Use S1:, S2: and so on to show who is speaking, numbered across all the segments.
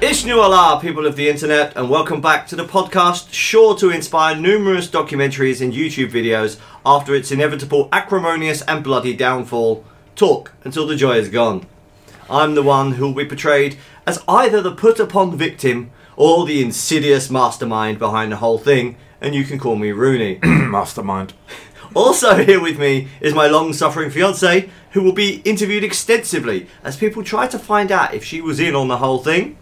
S1: It's New Allah, people of the internet, and welcome back to the podcast sure to inspire numerous documentaries and YouTube videos after its inevitable acrimonious and bloody downfall. Talk until the joy is gone. I'm the one who will be portrayed as either the put upon victim or the insidious mastermind behind the whole thing, and you can call me Rooney.
S2: Mastermind.
S1: Also here with me is my long-suffering fiance, who will be interviewed extensively as people try to find out if she was in on the whole thing.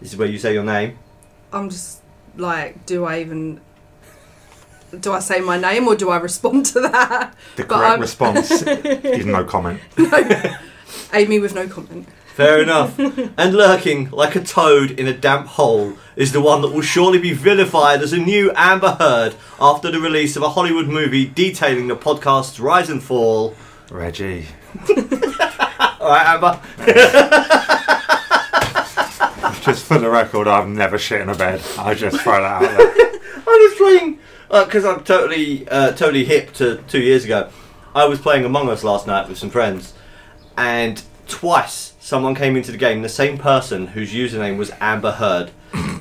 S1: This is where you say your name.
S3: I'm just like, do I even do I say my name or do I respond to that?
S2: The
S3: But
S2: correct
S3: I'm-
S2: response is no comment.
S3: Amy with no comment.
S1: Fair enough. and lurking like a toad in a damp hole is the one that will surely be vilified as a new Amber Heard after the release of a Hollywood movie detailing the podcast's rise and fall.
S2: Reggie.
S1: All right, Amber.
S2: Just for the record, I've never shit in a bed. I just throw that out there.
S1: I was playing because I'm totally uh, totally hip to two years ago. I was playing Among Us last night with some friends, and twice someone came into the game. The same person whose username was Amber Heard.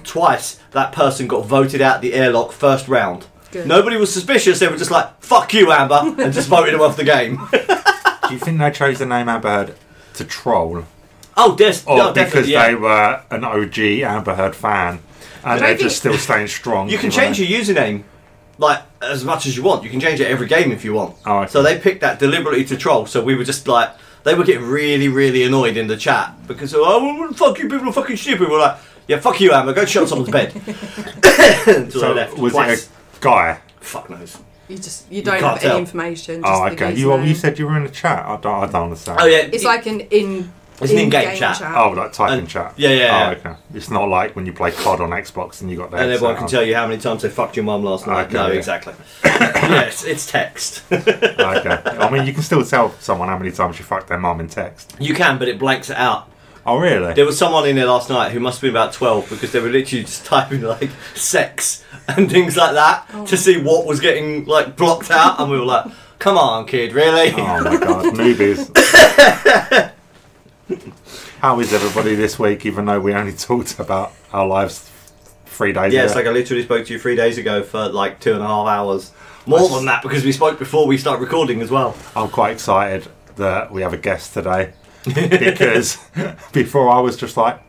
S1: twice that person got voted out the airlock first round.
S3: Good.
S1: Nobody was suspicious. They were just like "fuck you, Amber" and just voted him off the game.
S2: Do you think they chose the name Amber Heard to troll?
S1: oh, yes,
S2: Or
S1: no,
S2: because
S1: definitely. yeah.
S2: they were an OG Amber Heard fan and
S3: I
S2: they're
S3: think-
S2: just still staying strong?
S1: You can change your username like as much as you want. You can change it every game if you want.
S2: Oh, okay.
S1: So they picked that deliberately to troll. So we were just like they were getting really, really annoyed in the chat because oh well, fuck you, people are fucking stupid. We're like, yeah, fuck you, Amber, go shut on someone's bed. Until
S2: So
S1: they left.
S2: was
S1: twice.
S2: it a guy?
S1: Fuck knows.
S3: You just you don't have
S1: can't tell.
S3: any information. Just
S2: Oh,
S3: the
S2: okay. You,
S3: username.
S2: you said you were in a chat. I don't, I don't understand.
S1: Oh yeah,
S3: it's
S1: it-
S3: like an in.
S1: It's an in-game
S3: in-game
S1: chat.
S2: Oh, like typing
S1: And-
S2: chat.
S1: yeah, yeah,
S2: Oh,
S1: yeah.
S2: okay. It's not like when you play COD on Xbox and you got that.
S1: and everyone can
S2: set
S1: tell you how many times they fucked your mum last night.
S2: Okay,
S1: no,
S2: yeah.
S1: exactly. yes, it's text.
S2: up. okay. I mean, you can still tell someone how many times you fucked their mum in text.
S1: you can, but it blanks it out.
S2: Oh, really?
S1: There was someone in there last night who must have been about 12 because they were literally just typing like sex and things like that to see what was getting like blocked out. And we were like, come on, kid, really?
S2: Oh my god, newbies. How is everybody this week, even though we only talked about our lives three days
S1: Yeah, it's
S2: ago?
S1: like I literally spoke to you three days ago for like two and a half hours. More than that because we spoke before we start recording as well.
S2: I'm quite excited that we have a guest today because before I was just like,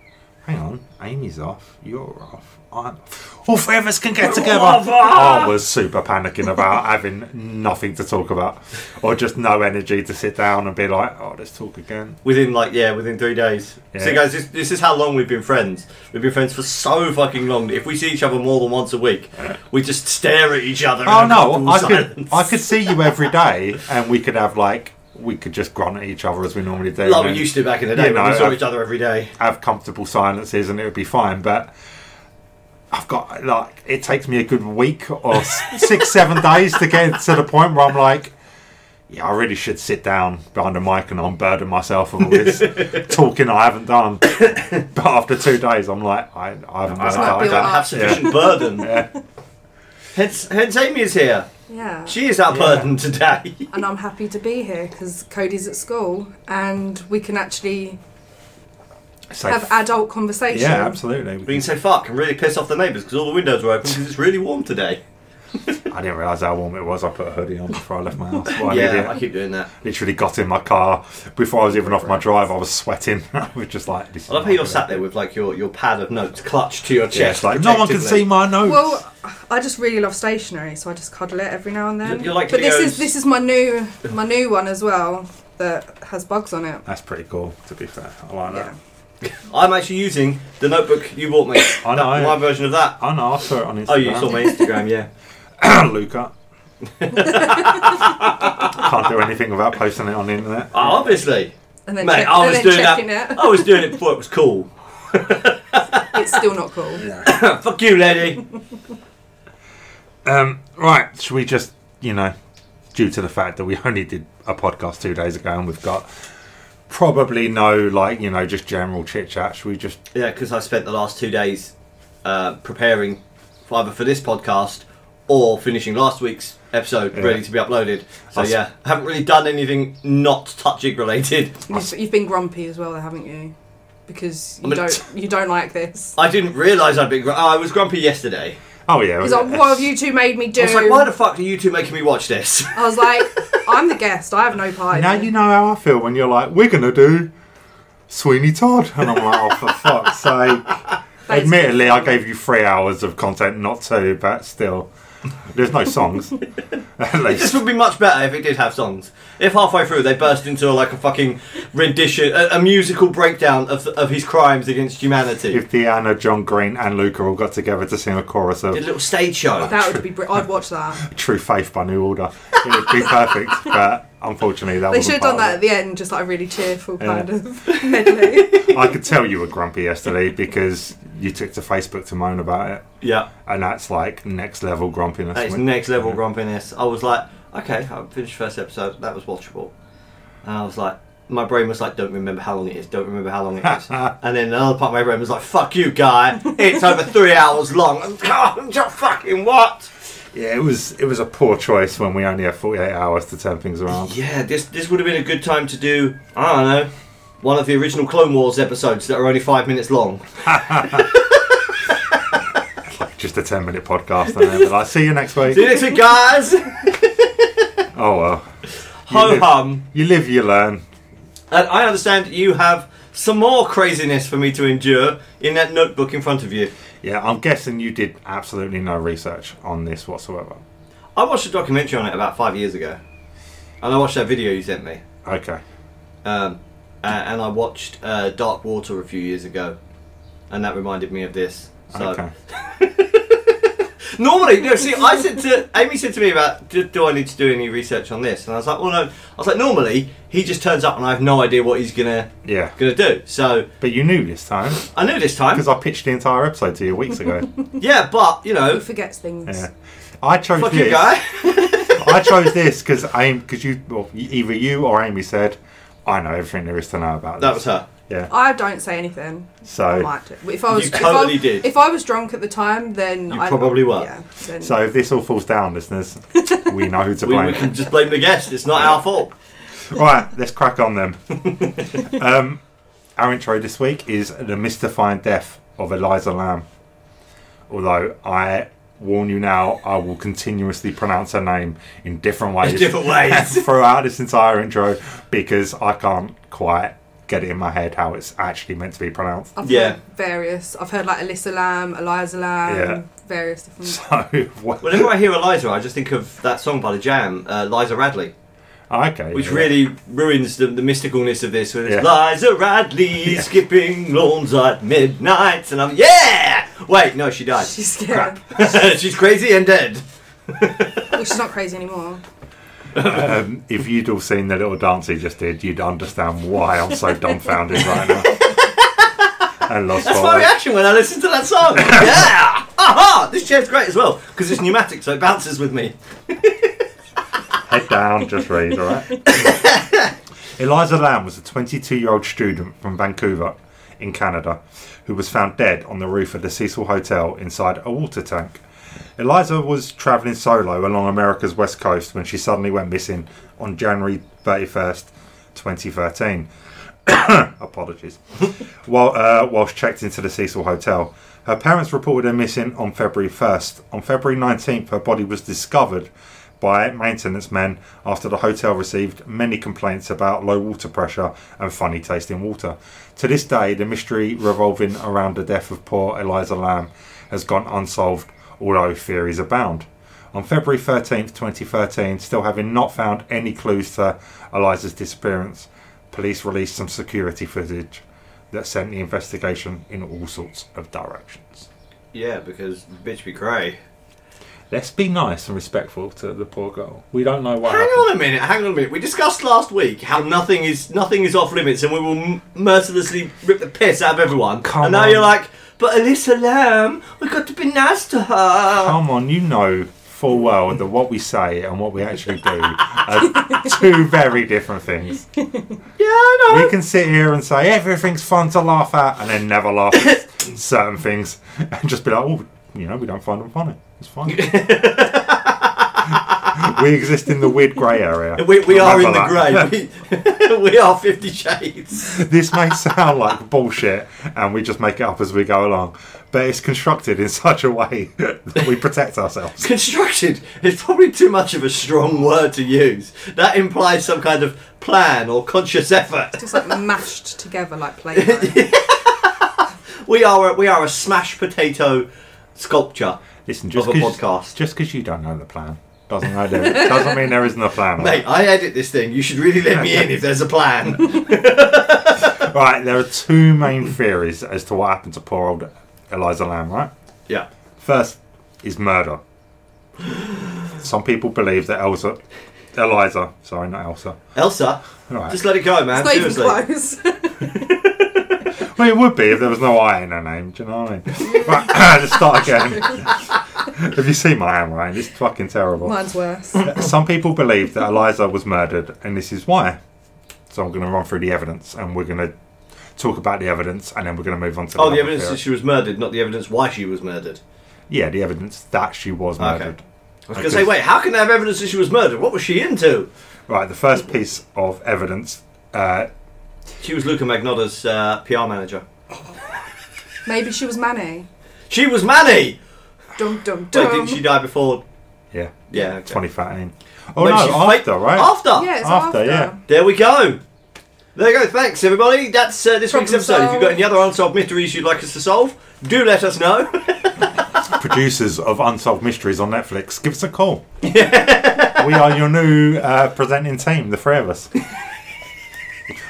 S2: hang on, Amy's off, you're off, I'm off. All three of us can get together. I was super panicking about having nothing to talk about or just no energy to sit down and be like, oh, let's talk again.
S1: Within like yeah, within three days.
S2: Yeah.
S1: See, guys, this, this is how long we've been friends. We've been friends for so fucking long. that If we see each other more than once a week, we just stare at each other. in
S2: Oh
S1: uncomfortable
S2: no, I
S1: silence.
S2: could I could see you every day, and we could have like we could just grunt at each other as we normally do.
S1: Like
S2: and
S1: we used to back in the day
S2: You
S1: when
S2: know,
S1: we saw
S2: I've-
S1: each other every day.
S2: have comfortable silences, and it would be fine. But I've got like it takes me a good week or s- six seven days to get to the point where I'm like. Yeah, I really should sit down behind a mic and unburden myself of all this talking I haven't done. but after two days, I'm like, I, I haven't
S1: I,
S2: done
S3: not
S2: that.
S1: I
S2: I
S3: built
S1: don't
S2: don't-
S3: up.
S1: have sufficient burden. Hence, hence Amy is here.
S3: Yeah.
S1: She is our
S2: Yeah.
S1: burden today.
S3: and I'm happy to be here because Cody's at school and we can actually
S2: So,
S3: have adult conversation.
S2: yeah, absolutely.
S1: We can say fuck and really piss off the neighbours because all the windows are open because it's really warm today.
S2: I didn't realise how warm it was. I put a hoodie on before I left my house. What an
S1: yeah,
S2: idiot.
S1: I keep doing that.
S2: Literally got in my car before I was even off my drive. I was sweating. I was just like, this is
S1: I love how
S2: not
S1: you're
S2: good.
S1: sat there with like your, your pad of notes clutched to your
S2: Yeah,
S1: chest.
S2: it's like no one can
S1: protectively.
S2: see my notes.
S3: Well, I just really love stationery, so I just cuddle it every now and then.
S1: You're- you're like
S3: but this
S1: Leo's-
S3: is this is my new my new one as well that has bugs on it.
S2: That's pretty cool. To be fair, I
S1: Uh,
S2: like
S3: Yeah.
S1: I'm actually using the notebook you bought me.
S2: I know.
S1: That- My version of that.
S2: that. I know. I saw it on Instagram.
S1: Oh, you saw my Instagram, yeah.
S2: Luca. Can't do anything without posting it on the internet.
S1: Oh, obviously.
S3: And then,
S1: Mate,
S3: check-
S1: I
S3: and
S1: was
S3: then
S1: doing
S3: checking
S1: that. Oh. I was doing it before it was cool.
S3: it. It's still not cool.
S1: Fuck you, lady.
S2: Um, right, should we just, you know, due to the fact that we only did a podcast two days ago and we've got probably no, like, you know, just general chit chat, should we just
S1: Yeah, because I spent the last two days uh, preparing for- either for this podcast or finishing last week's episode
S2: Yeah.
S1: ready to be uploaded. So
S2: I s-
S1: yeah, I haven't really done anything not touching related.
S3: You've, you've been grumpy as well, haven't you? because you
S1: I'm gonna
S3: don't you don't like this.
S1: I didn't realise I'd been. Gr- oh, I was grumpy yesterday.
S2: Oh yeah.
S3: He's like, what have you two made me do?
S1: I was like, why the fuck are you two making me watch this?
S3: I was like, I'm the guest. I have no part. in
S2: Now
S3: it."
S2: you know how I feel when you're like, we're gonna do Sweeney Todd, and I'm like, oh for fuck's sake.
S3: That is
S2: Admittedly,
S3: good.
S2: I gave you three hours of content, not two, but still, there's no songs. At
S1: this
S2: least
S1: would be much better if it did have songs. If halfway through they burst into like a fucking rendition, a, a musical breakdown of of his crimes against humanity.
S2: if Deanna, John Green, and Luca all got together to sing a chorus
S1: Did a
S2: of
S1: little stage show.
S3: That would be. Br- I'd watch that.
S2: True Faith by New Order, it would be perfect. But unfortunately, that
S3: They should
S2: wasn't
S3: have done that
S2: part
S3: at the end, just like a really cheerful
S2: Yeah.
S3: kind of medley.
S2: of it. I could tell you were grumpy yesterday because you took to Facebook to moan about it,
S1: Yeah,
S2: and that's like next level grumpiness.
S1: that is next level grumpiness. I was like, okay, I finished first episode. That was watchable, and I was like. My brain was like, don't remember how long it is, don't remember how long it is. and then another part of my brain was like, fuck you, guy, it's over three hours long. Just fucking what?
S2: Yeah, it was it was a poor choice when we only have 48 hours to turn things around.
S1: Yeah, this this would have been a good time to do. I don't know, one of the original Clone Wars episodes that are only five minutes long.
S2: Just a 10 minute podcast, and then be like, see you next week.
S1: See you next week, guys.
S2: Oh well.
S1: Ho
S2: live-
S1: hum.
S2: You live, you learn.
S1: And I understand you have some more craziness for me to endure in that notebook in front of you.
S2: Yeah, I'm guessing you did absolutely no research on this whatsoever.
S1: I watched a documentary on it about five years ago, and I watched that video you sent me,
S2: Okay.
S1: um, a- and I watched uh, Dark Water a few years ago, and that reminded me of this. So.
S2: Okay.
S1: Normally, no. See, I said to Amy said to me about do, do I need to do any research on this, and I was like, well, no. I was like, normally he just turns up and I have no idea what he's gonna
S2: Yeah.
S1: gonna do. So
S2: But you knew this time
S1: I knew this time.
S2: because I pitched the entire episode to you weeks ago.
S1: Yeah, but you
S3: He
S1: know,
S3: forgets things.
S2: Yeah. I chose
S1: fuck you,
S2: this.
S1: guy.
S2: I chose this because Amy, because you, well, either you or Amy said, I know everything there is to know about this.
S1: That was her.
S2: Yeah.
S3: I don't say anything. I
S2: So,
S3: might. do. If I was,
S1: You totally
S3: if I,
S1: did.
S3: If I was drunk at the time, then
S1: You
S3: I
S1: probably were.
S3: Yeah. Then
S2: so if this all falls down, listeners, we know who to
S1: We, we
S2: blame.
S1: can just blame the guest. It's not our fault.
S2: right, let's crack on then. um, our intro this week is the mystifying death of Eliza Lamb. Although I warn you now, I will continuously pronounce her name in different ways,
S1: different ways.
S2: throughout this entire intro because I can't quite get it in my head how it's actually meant to be pronounced.
S3: I've
S1: Yeah.
S3: heard various. I've heard like Alyssa Lamb, Eliza Lamb,
S2: Yeah.
S3: various different.
S2: So, what,
S1: Whenever I hear Eliza, I just think of that song by the Jam, uh, Liza Radley,
S2: okay,
S1: which
S2: yeah.
S1: really ruins the, the mysticalness of this. When it's
S2: Yeah.
S1: Liza Radley skipping lawns at midnight, and I'm yeah. Wait, no, she died.
S3: She's scared.
S1: She's crazy and dead.
S3: Well, she's not crazy anymore.
S2: Um, if you'd all seen the little dance he just did, you'd understand why I'm so dumbfounded right now. and lost
S1: That's
S2: for
S1: my
S2: words.
S1: reaction when I listen to that song. yeah! Aha! This chair's great as well because it's pneumatic, so it bounces with me.
S2: Head down, just read, all right? Eliza Lamb was a 22 year old student from Vancouver in Canada who was found dead on the roof of the Cecil Hotel inside a water tank. Eliza was travelling solo along America's west coast when she suddenly went missing on January 31st, 2013. Apologies. while, uh, whilst checked into the Cecil Hotel. Her parents reported her missing on February 1st. On February 19th, her body was discovered by maintenance men after the hotel received many complaints about low water pressure and funny tasting water. To this day, the mystery revolving around the death of poor Eliza Lamb has gone unsolved, although theories abound. On February 13th, 2013, still having not found any clues to Eliza's disappearance, police released some security footage that sent the investigation in all sorts of directions.
S1: Yeah, because bitch be cray.
S2: Let's be nice and respectful to the poor girl. We don't know what
S1: Hang on a minute, hang on a minute. We discussed last week how nothing is nothing is off limits and we will m- mercilessly rip the piss out of everyone.
S2: Come
S1: and now
S2: on.
S1: you're like, but Alyssa Lamb, we got to be nice to her.
S2: Come on, you know full well that what we say and what we actually do are two very different things.
S1: Yeah, I know.
S2: We can sit here and say everything's fun to laugh at and then never laugh at certain things and just be like, oh, you know, we don't find them funny. It's fine. we exist in the weird grey area.
S1: We, we are in the
S2: Remember that.
S1: grey. We, we are Fifty Shades.
S2: this may sound like bullshit and we just make it up as we go along, but it's constructed in such a way that we protect ourselves.
S1: Constructed is probably too much of a strong word to use. That implies some kind of plan or conscious effort.
S3: Just like mashed together like Play-Doh.
S1: We are a, we are a smashed potato sculpture.
S2: Listen, just
S1: Of a
S2: 'cause-
S1: podcast.
S2: just because you don't know the plan doesn't know there, doesn't mean there isn't a plan.
S1: Mate, I edit this thing. You should really let me in if there's a plan.
S2: Right, there are two main theories as to what happened to poor old Eliza Lamb. Right,
S1: yeah.
S2: first is murder. Some people believe that Elsa, Eliza, sorry, not Elsa.
S1: Elsa,
S2: Right.
S1: just let it go, man.
S3: It's not even
S1: Seriously.
S3: close.
S2: Well, it would be if there was no I in her name. Do you know what I mean? right, let's start again. Have you seen my handwriting? It's fucking terrible.
S3: Mine's worse.
S2: Some people believe that Eliza was murdered, and this is why. So I'm going to run through the evidence, and we're going to talk about the evidence, and then we're going to move on to
S1: Oh, the
S2: another
S1: evidence
S2: theory.
S1: that she was murdered, not the evidence why she was murdered.
S2: Yeah, the evidence that she was
S1: Okay.
S2: murdered.
S1: I was going to say, wait, how can they have evidence that she was murdered? What was she into?
S2: Right, the first piece of evidence. Uh,
S1: She was Luca Magnotta's uh, PR manager.
S3: Maybe she was Manny.
S1: She was Manny!
S3: Dum dum
S1: Wait,
S3: dum.
S1: didn't she die before?
S2: yeah,
S1: Yeah, okay.
S2: 2013. Oh
S1: Wait,
S2: no,
S1: she faked-
S2: after right?
S1: After!
S3: Yeah, it's
S2: After,
S3: after.
S2: yeah.
S1: There we go. There you go. Thanks, everybody. That's uh, this week's
S3: Problem
S1: episode. If you've got any other unsolved mysteries you'd like us to solve, do let us know.
S2: producers of Unsolved Mysteries on Netflix, give us a call. we are your new uh, presenting team, the three of us.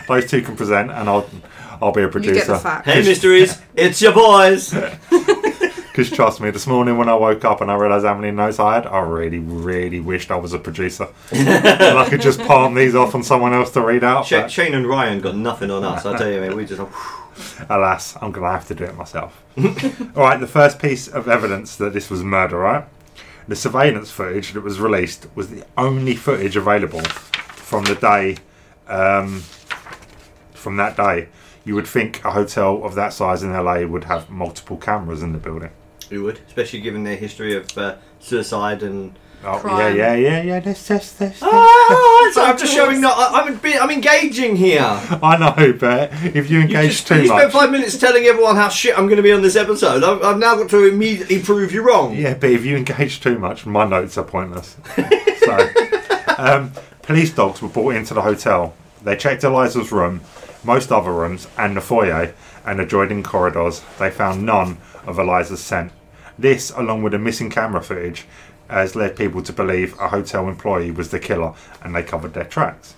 S2: Those two can present, and I'll I'll be a
S3: You
S2: producer.
S3: get the fact.
S1: hey, mysteries, it's your boys.
S2: Because trust me, this morning when I woke up and I realised how many notes I had, I really, really wished I was a producer and I could just palm these off on someone else to read out.
S1: Sha
S2: but
S1: Shane and Ryan got nothing on us. I tell you, mate. We just
S2: alas, I'm going to have to do it myself. All right, the first piece of evidence that this was murder, right? The surveillance footage that was released was the only footage available from the day, um, from that day. You would think a hotel of that size in LA would have multiple cameras in the building.
S1: we would, especially given their history of uh, suicide and.
S2: Oh, yeah,
S3: Crime.
S2: yeah, yeah, yeah. This, this, this.
S1: Ah, so I'm just showing. Not, I- I'm a bit- I'm engaging here.
S2: I know, but if you
S1: You,
S2: engage
S1: just,
S2: too
S1: you spent
S2: much,
S1: five minutes telling everyone how shit I'm going to be on this episode. I've, I've now got to immediately prove you wrong.
S2: Yeah, but if you engage too much, my notes are pointless. so, um, police dogs were brought into the hotel. They checked Eliza's room, most other rooms, and the foyer and adjoining corridors. They found none of Eliza's scent. This, along with the missing camera footage, has led people to believe a hotel employee was the killer, and they covered their tracks.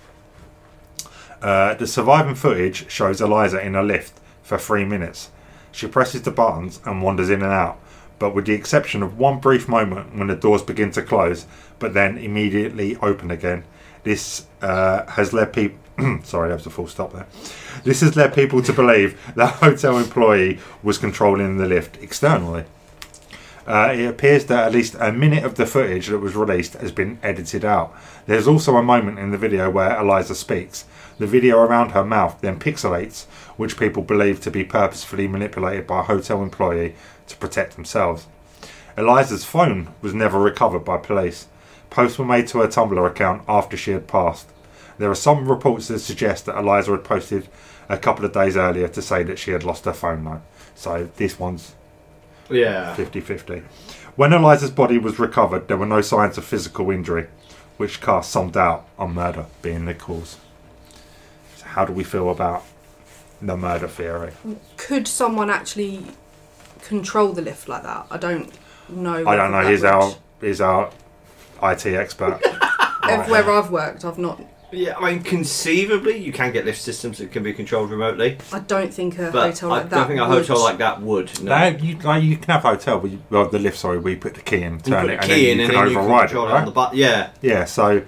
S2: Uh, the surviving footage shows Eliza in a lift for three minutes. She presses the buttons and wanders in and out, but with the exception of one brief moment when the doors begin to close, but then immediately open again. This uh, has led people. Sorry, that was a full stop there. This has led people to believe that hotel employee was controlling the lift externally. Uh, it appears that at least a minute of the footage that was released has been edited out. There's also a moment in the video where Eliza speaks. The video around her mouth then pixelates, which people believe to be purposefully manipulated by a hotel employee to protect themselves. Eliza's phone was never recovered by police. Posts were made to her Tumblr account after she had passed. There are some reports that suggest that Eliza had posted a couple of days earlier to say that she had lost her phone, though. So this one's
S1: Yeah.
S2: 50 50. When Eliza's body was recovered, there were no signs of physical injury, which cast some doubt on murder being the cause. So, how do we feel about the murder theory?
S3: Could someone actually control the lift like that? I don't know.
S2: I don't know.
S3: whether
S2: Here's
S3: that
S2: our,
S3: would-
S2: here's our IT expert.
S3: Everywhere I've worked, I've not.
S1: Yeah, I mean, conceivably, you can get lift systems that can be controlled remotely,
S3: I don't think a
S1: but
S3: hotel
S1: I
S3: like that.
S1: don't think a
S3: would-
S1: hotel like that would. No.
S2: No, you, like, you can have a hotel, where you, well, the lift, sorry, we put the key in,
S1: You
S2: turn
S1: put
S2: it,
S1: a
S2: and then
S1: key
S2: you
S1: in
S2: can
S1: and then you can
S2: override it.
S1: control it on
S2: Right?
S1: the button. Yeah,
S2: yeah, so,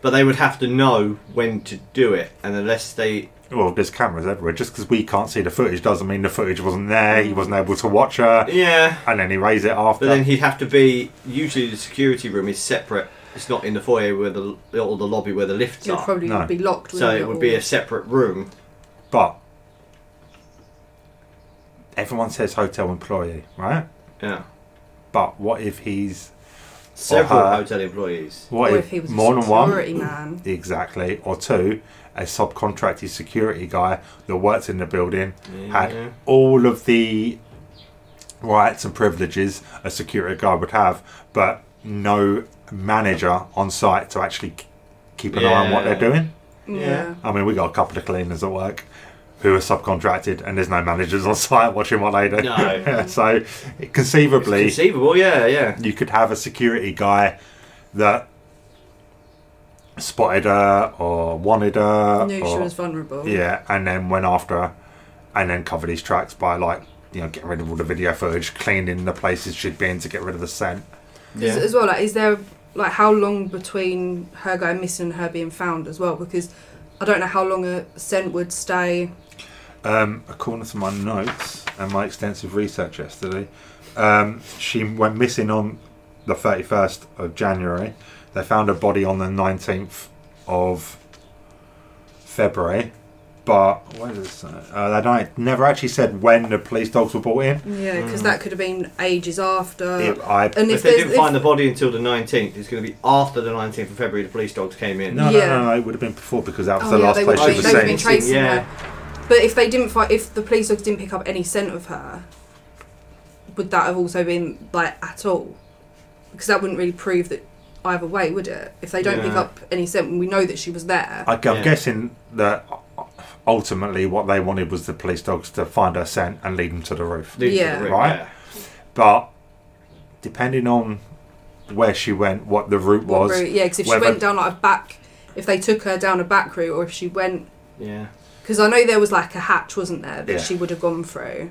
S1: but they would have to know when to do it, and unless they
S2: well, there's cameras everywhere. Just because we can't see the footage doesn't mean the footage wasn't there, he wasn't able to watch her,
S1: Yeah,
S2: and then he raised it after.
S1: but then he'd have to be. Usually, the security room is separate. It's not in the foyer where the or the lobby where the lifts
S3: It would
S1: are.
S3: probably
S2: No.
S3: be locked.
S1: so
S3: wouldn't
S1: it would be
S3: or-
S1: a separate room.
S2: But everyone says hotel employee, right?
S1: Yeah.
S2: But what if he's
S1: Several
S2: her.
S1: hotel employees.
S2: What
S3: or
S2: if,
S3: if he was
S2: more
S3: a
S2: than one?
S3: security man.
S2: Exactly. Or two, a subcontracted security guy that worked in the building
S1: Yeah.
S2: had all of the rights and privileges a security guy would have, but no manager on site to actually k- keep an eye on what
S1: Yeah.
S2: they're doing.
S3: Yeah.
S2: I mean, we got a couple of cleaners at work who are subcontracted, and there's no managers on site watching what they do.
S1: No.
S2: so, conceivably,
S1: Conceivable, yeah, yeah.
S2: you could have a security guy that spotted her or wanted her.
S3: Knew she
S2: Uh, or-
S3: was vulnerable.
S2: Yeah, and then went after her and then covered his tracks by, like, you know, getting rid of all the video footage, cleaning the places she'd been to get rid of the scent.
S1: Yeah.
S3: As, as well, like, is there like how long between her going missing and her being found as well? Because I don't know how long a scent would stay.
S2: Um, according to my notes and my extensive research yesterday, um, she went missing on the 31st of January. They found her body on the 19th of February, but what is this? Uh, they don't, never actually said when the police dogs were brought in.
S3: Yeah, because that could have been ages after.
S2: It- I,
S3: Uh, And
S1: If
S3: if,
S1: they
S3: there's
S1: didn't find the
S3: if,
S1: body until the 19th, it's going to be after the 19th of February the police dogs came in.
S2: no,
S3: yeah.
S2: no, no, no, it would have been before because that was
S3: oh,
S2: the
S3: yeah,
S2: last
S3: they would
S2: place
S1: would've
S3: have
S2: she
S3: been,
S2: was
S3: they would
S2: seen.
S3: have been tracing
S1: Yeah.
S3: her. But if they didn't find, if the police dogs didn't pick up any scent of her, would that have also been like at all? Because that wouldn't really prove that either way, would it? If they don't pick
S1: Yeah.
S3: up any scent, we know that she was there.
S2: I, I'm
S1: Yeah.
S2: guessing that ultimately what they wanted was the police dogs to find her scent and lead them to the roof.
S1: Leads to the
S3: Yeah.
S1: ring,
S2: Right. But depending on where she went, what the route
S3: What
S2: was,
S3: route- yeah, because if she
S2: whether-
S3: went down like a back, if they took her down a back route, or if she went,
S1: Yeah.
S3: because I know there was like a hatch, wasn't there, that
S2: Yeah.
S3: she would have gone through.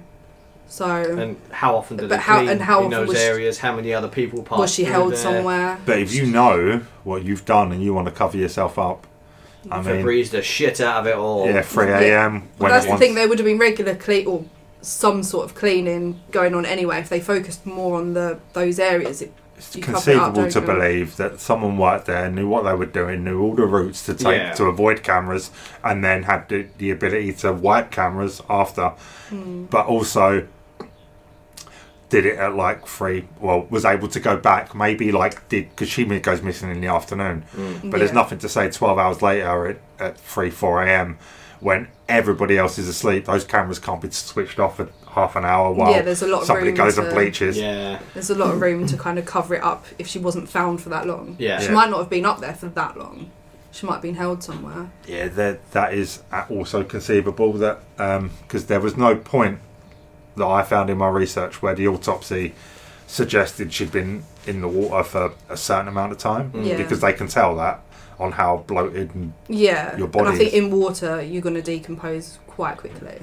S3: So
S1: yeah. And how often did
S3: But
S1: they
S3: how-
S1: clean
S3: and how
S1: in
S3: often
S1: those
S3: was she-
S1: areas? How many other people passed
S3: was she
S1: through
S3: held
S1: there?
S3: somewhere?
S2: But if you know what you've done and you want to cover yourself up, I mean,
S1: Febreze the shit out of it all.
S2: yeah, 3
S3: Yeah.
S2: a.m.
S3: Well,
S2: when it
S3: that's the
S2: wants.
S3: thing. There would have been regular clean or some sort of cleaning going on anyway. If they focused more on the those areas, it,
S2: it's
S3: you cover it up,
S2: conceivable to
S3: don't you?
S2: believe that someone worked there, knew what they were doing, knew all the routes to take
S1: Yeah.
S2: to avoid cameras, and then had the, the ability to wipe cameras after.
S3: Hmm.
S2: But also did it at like three. Well, was able to go back. Maybe like did because she goes missing in the afternoon. But there's
S3: Yeah.
S2: nothing to say 12 hours later at, at 3, 4 a.m. when everybody else is asleep. Those cameras can't be switched off for half an hour while
S3: Yeah, there's a lot of
S2: somebody
S3: room
S2: goes
S3: to-
S2: and bleaches.
S1: Yeah.
S3: there's a lot of room to kind of cover it up if she wasn't found for that long.
S1: Yeah.
S3: she
S2: Yeah.
S3: might not have been up there for that long. She might have been held somewhere.
S2: Yeah, that that is also conceivable that because there was no point that I found in my research where the autopsy suggested she'd been in the water for a certain amount of time
S3: Yeah.
S2: because they can tell that on how bloated and
S3: Yeah,
S2: Your
S3: and I
S2: body
S3: think
S2: is-
S3: in water you're going to decompose quite quickly.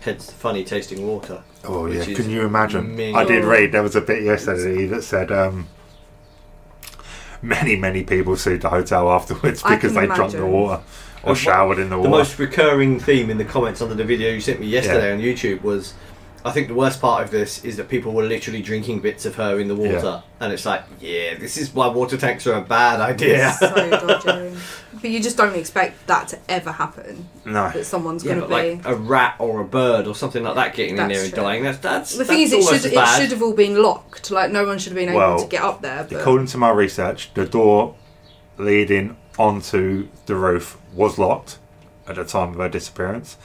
S1: Hence the funny tasting water.
S2: oh
S1: Which
S2: yeah,
S1: is
S2: can you imagine?
S1: mean.
S2: I did read there was a bit yesterday that said um, many many people sued the hotel afterwards
S3: I
S2: because they
S3: can
S2: drank the
S3: imagine.
S2: water
S1: And
S2: or
S1: what-
S2: showered in the
S1: The
S2: water.
S1: most recurring theme in the comments under the video you sent me yesterday on YouTube was I think the worst part of this is that people were literally drinking bits of her in the water. And it's like, yeah, this is why water tanks are a bad idea.
S3: so dodgy. But you just don't expect that to ever happen.
S2: no,
S3: That someone's
S1: Yeah,
S3: going to
S1: but
S3: be.
S1: like a rat or a bird or something like that getting in
S3: That's
S1: there and
S3: true.
S1: dying. That's that's
S3: the thing is, it
S1: that's almost
S3: should it
S1: bad.
S3: should have all been locked. Like no one should have been able
S2: Well,
S3: to get up there. But uh,
S2: According to my research, the door leading onto the roof was locked at the time of her disappearance,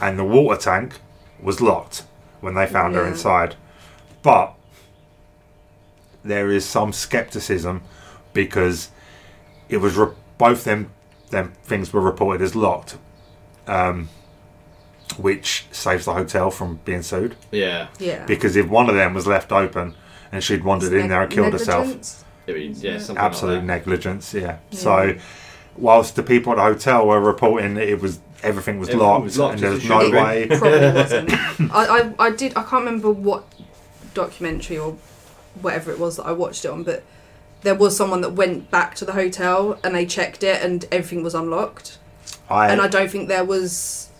S2: and the water tank was locked when they found her
S3: Yeah.
S2: inside. But there is some skepticism because it was re- both them them things were reported as locked, um, which saves the hotel from being sued.
S1: Yeah.
S3: yeah,
S2: Because if one of them was left open and she'd wandered in there and killed herself,
S3: herself.
S1: I mean, yeah, something like
S2: absolute
S1: that.
S2: negligence. Yeah.
S3: Yeah.
S2: So, whilst the people at the hotel were reporting that it was everything was,
S1: Everything
S2: locked,
S1: was locked,
S2: and
S1: as
S2: there was
S1: it
S2: no
S1: should have
S2: way.
S3: Probably wasn't. I, I I did. I can't remember what documentary or whatever it was that I watched it on, but there was someone that went back to the hotel and they checked it and everything was unlocked. and I
S2: I
S3: don't think there was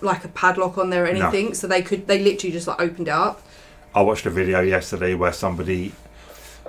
S3: like a padlock on there or
S2: No.
S3: anything, so they could they literally just like opened it up.
S2: I watched a video yesterday where somebody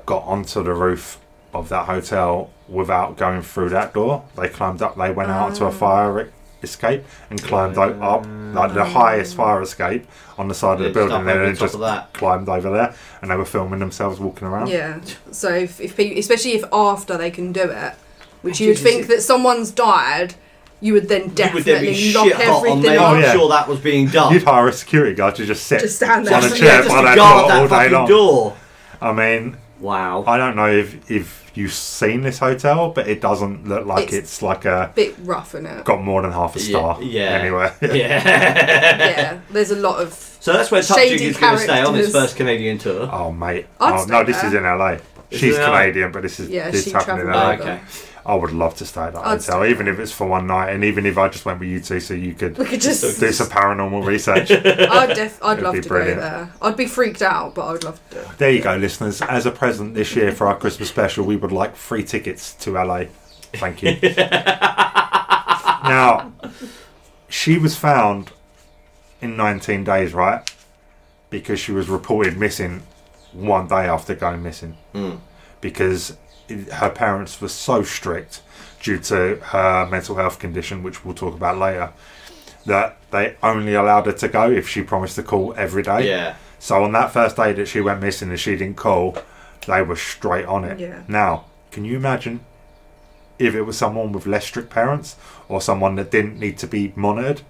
S2: got onto the roof of that hotel without going through that door. They climbed up. They went out to a
S3: Ah.
S2: fire e-, escape and climbed o up like the highest fire escape on the side
S1: Yeah,
S2: of the
S1: just up
S2: building, and
S1: over
S2: then
S1: the top
S2: just
S1: of that.
S2: climbed over there. And they were filming themselves walking around.
S3: Yeah. So if, if people, especially if after they can do it, which
S1: Oh,
S3: you would
S1: Jesus,
S3: think
S1: it-
S3: that someone's died, you would then
S1: You would then be
S3: definitely lock
S1: shit hot on
S3: everything
S1: making
S3: up.
S2: Oh, yeah.
S1: sure that was being done.
S2: You'd hire a security guard to just sit
S3: Just stand there.
S2: on a
S3: Just-
S2: chair
S3: yeah,
S2: by
S1: to
S2: that
S1: guard
S2: door all day
S1: fucking
S2: long.
S1: door.
S2: I mean,
S1: Wow.
S2: I don't know if if you've seen this hotel, but it doesn't look like it's,
S3: It's-
S2: like a
S3: Bit rough in it.
S2: got more than half a star.
S1: yeah.
S2: Anyway.
S1: yeah.
S3: yeah. There's a lot of.
S1: so that's where Tub Jig
S3: Shady
S1: is going to stay on its
S3: characters.
S1: first Canadian tour.
S2: Oh mate.
S3: I'd
S2: Oh,
S3: stay
S2: no, this
S3: there.
S2: is in LA.
S1: Is
S2: She's
S1: it in LA?
S2: Canadian, but this is
S3: Yeah,
S2: this
S3: she
S2: happening in
S3: travelled
S2: LA.
S3: over.
S1: okay.
S2: I would love to stay at that
S3: I'd
S2: hotel,
S3: stay
S2: even if it's for one night, and even if I just went with you two, so you could
S3: We could just.
S2: do some paranormal research.
S3: I'd, def- I'd
S2: It'd
S3: love
S2: be
S3: to
S2: brilliant.
S3: go there. I'd be freaked out, but I would love to do it.
S2: there you go, listeners. As a present this year for our Christmas special, we would like free tickets to LA. Thank you. now, she was found in 19 days, right? Because she was reported missing one day after going missing. Because it- her parents were so strict due to her mental health condition, which we'll talk about later, that they only allowed her to go if she promised to call every day.
S1: Yeah.
S2: So on that first day that she went missing and she didn't call, they were straight on it.
S3: Yeah.
S2: Now, can you imagine if it was someone with less strict parents or someone that didn't need to be monitored,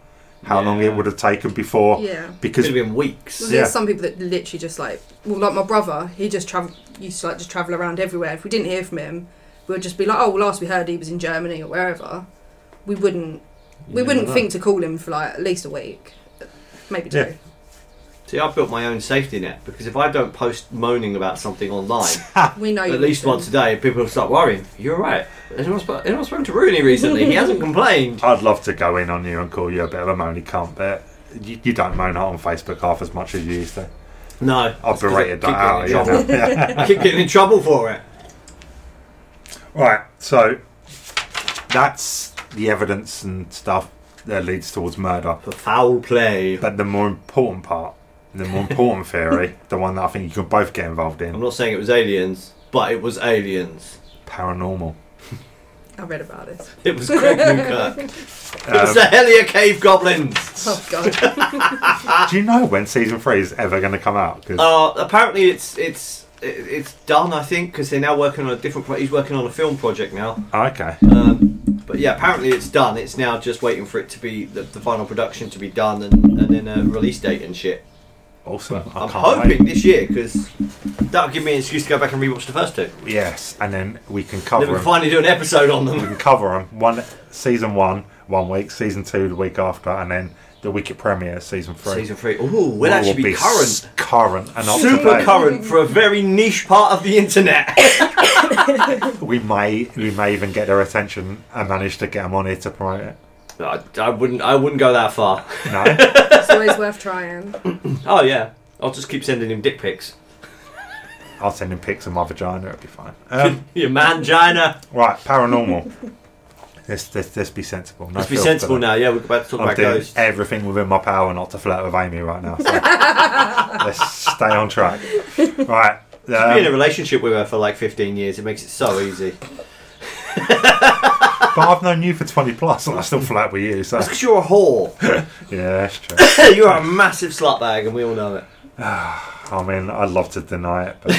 S2: how long
S1: Yeah.
S2: it would have taken before?
S3: Yeah.
S1: Could
S2: Because
S1: have been weeks.
S3: There's
S2: Yeah.
S3: some people that literally just like, well, like my brother, he just travel used to like just travel around everywhere. If we didn't hear from him, we would just be like, oh, well, last we heard he was in Germany or wherever. We wouldn't, we
S2: You
S3: wouldn't
S2: never
S3: think to call him for like at least a week, maybe two.
S2: Yeah.
S1: See, I've built my own safety net because if I don't post moaning about something online
S3: We know
S1: at least once a day, people start worrying. You're right. Anyone sp- anyone spoken to Rooney recently? He hasn't complained.
S2: I'd love to go in on you and call you a bit of a moany cunt, but you, you don't moan out on Facebook half as much as you used to.
S1: No,
S2: I've berated that
S1: Keep
S2: out.
S1: getting in
S2: Yeah, yeah.
S1: I keep getting in trouble for it.
S2: Right, so that's the evidence and stuff that leads towards murder.
S1: For foul play.
S2: But the more important part, the more important theory, the one that I think you can both get involved
S1: I'm
S2: in,
S1: not saying it was aliens, but it was aliens.
S2: paranormal.
S3: I read about this.
S1: It was Craig Newkirk. It was
S2: Um,
S1: the Hellier Cave Goblins.
S3: Oh god,
S2: do you know when season three is ever going to come out? 'Cause
S1: Uh, apparently, it's it's it- it's done. I think because they're now working on a different. Pro- he's working on a film project now.
S2: okay,
S1: Um, but yeah, apparently it's done. It's now just waiting for it to be the, the final production to be done and, and then a release date and shit.
S2: awesome. I
S1: I'm
S2: can't
S1: hoping
S2: wait.
S1: this year because that'll give me an excuse to go back and rewatch the first two.
S2: Yes, and then we can
S1: Then
S2: cover
S1: we can
S2: 'em.
S1: finally do an episode on
S2: We
S1: them.
S2: can cover 'em. One season one, one week. Season two, the week after, and then the week it premieres, season three.
S1: Season three. Ooh,
S2: It
S1: we'll actually be
S2: s-
S1: current.
S2: current, and up to
S1: Super
S2: date.
S1: current for a very niche part of the internet.
S2: We may, we may even get their attention and manage to get them on here to promote it.
S1: I, I wouldn't. I wouldn't go that far.
S2: No.
S3: it's always worth trying.
S1: Oh yeah, I'll just keep sending him dick pics.
S2: I'll send him pics of my vagina. It'll be fine. Um,
S1: Your mangina.
S2: right, paranormal. let's, let's, let's be sensible. No
S1: Let's be
S2: filth
S1: sensible
S2: today.
S1: now. Yeah, we're about to talk
S2: I'm
S1: about
S2: doing
S1: ghosts.
S2: everything within my power not to flirt with Amy right now. So let's stay on track. Right.
S1: Being in a
S2: Um,
S1: relationship with her for like 15 years, it makes it so easy.
S2: but I've known you for 20 plus and I still flirt with you. So
S1: That's because you're a whore.
S2: yeah, that's true.
S1: you're a massive slutbag, and we all know it.
S2: I mean, I'd love to deny it. But...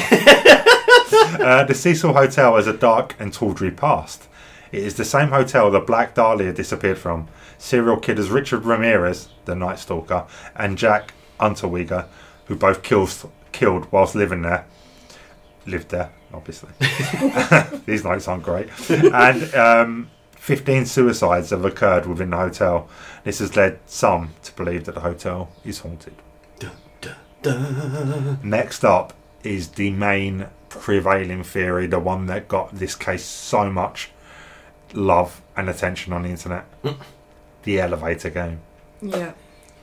S2: uh, the Cecil Hotel has a dark and tawdry past. It is the same hotel the Black Dahlia disappeared from. Serial killers Richard Ramirez, the Night Stalker, and Jack Unterweger, who both kills, killed whilst living there, lived there, obviously. These nights aren't great. And um, 15 suicides have occurred within the hotel. This has led some to believe that the hotel is haunted. Next up is the main prevailing theory, the one that got this case so much love and attention on the internet the elevator game.
S3: Yeah,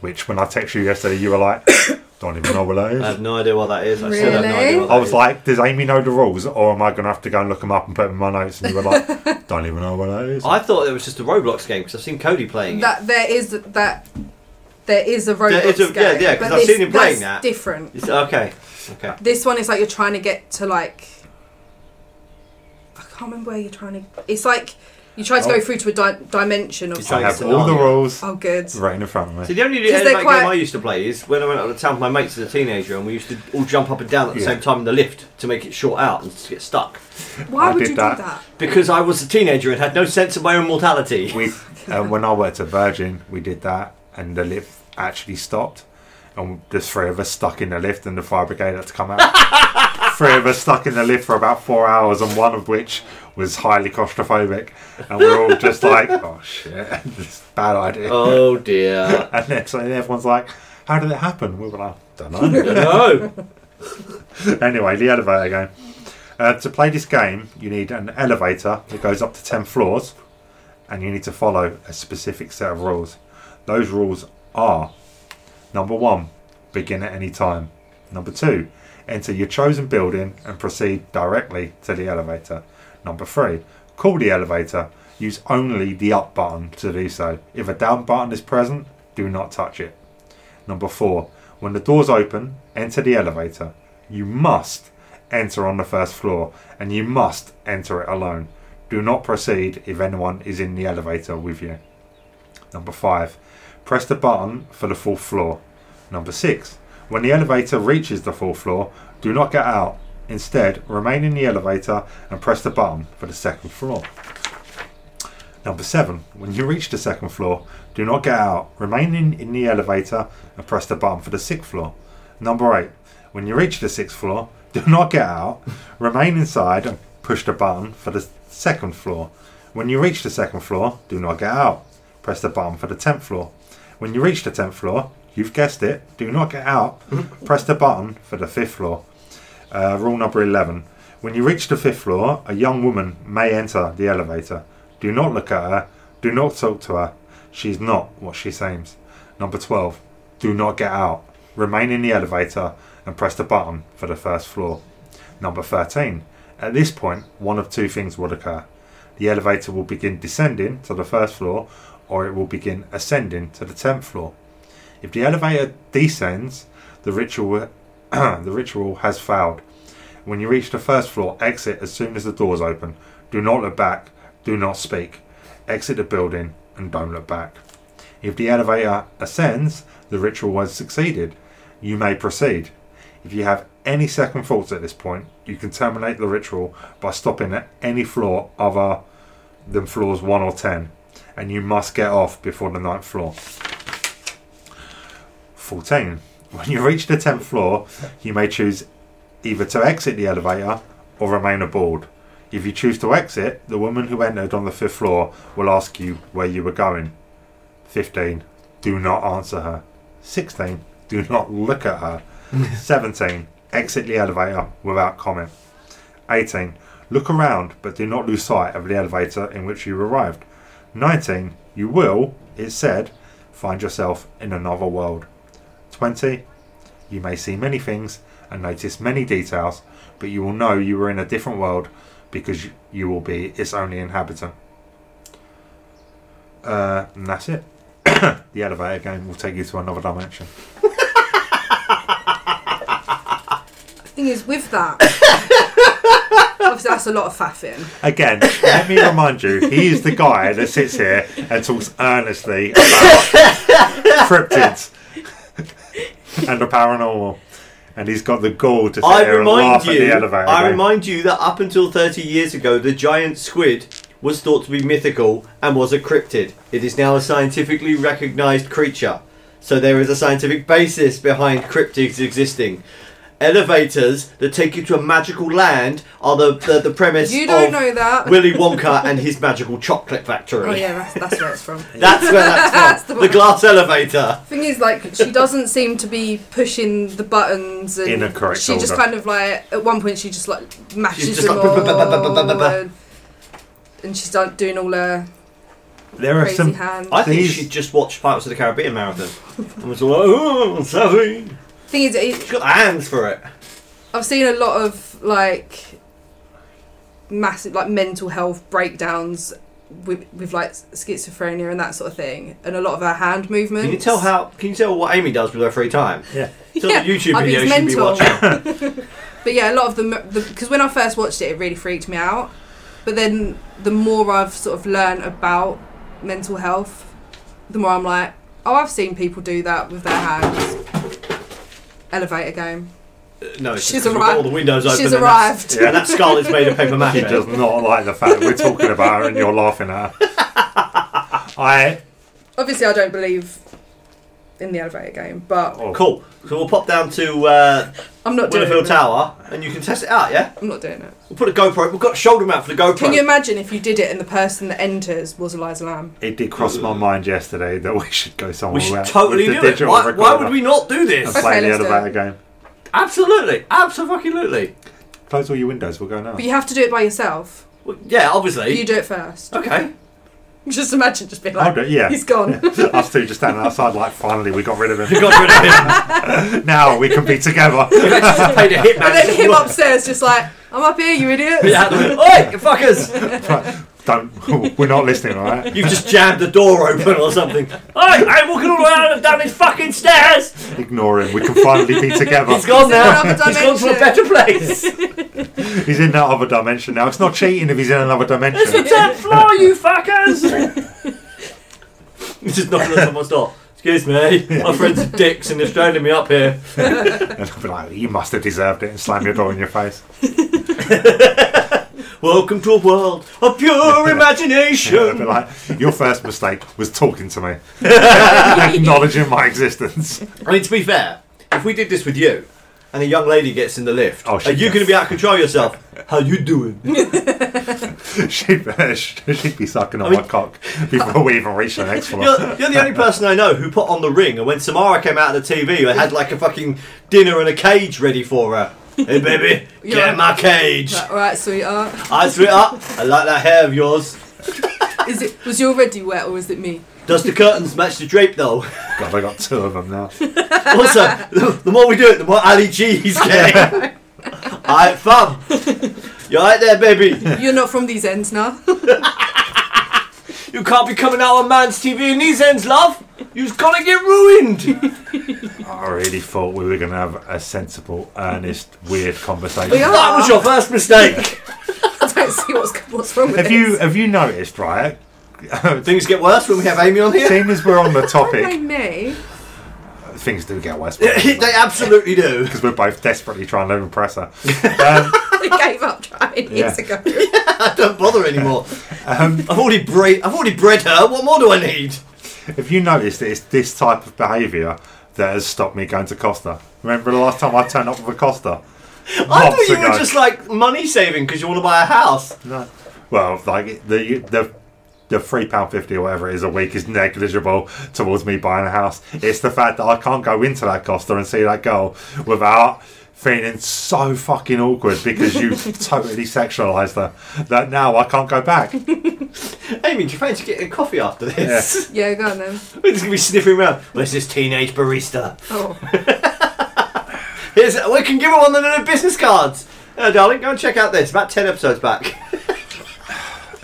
S2: Which, when I texted you yesterday, you were like, don't even know what that
S1: I
S2: is.
S1: have no idea what that is. I still have no idea what that
S2: I was
S1: is.
S2: like, does Amy know the rules, or am I going to have to go and look them up and put them in my notes? And you were like, don't even know what that is.
S1: I thought it was just a Roblox game because I've seen Cody playing it.
S3: that there is that there is a Roblox
S1: There is a-
S3: game.
S1: yeah, yeah, 'cause
S3: but
S1: I've
S3: this-
S1: seen him playing that.
S3: that's Different.
S1: It's- okay, okay.
S3: This one is like you're trying to get to like I can't remember where you're trying to. It's like You try to
S2: Oh.
S3: go through to a di- dimension of.
S1: It's
S2: I
S1: like-
S2: have all the rules
S3: oh, good.
S2: right in front of
S1: So
S2: me.
S1: the only
S3: 'Cause they're
S1: like,
S3: quite-
S1: game I used to play is when I went out of town with my mates as a teenager, and we used to all jump up and down at the
S2: Yeah.
S1: same time in the lift to make it short out and get stuck.
S3: Why
S2: I
S3: would
S2: did
S3: you
S2: that.
S3: do that?
S1: Because I was a teenager and had no sense of my own mortality.
S2: We, uh, when I worked at Virgin, we did that, and the lift actually stopped, and the three of us stuck in the lift, and the fire brigade had to come out. three of us stuck in the lift for about four hours, and one of which was highly claustrophobic, and we we're all just like, "Oh shit, this is a bad idea."
S1: oh dear.
S2: And then so then everyone's like, "How did it happen?" We were like, "Don't know."
S1: no.
S2: anyway, the elevator game. Uh, to play this game, you need an elevator that goes up to 10 floors, and you need to follow a specific set of rules. Those rules are number one, begin at any time. Number two, enter your chosen building and proceed directly to the elevator. Number three, call the elevator. Use only the up button to do so. If a down button is present, do not touch it. Number four, when the doors open, enter the elevator. You must enter on the first floor and you must enter it alone. Do not proceed if anyone is in the elevator with you. Number five, press the button for the fourth floor. Number six, when the elevator reaches the fourth floor, do not get out. Instead, remain in the elevator and press the button for the second floor. Number seven, when you reach the second floor, do not get out. Remain in, in the elevator and press the button for the sixth floor. Number eight, when you reach the sixth floor, do not get out. Remain inside and push the button for the second floor. When you reach the second floor, do not get out. Press the button for the tenth floor. When you reach the tenth floor, you've guessed it, do not get out. press the button for the fifth floor. Uh, rule number 11. When you reach the fifth floor, a young woman may enter the elevator. Do not look at her. Do not talk to her. She's not what she seems. Number 12. Do not get out. Remain in the elevator and press the button for the first floor. Number 13. At this point, one of two things will occur. The elevator will begin descending to the first floor, or it will begin ascending to the 10th floor. If the elevator descends, the ritual the ritual has failed. When you reach the first floor, exit as soon as the doors open. Do not look back. Do not speak. Exit the building and don't look back. If the elevator ascends, the ritual has succeeded. You may proceed. If you have any second thoughts at this point, you can terminate the ritual by stopping at any floor other than floors 1 or 10, and you must get off before the ninth floor. 14. When you reach the 10th floor, you may choose either to exit the elevator or remain aboard. If you choose to exit, the woman who entered on the 5th floor will ask you where you were going. 15. Do not answer her. 16. Do not look at her. 17. Exit the elevator without comment. 18. Look around but do not lose sight of the elevator in which you arrived. 19. You will, it said, find yourself in another world. 20. You may see many things and notice many details, but you will know you were in a different world because you- you will be its only inhabitant. Uh, and that's it. the elevator game will take you to another dimension.
S3: The thing is, with that, obviously that's a lot of faffing.
S2: Again, let me remind you, he is the guy that sits here and talks earnestly about cryptids and the paranormal. And he's got the gall to sit
S1: I
S2: here and laugh
S1: remind
S2: at the
S1: you.
S2: elevator.
S1: I
S2: game.
S1: remind you that up until 30 years ago, the giant squid was thought to be mythical and was a cryptid. It is now a scientifically recognised creature. So there is a scientific basis behind cryptids existing. Elevators that take you to a magical land are the, the, the premise
S3: You don't
S1: of
S3: know that.
S1: Willy Wonka and his magical chocolate factory.
S3: Oh yeah, that's, that's where it's from.
S1: That's where that's from.
S3: That's the
S1: the,
S3: one.
S1: glass elevator.
S3: Thing is, like, she doesn't seem to be pushing the buttons, and
S2: In a correct
S3: she just
S2: order.
S3: kind of like at one point she just like mashes
S1: She's just
S3: them
S1: like, "Buh, buh, buh, buh, buh, buh, buh,
S3: all,
S1: buh."
S3: and, and she's done, doing all her
S2: There are
S3: crazy
S2: some.
S3: hands.
S1: I think
S2: These-
S1: she just watched Pirates of the Caribbean marathon and was all, oh, I'm sorry.
S3: Thing is, it,
S1: She's got the hands for it.
S3: I've seen a lot of like massive like mental health breakdowns with, with like schizophrenia and that sort of thing, and a lot of her hand movements.
S1: Can you tell how? Can you tell what Amy does with her free time?
S2: Yeah.
S1: It's not the YouTube
S3: I mean,
S1: video
S3: it's
S1: she'd be
S3: mental.
S1: watching.
S3: but yeah, a lot of the because when I first watched it, it really freaked me out. But then the more I've sort of learned about mental health, the more I'm like, oh, I've seen people do that with their hands. Elevator game.
S1: No, it's
S3: She's
S1: just 'cause we've got
S3: arrived.
S1: all the windows open.
S3: She's
S1: and
S3: arrived.
S1: That's, and that Scarlet's made of paper
S2: He
S1: mache.
S2: does not like the fact that we're talking about her and you're laughing at her. I
S3: Obviously, I don't believe in the elevator game, but
S2: oh,
S1: Cool. So we'll pop down to uh,
S3: I'm not doing
S1: Willowfield
S3: it.
S1: Tower and you can test it out. Yeah,
S3: I'm not doing it.
S1: we'll put a GoPro. We've got a shoulder mount for the GoPro.
S3: Can you imagine if you did it and the person that enters was Eliza Lamb?
S2: It did cross my mind yesterday that we should go somewhere.
S1: we should
S2: where-
S1: totally
S2: with the
S1: do it.
S2: digital
S1: Why, why
S2: recorder
S1: would we not do
S2: And
S1: this?
S3: Okay,
S2: play the
S3: let's do
S2: elevator
S3: it.
S2: game.
S1: Absolutely, absolutely.
S2: Close all your windows. We'll go now.
S3: But you have to do it by yourself.
S1: Well, yeah, obviously.
S3: You do it first.
S1: okay.
S3: Just imagine just being
S2: I'll
S3: like,
S2: do it, yeah.
S3: he's gone.
S2: Us two just standing outside, like finally we got rid of
S1: You
S2: him.
S1: got rid of him.
S2: now we can be together.
S1: You've actually played a hitman.
S3: And then him upstairs just like, I'm up here, you idiots.
S1: Yeah, out the window. Oi, you fuckers!
S2: Don't. We're not listening, all right?
S1: You've just jammed the door open or something. Oi, I'm walking all around and down these fucking stairs.
S2: Ignore him. We can finally be together.
S1: He's gone
S3: He's in
S1: now.
S3: another
S1: He's gone to a better
S3: dimension.
S1: place.
S2: He's in that other dimension now. It's not cheating if he's in another
S1: It's the
S2: dimension.
S1: tenth floor, you fuckers! He's just knocking on someone's door. Excuse me, my friend's dicks and they're straining me up here.
S2: and I'll be like, you must have deserved it, and slam your door in your face.
S1: Welcome to a world of pure
S2: I'll
S1: imagination.
S2: be like, your first mistake was talking to me, acknowledging my existence.
S1: I mean, to be fair, if we did this with you, and a young lady gets in the lift,
S2: Oh, she
S1: are you
S2: gets-
S1: going to be out of control yourself? How you doing?
S2: She'd, she'd be sucking on
S1: mean-
S2: my cock before we even reach the next floor.
S1: You're, you're the only person I know who put on the ring, and when Samara came out of the TV, they had like a fucking dinner and a cage ready for her. Hey, baby, get in my cage.
S3: Like, All right, sweetheart.
S1: I sweetheart, I like that hair of yours.
S3: Is it was you already wet or is it me?
S1: Does the curtains match the drape though?
S2: God, I got two of them now.
S1: Also, the more we do it, the more Ali G's getting. Alright, fam. You're right there, baby.
S3: You're not from these ends now.
S1: You can't be coming out on man's TV in these ends, love. You've got to get ruined.
S2: I really thought we were going to have a sensible, earnest, weird conversation.
S3: We are.
S1: That was your first mistake.
S3: I don't see what's what's wrong with
S2: Have you
S3: this.
S2: have you noticed, right?
S1: Things get worse when we have Amy on here.
S2: Seeing as we're on the
S3: By
S2: topic,
S3: me,
S2: things do get worse
S1: they
S2: because
S1: absolutely do.
S2: we're both desperately trying to impress her.
S3: I gave up trying years
S2: Yeah.
S3: ago.
S1: I don't bother anymore. Um, I've already bred. I've already bred her. What more do I need?
S2: Have you noticed it's this type of behaviour that has stopped me going to Costa? Remember the last time I turned up with a Costa?
S1: I thought
S2: Months
S1: you were
S2: ago.
S1: just like money saving because you want to buy a house.
S2: No. Well, like the the the three pound fifty or whatever it is a week is negligible towards me buying a house. It's the fact that I can't go into that Costa and see that girl without feeling so fucking awkward because you totally sexualised her that now I can't go back.
S1: Amy, do you fancy getting a coffee after this?
S2: Yeah.
S3: Yeah, go on then.
S1: We're just gonna be sniffing around. Where's this teenage barista?
S3: Oh,
S1: Here's, we can give her one of the business cards. Uh, darling, go and check out this. About ten episodes back.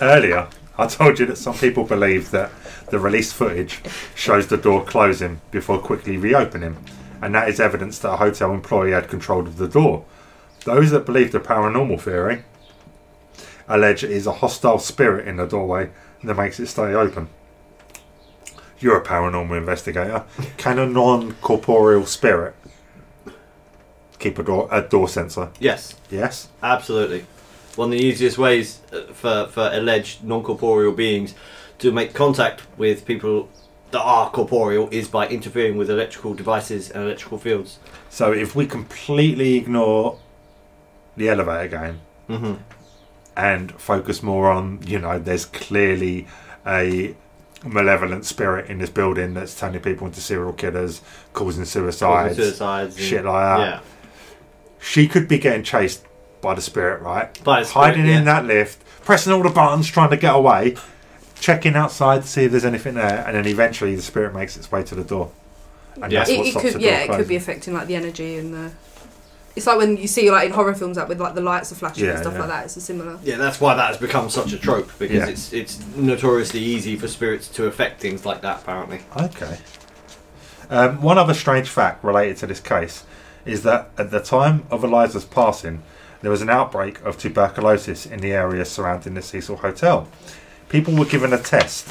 S2: Earlier, I told you that some people believe that the released footage shows the door closing before quickly reopening, and that is evidence that a hotel employee had control of the door. Those that believe the paranormal theory allege it is a hostile spirit in the doorway that makes it stay open. You're a paranormal investigator. Can a non corporeal spirit keep a door a door sensor?
S1: yes,
S2: Yes.
S1: absolutely. One of the easiest ways uh, for for alleged non-corporeal beings to make contact with people that are corporeal is by interfering with electrical devices and electrical fields.
S2: So if we completely ignore the elevator game
S1: Mm-hmm.
S2: and focus more on, you know, there's clearly a malevolent spirit in this building that's turning people into serial killers, causing suicides,
S1: suicides and-
S2: shit like that.
S1: Yeah.
S2: She could be getting chased by the spirit, right?
S1: By the spirit,
S2: Hiding
S1: yeah.
S2: in that lift, pressing all the buttons, trying to get away, checking outside to see if there's anything there, and then eventually the spirit makes its way to the door. And
S1: Yeah.
S2: that's
S3: it,
S2: what
S3: it
S2: stops
S3: could
S2: the door
S3: yeah, it could
S2: closing.
S3: be affecting like the energy and the. It's like when you see like in horror films like with like the lights are flashing and
S2: Yeah,
S3: stuff
S2: yeah.
S3: like that. It's a similar.
S1: Yeah, that's why that has become such a trope because
S2: Yeah.
S1: it's it's notoriously easy for spirits to affect things like that. Apparently,
S2: Okay. Um, one other strange fact related to this case is that at the time of Eliza's passing, there was an outbreak of tuberculosis in the area surrounding the Cecil Hotel. People were given a test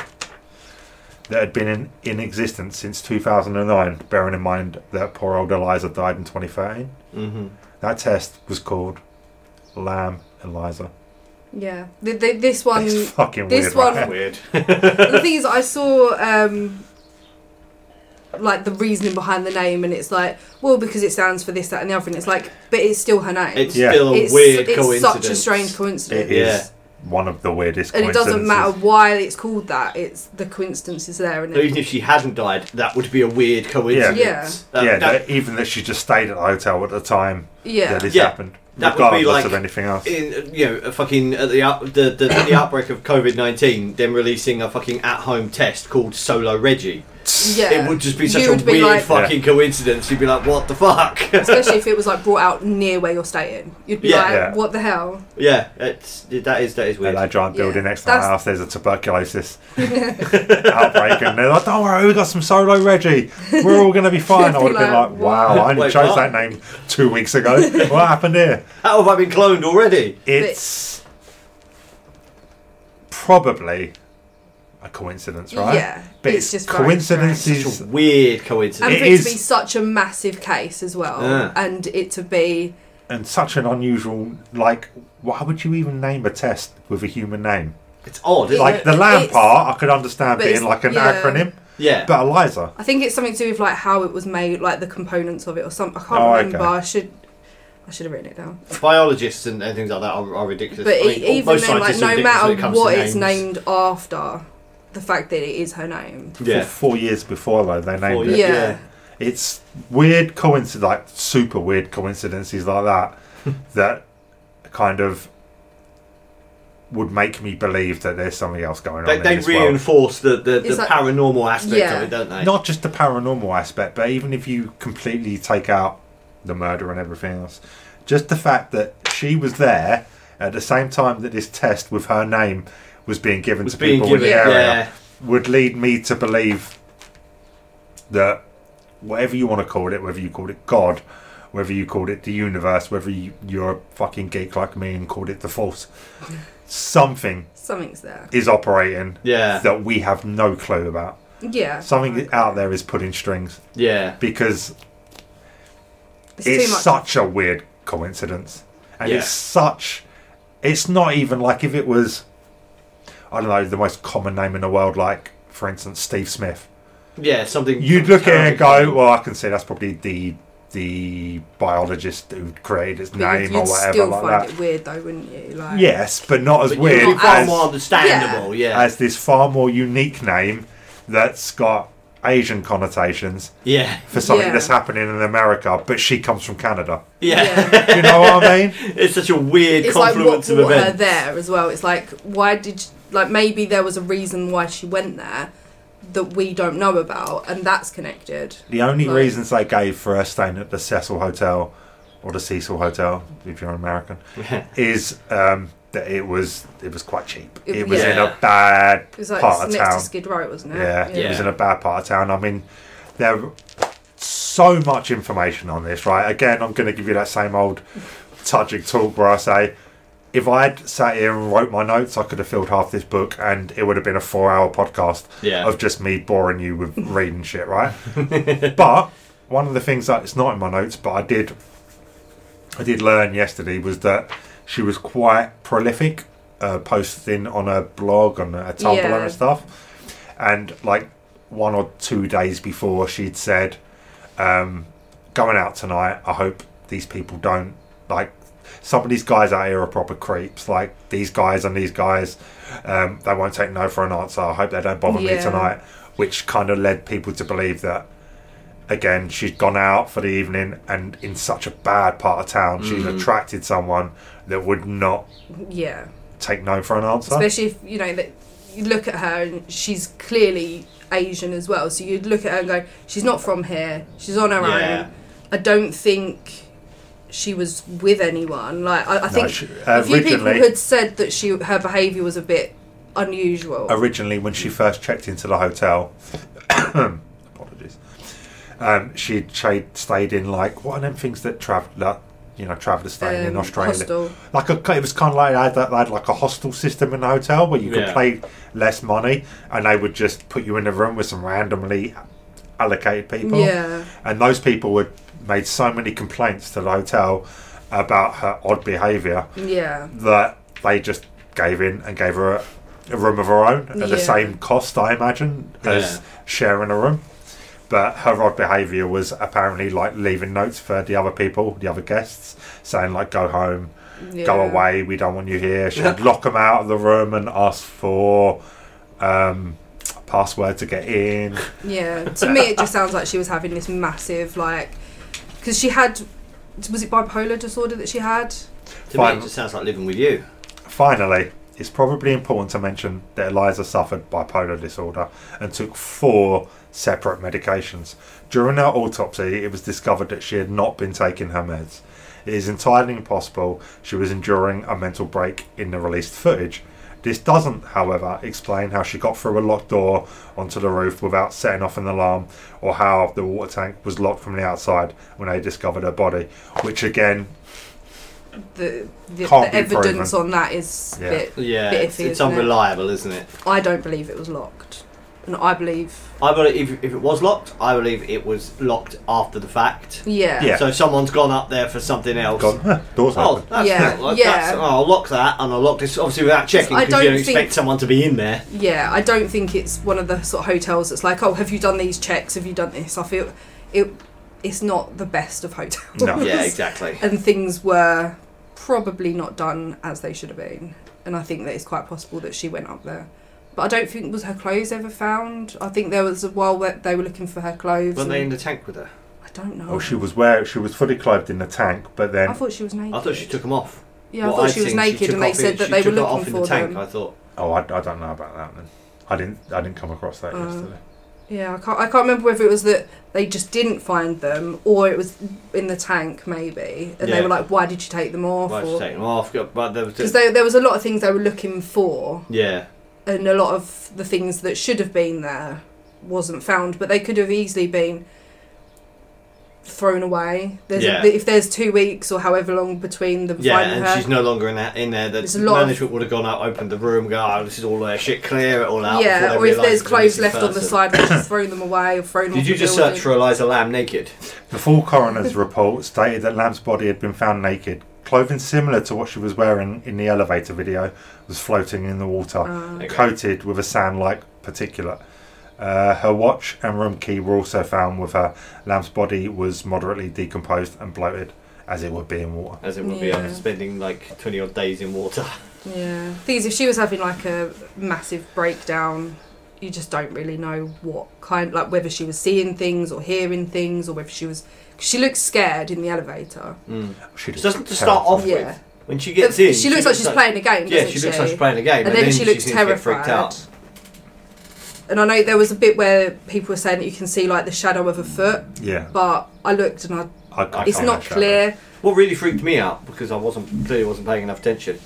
S2: that had been in, in existence since 2009, bearing in mind that poor old Eliza died in 2013.
S1: Mm-hmm.
S2: That test was called Lamb Eliza.
S3: Yeah. Th th this one.
S2: it's fucking
S3: this
S2: weird.
S3: one-
S2: right?
S1: Weird.
S3: the thing is, I saw um, like the reasoning behind the name, and it's like, well, because it stands for this, that, and the other, and it's like, but it's still her name.
S1: It's
S2: Yeah.
S1: still a
S3: It's-
S1: weird
S3: it's
S1: coincidence.
S3: such a strange coincidence.
S2: It is one of the weirdest
S3: And it doesn't
S2: coincidences.
S3: matter why it's called that. It's the coincidence is there, and
S1: So even
S3: it,
S1: if she hadn't died, that would be a weird coincidence.
S3: Yeah.
S1: That-
S2: yeah,
S1: that-
S2: that- even that she just stayed at the hotel at the time
S3: yeah,
S2: that this
S1: Yeah.
S2: happened,
S1: That would be
S2: regardless
S1: like-
S2: of anything else.
S1: in you know a fucking at the out, the, the, the outbreak of COVID nineteen, then releasing a fucking at home test called Solo Reggie.
S3: yeah.
S1: It would just be such
S3: You
S1: a
S3: would be
S1: weird
S3: like-
S1: fucking coincidence. You'd be like, what the fuck?
S3: Especially if it was like brought out near where you're staying, you'd be
S1: Yeah.
S3: like,
S2: Yeah.
S3: what the hell?
S1: yeah, it's that is that is
S2: At
S1: weird.
S2: that giant
S3: Yeah.
S2: building next to my
S3: That's-
S2: house, there's a tuberculosis outbreak, and they're like, "Don't worry, we got some solo Reggie. We're all going to be fine." I would have been
S3: Like,
S2: like, "Wow, I only
S1: Wait,
S2: chose
S1: what?
S2: that name two weeks ago. what happened here?"
S1: How have I been cloned already?
S2: It's probably a coincidence, right?
S3: Yeah,
S2: but
S3: it's
S2: it's,
S3: just very
S1: Such
S2: coincidences.
S1: a weird
S3: And
S1: coincidence.
S2: It
S3: for it to
S2: is-
S3: be such a massive case as well,
S1: Yeah.
S3: and it to be
S2: and such an unusual like why would you even name a test with a human name
S1: It's odd. Isn't
S3: Yeah.
S2: like
S1: it?
S2: the lamb
S3: it's-
S2: part i could understand
S3: but
S2: being
S3: it's-
S2: like an
S3: yeah.
S2: acronym
S1: Yeah.
S2: but eliza
S3: I think it's something to do with like how it was made, like the components of it or something. I can't
S2: Oh, okay.
S3: remember. I should I should have written it down.
S1: Biologists and, and things like that are, are ridiculous.
S3: But
S1: I
S3: e
S1: mean, all-
S3: even
S1: most
S3: then, like
S1: scientists are
S3: no
S1: ridiculous when it
S3: matter
S1: comes to
S3: what it's
S1: names.
S3: named after, the fact that it is her name.
S1: Yeah.
S2: For four years before though they named
S1: Four
S2: it
S1: years.
S3: Yeah.
S1: yeah.
S2: it's weird coincidence like super weird coincidences like that that kind of would make me believe that there's something else going on
S1: They,
S2: in
S1: they
S2: this world.
S1: reinforce the, the, the
S3: It's like-
S1: paranormal aspect
S3: Yeah.
S1: of it, don't they?
S2: not just the paranormal aspect, but even if you completely take out the murder and everything else, just the fact that she was there at the same time that this test with her name was being given
S1: was
S2: to
S1: being
S2: people
S1: given.
S2: in the
S1: Yeah.
S2: area would lead me to believe that whatever you want to call it, whether you called it God, whether you called it the universe, whether you, you're a fucking geek like me and called it the Force, something
S3: Something's there.
S2: is operating
S1: Yeah.
S2: that we have no clue about.
S3: Yeah.
S2: Something out there is pulling strings
S1: Yeah.
S2: because
S3: It's,
S2: it's,
S3: too much.
S2: such a weird coincidence, and
S1: Yeah.
S2: it's such. It's not even like if it was, I don't know, the most common name in the world, like for instance Steve Smith.
S1: Yeah, something.
S2: You'd look at it and
S1: terrible.
S2: go, "Well, I can see that's probably the the biologist who created its
S3: But
S2: name
S3: you'd, you'd
S2: or whatever
S3: still
S2: like
S3: find
S2: that."
S3: it weird though, wouldn't you? Like
S2: Yes, but not as
S1: But
S2: weird
S1: you're far
S2: as,
S1: more understandable, yeah.
S2: as this far more unique name that's got Asian connotations
S1: yeah.
S2: for something
S3: Yeah.
S2: that's happening in America, but she comes from Canada.
S1: Yeah.
S3: Yeah.
S2: You know what I mean?
S1: it's such a weird
S3: It's like what
S1: confluence
S3: brought
S1: of
S3: her
S1: events.
S3: there as well. It's like why did you, like maybe there was a reason why she went there that we don't know about, and that's connected.
S2: The only
S3: Right.
S2: reasons they gave for us staying at the Cecil Hotel, or the Cecil Hotel, if you're an American, is um, that it was it was quite cheap.
S3: It-
S2: It, was in
S1: yeah.
S2: a bad
S3: It was like
S2: part of
S3: next
S2: town.
S3: to Skid Row, wasn't it?
S2: yeah, it
S1: Yeah.
S2: was in a bad part of town. I mean, there so much information on this, right? Again, I'm going to give you that same old touching talk where I say, if I'd sat here and wrote my notes, I could have filled half this book, and it would have been a four-hour podcast
S1: Yeah.
S2: of just me boring you with reading shit, right? but one of the things that it's not in my notes, but I did, I did learn yesterday was that she was quite prolific, uh, posting on her blog, on her Tumblr
S3: Yeah.
S2: and stuff, and like one or two days before, she'd said, um, "Going out tonight. I hope these people don't like." Some of these guys out here are proper creeps. Like these guys and these guys, um, they won't take no for an answer. I hope they don't bother me
S3: Yeah.
S2: tonight. Which kind of led people to believe that again, she'd gone out for the evening and in such a bad part of town, she's attracted someone that would not
S3: Yeah.
S2: take no for an answer.
S3: especially if you know that you look at her and she's clearly Asian as well. So you'd look at her and go, she's not from here. She's on her
S1: Yeah.
S3: own. I don't think she was with anyone. Like I, I think
S2: she-
S3: a few people
S2: originally-
S3: had said that she her behaviour was a bit unusual.
S2: Originally, when she first checked into the hotel, apologies, um, she'd cha- stayed in like one of them things that travel that you know, traveller staying in
S3: um,
S2: Australia.
S3: Hostel.
S2: Like a, it was kind of like I had, that, they had like a hostel system in the hotel where you could
S1: Yeah.
S2: pay less money, and they would just put you in a room with some randomly allocated people.
S3: Yeah.
S2: And those people would made so many complaints to the hotel about her odd behaviour
S3: Yeah.
S2: that they just gave in and gave her a, a room of her own at the
S3: Yeah.
S2: same cost, I imagine, as
S1: Yeah.
S2: sharing a room. But her odd behaviour was apparently like leaving notes for the other people, the other guests, saying like "go home,
S3: yeah.
S2: go away, we don't want you here." She'd lock them out of the room and ask for um, a password to get in.
S3: Yeah. To me, it just sounds like she was having this massive like, because she had, was it bipolar disorder that she had?
S1: To me,
S2: Fine.
S1: it just sounds like living with you.
S2: Finally, it's probably important to mention that Eliza suffered bipolar disorder and took four separate medications. During her autopsy, it was discovered that she had not been taking her meds. It is entirely possible she was enduring a mental break in the released footage. This doesn't, however, explain how she got through a locked door onto the roof without setting off an alarm or how the water tank was locked from the outside when they discovered her body, which again
S3: The the,
S2: Can't
S3: the
S2: be proven.
S3: evidence on that is
S2: Yeah.
S3: a bit.
S1: Yeah,
S3: bit
S1: it's,
S3: iffy,
S1: it's
S3: isn't it?
S1: unreliable, is isn't it?
S3: I don't believe it was locked, and I believe.
S1: I believe if, if it was locked, I believe it was locked after the fact.
S3: Yeah.
S2: Yeah.
S1: So someone's gone up there for something else.
S2: gone, "Huh, doors
S1: Oh,
S2: open.
S1: that's
S3: Yeah,
S1: not locked.
S3: yeah.
S1: That's, oh, I'll lock that and I'll lock this obviously without checking
S3: I
S1: because you don't
S3: don't
S1: expect
S3: think-
S1: someone to be in there.
S3: Yeah, I don't think it's one of the sort of hotels that's like, oh, have you done these checks? Have you done this? I feel it. It's not the best of hotels.
S2: No.
S1: Yeah, exactly.
S3: And things were probably not done as they should have been. And I think that it's quite possible that she went up there. But I don't think was her clothes ever found. I think there was a while where they were looking for her clothes.
S1: Weren't they in
S3: and-
S1: the tank with her?
S3: I don't know.
S2: Oh, she was wearing. She was fully clothed in the tank, but then
S3: I thought she was naked.
S1: I thought she took them off.
S3: Yeah,
S1: What
S3: I thought
S1: I'd
S3: she was
S1: seen,
S3: naked,
S1: took
S3: and they
S1: off in-
S3: said that
S1: she
S3: they were
S1: took it off
S3: looking
S1: in
S3: for
S1: the tank.
S3: them.
S1: I thought.
S2: oh, I, I don't know about that then. I didn't. I didn't come across that
S3: Oh.
S2: yesterday.
S3: Yeah, I can't, I can't remember whether it was that they just didn't find them or it was in the tank, maybe. And
S1: Yeah.
S3: they were like, why did you take them off?
S1: Why did she take them off? Yeah, But there was
S3: Because there was a lot of things they were looking for,
S1: yeah,
S3: and a lot of the things that should have been there wasn't found, but they could have easily been thrown away. There's
S1: Yeah.
S3: if there's two weeks or however long between them
S1: yeah,
S3: finding
S1: and
S3: her.
S1: she's no longer in that in there. The
S3: There's a lot of-
S1: management would have gone out, opened the room, go, oh, this is all their shit, clear it all out. before
S3: yeah,
S1: they
S3: or if
S1: realise it's
S3: there's
S1: a
S3: clothes
S1: missing
S3: left on the
S1: person.
S3: side, they've just thrown them away or thrown them
S1: Did you
S3: off the
S1: just
S3: building.
S1: search for Eliza Lamb naked?
S2: The full coroner's report stated that Lamb's body had been found naked. Clothing similar to what she was wearing in the elevator video was floating in the water,
S3: Uh,
S1: Okay.
S2: coated with a sand-like particulate. Uh, her watch and room key were also found with her. Lamb's body was moderately decomposed and bloated, as it would be in water.
S1: As it would be after
S3: Yeah.
S1: spending like twenty odd days in water.
S3: Yeah. Things if she was having like a massive breakdown, you just don't really know what kind, like whether she was seeing things or hearing things or whether she was. 'cause she looks scared in the elevator.
S1: Mm.
S2: She
S1: She doesn't to start off
S3: Yeah.
S1: with. When she gets in,
S3: she, looks like she's playing a game,
S1: Yeah,
S3: doesn't
S1: she
S3: she?
S1: looks like she's playing a game,
S3: and then, she looks
S1: seems to get freaked
S3: terrified.
S1: out.
S3: And I know there was a bit where people were saying that you can see like the shadow of a foot,
S2: Yeah,
S3: but I looked and I,
S2: I can't
S3: it's
S2: find
S3: not
S2: that shadow.
S3: clear.
S1: What really freaked me out because I wasn't clearly wasn't paying enough attention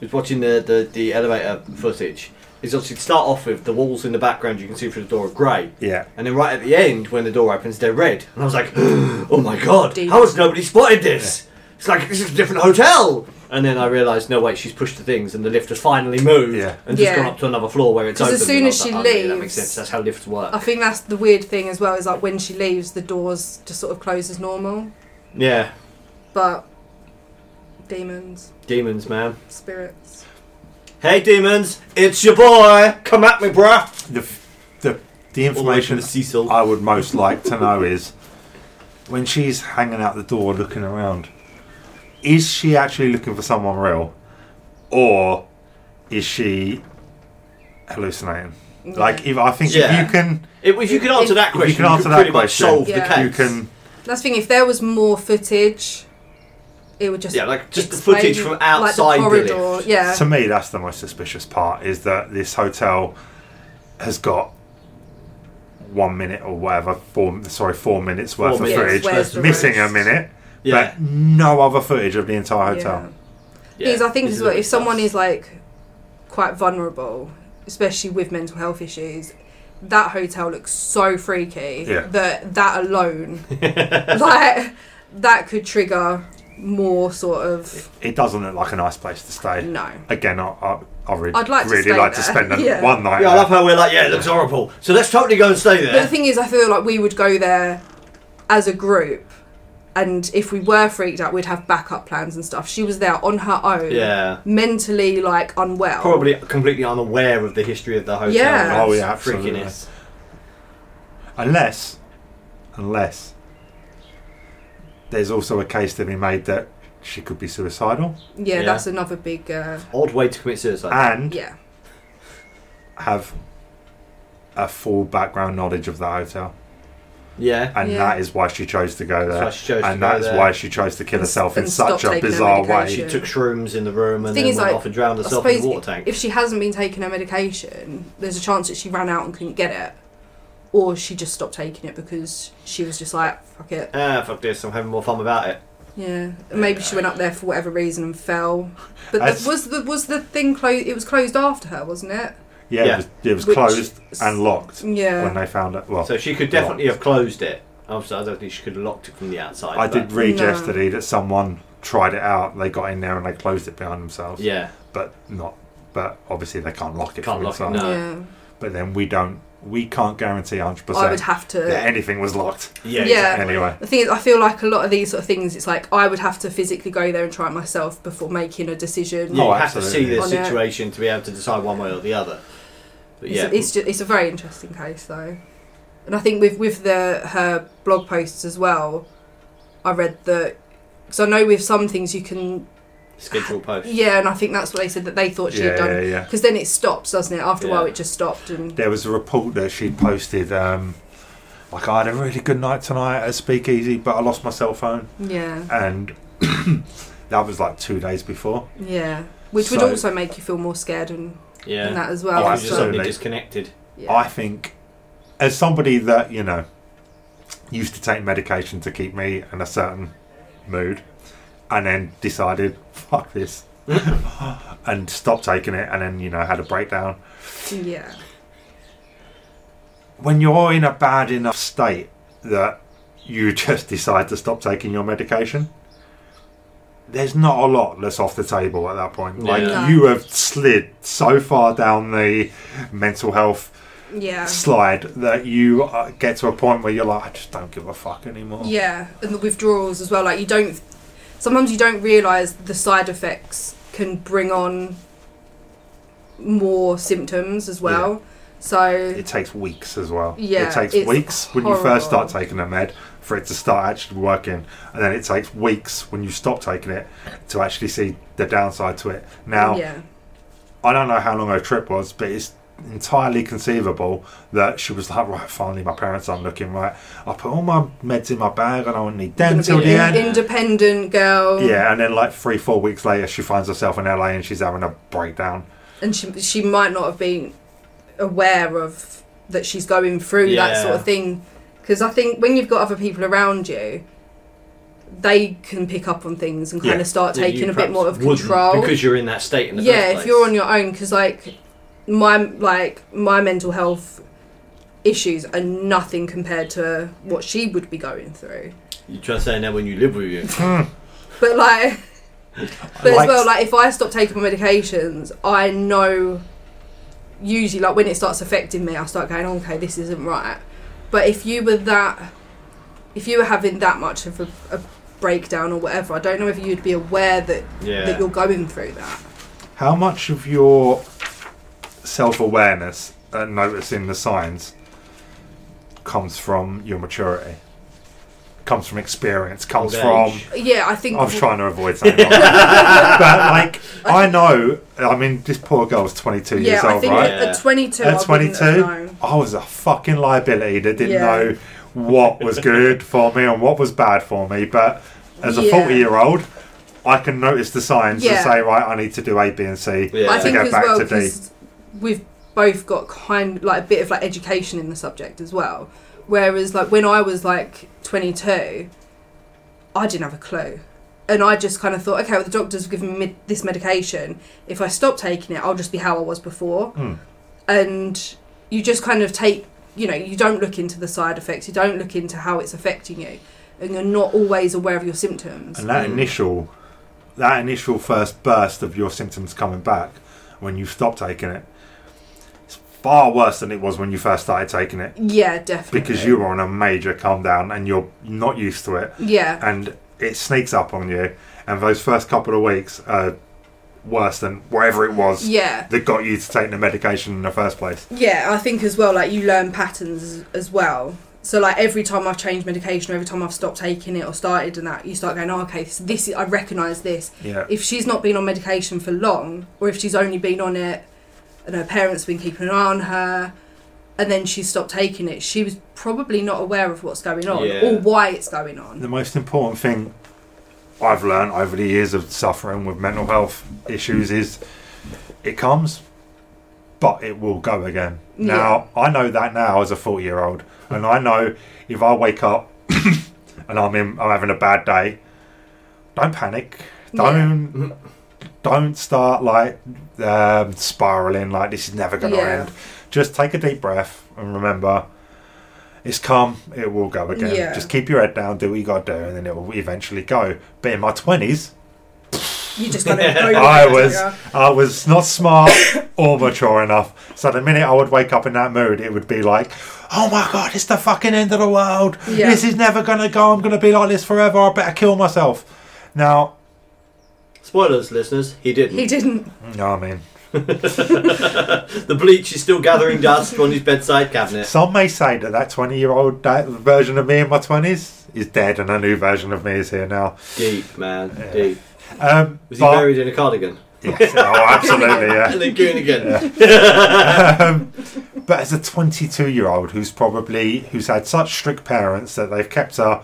S1: was watching the, the, the elevator footage. Is obviously to start off with the walls in the background you can see through the door are grey,
S2: Yeah.
S1: and then right at the end when the door opens they're red. And I was like, oh my god,
S3: Deep.
S1: how has nobody spotted this? It's like this is a different hotel. And then I realised, no wait, she's pushed the things and the lift has finally moved
S2: Yeah.
S1: and just
S3: Yeah.
S1: gone up to another floor where it's
S3: 'Cause
S1: open.
S3: as
S1: And
S3: soon
S1: I
S3: as
S1: was
S3: she
S1: like, oh, yeah, that makes
S3: leaves- uh,
S1: sense. That's how lifts work.
S3: I think that's the weird thing as well is like when she leaves, the doors just sort of close as normal,
S1: yeah,
S3: but demons,
S1: demons, man.
S3: spirits.
S1: Hey demons, it's your boy. Come at me, bruh.
S2: The, f- the, the
S1: All the way from
S2: information
S1: the Cecil.
S2: I would most like to know is when she's hanging out the door looking around, is she actually looking for someone real? Or is she hallucinating? Like, if I think
S1: Yeah.
S2: if you can,
S1: If, if you could answer that
S2: you
S1: question, you
S2: can
S1: could
S2: answer that
S1: pretty much
S2: question,
S1: solve the
S3: Yeah.
S1: case.
S2: you can.
S3: That's the thing. If there was more footage, it would just
S1: Yeah, like, just the
S3: explain-
S1: footage from outside the
S3: like the corridor.
S1: lift.
S3: Yeah,
S2: To me, that's the most suspicious part is that this hotel has got one minute or whatever, four sorry, four minutes worth of
S1: minutes.
S2: footage,
S3: Where's the
S2: missing
S3: rest?
S2: a minute,
S1: Yeah.
S2: but no other footage of the entire hotel.
S1: Yeah.
S3: Because I think
S1: This
S3: as
S1: is
S3: well,
S1: what
S3: if
S1: it
S3: someone
S1: does.
S3: is like quite vulnerable, especially with mental health issues, that hotel looks so freaky
S2: Yeah.
S3: that that alone, like that could trigger more sort of
S2: It doesn't look like a nice place to stay.
S3: No.
S2: Again, I, I, I re-
S3: Mm. I'd like to
S2: really
S3: stay
S2: like to
S3: there.
S2: spend a,
S3: Yeah.
S2: one night.
S1: Yeah, I
S2: there.
S1: love how we're like, yeah, it looks horrible. So let's totally go and stay
S3: But the
S1: there.
S3: thing is, I feel like we would go there as a group, and if we were freaked out, we'd have backup plans and stuff. She was there on her own,
S1: Yeah.
S3: mentally like unwell.
S1: Probably completely unaware of the history of the hotel.
S3: Yeah.
S1: and
S2: Oh,
S1: its
S2: yeah, absolutely.
S1: Freakiness.
S2: Unless, unless there's also a case to be made that she could be suicidal
S3: Yeah,
S1: Yeah.
S3: that's another big. Uh,
S1: Odd way to commit suicide.
S2: and
S3: yeah,
S2: have a full background knowledge of the hotel,
S1: yeah.
S2: and
S3: Yeah.
S2: that is why she chose to go
S1: That's why
S2: there,
S1: she chose to
S2: and
S1: go
S2: that is
S1: there.
S2: why she chose to kill
S3: And-
S2: herself in
S3: and
S2: such
S3: stopped
S2: a
S3: taking her
S2: bizarre
S1: She
S2: way.
S3: medication.
S1: took shrooms in the room and
S3: Thing
S1: then
S3: is,
S1: went
S3: like,
S1: off and drowned
S3: I
S1: herself in
S3: suppose
S1: the water tank.
S3: if she hasn't been taking her medication, there's a chance that she ran out and couldn't get it, or she just stopped taking it because she was just like, fuck it.
S1: ah, fuck this, I'm having more fun without it.
S3: Yeah, maybe she went up there for whatever reason and fell. But
S2: That's-
S3: the, was the was the thing closed? It was closed after her, wasn't it?
S2: Yeah,
S1: Yeah.
S2: it was, it was
S3: Which-
S2: closed and locked
S3: Yeah.
S2: when they found it. Well,
S1: So she could definitely have closed it. Obviously, I don't think she could have locked it from the outside.
S2: I
S1: but-
S2: did read
S3: No.
S2: yesterday that someone tried it out. They got in there and they closed it behind themselves.
S1: Yeah.
S2: but not. But obviously they can't lock it.
S1: Can't
S2: from
S1: lock it,
S2: inside.
S1: no.
S3: yeah,
S2: But then we don't. We can't guarantee hundred
S3: I would
S2: percent
S3: have to.
S2: that anything was locked.
S1: Yeah.
S3: Yeah.
S1: exactly.
S2: Anyway,
S3: The thing is, I feel like a lot of these sort of things, it's like I would have to physically go there and try it myself before making a decision.
S1: You
S2: Oh,
S1: have to see
S2: absolutely.
S1: the
S3: On it.
S1: situation to be able to decide one way or the other. But
S3: It's,
S1: yeah.
S3: it's, ju- it's a very interesting case though, and I think with with the her blog posts as well, I read that because I know with some things you can
S1: schedule post.
S3: yeah, and I think that's what they said that they thought she
S2: yeah,
S3: had done
S2: yeah, yeah.
S3: because then it stops, doesn't it? After a while,
S1: Yeah.
S3: it just stopped and
S2: There was a report that she'd posted. Um, like I had a really good night tonight at Speakeasy, but I lost my cell phone,
S3: yeah,
S2: and that was like two days before.
S3: yeah, which would
S2: So-
S3: also make you feel more scared and, and
S1: Yeah.
S3: that as
S1: You
S3: well.
S2: Oh,
S1: just
S3: so,
S2: absolutely.
S1: suddenly disconnected.
S3: yeah.
S2: I think, as somebody that you know used to take medication to keep me in a certain mood, and then decided fuck this, and stopped taking it, and then you know had a breakdown.
S3: yeah,
S2: When you're in a bad enough state that you just decide to stop taking your medication. There's not a lot that's off the table at that point. Like
S1: Yeah.
S3: No.
S2: you have slid so far down the mental health
S3: yeah.
S2: slide that you uh, get to a point where you're like, I just don't give a fuck anymore.
S3: Yeah, and the withdrawals as well. Like you don't. Sometimes you don't realise the side effects can bring on more symptoms as well. So
S2: It takes weeks as well.
S3: Yeah,
S2: It takes
S3: it's
S2: weeks when you first start
S3: horrible.
S2: taking a med for it to start actually working. And then it takes weeks when you stop taking it to actually see the downside to it. Now,
S3: yeah,
S2: I don't know how long her trip was, but it's entirely conceivable that she was like, right, finally my parents aren't looking right. I put all my meds in my bag and I won't need them
S3: Gonna
S2: till
S3: be
S2: the
S3: an
S2: end.
S3: independent girl.
S2: Yeah, and then like three, four weeks later, she finds herself in LA and she's having a breakdown.
S3: and she she might not have been aware of that she's going through that
S1: Yeah.
S3: sort of thing. Because I think when you've got other people around you, they can pick up on things and kind
S2: Yeah.
S3: of start
S1: that you
S3: taking a bit
S1: perhaps
S3: more of
S1: wouldn't
S3: control.
S1: because you're in that state in the
S3: yeah
S1: first
S3: if you're on your own because like my like my mental health issues are nothing compared to what she would be going through
S1: you're trying to say now when you live with you.
S3: but like but as
S2: Like-
S3: well like if i stop taking my medications i know usually like when it starts affecting me i start going "Oh, okay this isn't right but if you were that if you were having that much of a, a breakdown or whatever i don't know if you'd be aware that
S1: Yeah.
S3: that you're going through that
S2: How much of your self awareness and noticing the signs comes from your maturity? Comes from experience, comes
S1: Old
S2: from.
S1: age.
S3: yeah i think
S2: I was trying to avoid saying that. but, like, I know, I mean, this poor girl's 22 years
S3: I
S2: old,
S3: think
S2: right?
S3: at, at 22.
S2: At
S3: I wouldn't
S2: 22,
S3: have known.
S2: I was a fucking liability that didn't
S3: Yeah.
S2: know what was good for me and what was bad for me. But as a
S3: Yeah.
S2: 40 year old, I can notice the signs
S3: Yeah.
S2: and say, right, I need to do A, B, and C
S1: Yeah.
S3: I
S2: to
S3: think
S2: get
S3: as
S2: back
S3: well
S2: to D.
S3: 'cause we've both got kind like a bit of like education in the subject as well. Whereas like when I was like 22, I didn't have a clue. And I just kind of thought, okay, well, the doctor's given me med- this medication. If I stop taking it, I'll just be how I was before.
S2: Mm.
S3: And you just kind of take, you know, you don't look into the side effects, you don't look into how it's affecting you. and you're not always aware of your symptoms.
S2: And that
S1: Mm.
S2: initial, that initial first burst of your symptoms coming back when you stop taking it, it's far worse than it was when you first started taking it
S3: Yeah, definitely.
S2: because you were on a major calm down and you're not used to it,
S3: Yeah,
S2: and it sneaks up on you. And those first couple of weeks are worse than whatever it was
S3: yeah.
S2: that got you to take the medication in the first place.
S3: Yeah, I think as well, like you learn patterns as well. So like every time I've changed medication, or every time I've stopped taking it or started and that, you start going, oh, okay, this, this is, I recognise this.
S2: Yeah.
S3: If she's not been on medication for long, or if she's only been on it, and her parents been keeping an eye on her, and then she stopped taking it, she was probably not aware of what's going on
S1: Yeah.
S3: or why it's going on.
S2: The most important thing I've learned over the years of suffering with mental health issues is it comes, but it will go again.
S3: Yeah.
S2: Now, I know that now as a 40 year old, and I know if I wake up and I'm, in, I'm having a bad day, don't panic. Don't. Don't start like um, spiraling, like this is never going to
S3: Yeah.
S2: end. Just take a deep breath and remember it's come, it will go again.
S3: Yeah.
S2: Just keep your head down, do what you gotta do, and then it will eventually go. But in my twenties,
S3: You just gotta go. with
S2: I
S3: it,
S2: was
S3: yeah.
S2: I was not smart or mature enough. So the minute I would wake up in that mood, it would be like, "Oh my god, it's the fucking end of the world.
S3: Yeah.
S2: This is never gonna go. I'm gonna be like this forever. I better kill myself." Now,
S1: Spoilers, listeners, he didn't.
S3: He didn't.
S2: no, I mean,
S1: The bleach is still gathering dust on his bedside cabinet.
S2: some may say that that twenty-year-old da- version of me in my twenties is dead, and a new version of me is here now.
S1: Deep, man,
S2: Yeah.
S1: deep.
S2: Um,
S1: Was he
S2: but-
S1: buried in a cardigan?
S2: Yes. Oh, absolutely. Yeah.
S1: And then Goonigan.
S2: um, but as a 22 year old who's probably who's had such strict parents that they've kept her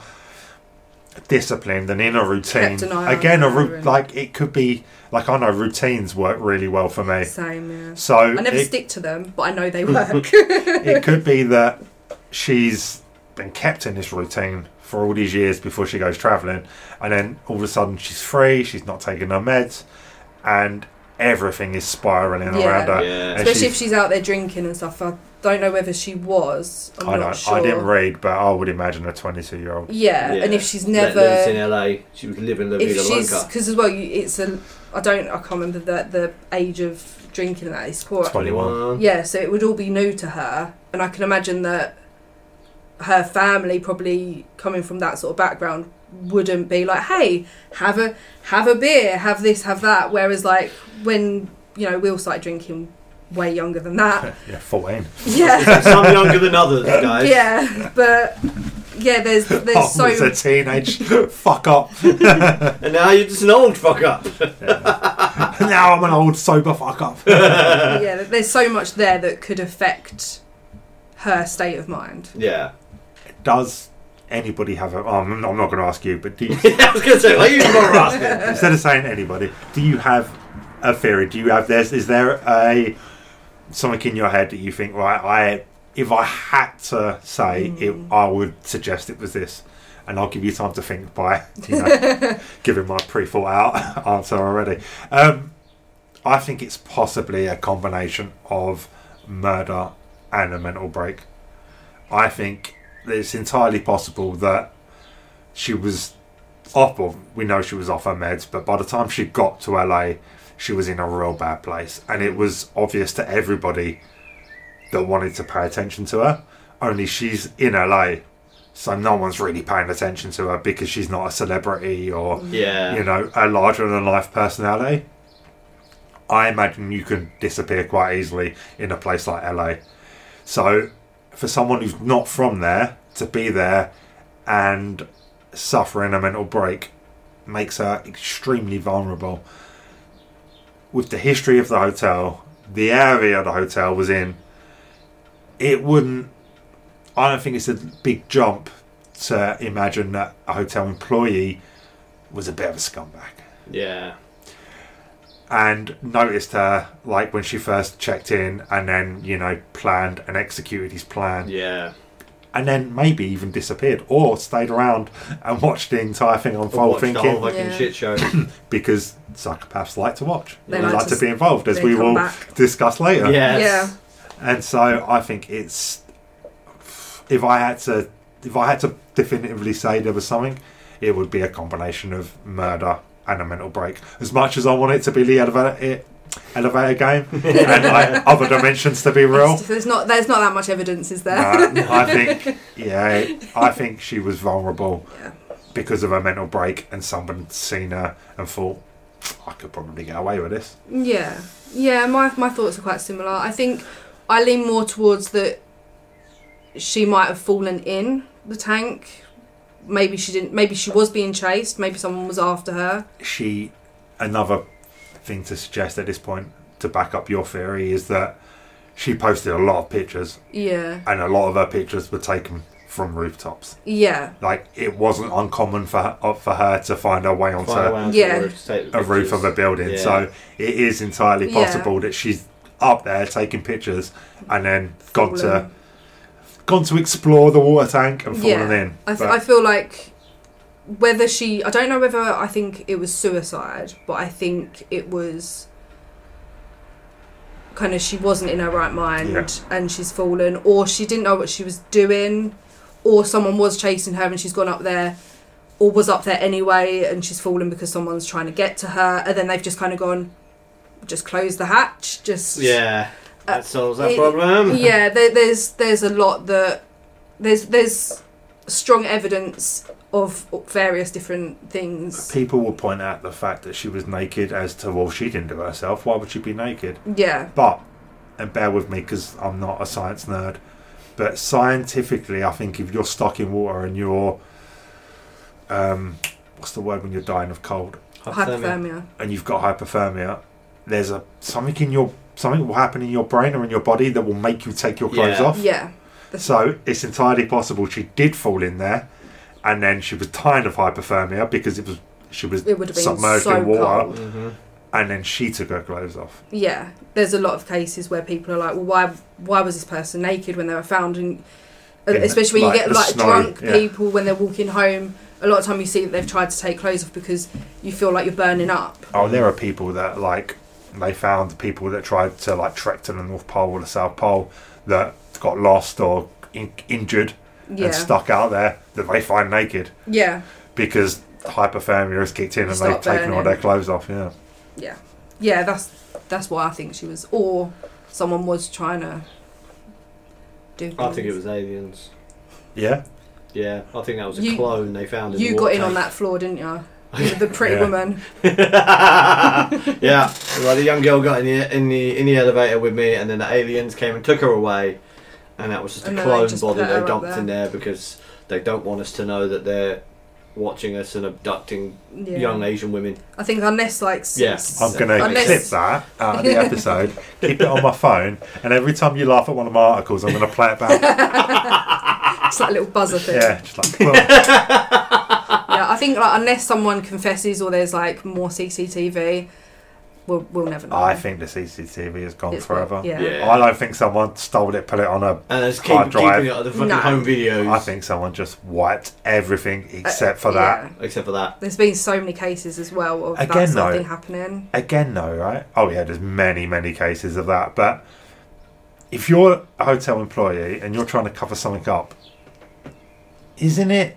S2: disciplined and in a routine
S3: Kept an eye on
S2: again a
S3: her
S2: ru-
S3: and-
S2: like it could be like i know routines work really well for me
S3: Same. Yeah.
S2: so
S3: I never
S2: it,
S3: stick to them, but I know they work.
S2: it could be that she's been kept in this routine for all these years before she goes traveling and then all of a sudden she's free she's not taking her meds and everything is spiraling
S3: Yeah.
S2: around her
S1: Yeah.
S2: And
S3: Especially
S2: she's-
S3: if she's out there drinking and stuff. I don't know whether she was. I'm
S2: I
S3: not
S2: know.
S3: sure.
S2: I didn't read, but I would imagine a 22 year old.
S3: yeah.
S1: Yeah.
S3: and if she's
S1: Let loose
S3: never,
S1: in LA. She was living La Vida
S3: if she's
S1: Loca.
S3: because as well, you, it's a. I don't. I can't remember the the age of drinking and that is quite.
S2: 21.
S3: Yeah, so it would all be new to her, and I can imagine that her family, probably coming from that sort of background, wouldn't be like, "Hey, have a have a beer, have this, have that." Whereas, like when you know we all started drinking way younger than that,
S2: Yeah, 14.
S3: yeah.
S1: Some younger than others, guys.
S3: Yeah, but yeah, there's there's
S2: I was
S3: so
S2: a teenage fuck up.
S1: And now you're just an old fuck up.
S2: now I'm an old sober fuck up.
S3: yeah, there's so much there that could affect her state of mind.
S1: Yeah.
S2: Does anybody have a. oh, I'm not, I'm not going to ask you, but do you,
S1: I was going to say, why are you not asking?
S2: instead of saying anybody, do you have a theory? Do you have this? Is there a. something in your head that you think, right, I. If I had to say it, I would suggest it was this. And I'll give you time to think by you know, giving my pre thought out answer already. Um, I think it's possibly a combination of murder and a mental break. I think that it's entirely possible that she was off, well, we know she was off her meds, but by the time she got to LA, she was in a real bad place. And it was obvious to everybody that wanted to pay attention to her, only she's in LA. So no one's really paying attention to her because she's not a celebrity or
S1: Yeah.
S2: you know, a larger than life personality. I imagine you can disappear quite easily in a place like LA. So, for someone who's not from there to be there and suffering a mental break makes her extremely vulnerable. With the history of the hotel, the area the hotel was in, it wouldn't. I don't think it's a big jump to imagine that a hotel employee was a bit of a scumbag
S1: Yeah.
S2: and noticed her like when she first checked in and then you know planned and executed his plan
S1: Yeah.
S2: and then maybe even disappeared or stayed around and watched the entire thing unfold
S1: Watch the whole
S2: thinking
S1: fucking
S3: Yeah.
S1: shit show.
S2: because psychopaths like to watch
S3: They
S2: they like,
S3: like
S2: to,
S3: to
S2: be involved as
S3: they
S2: we
S3: come
S2: will
S3: back.
S2: discuss later
S1: Yes.
S3: Yeah.
S2: and so I think it's if I had to if I had to definitively say there was something, it would be a combination of murder and a mental break. As much as I want it to be the elevator, it, elevator game and like other dimensions to be real.
S3: There's not there's not that much evidence, is there?
S2: No, I think, yeah, I think she was vulnerable
S3: Yeah.
S2: because of her mental break, and someone seen her and thought, I could probably get away with this.
S3: Yeah, yeah. My my thoughts are quite similar. I think I lean more towards that she might have fallen in the tank. Maybe she didn't. Maybe she was being chased. Maybe someone was after her.
S2: She, another thing to suggest at this point to back up your theory is that she posted a lot of pictures,
S3: Yeah,
S2: and a lot of her pictures were taken from rooftops.
S3: yeah,
S2: Like it wasn't uncommon for her, uh, for her to find her way onto
S1: Find a way onto
S3: Yeah.
S1: the roof, take the
S2: a roof of a
S1: pictures.
S2: building.
S1: Yeah.
S2: So it is entirely
S3: Yeah.
S2: possible that she's up there taking pictures and then gone to
S3: Fallen.
S2: gone to explore the water tank and fallen
S3: yeah.
S2: in.
S3: I, th-
S2: But
S3: I feel like whether she, I don't know whether I think it was suicide, but I think it was kind of she wasn't in her right mind and she's fallen, or she didn't know what she was doing, or someone was chasing her and she's gone up there, or was up there anyway and she's fallen because someone's trying to get to her, and then they've just kind of gone, just close the hatch, just
S1: Yeah,
S3: Uh,
S1: that solves that
S3: it-
S1: problem.
S3: yeah there, there's there's a lot that there's there's strong evidence of various different things
S2: people will point out the fact that she was naked as to well she didn't do it herself. Why would she be naked?
S3: yeah
S2: But and bear with me because I'm not a science nerd. But scientifically, I think if you're stuck in water and you're um, what's the word when you're dying of cold?
S3: hypothermia
S2: and you've got hypothermia, there's a something in your something will happen in your brain or in your body that will make you take your clothes
S1: Yeah.
S2: off.
S3: yeah
S2: So it's entirely possible she did fall in there, and then she was tired of hypothermia because it was she was
S3: it would have been
S2: submerged
S3: so
S2: in water,
S3: cold
S1: Mhm.
S2: and then she took her clothes off.
S3: yeah there's a lot of cases where people are like well why why was this person naked when they were found and uh,
S2: In the-
S3: especially when
S2: like
S3: you get
S2: the
S3: like
S2: snow,
S3: drunk
S2: yeah.
S3: people when they're walking home a lot of time you see that they've tried to take clothes off because you feel like you're burning up
S2: Oh, there are people that like they found people that tried to like trek to the North Pole or the South Pole that got lost or in- injured
S3: yeah
S2: and stuck out there that they find naked.
S3: yeah
S2: because hypothermia has kicked in and
S3: Start
S2: they've taken all
S3: burning.
S2: their clothes off. Yeah,
S3: yeah yeah that's that's why i think she was or someone was trying to do
S1: I think it
S3: things.
S1: was aliens.
S2: yeah.
S1: Yeah, I think that was a
S3: You-
S1: clone they found. In
S3: you
S1: the
S3: got
S1: water
S3: in on
S1: tank.
S3: that floor didn't you You were the pretty
S2: Yeah.
S3: woman
S1: yeah, well, the young girl got in the in the in the elevator with me, and then the aliens came and took her away, and that was just a
S3: And then they
S1: clone
S3: just
S1: body
S3: put her
S1: they
S3: up
S1: dumped
S3: there.
S1: in there because they don't want us to know that they're watching us and abducting
S3: yeah.
S1: young Asian women.
S3: i think unless like s-
S1: Yeah.
S3: s-
S2: I'm gonna
S3: Unless-
S2: clip that out of the episode, keep it on my phone, and every time you laugh at one of my articles, I'm gonna play it back.
S3: it's like a little buzzer thing yeah,
S2: Yeah, just like well,
S3: i think like unless someone confesses or there's like more cctv we'll, we'll never know
S2: I think the CCTV is gone
S3: It's-
S2: forever.
S3: yeah.
S1: Yeah.
S2: I don't think someone stole it, put it on a.
S1: And it's keep,
S2: Hard drive.
S1: keeping it at the fucking
S3: No.
S1: home videos.
S2: I think someone just wiped everything
S3: Uh,
S2: except for that.
S3: yeah.
S1: except for that.
S3: there's been so many cases as well of
S2: Again,
S3: that sort
S2: though,
S3: of thing happening
S2: again though right oh yeah there's many many cases of that but if you're a hotel employee and you're trying to cover something up isn't it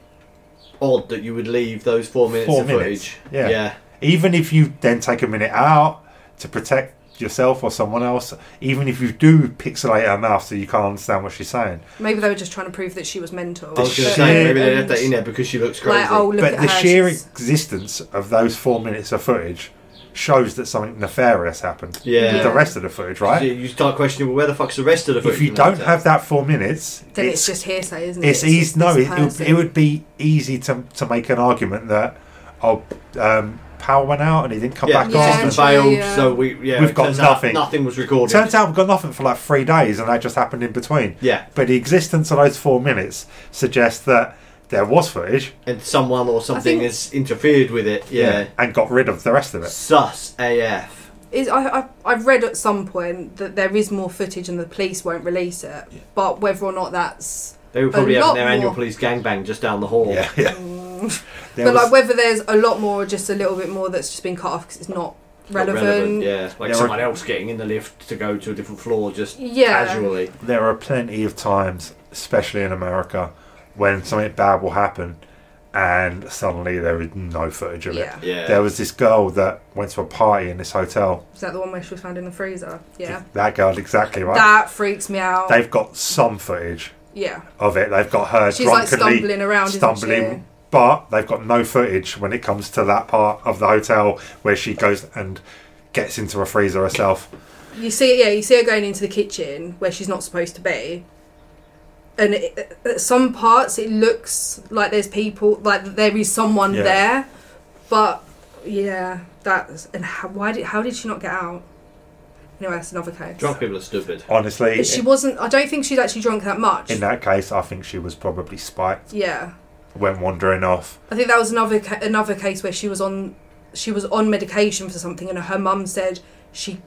S1: Odd that you would leave those four minutes
S2: Four
S1: of
S2: minutes,
S1: footage.
S2: yeah.
S1: yeah,
S2: even if you then take a minute out to protect yourself or someone else even if you do pixelate her mouth so you can't understand what she's saying
S3: maybe they were just trying to prove that she was mental
S1: I was going
S2: shit.
S1: to say maybe they
S3: And-
S1: left that in there because she looks crazy.
S3: like oh look
S2: but
S3: at
S2: the
S3: her
S2: sheer
S3: she's-
S2: existence of those four minutes of footage shows that something nefarious happened
S1: yeah.
S2: with the rest of the footage right
S1: You- You start questioning well, where the fuck's the rest of the footage?
S2: if you
S1: in
S2: don't
S1: that?
S2: have that four minutes
S3: then it's, just hearsay, isn't it?
S2: it's
S3: just
S2: easy. No,
S3: this
S2: it, it, would-
S3: person.
S2: it would be easy to to make an argument that oh, um, power went out and he didn't come
S1: yeah,
S2: back
S1: the
S3: Yeah,
S2: on.
S1: system
S3: true,
S1: failed,
S3: yeah.
S1: so we yeah
S2: We've
S1: it
S2: got
S1: turns
S2: nothing.
S1: Out, nothing was recorded.
S2: Turns out we've got nothing for like three days, and that just happened in between.
S1: yeah,
S2: But the existence of those four minutes suggests that there was footage,
S1: and someone or something
S3: think-
S1: has interfered with it. Yeah,
S2: and got rid of the rest of it.
S1: sus AF.
S3: Is, I, I, I've read at some point that there is more footage and the police won't release it, but whether or not that's.
S1: They were probably having
S3: lot
S1: their annual
S3: more.
S1: police gangbang just down the hall.
S2: Yeah, yeah. There
S3: but
S2: was-
S3: like whether there's a lot more or just a little bit more that's just been cut off because it's not
S1: Not
S3: relevant.
S1: Yeah, like
S2: Yeah,
S1: someone
S2: right.
S1: else getting in the lift to go to a different floor just
S3: Yeah.
S1: casually.
S2: there are plenty of times, especially in America, when something bad will happen and suddenly there is no footage of
S3: Yeah.
S2: it.
S1: Yeah.
S2: There was this girl that went to a party in this hotel.
S3: Is that the one where she was found in the freezer? Yeah.
S2: That girl, exactly right.
S3: That freaks me out.
S2: They've got some footage
S3: yeah.
S2: of it. They've got her
S3: She's, like,
S2: drunkenly
S3: stumbling around, isn't
S2: stumbling,
S3: she?
S2: but they've got no footage when it comes to that part of the hotel where she goes and gets into a freezer herself.
S3: You see, yeah, you see her going into the kitchen where she's not supposed to be, and it, at some parts it looks like there's people, like there is someone
S2: Yeah.
S3: there, but yeah, that's and how, why did how did she not get out? Anyway, that's another case.
S1: Drunk people are stupid.
S2: Honestly,
S3: But she wasn't. I don't think she's actually drunk that much.
S2: in that case, I think she was probably spiked,
S3: yeah,
S2: went wandering off.
S3: I think that was another ca- another case where she was on she was on medication for something, and her mum said she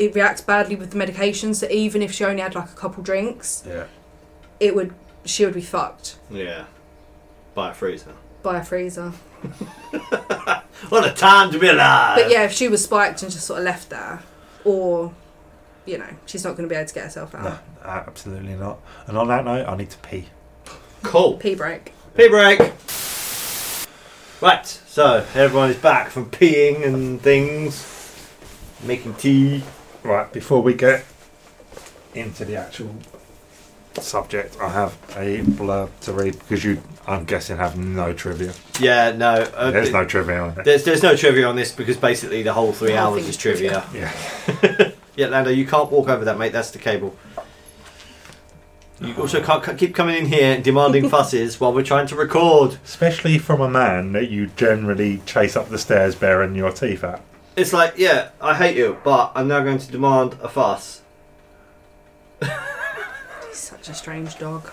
S3: it reacts badly with the medication, so even if she only had like a couple drinks.
S2: Yeah.
S3: it would she would be fucked
S1: Yeah. By a freezer.
S3: by a freezer.
S1: What a time to be alive!
S3: But yeah, if she was spiked and just sort of left there, or you know, she's not going to be able to get herself out.
S2: No, absolutely not. And on that note, I need to pee.
S1: Cool.
S3: Pee break.
S1: Pee break! Right, so everyone is back from peeing and things, making tea.
S2: Right, before we get into the actual subject, I have a blurb to read because you, I'm guessing, have no trivia.
S1: Yeah, no. Uh,
S2: There's no trivia on it.
S1: There's, there's no trivia on this because basically the whole three
S3: The whole
S1: hours
S3: thing
S1: is
S3: is trivia.
S1: trivia.
S2: Yeah.
S1: Yeah, Lando, you can't walk over that, mate. That's the cable. You also can't c- keep coming in here demanding fusses while we're trying to record.
S2: Especially from a man that you generally chase up the stairs bearing your teeth at.
S1: It's like, yeah, I hate you, but I'm now going to demand a fuss.
S3: He's such a strange dog.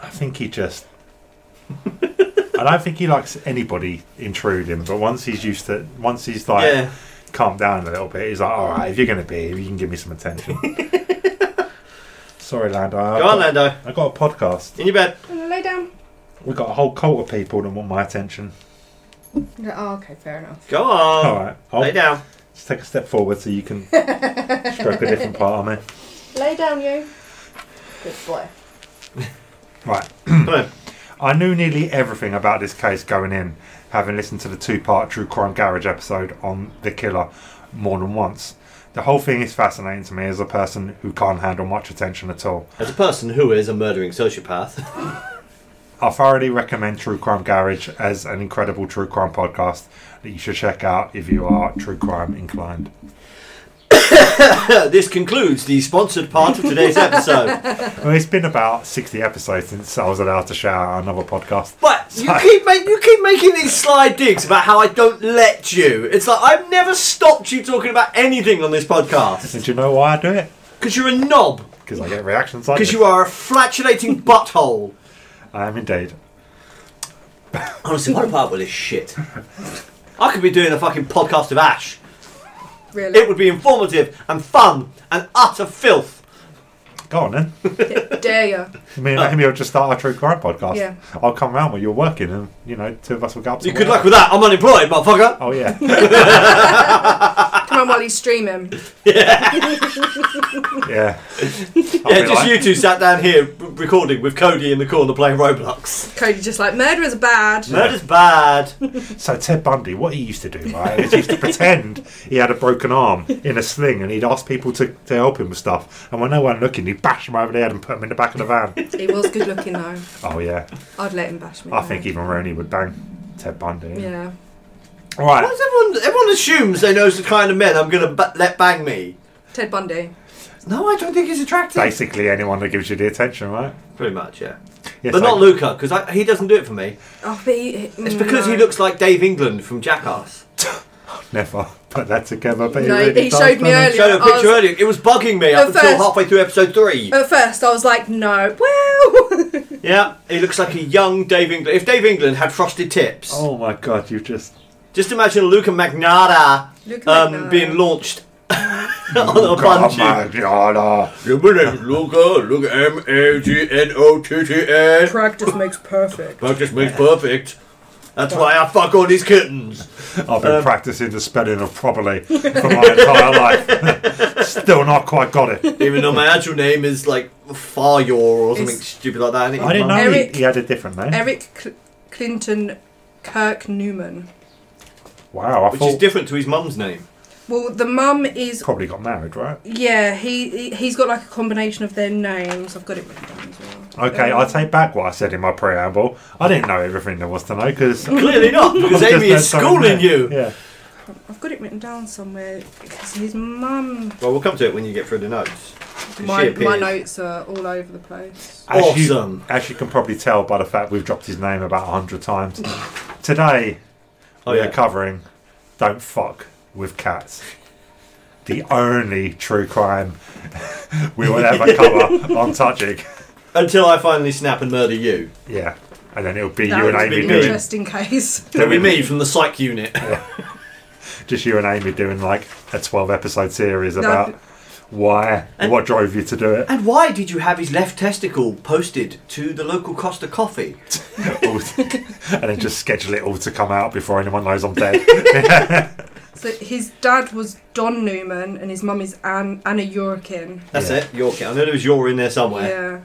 S2: I think he just. I don't think he likes anybody intruding, but once he's used to, once he's like
S1: Yeah.
S2: calmed down a little bit, he's like, all right, if you're going to be here, you can give me some attention. Sorry, Lando. I
S1: Go on,
S2: got,
S1: Lando.
S2: I got a podcast.
S1: In your bed.
S3: I'm gonna lay down.
S2: We've got a whole cult of people that want my attention.
S3: Oh, okay, fair enough.
S1: Go on.
S2: All right, I'll
S1: Oh. Lay down.
S2: just take a step forward so you can stroke a different part of me.
S3: Lay down, you. Good boy.
S2: Right,
S1: Come on.
S2: I knew nearly everything about this case going in, having listened to the two part True Crime Garage episode on The Killer more than once. The whole thing is fascinating to me as a person who can't handle much attention at all.
S1: As a person who is a murdering sociopath,
S2: I thoroughly recommend True Crime Garage as an incredible true crime podcast that you should check out if you are true crime inclined.
S1: this concludes the sponsored part of today's episode.
S2: Well, it's been about 60 episodes since I was allowed to shout out another podcast.
S1: But you keep make, you keep making these sly digs about how I don't let you. It's like I've never stopped you talking about anything on this podcast.
S2: And do you know why I do it?
S1: Because you're a knob.
S2: Because I get reactions like
S1: Because
S2: this.
S1: you are a flatulating butthole.
S2: I am indeed.
S1: Honestly, what about with this shit? I could be doing a fucking podcast of Ash.
S3: Really?
S1: It would be informative and fun and utter filth.
S2: Go on then.
S3: Dare you?
S2: Me and Amy will just start a true crime podcast.
S3: Yeah.
S2: I'll come round while you're working, and you know, two of us will go up.
S1: You
S2: to
S1: good luck with that. I'm unemployed, motherfucker.
S2: Oh yeah,
S3: Come on, while he's streaming.
S1: yeah,
S2: yeah. I'll be
S1: just
S2: like,
S1: you two sat down here r- recording with Cody in the corner playing Roblox.
S3: Cody just like murderers are bad.
S1: Murder's bad.
S2: So Ted Bundy, what he used to do, right? is he used to pretend he had a broken arm in a sling, and he'd ask people to, to help him with stuff. And when no one looking, he'd bash him over the head and put him in the back of the van.
S3: He was good looking though.
S2: oh yeah,
S3: I'd let him bash me.
S2: I
S3: though.
S2: think even Rooney would bang Ted Bundy.
S3: Yeah.
S2: All right.
S1: Why does everyone, everyone assumes they knows the kind of men I'm going to b- let bang me?
S3: Ted Bundy.
S1: No, I don't think he's attractive.
S2: Basically, anyone that gives you the attention, right?
S1: Pretty much, yeah.
S2: Yes,
S1: but
S2: I-
S1: not Luca, because he doesn't do it for me.
S3: Oh, but he, mm,
S1: It's because he looks like Dave England from Jackass.
S2: Never put that together. But
S3: No,
S2: he, really
S3: he
S2: does,
S3: showed me
S2: doesn't he?
S3: earlier.
S1: showed a
S3: I
S1: picture
S3: was-
S1: earlier. It was bugging me up
S3: At
S1: until
S3: first-
S1: halfway through episode three.
S3: At first, I was like, no. Well.
S1: yeah, he looks like a young Dave England. If Dave England had frosted tips,
S2: Oh my god, you just
S1: just imagine Luca Magnata
S3: Luca
S1: um,
S3: Magnotta.
S1: being launched on a bungee. Yeah, my name's Luca. Luca M A G N O T T A.
S3: Practice makes perfect.
S1: Practice makes perfect. That's why I fuck all these kittens.
S2: I've been practicing the spelling of properly for my entire life. Still not quite got it.
S1: Even though my actual name is like Faryor or something
S3: It's-
S1: stupid like that.
S2: I didn't know
S1: Mine-
S2: he-
S3: Eric-
S2: he had a different name.
S3: Eric Cl- Clinton Kirk Newman.
S2: Wow, I
S1: Which
S2: thought
S1: is different to his mum's name.
S3: Well, the mum is.
S2: probably got married, right?
S3: Yeah, he he- he's got like a combination of their names. I've got it written down as well. Um,
S2: Okay, I take back what I said in my preamble. I didn't know everything there was to know because
S1: Clearly not, because Amy is schooling you.
S2: Yeah,
S3: I've got it written down somewhere because his mum.
S1: Well, we'll come to it when you get through the notes.
S3: My, my
S1: appears.
S3: notes are all over the place.
S2: as you
S1: Awesome.
S2: as you can probably tell by the fact we've dropped his name about hundred times today.
S1: Oh,
S2: we are
S1: yeah.
S2: covering "Don't Fuck with Cats," the only true crime we will ever cover on Touching.
S1: Until I finally snap and murder you.
S2: Yeah, and then it'll be
S3: That
S2: you
S3: would
S2: and
S1: would've
S2: Amy
S3: be an
S1: been
S2: doing
S3: interesting case.
S1: It'll be me from the psych unit.
S2: just you and Amy doing like a twelve episode series
S3: No,
S2: about why
S1: And-
S2: what drove you to do it.
S1: And why did you have his left testicle posted to the local Costa Coffee?
S2: all- and then just schedule it all to come out before anyone knows I'm dead.
S3: So his dad was Don Newman and his mum is Anne, Anna Yurkin.
S1: That's
S2: Yeah.
S1: it, York. I know there was your in there somewhere.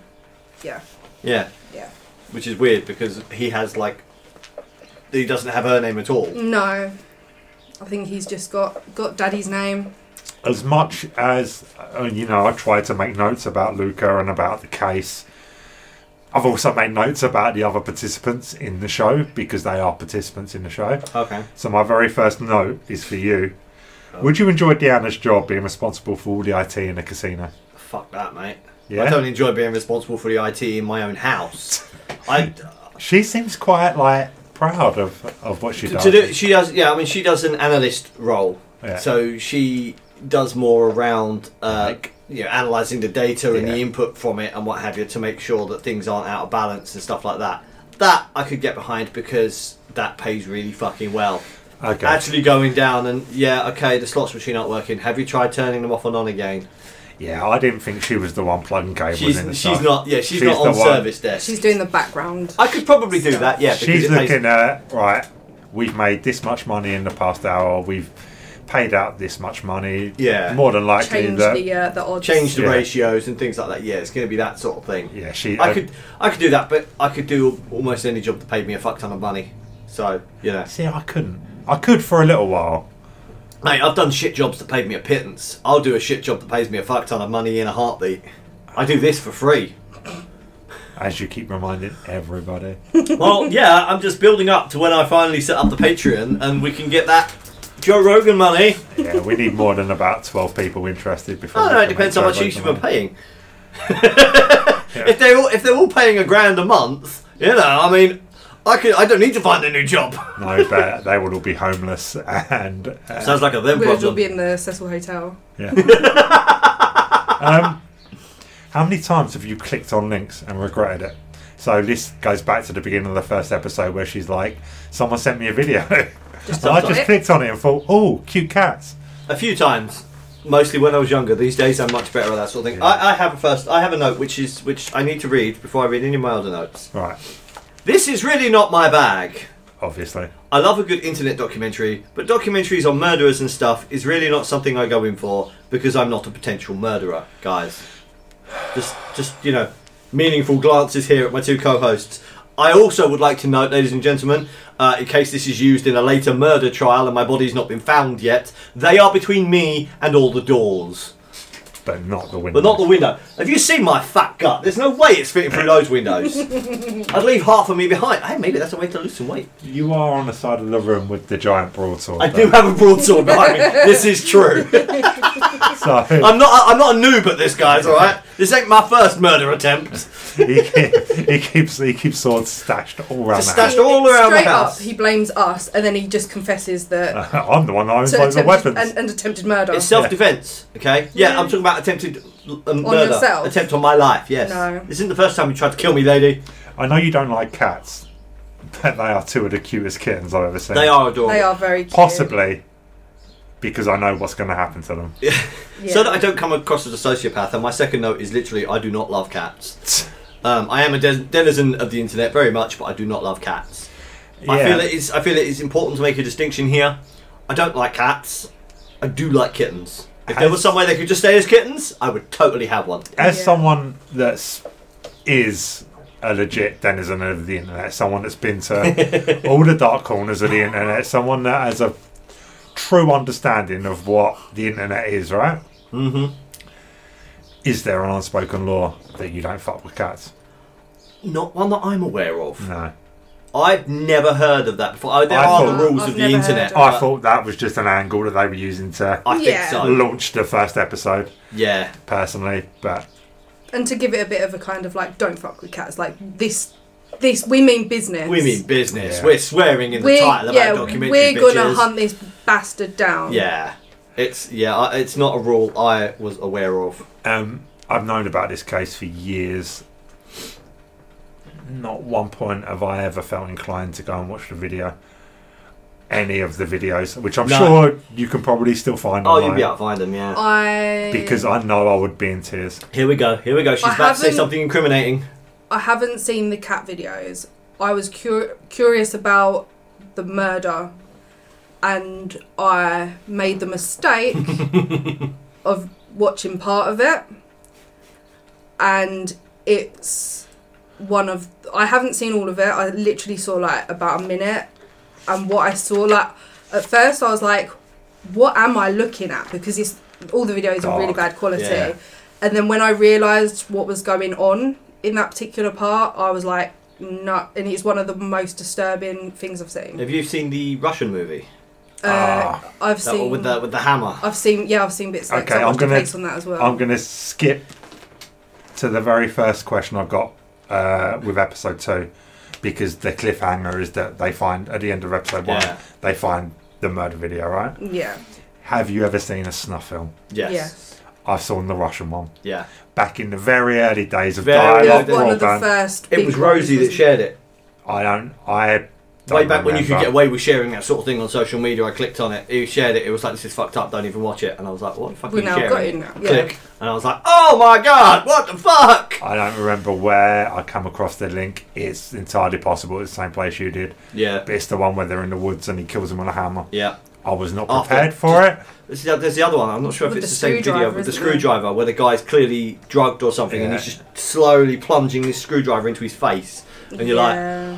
S3: Yeah. Yeah.
S1: Yeah.
S3: Yeah.
S1: Which is weird because he has like. He doesn't have her name at all.
S3: No. I think he's just got got daddy's name.
S2: as much as uh, you know, I tried to make notes about Luca and about the case. I've also made notes about the other participants in the show because they are participants in the show.
S1: Okay.
S2: So my very first note is for you. Would you enjoy Deanna's job being responsible for all the IT in the casino?
S1: Fuck that, mate. I
S2: Yeah.
S1: don't enjoy being responsible for the IT in my own house. I.
S2: She seems quite like proud of, of what she
S1: To,
S2: does.
S1: to do, she does, yeah. I mean, she does an analyst role,
S2: Yeah.
S1: so she does more around, uh,
S2: Like-
S1: you know, analyzing the data and
S2: Yeah.
S1: the input from it and what have you to make sure that things aren't out of balance and stuff like that. That I could get behind because that pays really fucking well.
S2: okay.
S1: Actually, going down and yeah, okay, the slots machine aren't working. Have you tried turning them off and on again?
S2: yeah, I didn't think she was the one plugging cables
S1: She's
S2: in the
S1: she's
S2: stuff.
S1: not, yeah, she's,
S2: She's
S1: not on
S2: the one-
S1: service desk.
S3: She's doing the background.
S1: I could probably do that, yeah. Because
S2: She's
S1: it pays-
S2: looking at right. We've made this much money in the past hour. We've paid out this much money.
S1: Yeah.
S2: more than likely
S3: Change
S2: that.
S3: the uh, the odds.
S1: change the
S2: Yeah.
S1: ratios and things like that. Yeah, it's going to be that sort of thing.
S2: yeah, she. uh,
S1: I could I could do that, but I could do almost any job that paid me a fuck ton of money. So you know,
S2: see. I couldn't. I could for a little while.
S1: mate, I've done shit jobs that paid me a pittance. I'll do a shit job that pays me a fuck ton of money in a heartbeat. I do this for free.
S2: As you keep reminding everybody,
S1: well, yeah, I'm just building up to when I finally set up the Patreon and we can get that Joe Rogan money.
S2: yeah, we need more than about twelve people interested before.
S1: I don't
S2: we
S1: know. Oh, It
S2: can
S1: depends
S2: make
S1: how much
S2: sure
S1: each of them are
S2: everyone-
S1: paying. If they all if they're all paying a grand a month, you know, I mean, I could I don't need to find a new job.
S2: No, but they would all be homeless and. Uh,
S1: Sounds like a them
S3: We would all
S1: problem.
S3: be in the Cecil Hotel.
S2: yeah. um, how many times have you clicked on links and regretted it? So this goes back to the beginning of the first episode where she's like, "Someone sent me a video."
S1: Just
S2: So I
S1: sometimes.
S2: just clicked on it and thought, oh, cute cats.
S1: A few times, mostly when I was younger. These days, I'm much better at that sort of thing.
S2: Yeah.
S1: I, I have a first. I have a note which is which I need to read before I read any of my other notes.
S2: Right,
S1: This is really not my bag.
S2: obviously.
S1: I love a good internet documentary, but documentaries on murderers and stuff is really not something I go in for because I'm not a potential murderer, guys. Just, just you know, meaningful glances here at my two co-hosts. I also would like to note, ladies and gentlemen, uh, in case this is used in a later murder trial and my body's not been found yet, they are between me and all the doors,
S2: But not the window.
S1: but not the window. Have you seen my fat gut? There's no way it's fitting through those windows. I'd leave half of me behind. Hey, maybe that's a way to lose some weight.
S2: You are on the side of the room with the giant broadsword.
S1: I
S2: though.
S1: do have a broadsword behind me. This is true.
S2: So
S1: I'm not. I'm not a noob at this, guys. All right. This ain't my first murder attempt.
S2: he, keep, he keeps he keeps swords stashed all around
S1: Just
S2: the house.
S1: That's all around the
S3: Straight
S1: house. Uh,
S3: up, he blames us and then he just confesses that.
S2: I'm the one that owns
S3: to
S2: loads of
S3: attempted-
S2: weapons.
S3: and, and attempted murder.
S1: It's self-defense. Okay. Yeah, I'm talking about attempted l- um,
S3: On
S1: murder.
S3: yourself?
S1: Attempt on my life. Yes.
S3: No.
S1: This isn't the first time you tried to kill me, lady.
S2: I know you don't like cats, but they are two of the cutest kittens I've ever seen.
S1: They are adorable.
S3: They are very cute.
S2: Possibly because I know what's going to happen to them.
S3: Yeah.
S1: So that I don't come across as a sociopath, and my second note is literally, I do not love cats. Um, I am a de- denizen of the internet very much, but I do not love cats. I
S2: Yeah.
S1: feel it is. I feel it is important to make a distinction here. I don't like cats. I do like kittens. If there
S2: Has-
S1: was somewhere they could just stay as kittens, I would totally have one.
S2: as
S3: Yeah.
S2: someone that's is a legit denizen of the internet, someone that's been to all the dark corners of the internet, someone that has a true understanding of what the internet is, right? Mm-hmm. Is there an unspoken law that you don't fuck with cats?
S1: Not one that I'm aware of.
S2: No.
S1: I've never heard of that before. I, there
S2: I
S1: are
S2: thought-
S1: the rules
S3: I've
S1: of the
S3: never heard
S1: internet.
S3: of
S2: I
S1: but
S2: thought that was just an angle that they were using to
S1: I think
S3: Yeah.
S1: so.
S2: launch the first episode,
S1: Yeah.
S2: personally, but
S3: and to give it a bit of a kind of like don't fuck with cats like this this we mean business
S1: We mean business.
S2: Yeah.
S1: We're swearing in the title of our documentary.
S3: we're gonna
S1: bitches.
S3: hunt this bastard down
S1: Yeah, it's yeah, I- it's not a rule I was aware of.
S2: Um, I've known about this case for years. Not one point have I ever felt inclined to go and watch the video. Any of the videos, which I'm
S1: No.
S2: sure you can probably still find
S1: Oh,
S2: online.
S1: you'll be able to find them. Yeah.
S3: i
S2: Because I know I would be in tears.
S1: Here we go. Here we go. She's
S3: I
S1: about to say
S3: haven't-
S1: something incriminating.
S3: I haven't seen the cat videos. I was cur- curious about the murder, and I made the mistake of watching part of it, and it's one of I haven't seen all of it. I literally saw like about a minute, and what I saw like at first I was like, "What am I looking at?" Because it's all the videos are really
S2: Dark.
S3: bad quality.
S1: Yeah.
S3: And then when I realised what was going on in that particular part, I was like, no. And it's one of the most disturbing things I've seen.
S1: Have you seen the Russian movie?
S3: Uh,
S2: Ah.
S3: I've
S1: That one
S3: seen. Oh,
S1: with the with the hammer.
S3: I've seen. Yeah, I've seen bits. Of
S2: Okay,
S3: okay,
S2: I'm
S3: I'm
S2: gonna-
S3: gonna. on that as well.
S2: I'm going to skip to the very first question I've got uh, with episode two because the cliffhanger is that they find, at the end of episode one,
S1: Yeah.
S2: they find the murder video, right?
S3: yeah.
S2: Have you ever seen a snuff film?
S1: Yes.
S2: I've seen the Russian one.
S1: Yeah.
S2: back in the very early days of
S1: Very
S3: It
S1: Yeah,
S2: dialogue
S3: was
S1: the-
S3: one of the
S2: broadband.
S3: first.
S1: It
S3: big
S1: was Rosie
S3: ones,
S1: that shared it.
S2: I don't. I don't
S1: Way back when you could
S2: remember.
S1: get away with sharing that sort of thing on social media, I clicked on it. He shared it. It was like this is fucked up. Don't even watch it. And I was like, what the fuck?
S3: We
S1: are you
S3: now
S1: sharing?
S3: got it now. Yeah.
S1: Click. And I was like, oh my god, what the fuck?
S2: I don't remember where I come across the link. It's entirely possible it's the same place you did,
S1: Yeah.
S2: but it's the one where they're in the woods and he kills him with a hammer.
S1: Yeah.
S2: I was not
S1: After-
S2: prepared for it.
S1: There's the, there's the other one. I'm not sure if
S3: With
S1: it's the,
S3: the
S1: same video,
S3: screwdriver,
S1: but the
S3: isn't it?
S1: screwdriver where the guy's clearly drugged or something, and
S2: Yeah.
S1: he's just slowly plunging this screwdriver into his face, and you're like,
S3: yeah.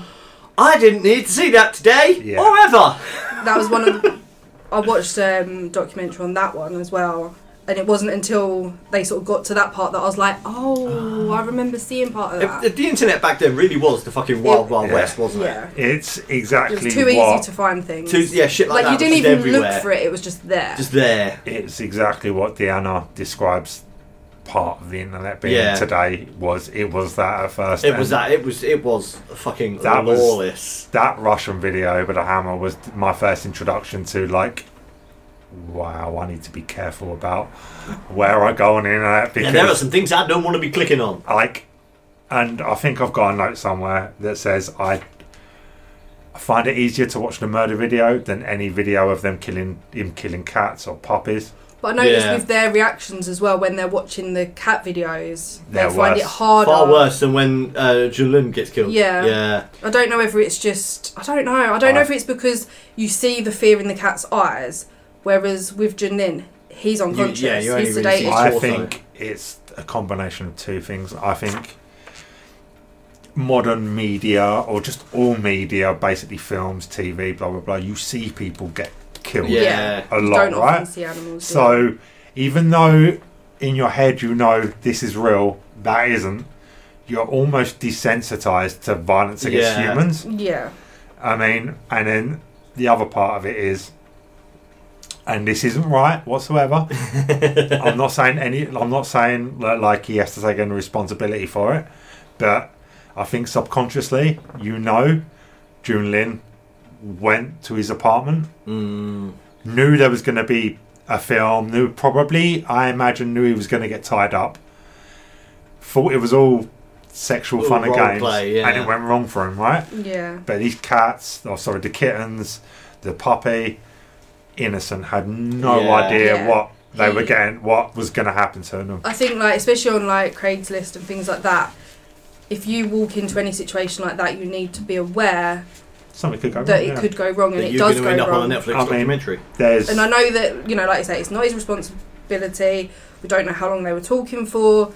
S1: I didn't need to see that today
S2: Yeah.
S1: or ever.
S3: that was one of the, I watched um documentary on that one as well. And it wasn't until they sort of got to that part that I was like, oh,
S1: Ah.
S3: I remember seeing part of that.
S1: If- if the internet back then really was the fucking wild, wild
S2: Yeah.
S1: west, wasn't
S3: yeah.
S2: It's
S3: It
S2: exactly
S3: was too
S2: what.
S3: easy to find things.
S1: it? Too, yeah, shit like,
S3: like, you
S1: that
S3: didn't
S1: was
S3: even
S1: just everywhere.
S3: look for it; it was just there.
S1: Just there.
S2: It's exactly what Deanna describes part of the internet being
S1: Yeah.
S2: today was. It was that at first.
S1: It was
S2: and
S1: that. It was. It was fucking
S2: That was-
S1: lawless.
S2: that Russian video with a hammer was my first introduction to like, wow, I need to be careful about where I go on the internet
S1: Yeah, there are
S2: because
S1: some things I don't want to be clicking on.
S2: like, and I think I've got a note somewhere that says I. I find it easier to watch the murder video than any video of them killing him killing cats or puppies.
S3: but I noticed
S1: Yeah.
S3: with their reactions as well when they're watching the cat videos, they
S2: They're
S3: find it
S2: worse.
S3: harder.
S1: Far worse than when uh, Jun-Lin gets killed.
S3: Yeah.
S1: Yeah.
S3: I don't know whether it's just I don't know. I don't know if it's because you see the fear in the cat's eyes, whereas with Janine, he's unconscious.
S1: yeah, you only
S3: he's
S1: really see-
S3: sedated.
S2: I
S1: also-
S2: think it's a combination of two things. I think modern media, or just all media, basically films, TV, blah blah blah. You see people get killed
S1: Yeah.
S2: a
S3: You
S2: lot,
S3: don't often
S2: right?
S3: see animals. do you?
S2: So even though in your head you know this is real, that isn't. You're almost desensitized to violence against
S1: Yeah.
S2: humans.
S3: yeah,
S2: I mean, and then the other part of it is, and this isn't right whatsoever. I'm not saying any. I'm not saying that, like he has to take any responsibility for it, but I think subconsciously, you know, June Lin went to his apartment,
S1: Mm.
S2: knew there was going to be a film, knew probably, I imagine, knew he was going to get tied up, thought it was all sexual
S1: All
S2: fun and
S1: role
S2: games,
S1: play, yeah.
S2: and it went wrong for him, right?
S3: yeah.
S2: But these cats, oh sorry, the kittens, the puppy, innocent, had no
S1: Yeah.
S2: idea
S3: Yeah.
S2: what they were
S3: He-
S2: getting, what was going to happen to them.
S3: I think like especially on like Craigslist and things like that, if you walk into any situation like that, you need to be aware
S2: something could go wrong.
S3: that it
S2: yeah.
S3: could go wrong, and
S1: that
S3: it
S1: you're
S3: does
S1: going
S3: go
S1: to end up
S3: wrong.
S1: on a Netflix
S2: I mean-
S1: documentary.
S2: There's
S3: And I know that, you know, like I say, it's not his responsibility. We don't know how long they were talking for.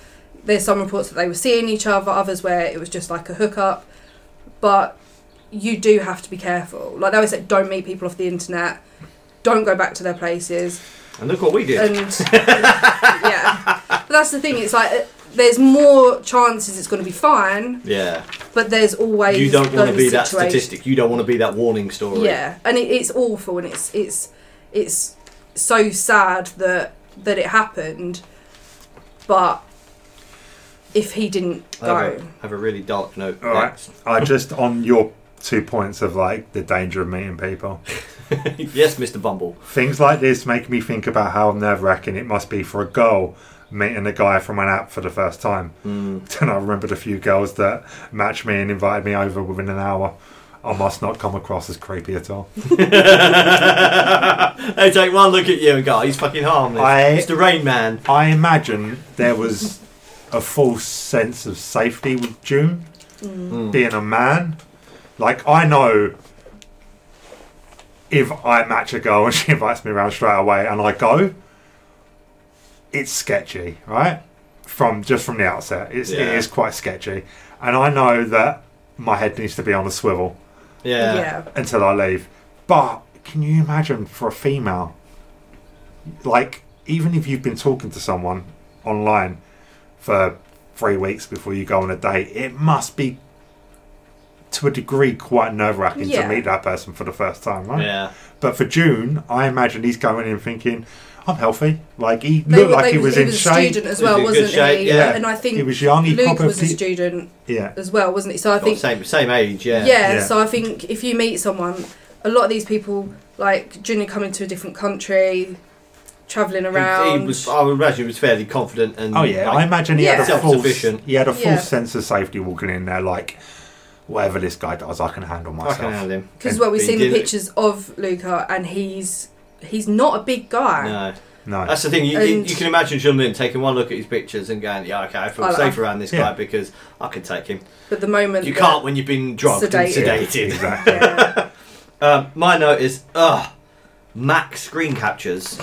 S3: There's some reports that they were seeing each other, others where it was just like a hookup. But you do have to be careful. Like they always say, don't meet people off the internet. Don't go back to their places.
S1: And look what we did.
S3: And yeah, but that's the thing. It's like uh, there's more chances it's going to be fine,
S1: yeah.
S3: but there's always
S1: You don't want to
S3: those
S1: be that
S3: situations.
S1: statistic. You don't want to be that warning story.
S3: Yeah, and it, it's awful, and it's it's it's so sad that that it happened. But if he didn't
S1: I have,
S3: go,
S1: a, I have a really dark note.
S2: All right. I just on your two points of like the danger of meeting people.
S1: next. yes, Mr. Bumble.
S2: Things like this make me think about how nerve wracking it must be for a girl meeting a guy from an app for the first time. Mm. And I remembered a few girls that matched me and invited me over within an hour. I must not come across as creepy at all.
S1: they take one look at you and go, he's fucking harmless.
S2: I-
S1: It's the Rain Man.
S2: I imagine there was a false sense of safety with June being a man. Like I know if I match a girl and she invites me around straight away and I go, it's sketchy, right? From just from the outset, it's, it
S1: Yeah.
S2: is quite sketchy, and I know that my head needs to be on a swivel
S1: Yeah.
S3: yeah.
S2: until I leave. But can you imagine for a female? Like, even if you've been talking to someone online for three weeks before you go on a date, it must be to a degree quite nerve wracking
S3: Yeah.
S2: to meet that person for the first time, right?
S1: Yeah.
S2: But for June, I imagine he's going in thinking, I'm healthy. Like, he
S3: They
S2: looked
S3: were-
S2: like
S3: they
S2: he was, in
S3: a
S2: shape.
S3: student as
S1: He was
S3: well,
S1: in good
S3: wasn't
S1: shape,
S3: he?
S1: yeah.
S3: And I think
S2: He was young, he
S3: Luke
S2: probably-
S3: was a student
S2: Yeah.
S3: as well, wasn't he? So I
S1: Got the
S3: think
S1: same, same age, yeah.
S3: yeah,
S2: Yeah.
S3: So I think if you meet someone, a lot of these people like junior coming to a different country, traveling
S1: He,
S3: around.
S1: he was, I would imagine he was fairly confident and
S2: Oh yeah, I
S1: like,
S2: imagine he had
S1: Yeah.
S2: a false
S1: Self-sufficient.
S2: he had a false
S3: Yeah.
S2: sense of safety walking in there, like whatever this guy does, I can handle
S1: I
S2: myself.
S1: can handle him.
S3: Because well, we've
S1: He
S3: seen the
S1: didn't-
S3: pictures of Luca, and he's he's not a big guy.
S1: No.
S2: No,
S1: That's the thing. You, you,
S3: And-
S1: you can imagine Jumlin taking one look at his pictures and going, "Yeah, okay, I feel
S3: I like-
S1: safe around this
S2: Yeah.
S1: guy because I can take him."
S3: But the moment
S1: You
S3: that-
S1: can't when you've been drugged
S2: Yeah,
S1: and sedated.
S2: exactly.
S3: Yeah.
S1: Um, my note is, ugh, Mac screen captures.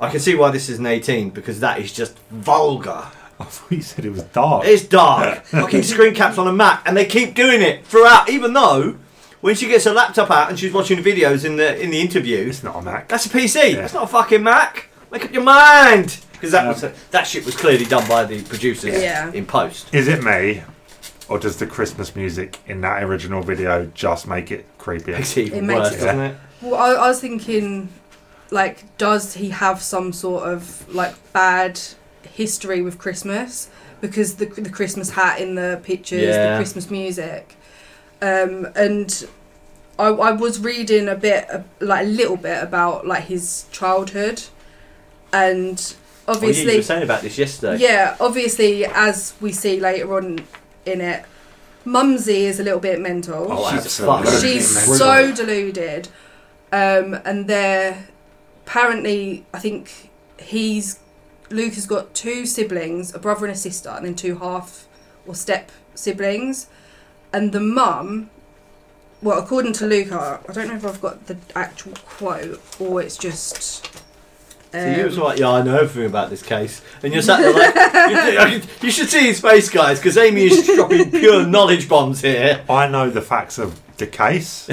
S1: I can see why this is an 18 because that is just vulgar.
S2: I thought you said it was dark.
S1: It's dark. Fucking screen caps on a Mac, and they keep doing it throughout. Even though when she gets her laptop out and she's watching the videos in the in the interviews,
S2: It's not a Mac.
S1: that's a PC.
S2: Yeah.
S1: That's not a fucking Mac. Make up your mind. Because that
S2: Um,
S1: was that shit was clearly done by the producers
S3: Yeah.
S1: in post.
S2: Is it me, or does the Christmas music in that original video just make it creepier?
S1: Makes it even
S3: It makes
S1: worse,
S3: it-
S1: doesn't it?
S3: Well, I, I was thinking, like, does he have some sort of like bad history with Christmas? Because the the Christmas hat in the pictures,
S1: Yeah.
S3: the Christmas music, um, and I, I was reading a bit, uh, like a little bit about like his childhood, and
S1: Well, Oh, yeah, you
S3: obviously
S1: were saying about this yesterday.
S3: Yeah, obviously, as we see later on in it, Mumsy is a little bit mental.
S1: Oh, She's
S2: absolutely.
S1: fucking
S3: She's
S1: mental.
S3: so deluded. Um, and they're apparently, I think he's Luke has got two siblings, a brother and a sister, and then two half or step siblings. And the mum, well, according to Luke, I I don't know if I've got the actual quote or it's just.
S1: So you
S3: um,
S1: was like, yeah, I know everything about this case, and you're sat there like, you, you should see his face, guys, because Amy is dropping pure knowledge bombs here.
S2: I know the facts of the case.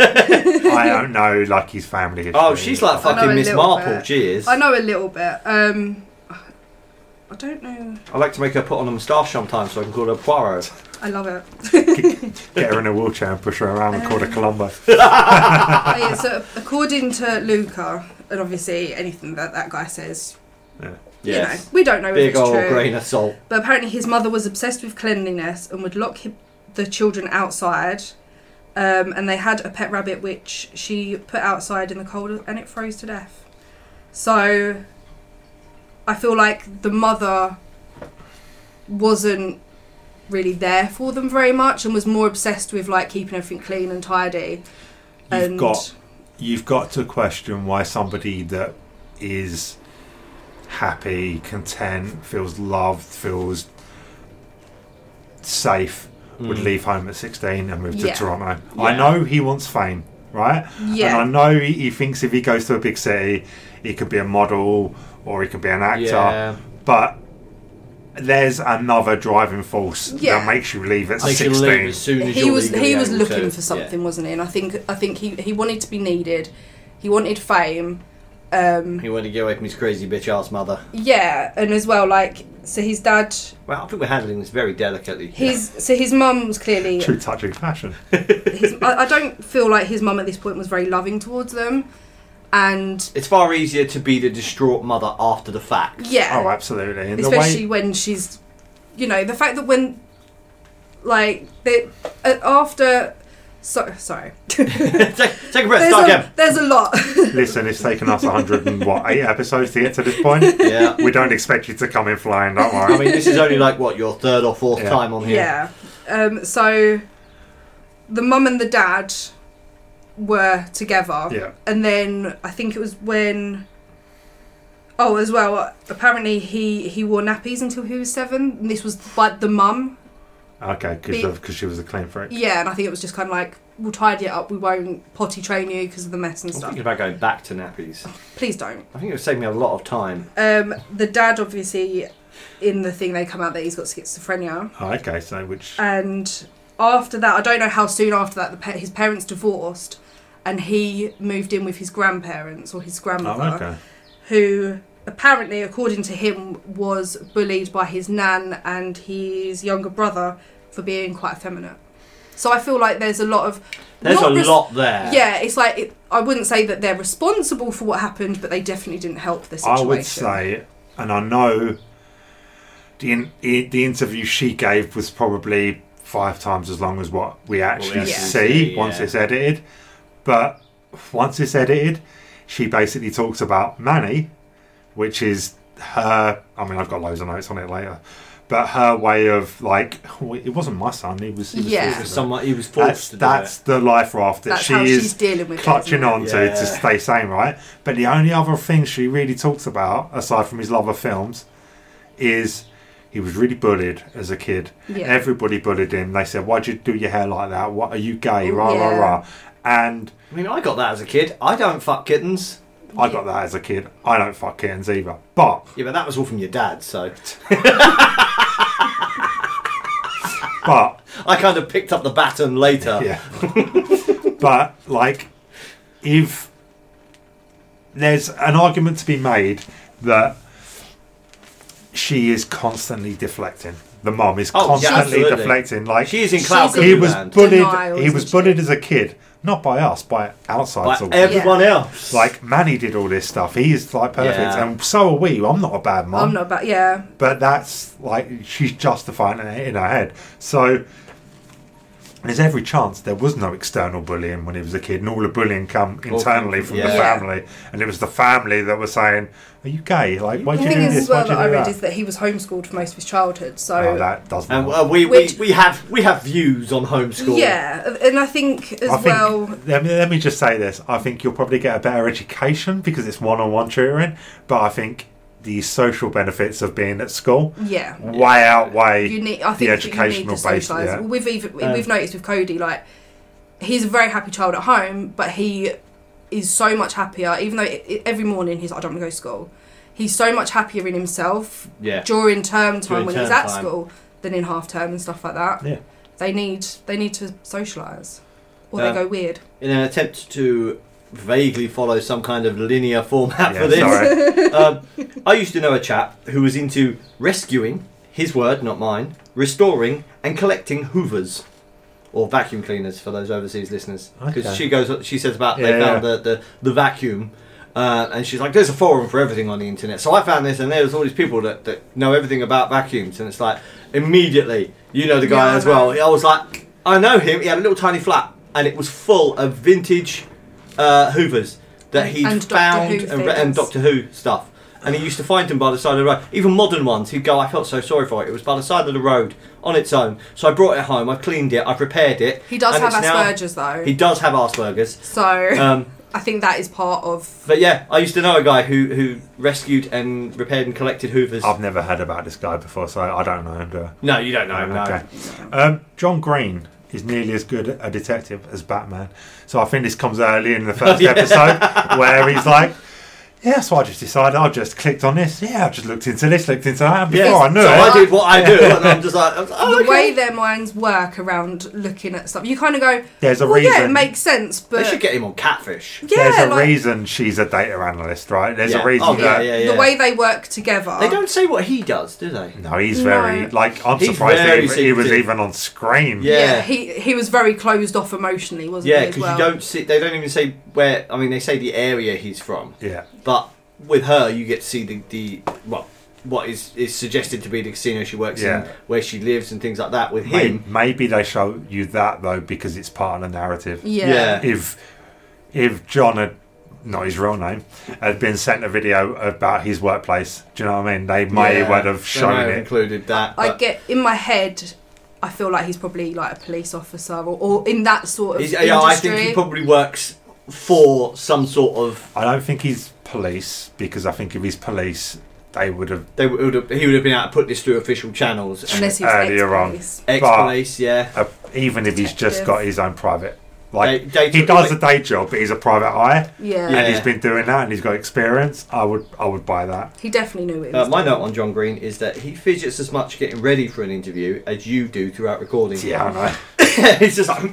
S2: I don't know like his family history.
S1: Oh, she's like
S3: I know
S1: fucking
S3: a
S1: Miss
S3: little
S1: Marple.
S3: bit.
S1: Cheers.
S3: I know a little bit. Um, I don't know.
S1: I like to make her put on a moustache sometimes so I can call her Poirot.
S3: I love it.
S2: get her in a wheelchair and push her around and call her Columbo.
S3: Oh, yeah, so according to Luca, and obviously anything that that guy says, you know, we don't know
S1: Big
S3: if it's
S1: old
S3: true.
S1: grain of salt.
S3: But apparently, his mother was obsessed with cleanliness and would lock hi- the children outside. Um, and they had a pet rabbit which she put outside in the cold and it froze to death. So I feel like the mother wasn't really there for them very much and was more obsessed with like keeping everything clean and tidy.
S2: You've got you've got to question why somebody that is happy, content, feels loved, feels safe would leave home at 16 and move to
S3: Yeah.
S2: Toronto.
S1: Mm. Yeah.
S2: I know he wants fame, right?
S3: Yeah.
S2: And I know he, he thinks if he goes to a big city, he could be a model or he could be an actor.
S1: Yeah.
S2: But there's another driving force
S3: Yeah.
S2: that makes you leave at
S1: Makes you
S2: 16.
S1: leave as soon as
S3: he
S1: you're
S3: was
S1: legally
S3: he was
S1: able to,
S3: looking
S1: yeah.
S3: for something, wasn't he? And I think I think he, he wanted to be needed. He wanted fame. Um,
S1: He wanted to get away from his crazy bitch ass mother.
S3: yeah, and as well, like so, his dad,
S1: Well, I think we're handling this very delicately.
S3: his so his mum was clearly.
S2: True touching fashion.
S3: His, I, I don't feel like his mum at this point was very loving towards them, and
S1: It's far easier to be the distraught mother after the fact.
S3: yeah,
S2: Oh, absolutely. And the
S3: especially
S2: way,
S3: when she's you know the fact that when like they uh, after so sorry
S1: take, take a breath,
S3: there's,
S1: start
S3: a,
S1: again.
S3: there's a lot
S2: listen, it's taken us 100 and what, eight episodes to get to this point.
S1: Yeah.
S2: We don't expect you to come in flying, don't
S1: I
S2: worry.
S1: mean, this is only like, what, your third or fourth
S2: Yeah.
S1: time on here?
S3: yeah um so the mum and the dad were together
S2: yeah.
S3: and then i think it was when oh as well apparently he he wore nappies until he was seven and this was like the mum
S2: Okay,
S3: Be-
S2: because she was a clean freak.
S3: yeah and i think it was just kind of like we'll tidy it up we won't potty train you because of the mess and
S1: I'm
S3: stuff
S1: thinking about going back to nappies.
S3: please don't
S1: I think it would save me a lot of time.
S3: Um, the dad obviously in the thing they come out that he's got schizophrenia,
S2: Oh, okay, so which
S1: Um,
S3: and after that, I don't know how soon after that the pa- his parents divorced, and he moved in with his grandparents or his grandmother,
S2: Oh, okay.
S3: who apparently, according to him, was bullied by his nan and his younger brother for being quite effeminate. So I feel like there's a lot of
S1: There's
S3: not
S1: a
S3: res-
S1: lot there.
S3: Yeah, it's like it, I wouldn't say that they're responsible for what happened, but they definitely didn't help the
S2: I
S3: situation.
S2: would say, and I know the in, i- the interview she gave was probably five times as long as what we actually
S3: actually
S2: see
S1: see,
S2: once
S1: yeah.
S2: it's edited. But once it's edited, she basically talks about Manny, which is her. I mean, I've got loads of notes on it later, but her way of like, "Oh, it wasn't my son. He was. He was
S3: Yeah.
S2: he
S1: Because
S2: was-
S1: someone, he was forced
S2: That's
S1: to do
S2: that's
S1: it.
S2: the life raft that
S3: That's
S2: she
S3: how
S2: is
S3: she's dealing with it,
S2: clutching
S3: isn't it?
S2: on to,
S1: Yeah.
S2: to stay sane, right? But the only other thing she really talks about, aside from his love of films, is he was really bullied as a kid.
S3: Yeah.
S2: Everybody bullied him. They said, "Why'd you do your hair like that? What are you gay?" Rah rah
S3: Yeah.
S2: rah. And
S1: I mean, I got that as a kid. I don't fuck kittens.
S2: I got that as a kid. I don't fuck kittens either. But
S1: Yeah, but that was all from your dad, so
S2: but
S1: I kind of picked up the baton later.
S2: yeah. but like, if there's an argument to be made that she is constantly deflecting, the mum is
S1: Oh, yeah,
S2: constantly
S1: absolutely.
S2: deflecting. Like
S1: She is in cloud
S3: She's in-
S2: he
S1: cuckoo
S2: was
S1: land.
S2: bullied.
S3: Denial,
S2: he was
S3: isn't she?
S2: bullied as a kid, not by us, by
S1: Like
S2: outside.
S1: everyone else.
S2: like Manny did all this stuff. He is like perfect,
S1: Yeah.
S2: and so are we. I'm not a bad mum.
S3: I'm not about yeah.
S2: But that's like she's justifying it in her head. So there's every chance there was no external bullying when he was a kid, and all the bullying come internally from the
S1: yeah.
S2: family, and it was the family that was saying, "Are you gay? Like, why'd
S3: The
S2: you
S3: thing
S2: do
S3: is, as
S2: this?
S3: well,
S2: Why'd you
S3: that I
S2: do
S3: read
S2: that?"
S3: is that he was homeschooled for most of his childhood. So
S2: Oh, that does
S1: and
S2: not.
S1: uh, we, we,
S3: Which-
S1: we have we have views on homeschool.
S3: yeah, and I think as
S2: I think
S3: well.
S2: let, me, let me just say this: I think you'll probably get a better education because it's one-on-one tutoring, but I think the social benefits of being at school
S3: Yeah,
S2: way outweigh
S3: you need. I
S2: the
S3: think that you
S2: educational
S3: need to
S2: base.
S3: socialise.
S2: yeah.
S3: We've even
S1: Um,
S3: we've noticed with Cody, like he's a very happy child at home, but he is so much happier. Even though it, it- every morning he's, like, I don't want to go to school. He's so much happier in himself
S1: Yeah.
S3: during term time
S1: During
S3: when
S1: term
S3: he's at
S1: time.
S3: school than in half term and stuff like that.
S2: Yeah.
S3: They need they need to socialise, or
S1: Yeah.
S3: they go weird.
S1: In an attempt to vaguely follow some kind of linear format
S2: Yeah,
S1: for this,
S2: sorry.
S1: um, I used to know a chap who was into rescuing, his word, not mine, restoring and collecting hoovers. Or vacuum cleaners for those overseas listeners, because
S2: Okay.
S1: she goes, she says about
S2: Yeah,
S1: they found
S2: yeah.
S1: the, the the vacuum, uh, and she's like, there's a forum for everything on the internet. So I found this, and there's all these people that, that know everything about vacuums, and it's like immediately you know the guy
S3: Yeah, I
S1: as
S3: know.
S1: well. I was like, I know him. He had a little tiny flat, and it was full of vintage uh, Hoovers that
S3: And-
S1: he
S3: and
S1: would
S3: Doctor
S1: found
S3: Who
S1: and, re- and
S3: things.
S1: Doctor Who stuff. And he used to find them by the side of the road. Even modern ones, he'd go, I felt so sorry for it. It was by the side of the road on its own. So I brought it home, I cleaned it, I prepared it.
S3: He does
S1: and
S3: have
S1: it's now-
S3: Asperger's though.
S1: he does have Asperger's.
S3: So
S1: Um,
S3: I think that is part of.
S1: But yeah, I used to know a guy who who rescued and repaired and collected Hoovers.
S2: I've never heard about this guy before, so I don't know him. Do I?
S1: no, you don't know. him, no.
S2: Okay. Um, John Green is nearly as good a detective as Batman. So I think this comes early in the first
S1: Yeah.
S2: episode where he's like, yeah, so I just decided I just clicked on this. Yeah, I just looked into this, looked into that. And before
S1: Yeah,
S2: Oh, I knew
S1: so
S2: it,
S1: I did what I do, and I'm just like, oh,
S3: The
S1: okay.
S3: way their minds work around looking at stuff, you kind of go,
S2: There's a
S3: well, yeah, it
S2: reason.
S3: makes sense,
S1: they
S3: but
S1: should get him on Catfish.
S3: yeah,
S2: there's a
S3: like,
S2: reason she's a data analyst, right? There's
S1: Yeah.
S2: a reason
S1: Oh, yeah,
S2: that.
S1: yeah, yeah.
S3: the way they work together.
S1: They don't say what he does, do they?
S2: No, he's
S3: No.
S2: very like I'm
S1: He's
S2: surprised
S1: very
S2: that he, he was
S1: secretive.
S2: even on screen.
S1: Yeah.
S3: Yeah. he he was very closed off emotionally, wasn't
S1: Yeah,
S3: he? as
S1: because
S3: well?
S1: you don't see. They don't even say where. I mean, they say the area he's from,
S2: yeah.
S1: but with her, you get to see the the well, what is is suggested to be the casino she works in,
S2: Yeah.
S1: where she lives, and things like that. With
S2: May-
S1: him,
S2: Maybe they show you that though because it's part of the narrative.
S3: Yeah.
S1: Yeah.
S2: If if John had not his real name had been sent a video about his workplace, do you know what I mean? They may
S1: Yeah,
S2: would have
S1: they might
S2: shown
S1: have
S2: it.
S1: included that.
S3: I
S1: but
S3: get in my head. I feel like he's probably like a police officer or, or in that sort of
S1: he's-
S3: industry.
S1: yeah, I think he probably works for some sort of.
S2: I don't think he's police because I think if he's police, they would have.
S1: They would have, he would have been able to put this through official channels. and
S3: Unless he was
S2: Earlier on.
S3: ex-police.
S1: Ex police, yeah.
S2: Uh, even if he's just
S3: Detective.
S2: got his own private, like
S1: They- they-
S2: he does a day job, but he's a private eye,
S3: Yeah.
S1: Yeah.
S2: and he's been doing that, and he's got experience. I would, I would buy that.
S3: He definitely knew it.
S1: Uh, my note on John Green is that he fidgets as much getting ready for an interview as you do throughout recording.
S2: Yeah, I know.
S1: he's just like,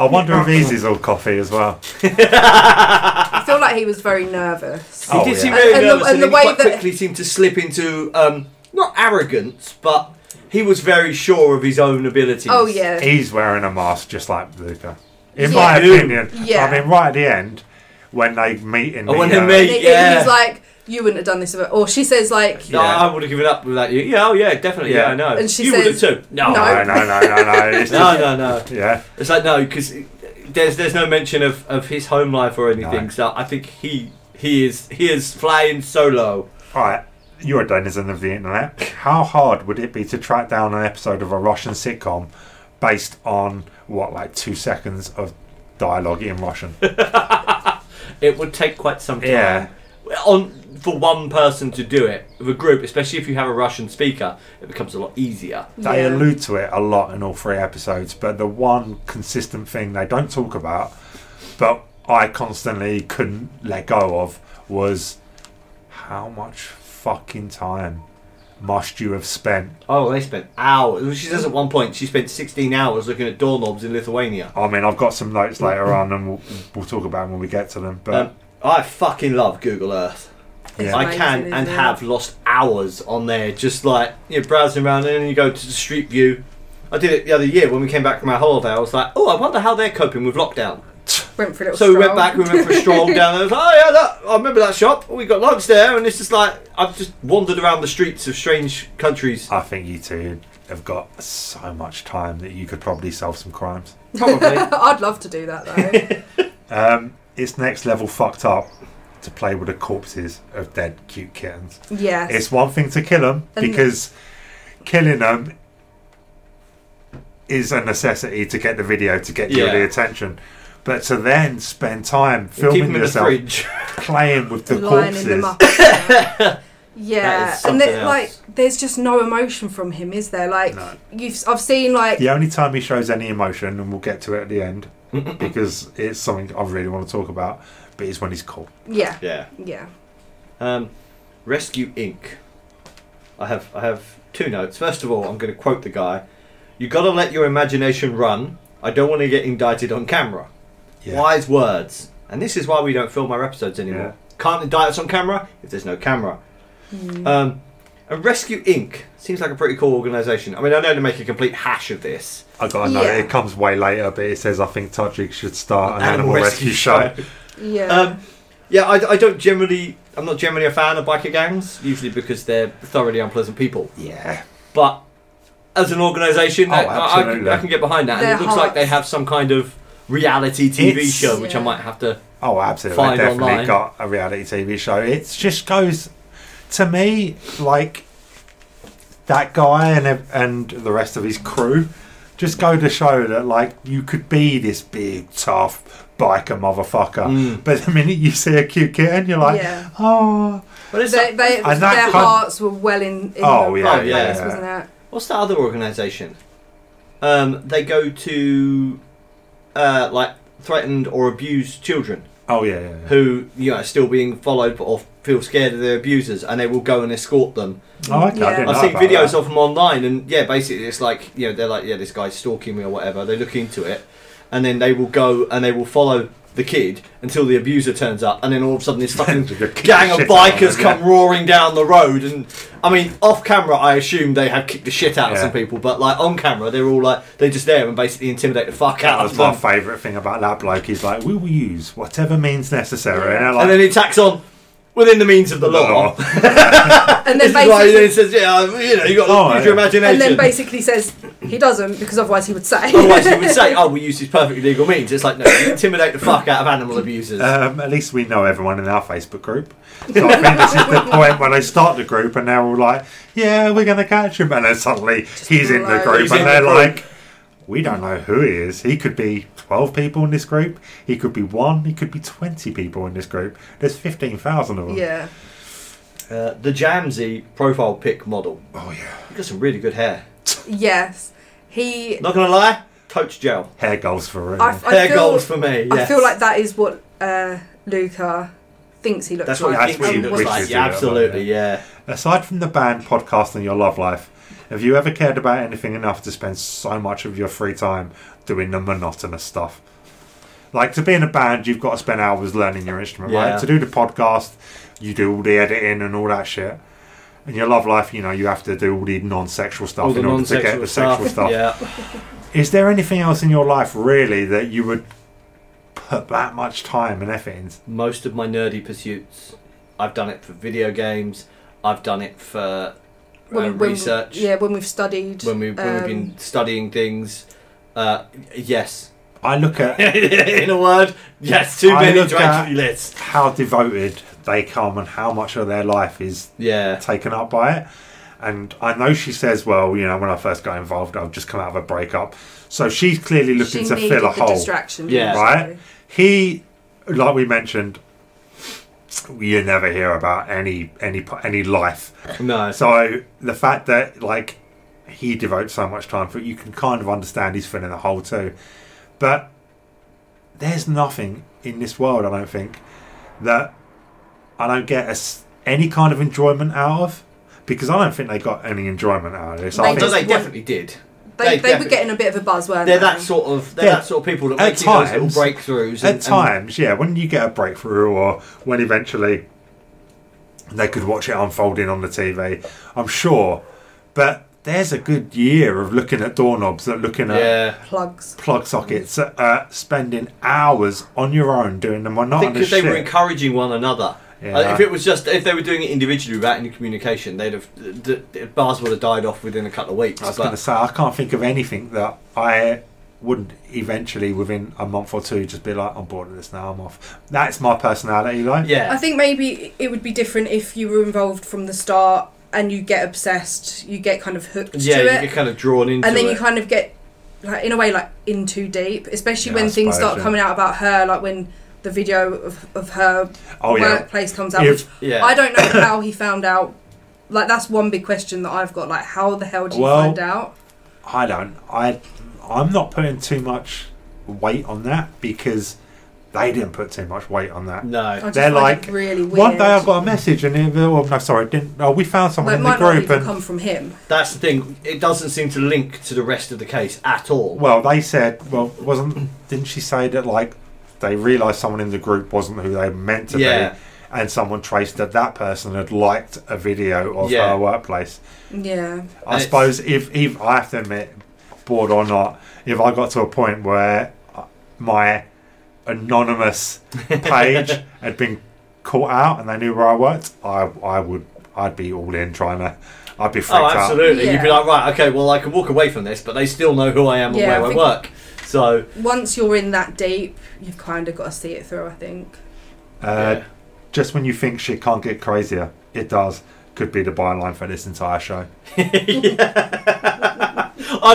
S2: I wonder if he's his old coffee as well.
S3: I feel like he was very nervous.
S1: He
S2: Oh,
S1: did
S2: yeah.
S1: seem very
S3: And the-
S1: nervous, and,
S3: and the
S1: then
S3: way
S1: he quite
S3: that-
S1: quickly seemed to slip into um, not arrogance, but he was very sure of his own abilities.
S3: Oh yeah.
S2: He's wearing a mask just like Luca. In
S3: Yeah.
S2: my
S1: Ew.
S2: opinion.
S3: Yeah.
S2: I mean, right at the end, when they meet in
S1: Oh,
S2: the,
S1: when they
S2: uh,
S1: meet.
S3: And he-
S1: Yeah.
S3: He's like, you wouldn't have done this, if it-" or she says like,
S1: No,
S2: Yeah.
S1: I would have given up without you. Yeah, oh yeah, definitely. Yeah,
S2: Yeah.
S1: I know.
S3: And she
S1: you
S3: says,
S1: would have too. No,
S2: No, no, no, no, no. It's
S1: no,
S2: just,
S1: no, no.
S2: yeah.
S1: It's like no, because there's there's no mention of, of his home life or anything.
S2: No.
S1: So I think he he is he is flying solo.
S2: All right. You're a denizen of the internet. How hard would it be to track down an episode of a Russian sitcom based on, what, like two seconds of dialogue in Russian?
S1: It would take quite some time.
S2: yeah.
S1: on for one person to do it with a group, especially if you have a Russian speaker, it becomes a lot easier.
S2: They
S3: Yeah.
S2: allude to it a lot in all three episodes, but the one consistent thing they don't talk about, but I constantly couldn't let go of, was how much fucking time must you have spent?
S1: Oh, they spent hours. She says at one point she spent 16 hours looking at doorknobs in Lithuania.
S2: I mean, I've got some notes later on, and we'll, we'll talk about 'em when we get to them. But
S1: Um, I fucking love Google Earth.
S3: It's
S2: Yeah.
S1: I can
S3: amazing,
S1: and
S3: isn't it?
S1: have lost hours on there, just like you know, browsing around, and then you go to the Street View. I did it the other year when we came back from our holiday. I was like, oh, I wonder how they're coping with lockdown.
S3: Went for a little
S1: So we went
S3: stroll.
S1: back, we went for a stroll down there. It was, oh yeah, that, I remember that shop. We got lunch there, and it's just like I've just wandered around the streets of strange countries.
S2: I think you two have got so much time that you could probably solve some crimes.
S1: Probably.
S3: I'd love to do that though.
S2: Um, it's next level fucked up to play with the corpses of dead cute kittens.
S3: yes.
S2: It's one thing to kill them
S3: And-
S2: because killing them is a necessity to get the video to get you
S1: Yeah.
S2: the attention. But to then spend time
S1: Keep
S2: filming
S1: them in the
S2: yourself
S1: fridge.
S2: playing with the
S3: lining them
S2: corpses,
S3: up. yeah.
S1: That
S3: Yeah,
S1: is
S3: and
S1: something
S3: then,
S1: else.
S3: like, there's just no emotion from him, is there? Like,
S2: No.
S3: you've I've seen like
S2: the only time he shows any emotion, and we'll get to it at the end because it's something I really want to talk about. But it's when he's caught.
S3: yeah,
S1: Yeah.
S3: yeah,
S1: Um, Rescue Inc. I have I have two notes. First of all, I'm going to quote the guy. You got to let your imagination run. I don't want to get indicted on camera.
S2: Yeah.
S1: Wise words. And this is why we don't film our episodes anymore. Can't indict us on camera if there's no camera. Um, and Rescue Inc. seems like a pretty cool organisation. I mean, I know they make a complete hash of this.
S2: I gotta know
S3: Yeah.
S2: it comes way later, but it says I think Todrick should start an animal, rescue, show.
S3: yeah.
S1: Um, yeah, I, I don't generally. I'm not generally a fan of biker gangs, usually because they're thoroughly unpleasant people.
S2: Yeah,
S1: But as an organisation,
S2: Oh,
S1: I, I, I, can,
S2: absolutely.
S1: I can get behind that. And
S3: Their
S1: it looks like they
S3: hearts.
S1: have some kind of reality TV
S2: It's-
S1: show, which I
S3: Yeah.
S1: might have to.
S2: Oh, absolutely.
S1: find
S2: Definitely
S1: online.
S2: got a reality TV show. It just goes to me like that guy and ev- and the rest of his crew just go to show that like you could be this big tough biker motherfucker.
S1: Mm.
S2: But the minute you see a cute kitten, you're like,
S3: Yeah.
S2: oh,
S1: But it's
S3: They,
S1: that,
S3: they,
S2: And that
S3: their
S2: con-
S3: hearts were well in, in
S2: oh
S3: the
S2: yeah,
S1: Oh,
S2: yeah,
S1: yeah.
S3: place, wasn't it?
S1: what's that other organisation? Um, they go to uh, like threatened or abused children
S2: Oh yeah, yeah, yeah.
S1: who you know are still being followed or feel scared of their abusers, and they will go and escort them.
S2: Oh, okay. I
S3: Yeah.
S2: didn't know
S1: I've seen
S2: about
S1: videos
S2: that.
S1: of them online, and yeah, basically it's like you know they're like yeah this guy's stalking me or whatever. They look into it, and then they will go and they will follow the kid until the abuser turns up, and then all of a sudden this fucking
S2: Just kick
S1: gang
S2: the
S1: of
S2: shit out
S1: bikers
S2: them,
S1: come roaring down the road. And I mean, off camera, I assume they have kicked the shit out of
S2: Yeah.
S1: some people, but like on camera, they're all like they're just there and basically intimidate the fuck
S2: That
S1: out
S2: was
S1: of
S2: my
S1: them.
S2: favourite thing about that bloke. He's like, we will use whatever means necessary. And, they're like,
S1: And then he tacks on within the means of the law.
S2: "Oh."
S3: And
S1: This
S3: then
S1: is why
S3: basically,
S1: he says, "Yeah, you know, you got to
S2: Oh,
S1: use your
S2: yeah.
S1: imagination."
S3: and then basically says he doesn't because otherwise he would say.
S1: Otherwise, you would say, "Oh, we use these perfectly legal means." It's like, no, you intimidate the fuck out of animal abusers.
S2: Um, at least we know everyone in our Facebook group. So I think this is the point when they start the group and they're all like, "Yeah, we're going to catch him," and then suddenly he's in the
S3: blows.
S2: group
S1: He's in
S2: and they're
S1: the group.
S2: like, "We don't know who he is. He could be twelve people in this group. He could be one. He could be twenty people in this group. There's fifteen thousand of them."
S3: yeah.
S1: Uh, the Jamsey profile pic model.
S2: Oh yeah.
S1: You got some really good hair.
S3: Yes. He.
S1: Not gonna lie, Coach Gel.
S2: Hair goals for real.
S3: I, I
S1: Hair
S3: feel,
S1: goals for me.
S3: I
S1: yes.
S3: feel like that is what uh, Luca thinks he looks
S1: that's what
S3: like.
S1: he
S2: That's
S1: thinks
S2: what
S1: he
S2: he
S1: looks like.
S2: wishes
S1: Yeah,
S2: he looked like,
S1: absolutely. Yeah.
S2: Aside from the band, podcast, and your love life, have you ever cared about anything enough to spend so much of your free time doing the monotonous stuff? Like to be in a band, you've got to spend hours learning your instrument,
S1: Yeah.
S2: right? To do the podcast, you do all the editing and all that shit. And your love life, you know, you have to do all the non-sexual stuff
S1: All the
S2: in order to get
S1: non-sexual
S2: the sexual stuff.
S1: Yeah.
S2: Is there anything else in your life really that you would put that much time and effort into?
S1: Most of my nerdy pursuits, I've done it for video games. I've done it for uh, research.
S3: yeah, um, when we've studied.
S1: When we when we've been studying things. Uh, yes.
S2: I look at
S1: In a word, yes. Too
S2: I
S1: many
S2: look
S1: to
S2: at-
S1: actually list.
S2: how devoted they come and how much of their life is
S1: Yeah.
S2: taken up by it. And I know she says, well, you know, when I first got involved, I've just come out of a breakup. So she's clearly looking
S3: she
S2: to
S3: needed
S2: fill a
S3: the
S2: hole.
S3: distraction.
S1: Yeah.
S2: Right? He, like we mentioned, you never hear about any any any life.
S1: No.
S2: So the fact that like he devotes so much time for it, you can kind of understand he's filling a hole too. But there's nothing in this world, I don't think, that I don't get a s any kind of enjoyment out of because I don't think they got any enjoyment out of this. I
S1: Oh, no,
S3: They
S2: think
S1: they
S3: just
S1: definitely did.
S3: They,
S1: They
S3: they were
S1: definitely-
S3: getting a bit of a buzz, weren't
S1: They're
S3: they?
S1: that sort of they're
S2: Yeah.
S1: that sort of people that
S2: At
S1: make you those little
S2: times-
S1: breakthroughs.
S2: at
S1: and- and-
S2: times, yeah, when you get a breakthrough or when eventually they could watch it unfolding on the TV, I'm sure. But there's a good year of looking at doorknobs, that looking at
S1: yeah.
S3: Plugs.
S2: plug sockets uh, spending hours on your own doing the
S1: I think
S2: monotonous
S1: because they were
S2: shit.
S1: encouraging one another.
S2: Yeah.
S1: Uh, if it was just if they were doing it individually without any communication, they'd have the, the, the bars would have died off within a couple of weeks.
S2: I was
S1: but
S2: going to say I can't think of anything that I wouldn't eventually within a month or two just be like I'm bored of this now I'm off. That's my personality though.
S1: yeah,
S3: I think maybe it would be different if you were involved from the start and you get obsessed, you get kind of hooked
S1: yeah,
S3: to
S1: you
S3: it.
S1: get kind of drawn into
S3: and then
S1: it.
S3: you kind of get like in a way like in too deep especially
S2: Yeah,
S3: when
S2: I
S3: things
S2: suppose,
S3: start
S2: yeah.
S3: coming out about her like when the video of, of her
S2: Oh yeah.
S3: workplace comes out
S2: If-
S3: which
S1: yeah,
S3: i don't know how he found out like that's one big question that i've got like how the hell did you
S2: Well-
S3: find out
S2: I don't. I I'm not putting too much weight on that because they didn't put too much weight on that.
S3: I
S1: no.
S3: just
S2: They're
S3: find it
S2: like,
S3: really weird
S2: One day I got a message and it, oh no sorry didn't oh we found someone
S3: like,
S2: in the
S3: might not
S2: group
S3: even
S2: and
S3: come from him
S1: That's the thing. It doesn't seem to link to the rest of the case at all.
S2: Well, they said, well, wasn't didn't she say that like they realised someone in the group wasn't who they were meant to
S1: Yeah.
S2: be, and someone traced that that person had liked a video of
S1: Yeah.
S2: her workplace.
S3: yeah
S2: I
S1: And it's-
S2: suppose if if I have to admit, bored or not, if I got to a point where my anonymous page had been caught out and they knew where I worked, I I would I'd be all in trying to. I'd be freaked
S1: oh,
S2: out.
S1: absolutely. You'd be
S3: Yeah.
S1: like, right, okay, well, I can walk away from this, but they still know who I am
S3: Yeah, I
S1: and where I,
S3: think-
S1: work. So
S3: once you're in that deep you've kind of got to see it through i think
S2: Uh, Just when you think shit can't get crazier, it does. could be the byline for this entire show.
S1: I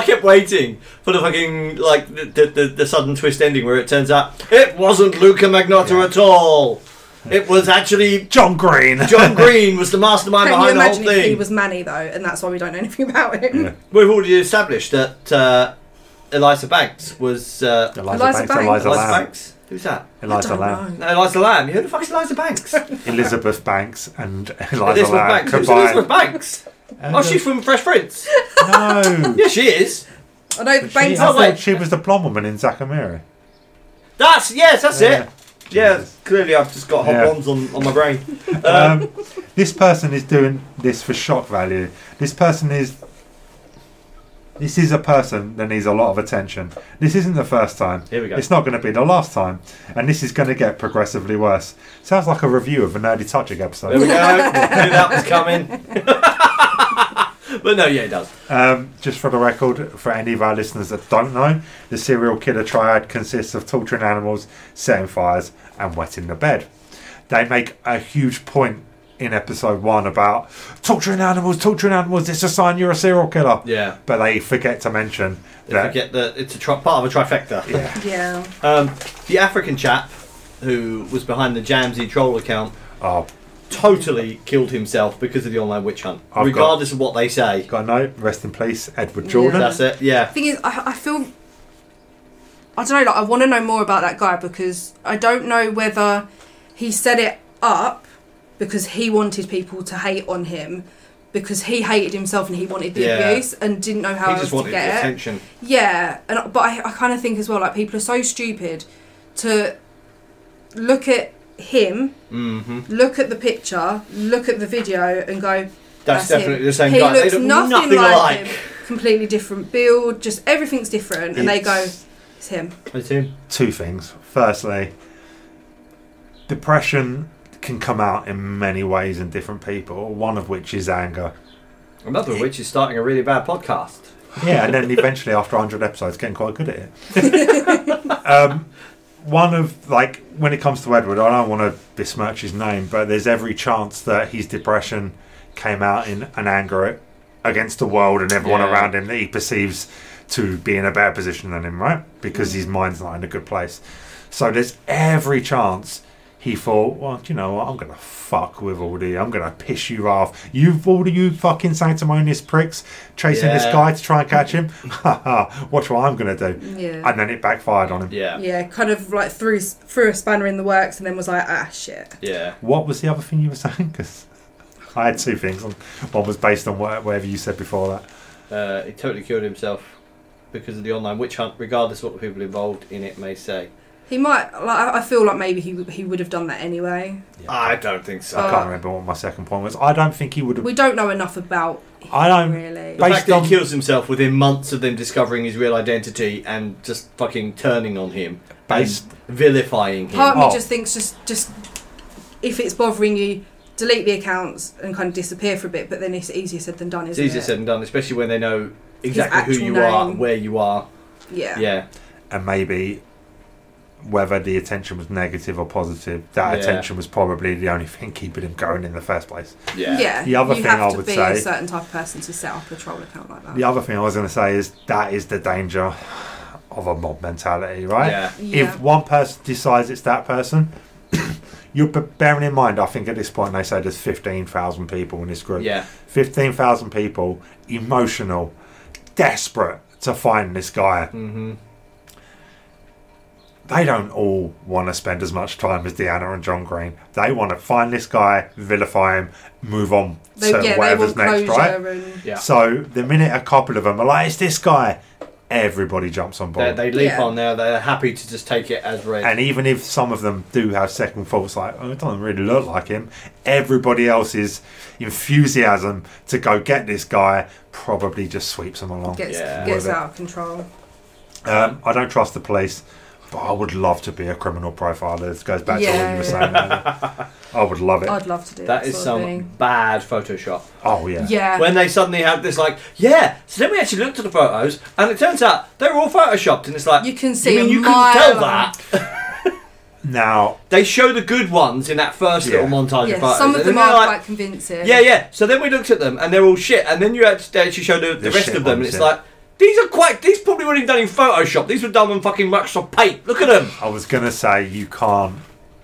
S1: kept waiting for the fucking like the, the, the, the sudden twist ending where it turns out it wasn't Luca Magnotta
S2: Yeah.
S1: at all. It was actually
S2: John Green.
S1: John Green was the mastermind
S3: Can you
S1: behind the whole
S3: imagine if he
S1: thing.
S3: was Manny though, and that's why we don't know anything about him?
S2: Yeah.
S1: We've already established that uh, Eliza Banks was uh,
S2: Eliza,
S3: Eliza
S2: Banks,
S3: Banks.
S2: Eliza,
S1: Eliza
S2: Lamb,
S1: Banks. Who's that?
S3: I
S2: Eliza
S3: don't
S2: Lamb,
S3: know.
S1: No, Eliza Lamb. Who the fuck's Eliza Banks?
S2: Elizabeth Banks, and Eliza
S1: Elizabeth
S2: Lamb
S1: Banks. Who's
S2: combined.
S1: Elizabeth Banks? Oh, she's from Fresh Prince.
S2: no.
S1: Yeah, she is.
S3: I know
S2: She-
S3: Bane's
S2: I
S1: not
S2: thought
S3: not
S1: like-
S2: she was the blonde woman in Zakamira.
S1: That's yes, that's
S2: Yeah.
S1: it. Yeah,
S2: Jesus.
S1: clearly I've just got hot
S2: Yeah.
S1: ones on, on my brain.
S2: Um, this person is doing this for shock value. This person is. This is a person that needs a lot of attention. This isn't the first time.
S1: Here we go.
S2: It's not going to be the last time. And this is going to get progressively worse. Sounds like a review of a Nerdy Touching
S1: There we
S2: episode.
S1: go. Knew that was coming. but no, yeah, it does.
S2: Um, just for the record, for any of our listeners that don't know, the serial killer triad consists of torturing animals, setting fires, and wetting the bed. They make a huge point in episode one about torturing animals, torturing animals, it's a sign you're a serial killer.
S1: Yeah.
S2: But they forget to mention that.
S1: Forget that it's a tri- part of a trifecta.
S2: Yeah.
S3: Yeah.
S1: Um, the African chap who was behind the Jamsy troll account
S2: Oh,
S1: totally killed himself because of the online witch hunt,
S2: I've got-
S1: regardless of what they say.
S2: got a note. Rest in peace, Edward Jordan.
S1: That's it. Yeah.
S3: thing is, I, I feel. I don't know. Like, I want to know more about that guy because I don't know whether he set it up because he wanted people to hate on him because he hated himself and he wanted the
S1: Yeah.
S3: abuse and didn't know how
S1: He
S3: else
S1: just wanted
S3: to
S1: the
S3: get it.
S1: attention.
S3: Yeah, and I- but I, I kind of think as well like people are so stupid to look at him,
S1: hmm
S3: look at the picture, look at the video, and go,
S1: That's,
S3: him.
S1: definitely the same
S3: he
S1: guy.
S3: looks
S1: they look
S3: nothing, like,
S1: alike.
S3: him. Completely different build, just everything's different, and they go,
S2: It's
S3: "It's him."
S1: That's him.
S2: Two things. Firstly, depression can come out in many ways in different people, one of which is anger.
S1: Another of which is starting a really bad podcast.
S2: Yeah, and then eventually after 100 episodes, getting quite good at it. um, one of like when it comes to Edward, I don't want to besmirch his name, but there's every chance that his depression came out in an anger at, against the world and everyone
S1: Yeah.
S2: around him that he perceives to be in a better position than him, right? Because his mind's not in a good place. So there's every chance he thought, well, do you know what? I'm gonna fuck with all the. I'm gonna piss you off. You've all you fucking sanctimonious pricks chasing this
S1: Yeah.
S2: guy to try and catch him. Ha ha! Watch what I'm gonna do.
S3: Yeah,
S2: And then it backfired on him.
S1: Yeah. Yeah.
S3: yeah, kind of like threw threw a spanner in the works, and then was like, "Ah, shit."
S2: What was the other thing you were saying? 'Cause I had two things. on- One was based on wha- whatever you said before that.
S1: Uh, he totally killed himself because of the online witch hunt, regardless of what the people involved in it may say.
S3: He might. Like, I- I feel like maybe he he would have done that anyway.
S1: I don't think so.
S2: I
S3: Uh,
S2: can't remember what my second point was. I don't think he would have.
S3: We don't know enough about. Him,
S2: I don't-
S3: really.
S1: the
S2: Based
S1: fact that
S2: on-
S1: he kills himself within months of them discovering his real identity and just fucking turning on him,
S2: Based-
S1: and vilifying him.
S3: Part of me
S2: Oh.
S3: just thinks just just if it's bothering you, delete the accounts and kind of disappear for a bit. But then it's easier said than done,
S1: it's
S3: isn't it?
S1: easier said than done, especially when they know exactly who
S3: actual
S1: you are
S3: name.
S1: and where you are.
S3: Yeah.
S1: Yeah,
S2: and maybe whether the attention was negative or positive, that
S1: Yeah.
S2: attention was probably the only thing keeping him going in the first place.
S1: yeah,
S3: Yeah,
S2: The other
S3: you
S2: thing
S3: have
S2: I
S3: to
S2: would
S3: be
S2: say-
S3: a certain type of person to set up a troll account like that.
S2: The other thing I was going to say is that is the danger of a mob mentality, right?
S1: Yeah.
S3: Yeah.
S2: If one person decides it's that person, you're b- bearing in mind, I think at this point they say there's 15,000 people in this group.
S1: Yeah.
S2: 15,000 people, emotional, desperate to find this guy.
S1: hmm
S2: they don't all want to spend as much time as Deanna and John Green. They want to find this guy, vilify him, move on
S3: They,
S2: to
S3: yeah, they
S2: whatever's
S3: want
S2: next,
S3: closure
S2: right?
S3: and
S1: yeah.
S2: So the minute a couple of them are like, it's this guy, everybody jumps on
S1: They,
S2: board.
S1: they leap
S3: Yeah.
S1: on there. They're happy to just take it as read.
S2: and even if some of them do have second thoughts, like, oh, it doesn't really look like him, everybody else's enthusiasm to go get this guy probably just sweeps them along.
S3: gets
S1: Yeah.
S3: gets
S2: Whatever.
S3: out of control.
S2: Um, I don't trust the police, but I would love to be a criminal profiler. This goes back to what you
S3: Yeah.
S2: were saying. earlier. I would love it.
S3: I'd love to do that.
S1: that is
S3: sort
S1: some
S3: of thing.
S1: bad Photoshop.
S2: Oh yeah.
S3: Yeah.
S1: when they suddenly had this like yeah so then we actually looked at the photos and it turns out they were all photoshopped and it's like
S3: You can see
S1: you mean
S3: a
S1: you couldn't
S3: mile
S1: tell
S3: on-
S1: that
S2: Now,
S1: They show the good ones in that first
S2: Yeah.
S1: little montage
S3: Yeah,
S1: of photos.
S3: some of
S1: and
S3: them
S1: then
S3: are
S1: you're like,
S3: quite convincing.
S1: Yeah, yeah. So then we looked at them and they're all shit. And then you actually, they actually show the, the
S2: They're
S1: rest
S2: shit
S1: of them and
S2: ones,
S1: it's
S2: yeah.
S1: like, these are quite, these probably weren't even done in Photoshop. These were done on fucking Microsoft Paint. Look at them.
S2: I was going to say you can't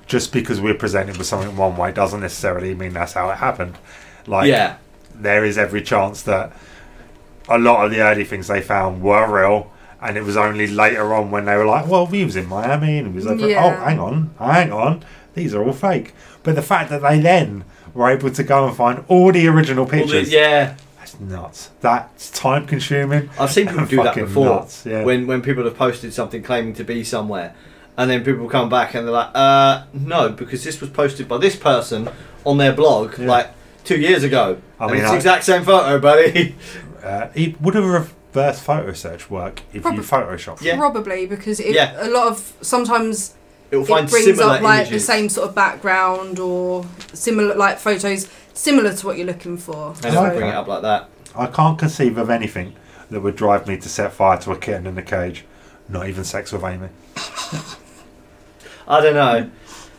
S2: just because we're presented with something one way doesn't necessarily mean that's how it happened. Like,
S1: Yeah.
S2: there is every chance that a lot of the early things they found were real, and it was only later on when they were like, "Well, we was in Miami, and it was over.
S3: Yeah.
S2: Oh, hang on, hang on, these are all fake." But the fact that they then were able to go and find all the original
S1: All the,
S2: pictures,
S1: yeah.
S2: that's nuts. That's time consuming.
S1: I've seen people
S2: and
S1: do that
S2: fucking
S1: before.
S2: nuts, yeah.
S1: When when people have posted something claiming to be somewhere, and then people come back and they're like, uh, no, because this was posted by this person on their blog
S2: Yeah.
S1: like two years ago.
S2: I
S1: and
S2: mean,
S1: it's the
S2: I-
S1: exact same photo, buddy.
S2: Uh, it would a reverse photo search work if
S3: Probably.
S2: you Photoshop?
S1: Yeah.
S3: Probably because it,
S1: Yeah.
S3: a lot of sometimes
S1: It'll find
S3: it brings
S1: similar
S3: up like
S1: images.
S3: the same sort of background or similar like photos similar to what you're looking for.
S1: And
S2: Yeah.
S1: it'll bring it up like that.
S2: I can't conceive of anything that would drive me to set fire to a kitten in a cage. Not even sex with Amy.
S1: I don't know.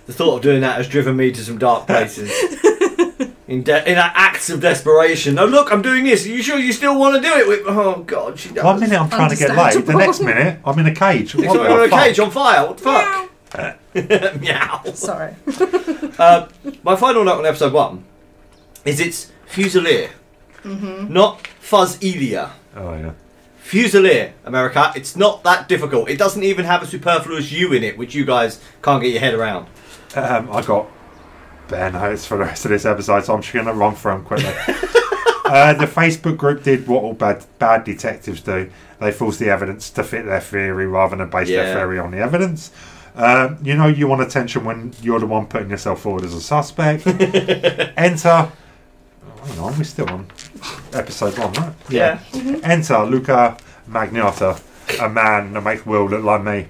S1: The thought of doing that has driven me to some dark places. In, de- in acts of desperation. Oh look, I'm doing this. Are you sure you still want to do it? With- oh god, she does.
S2: One minute I'm trying to get laid, the
S3: Understandable.
S2: next minute I'm in a
S1: It's
S2: cage. What
S1: not
S2: the
S1: even a
S2: fuck?
S1: cage on fire. What the fuck? Meow.
S3: Sorry.
S1: Uh, my final note on episode one is it's Fusilier, not Fuzzilia.
S2: Oh yeah.
S1: Fusilier, America. It's not that difficult. It doesn't even have a superfluous U in it, which you guys can't get your head around.
S2: Um, I got bare notes for the rest of this episode, so I'm just going to run through them quickly. uh, the Facebook group did what all bad, bad detectives do they force the evidence to fit their theory rather than base
S1: Yeah.
S2: their theory on the evidence. Um, you know, you want attention when you're the one putting yourself forward as a suspect. Enter. Oh, hang on, we're still on episode one, right?
S1: Yeah.
S2: Enter Luca Magnotta, a man that makes Will look like me.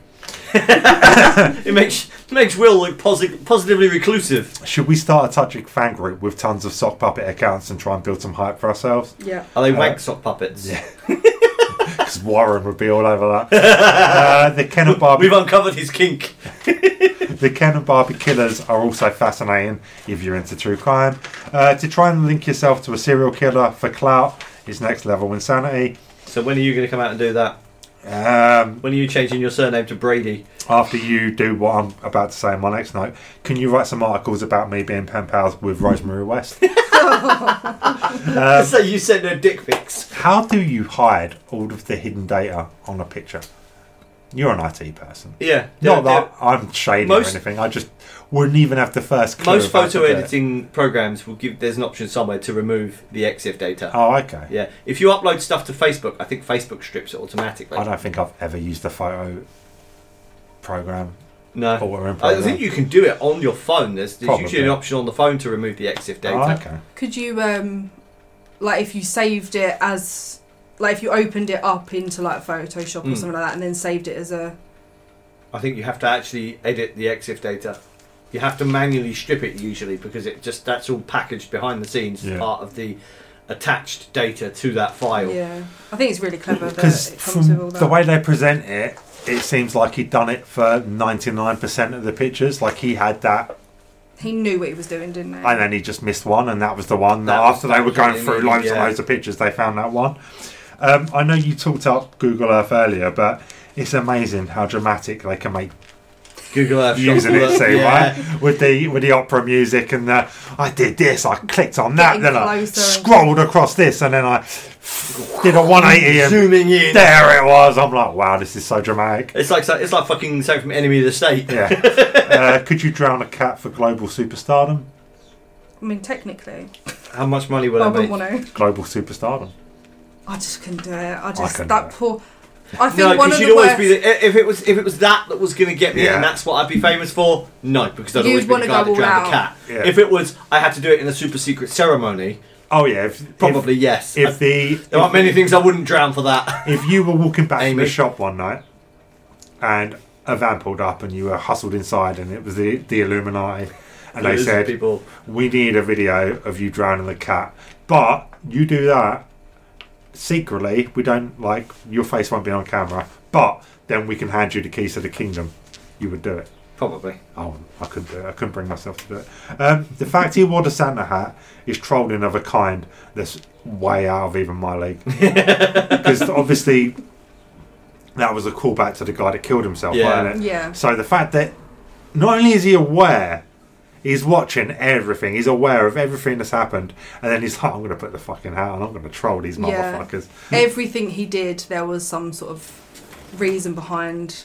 S1: It makes makes Will look posi- positively reclusive.
S2: Should we start a touching fan group with tons of sock puppet accounts and try and build some hype for ourselves?
S3: Yeah.
S1: Are
S2: Uh,
S1: they wank sock puppets?
S2: Because Warren would be all over that. uh, the Ken and Barbie,
S1: We've uncovered his kink.
S2: the Ken and Barbie killers are also fascinating if you're into true crime. Uh, to try and link yourself to a serial killer for clout is next level insanity.
S1: So when are you going to come out and do that?
S2: Um,
S1: When are you changing your surname to Brady?
S2: after you do what I'm about to say in my next note, can you write some articles about me being pen pals with Rosemary West? Um,
S1: so you sent no dick pics.
S2: How do you hide all of the hidden data on a picture? You're an IT person.
S1: Yeah.
S2: Not
S1: They're-
S2: that I'm shady
S1: Most-
S2: or anything. I just wouldn't even have the first.
S1: they're-
S2: Clue
S1: Most
S2: about
S1: photo
S2: the bit.
S1: editing programs will give. There's an option somewhere to remove the EXIF data.
S2: Oh, okay.
S1: Yeah, if you upload stuff to Facebook, I think Facebook strips it automatically.
S2: I don't think I've ever used a photo program
S1: No,
S2: or in
S1: Uh, I
S2: program.
S1: think you can do it on your phone. There's, there's
S2: Probably.
S1: usually an option on the phone to remove the EXIF data.
S2: Oh, okay.
S3: Could you um like if you saved it as like if you opened it up into like Photoshop or
S1: Mm.
S3: something like that and then saved it as a
S1: I think you have to actually edit the EXIF data. You have to manually strip it usually because it just that's all packaged behind the scenes as
S2: Yeah.
S1: part of the attached data to that file.
S3: Yeah. I think it's really clever
S2: Because
S3: that it comes with all
S2: from
S3: that.
S2: the way they present it, it seems like he'd done it for ninety nine percent of the pictures. Like he had that,
S3: he knew what he was doing, didn't he?
S2: and then he just missed one, and that was the one that,
S1: That was-
S2: after
S1: that
S2: they were
S1: was
S2: going
S1: it,
S2: through
S1: yeah.
S2: loads and loads of pictures, they found that one. Um, I know you talked up Google Earth earlier, but it's amazing how dramatic they can make
S1: Google Earth shots
S2: using it
S1: look-
S2: same
S1: yeah.
S2: right with the with the opera music and the I did this, I clicked on that,
S3: Getting
S2: then I
S3: closer.
S2: scrolled across this, and then I did a 180 and
S1: Zooming in.
S2: there it was. I'm like, wow, this is so dramatic.
S1: It's like it's like fucking something from Enemy of the State.
S2: Yeah. uh, could you drown a cat for global superstardom?
S3: I mean technically.
S1: How much money will
S3: But I
S1: I
S3: wouldn't
S1: make?
S3: want to.
S2: Global superstardom.
S3: I just couldn't do it. I just
S2: couldn't
S3: that
S2: do it.
S3: poor I think
S1: No,
S3: one
S1: because
S3: of
S1: you'd
S3: the
S1: always
S3: worst
S1: be the, if it was if it was that that was going to get me,
S2: Yeah.
S1: and that's what I'd be famous for. No, because I'd
S3: You'd
S1: always be the
S3: wanna
S1: guy
S3: go
S1: that
S3: all
S1: drowned the
S3: out.
S1: cat.
S2: Yeah.
S1: If it was, I had to do it in a super secret ceremony.
S2: Oh yeah, if,
S1: Probably uh, yes.
S2: If,
S1: I-
S2: if the
S1: there aren't many things I wouldn't drown for that.
S2: if you were walking back from
S1: Amy.
S2: the shop one night and a van pulled up and you were hustled inside and it was the, the Illuminati and they
S1: Those
S2: said
S1: people.
S2: we need a video of you drowning the cat but you do that secretly we don't like your face won't be on camera but then we can hand you the keys to the kingdom you would do it
S4: Probably.
S2: Oh, I couldn't do it. I couldn't bring myself to do it. Um, the fact he wore the Santa hat is trolling of a kind that's way out of even my league. Because obviously, that was a callback to the guy that killed himself,
S1: Yeah.
S2: wasn't it?
S3: Yeah.
S2: So the fact that not only is he aware, he's watching everything. He's aware of everything that's happened, and then he's like, "I'm going to put the fucking hat on. I'm going to troll these
S3: Yeah.
S2: motherfuckers."
S1: Hmm.
S3: Everything he did, there was some sort of reason behind,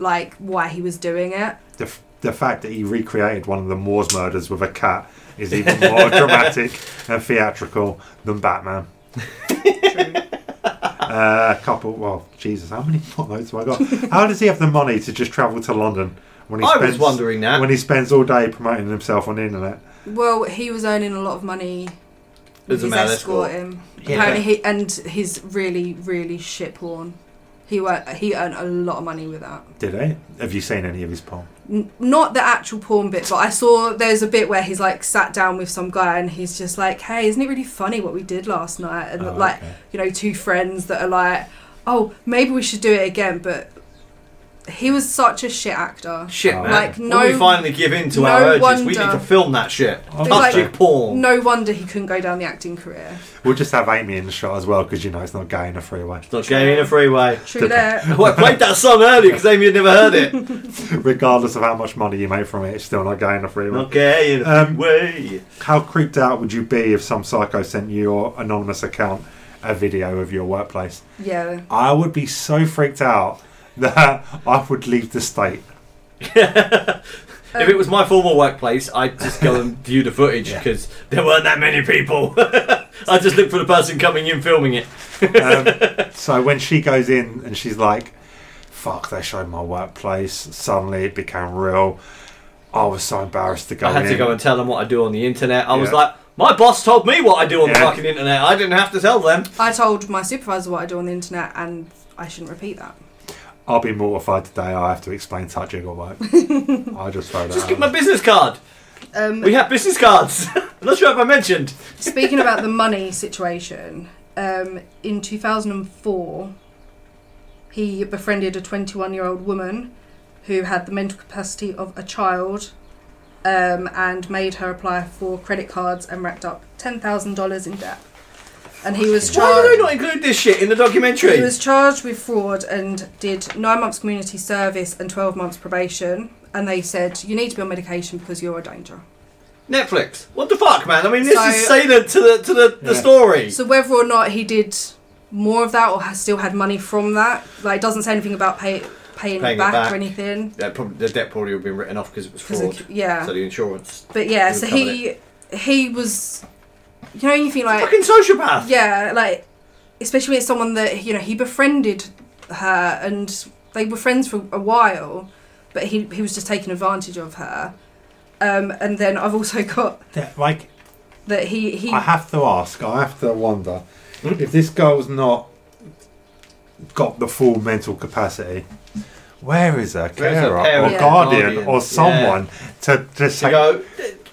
S3: like why he was doing it.
S2: The, f- the fact that he recreated one of the Moore's murders with a cat is even more dramatic and theatrical than Batman. Uh, a couple, well, Jesus, how many more notes have I got? How does he have the money to just travel to London when he
S1: I
S2: spends
S1: was wondering that.
S2: when he spends all day promoting himself on the internet?
S3: Well, he was earning a lot of money. with
S1: As a
S3: his
S1: male escort.
S3: escort. him.
S1: Yeah.
S3: Apparently, he and he's really, really shit porn. He wor- he earned a lot of money with that.
S2: Did he? Have you seen any of his porn?
S3: N- not the actual porn bit, but I saw there's a bit where he's like sat down with some guy and he's just like, "Hey, isn't it really funny what we did last night?" And
S2: Oh,
S3: like,
S2: okay.
S3: you know, two friends that are like, "Oh, maybe we should do it again," but he was such a shit actor.
S1: Shit,
S2: Oh.
S1: man.
S3: Like,
S1: When
S3: no-
S1: we finally give in to
S3: no
S1: our urges. We need
S3: wonder-
S1: to film that shit.
S2: It's
S1: Touching
S2: like-
S1: porn.
S3: No wonder he couldn't go down the acting career.
S2: We'll just have Amy in the shot as well because you know it's not gay in a freeway.
S1: It's not going in a freeway.
S3: True there.
S1: Oh, I played that song earlier because Amy had never heard it.
S2: Regardless of how much money you make from it, it's still not gay in a freeway.
S1: Not gay in a
S2: Um,
S1: freeway.
S2: How creeped out would you be if some psycho sent your anonymous account a video of your workplace?
S3: Yeah.
S2: I would be so freaked out that I would leave the state.
S1: if it was my former workplace, I'd just go and view the footage
S2: Yeah.
S1: because there weren't that many people. I just looked for the person coming in filming it.
S2: Um, so when she goes in and she's like, fuck, they showed my workplace, suddenly it became real. I was so embarrassed to go
S1: I had
S2: in.
S1: to go and tell them what I do on the internet. I was
S2: Yeah.
S1: like, my boss told me what I do on the
S2: Yeah.
S1: fucking internet. I didn't have to tell them.
S3: I told my supervisor what I do on the internet, and I shouldn't repeat that.
S2: I'll be mortified today. I have to explain touching or work. I just throw that
S1: Just
S2: out
S1: get
S2: there.
S1: my business card.
S3: Um,
S1: We have business cards. I'm not sure if I mentioned.
S3: Speaking about the money situation, um, in 2004, he befriended a 21 year old woman who had the mental capacity of a child um, and made her apply for credit cards and racked up $10,000 in debt. And he was
S1: Why do they
S3: charged.
S1: not include this shit in the
S3: He
S1: documentary?
S3: was charged with fraud and did nine months community service and 12 months probation. And they said, You need to be on medication because you're a danger.
S1: Netflix. What the fuck, man? I mean, this
S3: So-
S1: is salient to the to the, the
S2: Yeah.
S1: story.
S3: So whether or not he did more of that or has still had money from that, like it doesn't say anything about pay, paying,
S1: Paying it
S3: it back,
S1: back.
S3: or anything.
S1: Yeah, probably, the debt probably would have been written off because it was
S3: 'Cause
S1: fraud.
S3: it- yeah,
S1: So the insurance.
S3: but yeah,
S1: it
S3: so
S1: would
S3: he he was, you know, you think like
S1: Fucking sociopath.
S3: yeah, like especially when it's someone that you know he befriended her and they were friends for a while, but he he was just taking advantage of her. Um, and then I've also got
S2: Yeah, Like,
S3: that he he
S2: I have to ask, I have to wonder if this girl's not got the full mental capacity, where is her
S1: Where's her
S2: carer or
S1: parent,
S3: Yeah.
S2: guardian,
S1: guardian?
S2: or someone to just
S1: To
S2: say,
S1: go.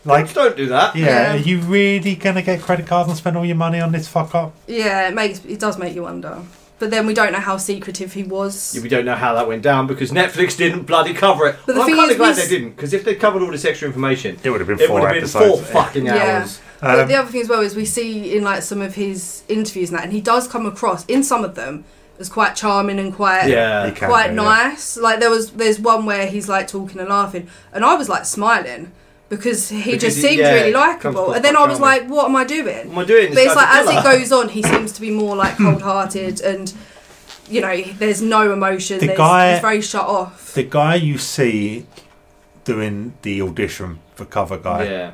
S2: like,
S1: Like, don't do that.
S2: yeah,
S3: Yeah.
S2: are you really going to get credit cards and spend all your money on this fuck up?
S3: yeah it makes it does make you wonder. But then we don't know how secretive he was.
S1: Yeah, We don't know how that went down because Netflix didn't bloody cover it.
S3: But the
S1: I'm
S3: thing
S1: kind
S3: is,
S1: of glad
S3: we
S1: they
S3: s-
S1: didn't because if they covered all this extra information,
S2: It would have been
S1: it would
S2: four
S1: have been
S2: episodes.
S1: four fucking
S3: Yeah.
S1: hours.
S3: But
S2: Um,
S3: the other thing as well is we see in like some of his interviews and that, and he does come across in some of them as quite charming and quite
S1: Yeah.
S2: he can
S3: quite
S2: do, yeah.
S3: nice. Like there was there's one where he's like talking and laughing, and I was like smiling because he
S1: Because
S3: just
S1: he-
S3: seemed
S1: yeah,
S3: really
S1: comes
S3: likable.
S1: across
S3: And then
S1: quite
S3: I was
S1: charming.
S3: like, what am I
S1: What
S3: doing?
S1: am I doing?
S3: But it's like as
S1: goes.
S3: it goes on, he seems to be more like cold hearted and. You know, there's no emotion.
S2: The
S3: there's,
S2: guy-
S3: he's very shut off.
S2: The guy you see doing the audition for Cover Guy
S1: Yeah.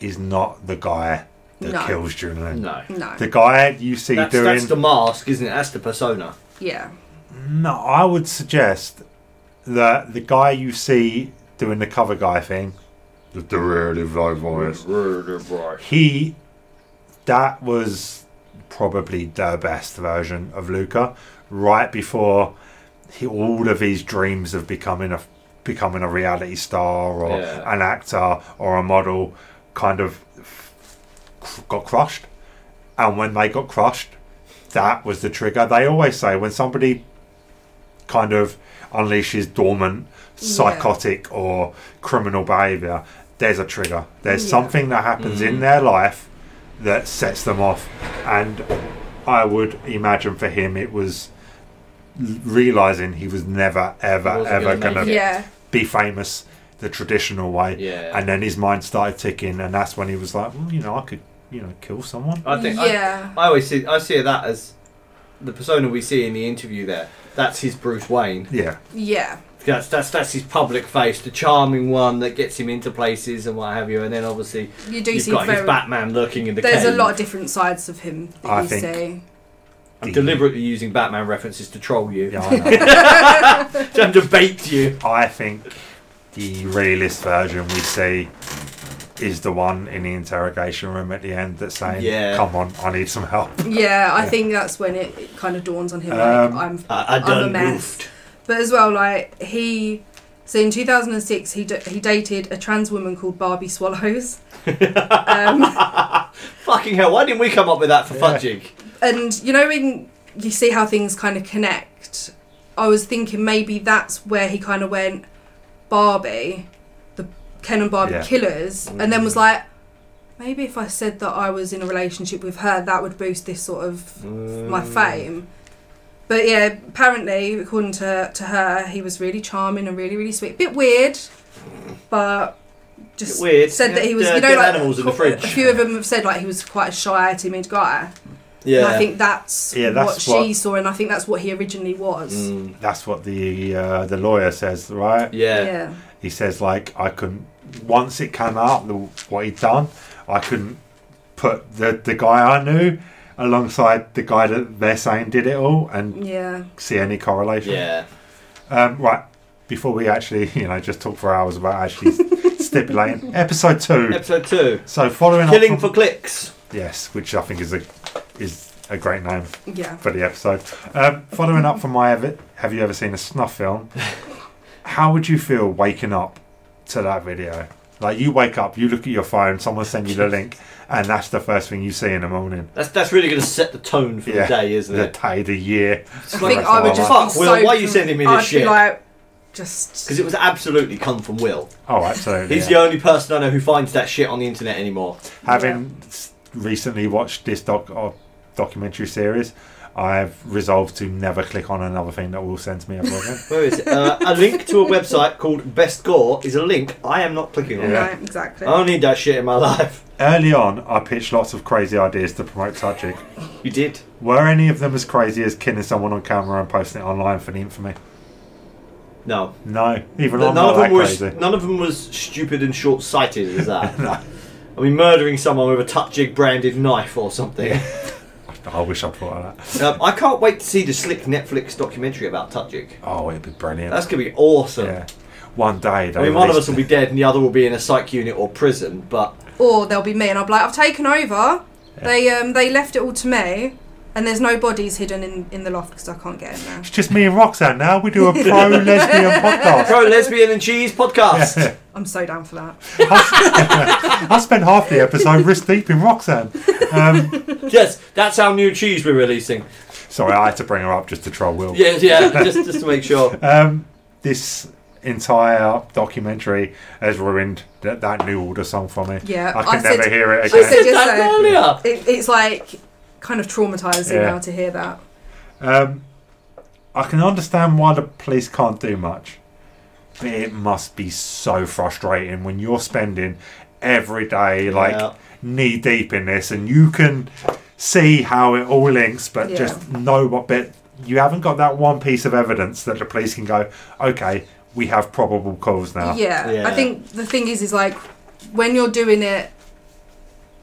S2: is not the guy that
S3: No.
S2: kills Juno.
S1: No.
S3: No.
S2: The guy you see
S1: That's,
S2: doing
S1: that's the mask, isn't it? That's the persona.
S3: yeah.
S2: No, I would suggest that the guy you see doing the cover guy thing, the derivative low voice, he, that was probably the best version of Luca, right before he, all of his dreams of becoming a becoming a reality star or
S1: Yeah.
S2: an actor or a model kind of cr- got crushed. And when they got crushed, that was the trigger. They always say when somebody kind of unleashes dormant psychotic or criminal behavior, there's a trigger. There's
S3: Yeah.
S2: something that happens
S1: Mm.
S2: in their life that sets them off. And I would imagine for him, it was realizing he was never, ever,
S1: wasn't
S2: ever
S1: gonna
S2: going
S1: make
S2: to
S1: it.
S3: Yeah.
S2: be famous the traditional way.
S1: Yeah.
S2: And then his mind started ticking, and that's when he was like, well, you know, I could, you know, kill someone.
S1: I think I-
S3: Yeah.
S1: I always see I see that as the persona we see in the interview there. That's his Bruce Wayne.
S2: Yeah.
S3: yeah.
S1: That's that's that's his public face, the charming one that gets him into places and what have you. And then obviously
S3: You do
S1: you've
S3: see
S1: got his
S3: very.
S1: Batman lurking in the
S3: There's
S1: cave.
S3: a lot of different sides of him that
S2: I
S3: you
S2: think-
S3: see.
S1: I'm deliberately using Batman references to troll you,
S2: Yeah, I know.
S1: to debate you.
S2: I think the realist version we see is the one in the interrogation room at the end that's saying,
S1: Yeah.
S2: "Come on, I need some help."
S3: Yeah,
S2: Yeah.
S3: I think that's when it, it kind of dawns on him.
S2: Um,
S3: like, I'm.
S1: I, I
S3: I'm a
S1: done
S3: mess.
S1: goofed.
S3: But as well, like he. So in 2006, he d- he dated a trans woman called Barbie Swallows. um,
S1: Fucking hell! Why didn't we come up with that for
S2: Yeah.
S1: Fudging?
S3: and you know when you see how things kind of connect i was thinking maybe that's where he kind of went barbie the ken and barbie
S2: Yeah. Mm.
S3: killers and then was like maybe if i said that i was in a relationship with her that would boost this sort of my
S1: Mm.
S3: fame but yeah apparently according to, to her he was really charming and really really sweet bit weird but just
S1: Bit weird.
S3: said that he was
S1: Yeah,
S3: you know
S1: dead
S3: like
S1: animals in the fridge.
S3: a few of them have said like he was quite a shy timid guy and I think that's,
S2: Yeah, that's
S3: what, she
S2: what-
S3: saw, and I think that's what he originally was.
S1: Mm.
S2: That's what the uh, the lawyer says, right?
S1: Yeah.
S3: Yeah.
S2: He says, "Like I couldn't." Once it came out the, what he'd done, I couldn't put the the guy I knew alongside the guy that they're saying did it all and
S3: Yeah.
S2: see any correlation.
S1: Yeah.
S2: Um, right. Before we actually, you know, just talk for hours about actually stipulating episode two.
S1: Episode two.
S2: So following
S1: Killing
S2: up
S1: for
S2: from,
S1: clicks.
S2: yes, which I think is a is a great name
S3: Yeah.
S2: for the episode. Um, following up from my ever, have you ever seen a snuff film? How would you feel waking up to that video? Like you wake up, you look at your phone, someone sends you the link, and that's the first thing you see in the morning.
S1: That's that's really going to set the tone for
S2: Yeah.
S1: the day, isn't
S2: The
S1: it?
S2: day, the year.
S1: It's
S3: I
S1: like,
S3: think I would just
S1: Fuck,
S3: be
S1: Will,
S3: so
S1: why are you sending me
S3: I'd
S1: this
S3: be
S1: shit?
S3: Like, just
S1: Because it was absolutely come from Will.
S2: Oh, absolutely.
S1: He's
S2: yeah.
S1: the only person I know who finds that shit on the internet anymore.
S2: Having s recently watched this doc or documentary series, I've resolved to never click on another thing that will send me ever again.
S1: Where is it? Uh, a link to a website called Best Gore is a link I am not clicking on.
S2: Yeah.
S3: no, exactly.
S1: I don't need that shit in my life.
S2: Early on, I pitched lots of crazy ideas to promote Tajik.
S1: You did.
S2: Were any of them as crazy as killing someone on camera and posting it online for the infamy?
S1: No.
S2: No, even
S1: None
S2: I'm not
S1: of
S2: that
S1: them was
S2: crazy.
S1: none of them was stupid and short sighted as that.
S2: No.
S1: I mean murdering someone with a touch jig branded knife or something.
S2: Oh, I wish I thought of that.
S1: Um, I can't wait to see the slick Netflix documentary about Tutjig.
S2: Oh, it'd be brilliant.
S1: That's gonna be awesome.
S2: yeah. One day, they
S1: I mean, one of us
S2: released
S1: will be dead and the other will be in a psych unit or prison, but
S3: Or they'll be me, and I'll be like, I've taken over. They um they left it all to me, and there's no bodies hidden in in the loft because I can't get in there.
S2: It's just me and Roxanne now. We do a pro lesbian podcast.
S1: pro lesbian and cheese podcast.
S2: Yeah.
S3: I'm so down for that.
S2: I spent half the episode wrist deep in Roxanne. Um,
S1: Yes, that's our new cheese we're releasing.
S2: sorry, I had to bring her up just to troll Will.
S1: Yeah, yeah, just, just to make sure.
S2: Um, this entire documentary has ruined that, that new order song for me.
S3: Yeah,
S2: I can
S3: I said-
S2: never hear it
S3: I
S2: again.
S3: said
S1: Did that
S3: Yeah.
S1: earlier.
S3: It, it's like kind of traumatizing
S2: Yeah.
S3: now to hear that.
S2: Um, I can understand why the police can't do much, but it must be so frustrating when you're spending every day like
S1: Yeah.
S2: knee deep in this, and you can see how it all links, but
S3: Yeah.
S2: just know what bit you haven't got that one piece of evidence that the police can go, okay, we have probable cause now.
S3: Yeah.
S1: Yeah.
S3: I think the thing is, is like when you're doing it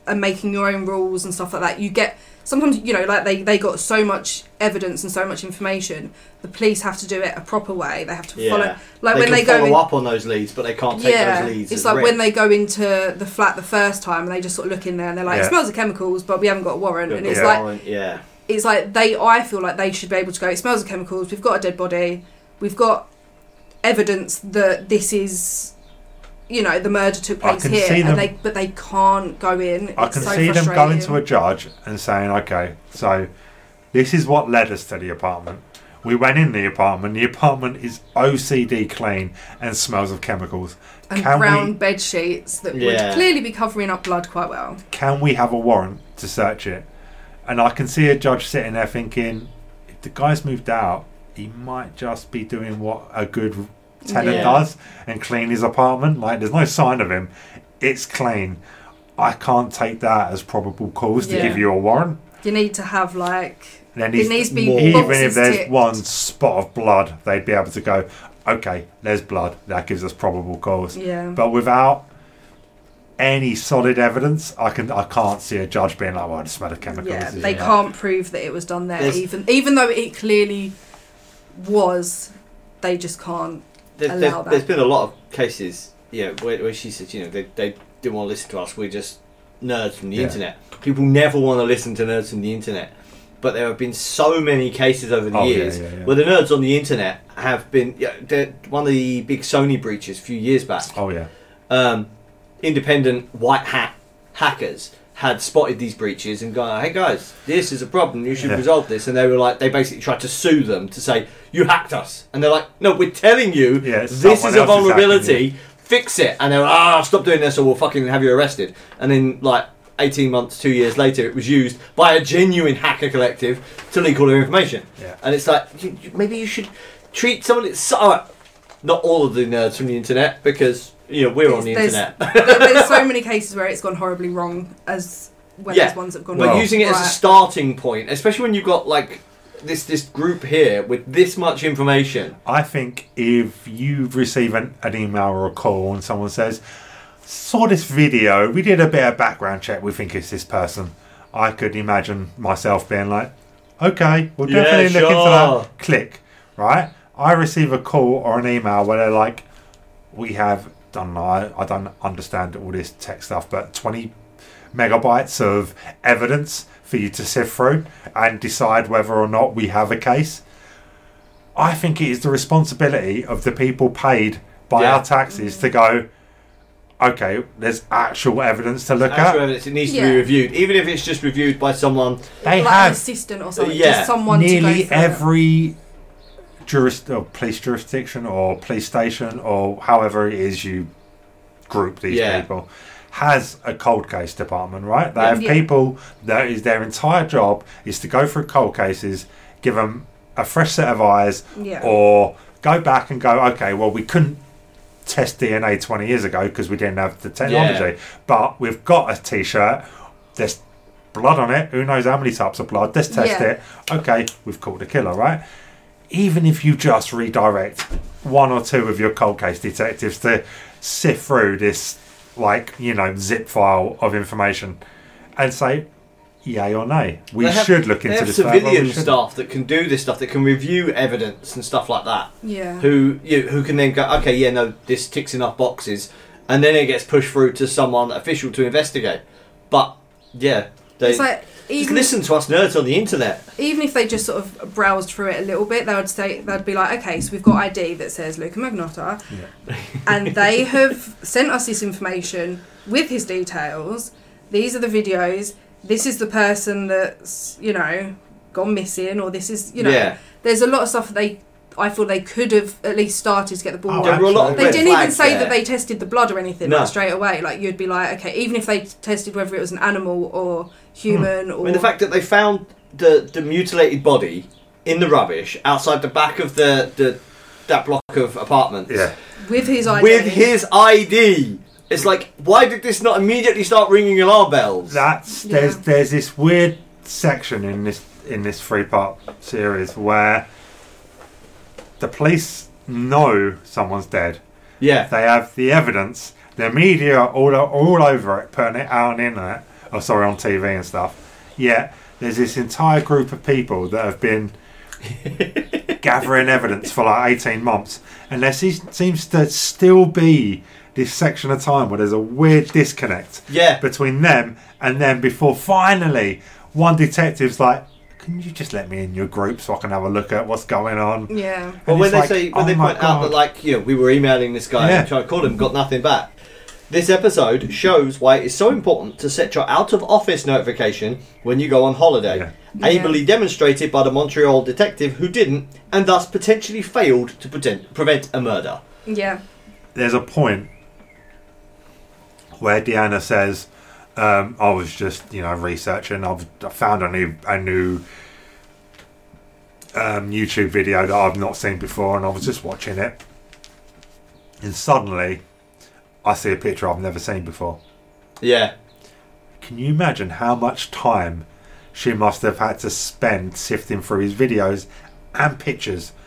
S3: and making your own rules and stuff like that, you get sometimes you know like they they got so much evidence and so much information. The police have to do it a proper way. They have to
S1: Yeah.
S3: follow like
S1: they
S3: when
S1: can
S3: they go
S1: follow
S3: in.
S1: up on those leads, but they can't take
S3: Yeah,
S1: those leads.
S3: it's
S1: as
S3: like
S1: read.
S3: when they go into the flat the first time and they just sort of look in there and they're like,
S2: Yeah.
S3: "It smells of chemicals," but we haven't got a warrant. And it's
S2: Yeah.
S3: like
S1: yeah,
S3: it's like they I feel like they should be able to go, it smells of chemicals, we've got a dead body, we've got evidence that this is you know, the murder took
S2: I
S3: place
S2: can
S3: here
S2: see them-
S3: and they but they can't go in.
S2: I
S3: It's
S2: can
S3: so
S2: see them going to
S3: frustrating.
S2: a judge and saying, okay, so this is what led us to the apartment. We went in the apartment. The apartment is OCD clean and smells of chemicals.
S3: And
S2: Can
S3: brown
S2: we
S3: bed sheets that
S1: Yeah.
S3: would clearly be covering up blood quite well.
S2: can we have a warrant to search it? And I can see a judge sitting there thinking, if the guy's moved out, he might just be doing what a good tenant
S3: Yeah.
S2: does and clean his apartment. Like there's no sign of him. It's clean. I can't take that as probable cause to
S3: Yeah.
S2: give you a warrant.
S3: You need to have like
S2: Then
S3: it
S2: he's
S3: needs to be
S1: more-
S2: even
S3: boxes
S2: if there's
S3: ticked.
S2: one spot of blood, they'd be able to go, okay, there's blood. That gives us probable cause.
S3: Yeah.
S2: But without any solid evidence, I can I can't see a judge being like, "Well, I just smell of chemicals."
S3: yeah,
S2: It's
S3: they
S2: like,
S3: can't prove that it was done there,
S1: There's-
S3: even even though it clearly was. They just can't.
S1: There's, there's,
S3: Allow that.
S1: there's been a lot of cases, yeah, where, where she says, you know, they, they didn't want to listen to us. We're just nerds from the
S2: Yeah.
S1: internet. People never want to listen to nerds from the internet. But there have been so many cases over the
S2: Oh, yeah,
S1: years
S2: yeah, yeah.
S1: where the nerds on the internet have been. Yeah, they're- one of the big Sony breaches a few years back,
S2: Oh yeah,
S1: um, independent white hat hackers had spotted these breaches and gone, hey guys, this is a problem, you should
S2: Yeah.
S1: resolve this. And they were like, they basically tried to sue them to say, you hacked us. And they're like, no, we're telling you,
S2: Yeah, it's
S1: this
S2: someone
S1: is a
S2: else is hacking
S1: vulnerability, fix it. And they were like, ah, stop doing this or we'll fucking have you arrested. And then, like, 18 months, two years later, it was used by a genuine hacker collective to leak all their information.
S2: Yeah.
S1: And it's like, you, you- maybe you should treat someone. It's, all right, not all of the nerds from the internet because you know we're on the
S3: There's-
S1: internet.
S3: there's so many cases where it's gone horribly wrong, as when
S1: Yeah.
S3: there's ones that have gone.
S1: but
S3: wrong.
S1: using it as a
S3: Right.
S1: starting point, especially when you've got like this this group here with this much information.
S2: I think if you receive an, an email or a call and someone says, "Saw this video. We did a bit of background check. We think it's this person," I could imagine myself being like, "Okay, we'll
S1: Yeah,
S2: definitely look
S1: sure.
S2: into that." Click right. I receive a call or an email where they're like, we have done I, I don't understand all this tech stuff but 20 megabytes of evidence for you to sift through and decide whether or not we have a case i think it is the responsibility of the people paid by
S1: Yeah.
S2: our taxes to go okay there's actual evidence to look
S1: Actual
S2: at
S1: evidence it needs to
S3: Yeah.
S1: be reviewed, even if it's just reviewed by someone.
S2: they
S3: like an
S2: have
S3: assistant or something,
S1: yeah,
S3: just someone to
S2: nearly
S3: go through it.
S2: every juris- or police jurisdiction or police station or however it is you group these
S1: Yeah.
S2: people has a cold case department, right? They have
S3: Yeah.
S2: people that is their entire job is to go through cold cases, give them a fresh set of eyes,
S3: Yeah.
S2: or go back and go, okay, well, we couldn't test DNA 20 years ago because we didn't have the technology, but we've got a t shirt, there's blood on it, who knows how many types of blood, let's test
S3: Yeah.
S2: it, okay, we've caught the killer, right? even if you just redirect one or two of your cold case detectives to sift through this, like, you know, zip file of information and say, yay or nay, we
S1: They have-
S2: should look
S1: they
S2: into
S1: have
S2: this further, or we
S1: civilian
S2: shouldn't."
S1: staff that can do this stuff, that can review evidence and stuff like that.
S3: Yeah.
S1: Who you who can then go, okay, yeah, no, this ticks enough boxes, and then it gets pushed through to someone official to investigate. But yeah, they
S3: it's like
S1: just
S3: even
S1: listen to us nerds on the internet.
S3: even if they just sort of browsed through it a little bit, they would say they'd be like, okay, so we've got ID that says Luca Magnotta, and they have sent us this information with his details. These are the videos. This is the person that's you know gone missing, or this is you know.
S1: Yeah.
S3: There's a lot of stuff that they. I feel they could have at least started to get the ball.
S2: Oh,
S3: rolling.
S1: There were a lot of
S3: They
S1: red
S3: didn't even
S1: flags
S3: say
S1: there.
S3: that they tested the blood or anything
S1: No.
S3: like, straight away. Like you'd be like, okay, even if they tested whether it was an animal or human or
S1: Hmm. I mean, the fact that they found the, the mutilated body in the rubbish outside the back of the, the that block of apartments
S2: Yeah.
S3: with his ID,
S1: with his ID. It's like, why did this not immediately start ringing alarm bells?
S2: That's
S3: Yeah.
S2: there's there's this weird section in this in this three part series where the police know someone's dead.
S1: yeah,
S2: They have the evidence. The media are all all over it, putting it out on the internet. Oh, sorry, on TV and stuff. Yet there's this entire group of people that have been gathering evidence for like 18 months, and there se- seems to still be this section of time where there's a weird disconnect
S1: yeah.
S2: between them and then before finally one detective's like, "Can you just let me in your group so I can have a look at what's going on?"
S3: yeah.
S1: But
S2: And
S1: when
S2: it's
S1: they
S2: like,
S1: say when
S2: "Oh
S1: they
S2: my
S1: point out that
S2: God."
S1: like you know we were emailing this guy
S2: Yeah.
S1: and tried to call him, got nothing back. This episode shows why it is so important to set your out of office notification when you go on holiday.
S2: Yeah.
S1: Ably demonstrated by the Montreal detective who didn't, and thus potentially failed to pretend, prevent a murder.
S3: Yeah.
S2: There's a point where Deanna says, um, "I was just, you know, researching. I've I found a new a new um, YouTube video that I've not seen before, and I was just watching it, and suddenly I see a picture I've never seen before.
S1: Yeah.
S2: Can you imagine how much time she must have had to spend sifting through his videos and pictures and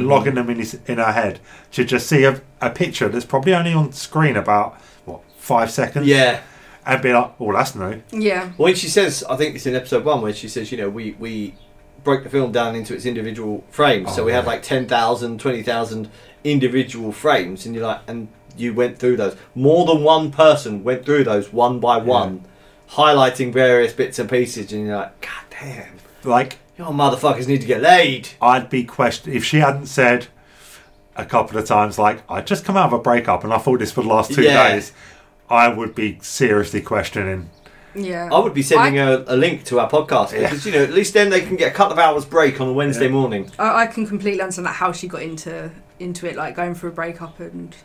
S1: Mm-hmm.
S2: logging them in, his, in her head to just see a, a picture that's probably only on screen about, what, five seconds?
S1: Yeah.
S2: And be like, oh, that's new.
S3: Yeah.
S1: When she says, I think it's in episode one, where she says, you know, we, we broke the film down into its individual frames. so
S2: Oh,
S1: we have
S2: yeah.
S1: like 10,000, 20,000 individual frames. And you're like, and you went through those. More than one person went through those one by one, highlighting various bits and pieces. And you're like, God damn,
S2: Like,
S1: your motherfuckers need to get laid.
S2: I'd be questioned if she hadn't said a couple of times, like, I just come out of a breakup and I thought this for the last two
S1: Yeah.
S2: days, I would be seriously questioning.
S3: Yeah.
S1: I would be sending a a link to our podcast because, you know, at least then they can get a couple of hours break on a Wednesday
S2: Yeah.
S1: morning.
S3: I, I can completely understand like how she got into into it, like going through a breakup and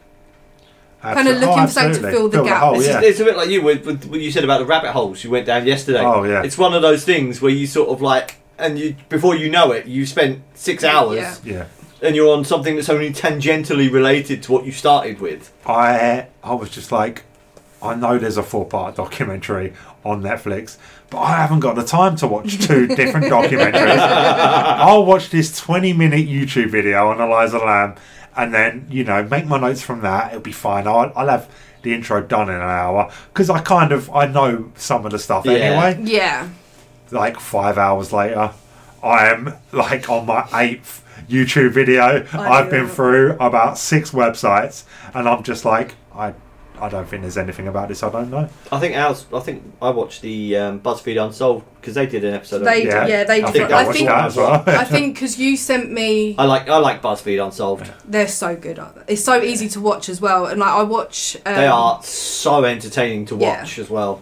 S3: Kinda
S2: Absol- oh,
S3: looking for something to
S2: absolutely.
S3: fill the gap.
S2: hole,
S1: It's,
S2: Oh, yeah.
S1: just- it's a bit like you with, with what you said about the rabbit holes you went down yesterday.
S2: Oh, yeah.
S1: it's one of those things where you sort of like, and you before you know it, you spent six hours
S3: Yeah.
S2: yeah.
S1: and you're on something that's only tangentially related to what you started with.
S2: I I was just like, I know there's a four part documentary on Netflix, but I haven't got the time to watch two different documentaries. I'll watch this 20 minute YouTube video on Eliza Lamb and then, you know, make my notes from that. It'll be fine. I'll, I'll have the intro done in an hour because I kind of I know some of the stuff
S1: Yeah.
S2: anyway.
S3: yeah,
S2: Like five hours later, I am like on my eighth YouTube video.
S3: I
S2: I've
S3: know.
S2: been through about six websites, and I'm just like, I, I don't think there's anything about this I don't know.
S1: I think ours. I think I watched the um, BuzzFeed Unsolved because they did an episode.
S3: They-
S1: of it.
S3: Yeah. they
S1: I
S3: do.
S1: think
S3: I
S1: I watched
S3: think-
S1: that as well.
S3: I think because you sent me,
S1: I like I like BuzzFeed Unsolved.
S3: they're so good. Aren't they? It's so easy to watch as well, and like I watch. Um,
S1: they are so entertaining to
S3: yeah.
S1: watch as well.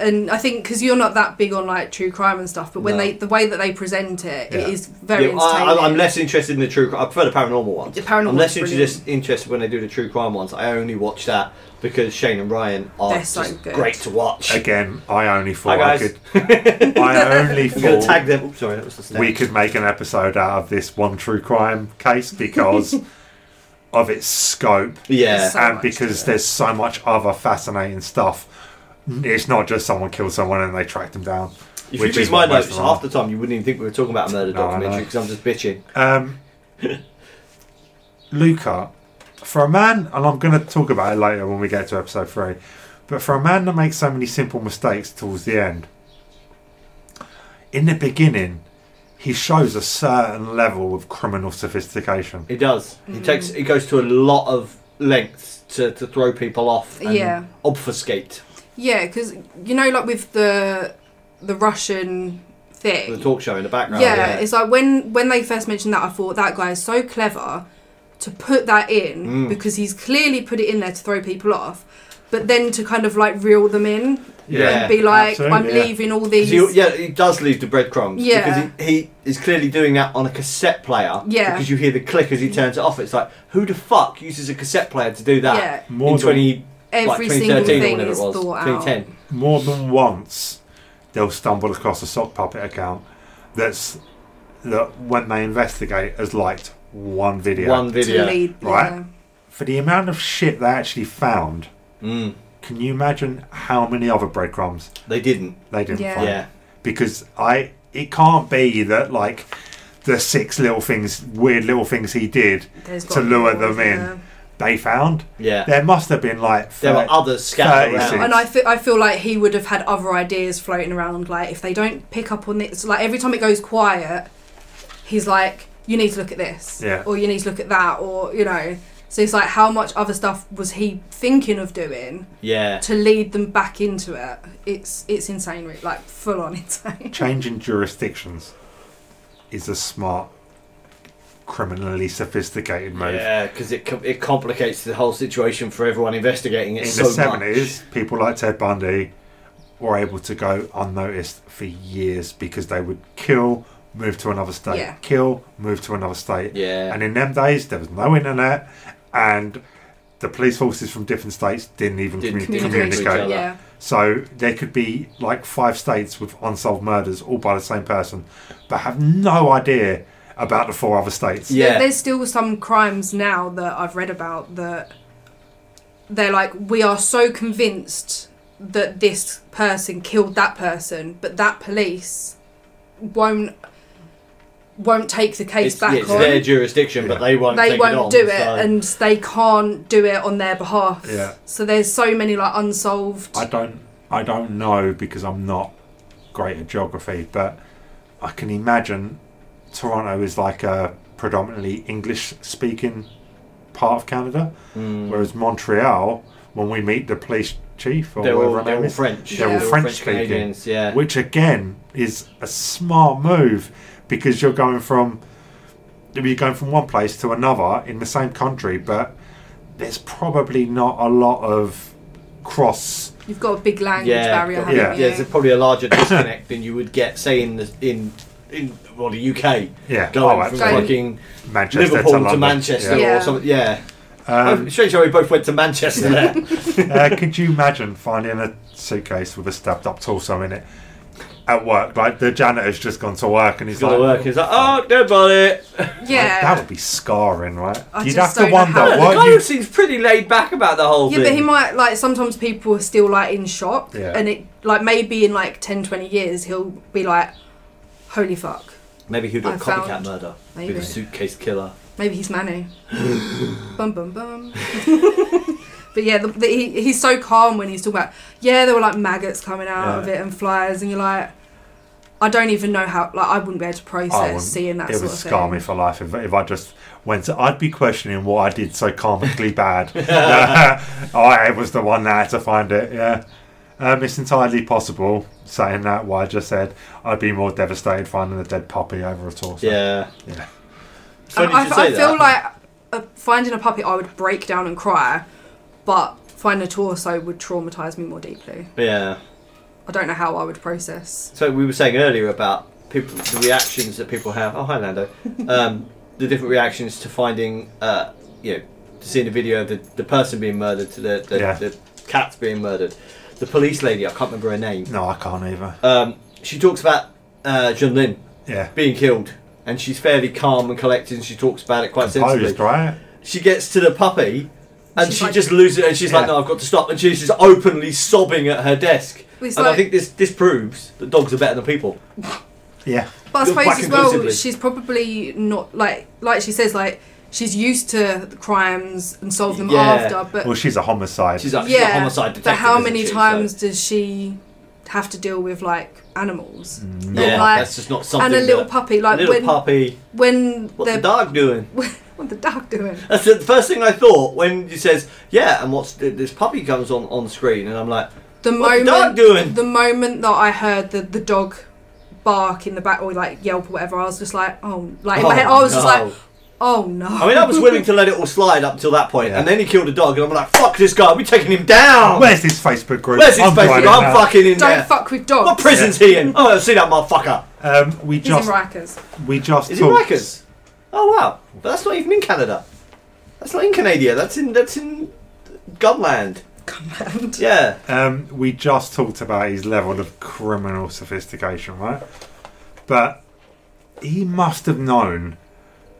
S3: and I think because you're not that big on like true crime and stuff, but when
S1: No.
S3: they the way that they present it,
S2: Yeah.
S3: it is very
S1: Yeah, I,
S3: entertaining.
S1: I- I'm less interested in the true. cri- I prefer the paranormal ones.
S3: The paranormal
S1: I'm less
S3: one's brilliant.
S1: interested, interested when they do the true crime ones. I only watch that because Shane and Ryan are
S3: They're so
S1: just
S3: good.
S1: great to watch.
S2: Again, I only
S1: Hi
S2: thought I
S1: guys,
S2: could. I only
S1: I'm going to tag
S2: thought
S1: them. Oops, sorry, that was the snake.
S2: we could make an episode out of this one true crime case because of its scope
S1: Yeah,
S3: So
S2: and
S3: much
S2: because
S3: to it.
S2: there's so much other fascinating stuff. It's not just someone killed someone and they tracked them down.
S1: if
S2: which
S1: you read
S2: is
S1: my
S2: what most
S1: notes,
S2: of them are.
S1: half the time you wouldn't even think we were talking about a murder
S2: No, I know.
S1: documentary because I'm just bitching.
S2: Um, Luca, for a man, and I'm going to talk about it later when we get to episode three, but for a man that makes so many simple mistakes towards the end, in the beginning, he shows a certain level of criminal sophistication.
S1: It does. It takes. It goes to a lot of lengths to, to throw people off. And
S3: Yeah.
S1: Obfuscate
S3: yeah, because you know, like with the the Russian thing,
S1: the talk show in the background.
S3: yeah, it's like when when they first mentioned that, I thought that guy is so clever to put that in
S1: Mm.
S3: because he's clearly put it in there to throw people off, but then to kind of like reel them in
S1: Yeah,
S3: and be like, I'm
S2: absolutely, yeah.
S3: leaving all
S1: 'Cause
S3: these.
S1: you- yeah, it does leave the breadcrumbs.
S3: Yeah.
S1: Because he, he is clearly doing that on a cassette player.
S3: Yeah.
S1: Because you hear the click as he turns it off. It's like, who the fuck uses a cassette player to do that?
S3: Yeah.
S2: More
S1: in
S2: than-
S1: 20,
S3: every
S1: like 2013
S3: single
S1: or
S3: thing
S1: whatever it
S3: is
S1: was.
S3: thought out.
S1: 2010.
S2: more than once they'll stumble across a sock puppet account that's that when they investigate has liked one video
S1: One video.
S3: To lead,
S2: Right.
S3: yeah.
S2: for the amount of shit they actually found
S1: Mm,
S2: can you imagine how many other breadcrumbs
S1: they didn't.
S2: they didn't
S3: Yeah.
S2: find
S1: Yeah.
S2: because i it can't be that like the six little things weird little things he did
S3: There's
S2: to
S3: got
S2: lure
S3: more,
S2: them in
S3: yeah.
S2: they found
S1: Yeah.
S2: there must have been like
S1: there were
S2: thirty-
S1: others scattered
S2: 36.
S1: around.
S3: And I feel, I feel like he would have had other ideas floating around. Like, if they don't pick up on this, like every time it goes quiet, he's like, you need to look at this.
S2: Yeah.
S3: Or you need to look at that. Or, you know. So it's like, how much other stuff was he thinking of doing
S1: Yeah.
S3: to lead them back into it? It's it's insane, really, like full on insane.
S2: changing jurisdictions is a smart criminally sophisticated move.
S1: Yeah, because it com- it complicates the whole situation for everyone investigating it
S2: In
S1: so
S2: the
S1: much.
S2: seventies, people like Ted Bundy were able to go unnoticed for years because they would kill, move to another state,
S3: Yeah.
S2: kill, move to another state.
S1: Yeah.
S2: And in them days, there was no internet, and the police forces from different states didn't even
S1: Didn't
S2: commu-
S1: communicate
S2: communicate.
S1: to each other.
S3: Yeah.
S2: So there could be like five states with unsolved murders, all by the same person, but have no idea about the four other states.
S1: Yeah.
S3: There's still some crimes now that I've read about that they're like, we are so convinced that this person killed that person, but that police won't won't take the case
S1: It's, yeah,
S3: back
S1: it's
S3: on.
S1: their jurisdiction, but
S2: Yeah.
S1: they won't.
S3: they
S1: take
S3: won't
S1: it on,
S3: do it
S1: so-
S3: and they can't do it on their behalf.
S2: Yeah.
S3: So there's so many like unsolved
S2: I don't, I don't know because I'm not great at geography, but I can imagine Toronto is like a predominantly English-speaking part of Canada,
S1: Mm.
S2: whereas Montreal, when we meet the police chief or
S1: they're
S2: whatever
S1: all,
S2: her
S1: they're
S2: name
S1: all
S2: is,
S1: French.
S2: they're
S3: all
S2: French
S1: Canadians. Yeah.
S2: which again is a smart move because you're going from you're going from one place to another in the same country, but there's probably not a lot of cross.
S3: you've got a big language
S1: yeah,
S3: barrier,
S1: yeah.
S3: haven't
S2: yeah.
S3: you?
S1: There's probably a larger disconnect than you would get, say, in the in in well, the UK.
S2: Yeah,
S1: Going
S2: oh,
S1: from
S2: absolutely.
S1: fucking
S2: Manchester
S1: Liverpool to,
S2: London.
S1: Manchester
S3: Yeah.
S1: or
S3: Yeah.
S1: something. Yeah.
S2: Yeah.
S1: Um, strange how we both went to Manchester there.
S2: uh, could you imagine finding a suitcase with a stabbed up torso in it at work? Like the janitor's just gone to work and he's
S1: It's gonna
S2: like,
S1: work. It's like, oh, dead body.
S3: Yeah.
S2: that would be scarring, right?
S3: I
S2: You'd have
S3: just
S2: to
S3: don't know
S2: wonder
S3: how-
S1: The
S2: what
S1: guy
S2: you.
S1: seems pretty laid back about the whole
S3: Yeah,
S1: thing.
S3: but he might like sometimes people are still like in shock,
S2: Yeah.
S3: and it like maybe in like 10, 20 years he'll be like, "Holy fuck!"
S1: Maybe he'll do a
S3: I
S1: copycat
S3: found-
S1: murder.
S3: Maybe.
S1: Be the suitcase killer.
S3: Maybe he's Manu. bum bum bum. but yeah, the, the, he, he's so calm when he's talking about. Yeah, there were like maggots coming out of
S2: Yeah.
S3: it and flies, and you're like, I don't even know how. Like, I wouldn't be able to
S2: I
S3: process
S2: wouldn't-
S3: seeing that
S2: It
S3: sort
S2: would
S3: of
S2: scar
S3: thing.
S2: me for life if, if I just went. To, I'd be questioning what I did so karmically bad. I was the one that had to find it. Yeah, um, it's entirely possible. Saying that, what I just said, I'd be more devastated finding a dead puppy over a torso.
S1: Yeah.
S2: Yeah.
S1: It's funny
S3: I,
S1: you should
S3: I
S1: say
S3: feel
S1: that.
S3: like uh, finding a puppet, I would break down and cry, but finding a torso would traumatize me more deeply.
S1: Yeah.
S3: I don't know how I would process.
S1: So we were saying earlier about people, the reactions that people have. Oh, hi Lando. Um, the different reactions to finding, uh, you know, to seeing a video of the, the person being murdered, to the the,
S2: Yeah.
S1: the cats being murdered. The police lady, I can't remember her name.
S2: No, I can't either.
S1: Um, she talks about uh, Jun Lin
S2: Yeah.
S1: being killed, and she's fairly calm and collected, and she talks about it quite sensibly.
S2: Posed, right?
S1: she gets to the puppy and
S3: She's
S1: she
S3: like-
S1: just loses it and she's like
S2: Yeah.
S1: no i've got to stop and she's just openly sobbing at her desk
S3: It's
S1: and i
S3: like-
S1: think this this proves that dogs are better than people
S2: Yeah.
S3: But I
S1: You're
S3: suppose
S1: quite
S3: as well,
S1: conclusively.
S3: she's probably not like like she says like she's used to the crimes and solve them
S1: Yeah.
S3: after. But
S2: Well, she's a homicide.
S1: she's actually
S3: yeah,
S1: a homicide detective
S3: but how
S1: isn't
S3: many
S1: she? So-
S3: times does she have to deal with like animals
S1: Mm, yeah
S3: like-
S1: that's just not something
S3: and a little
S1: that-
S3: puppy?
S1: a
S3: Like
S1: little
S3: when
S1: puppy
S3: when
S1: what's
S3: they're
S1: the dog doing
S3: what the dog doing?
S1: that's the first thing i thought when you says yeah and what's th- this puppy comes on on screen and i'm like
S3: The
S1: What's the
S3: moment
S1: dog doing?
S3: the moment that I heard the the dog bark in the back or like yelp or whatever, I was just like oh like in
S1: oh,
S3: my head I was
S1: no.
S3: just like oh no.
S1: I mean, I was willing to let it all slide up till that point,
S2: Yeah.
S1: and then he killed a dog, and I'm like, "Fuck this guy! We're taking him down."
S2: Oh, Where's his Facebook group?
S1: Where's his face?
S2: joining
S1: I'm
S2: that.
S1: fucking in
S3: Don't
S1: there.
S3: fuck with dogs.
S1: What prison's he in? Oh, see that motherfucker.
S2: Um, we
S3: He's in
S2: just
S3: Rikers.
S2: we just
S1: Is it
S2: talked-
S1: Rikers? Oh wow! But that's not even in Canada. That's not in Canada. That's in that's in Gunland.
S3: Command.
S1: Yeah.
S2: Um, we just talked about his level of criminal sophistication, right? But he must have known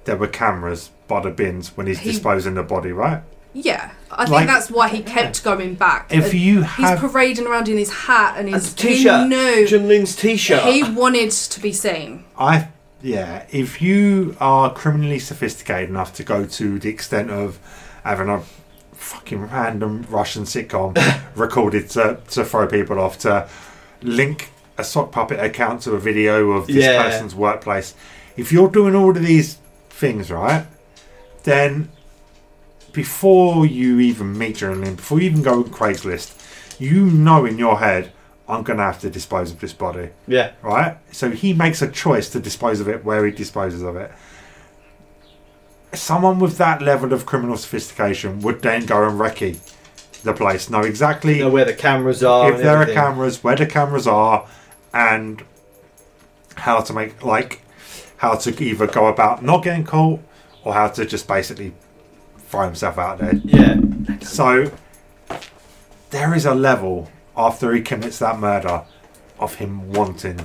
S2: there were cameras by the bins when he's
S3: He-
S2: disposing the body, right?
S3: Yeah, I think
S2: Like-
S3: that's why he kept going back.
S2: If
S3: And
S2: you
S3: he's
S2: have,
S3: parading around in his hat and
S1: And
S3: his
S1: the t-shirt.
S3: he knew
S1: Jun Lin's t-shirt.
S3: he wanted to be seen.
S2: I yeah, if you are criminally sophisticated enough to go to the extent of having a fucking random Russian sitcom recorded to to throw people off to link a sock puppet account to a video of this
S1: Yeah.
S2: person's workplace. If you're doing all of these things right, then before you even meet journaling, before you even go on Craigslist, you know in your head, I'm gonna have to dispose of this body
S1: yeah.
S2: right? So he makes a choice to dispose of it where he disposes of it. someone with that level of criminal sophistication would then go and recce the place, know exactly
S1: You know where the cameras are.
S2: if
S1: and
S2: there
S1: everything.
S2: are cameras, where the cameras are, and how to make like how to either go about not getting caught or how to just basically find himself out there.
S1: yeah,
S2: So there is a level after he commits that murder of him wanting.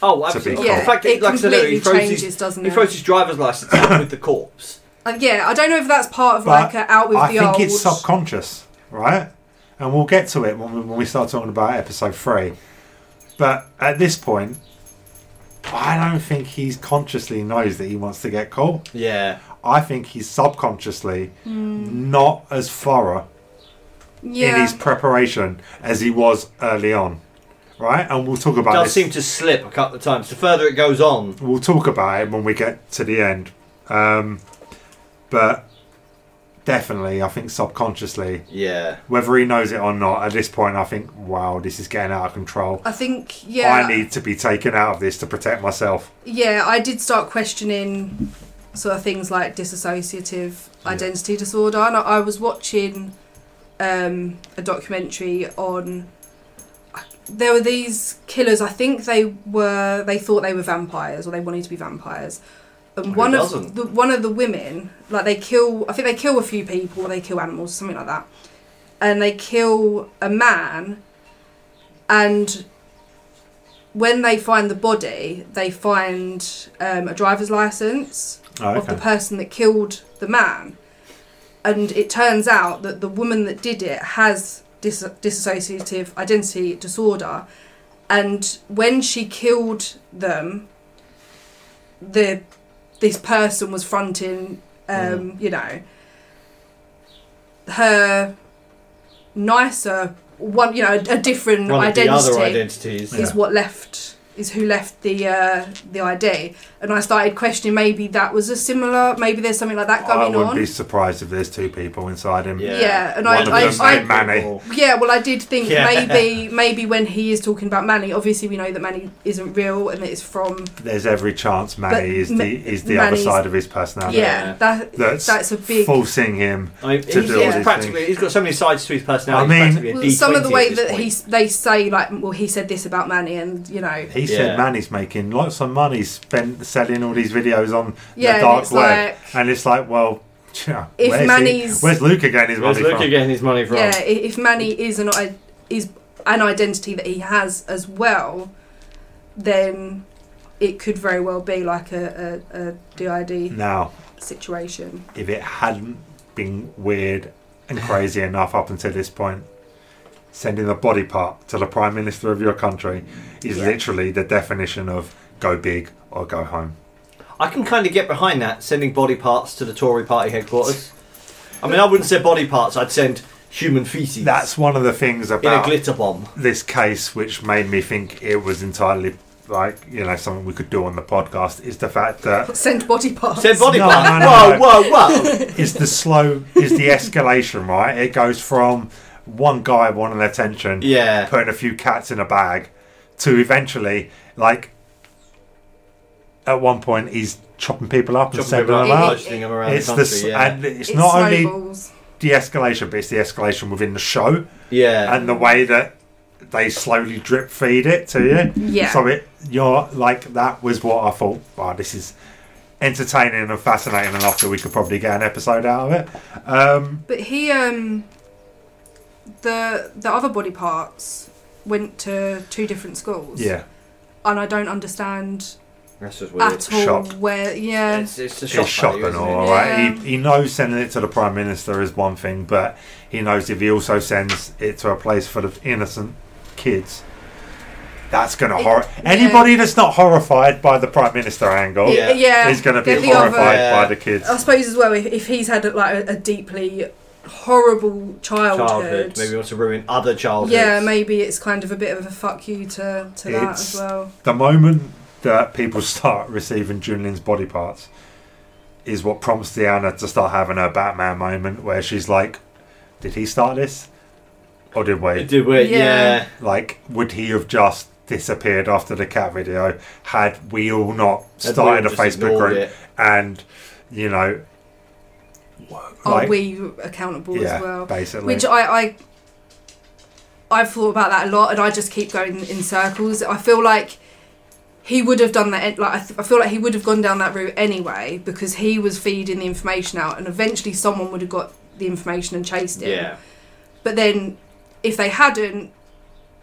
S1: Oh,
S2: It's a big
S1: absolutely.
S2: Yeah,
S1: In fact,
S3: it
S1: like I said earlier, he
S3: completely
S1: throws his,
S3: changes, doesn't
S1: he
S3: it?
S1: throws his driver's license in with the corpse.
S3: Uh, yeah, I don't know if that's part of
S2: But
S3: like a out with
S2: I
S3: the
S2: think
S3: old.
S2: it's subconscious, right? And we'll get to it when we, when we start talking about episode three. But at this point, I don't think he consciously knows that he wants to get caught.
S1: Yeah.
S2: I think he's subconsciously not as thorough in
S3: Hmm. yeah,
S2: his preparation as he was early on, right? And we'll talk
S1: It
S2: about
S1: does
S2: this.
S1: seem to slip a couple of times. The further it goes on,
S2: we'll talk about it when we get to the end. Um, but definitely, I think subconsciously,
S1: yeah.
S2: whether he knows it or not, at this point, I think, wow, this is getting out of control.
S3: I think yeah.
S2: I need to be taken out of this to protect myself.
S3: yeah, I did start questioning sort of things like disassociative identity disorder. And I, I was watching um, a documentary on. There were these killers. I think they were. They thought they were vampires, or they wanted to be vampires. And
S1: Who
S3: one
S1: doesn't?
S3: of the one of the women, like they kill. I think they kill a few people. Or they kill animals, something like that. And they kill a man. And when they find the body, they find um, a driver's license
S2: Oh,
S3: of the person that killed the man. And it turns out that the woman that did it has dis- dissociative identity disorder. And when she killed them, the this person was fronting, um,
S1: Mm.
S3: you know, her nicer one, you know, a, a different
S1: One
S3: identity
S1: of the other identities.
S2: Yeah.
S3: is what left is who left the uh, the ID, and I started questioning maybe that was a similar, maybe there's something like
S1: Oh,
S3: that
S2: I
S3: going
S2: wouldn't
S3: on.
S2: be surprised if there's two people inside him.
S3: Yeah. and I-
S2: One of
S3: I-
S2: them's
S3: I-
S2: named Manny.
S1: Oh.
S3: Yeah, well, I did think
S1: Yeah.
S3: maybe maybe when he is talking about Manny, obviously we know that Manny isn't real and that it's from
S2: there's every chance Manny
S3: But
S2: is
S3: Ma-
S2: the is the other
S3: Manny's-
S2: side of his personality.
S3: yeah,
S1: Oh, Yeah.
S3: that
S2: That's,
S3: that's a big
S2: forcing him.
S1: I mean,
S2: To
S1: he's,
S2: do
S1: he's
S3: all these
S1: practically
S2: things.
S1: he's got so many sides to his
S2: I
S1: personality.
S2: mean-
S1: he's practically
S3: well,
S1: a
S3: some of the
S1: D20
S3: way
S1: at this
S3: that
S1: point.
S3: he they say like well he said this about Manny and you know
S2: He
S1: Yeah.
S2: said Manny's making lots of money spent selling all these videos on
S3: Yeah,
S2: the
S3: and
S2: dark
S3: it's
S2: web,
S3: like-
S2: and it's like, well, yeah,
S3: If
S2: where's, he-
S3: Manny's-
S2: where's Luke again? His
S1: Where's
S2: money
S1: Luke
S2: from?
S1: getting his money from?
S3: yeah i- if Manny is an i- is an identity that he has as well, then it could very well be like a, a, a DID
S2: Now,
S3: situation.
S2: if it hadn't been weird and crazy enough up until this point, sending a body part to the prime minister of your country is
S3: Yeah.
S2: literally the definition of go big or go home.
S1: I can kind of get behind that, sending body parts to the Tory party headquarters. I mean, I wouldn't say body parts, I'd send human feces
S2: That's one of the things
S1: in a
S2: about
S1: glitter bomb.
S2: this case which made me think it was entirely like you know something we could do on the podcast is the fact that
S3: Send body parts.
S1: Send body
S2: No,
S1: parts.
S2: no, no,
S1: whoa, whoa, whoa.
S2: is the slow is the escalation right it goes from one guy wanting attention
S1: Yeah.
S2: putting a few cats in a bag to eventually like at one point he's chopping people up and
S1: Chopping
S2: sending
S1: people up
S2: them
S1: and
S3: out.
S2: out
S1: bludgeoning them around
S2: it's
S1: the
S2: the,
S1: country.
S2: s
S1: yeah.
S2: and it's
S3: It
S2: not only
S3: snowballs.
S2: the escalation but it's the escalation within the show
S1: yeah.
S2: and the way that they slowly drip feed it to you.
S3: Yeah.
S2: So it you're like that was what I thought. Wow, this is entertaining and fascinating enough that we could probably get an episode out of it. Um,
S3: But he um the the other body parts went to two different schools.
S2: yeah,
S3: And I don't understand
S1: That's just weird.
S3: at all
S2: Shock.
S3: where yeah.
S1: It's, it's a shock.
S2: it's shocking,
S1: value, isn't it?
S2: all
S3: it?
S2: right.
S3: Yeah.
S2: He, he knows sending it to the prime minister is one thing, but he knows if he also sends it to a place full of innocent kids. That's gonna
S3: It-
S2: horror
S3: yeah.
S2: anybody that's not horrified by the prime minister angle
S1: Yeah.
S3: yeah.
S2: is gonna be
S3: Get the other-
S2: horrified
S1: Yeah.
S2: by the kids.
S3: I suppose as well, if, if he's had like a, a deeply horrible childhood,
S1: Childhood. Maybe wants to ruin other childhoods.
S3: yeah, maybe it's kind of a bit of a fuck you to, to that
S2: It's-
S3: as well.
S2: the moment that people start receiving Junlin's body parts is what prompts Deanna to start having her Batman moment where she's like, Did he start this? Or did we?
S1: Do it,
S3: Yeah.
S1: yeah.
S2: Like, would he have just disappeared after the cat video had we all
S1: Had
S2: not
S1: we
S2: started a
S1: all just
S2: Facebook
S1: ignored
S2: group
S1: it?
S2: and, you know,
S3: Are
S2: Like-
S3: Oh, we accountable
S2: yeah,
S3: as well?
S2: basically.
S3: Which I, I I've thought about that a lot, and I just keep going in circles. I feel like he would have done that. an- Like I, th- I feel like he would have gone down that route anyway because he was feeding the information out, and eventually someone would have got the information and chased it.
S1: Yeah.
S3: But then, if they hadn't,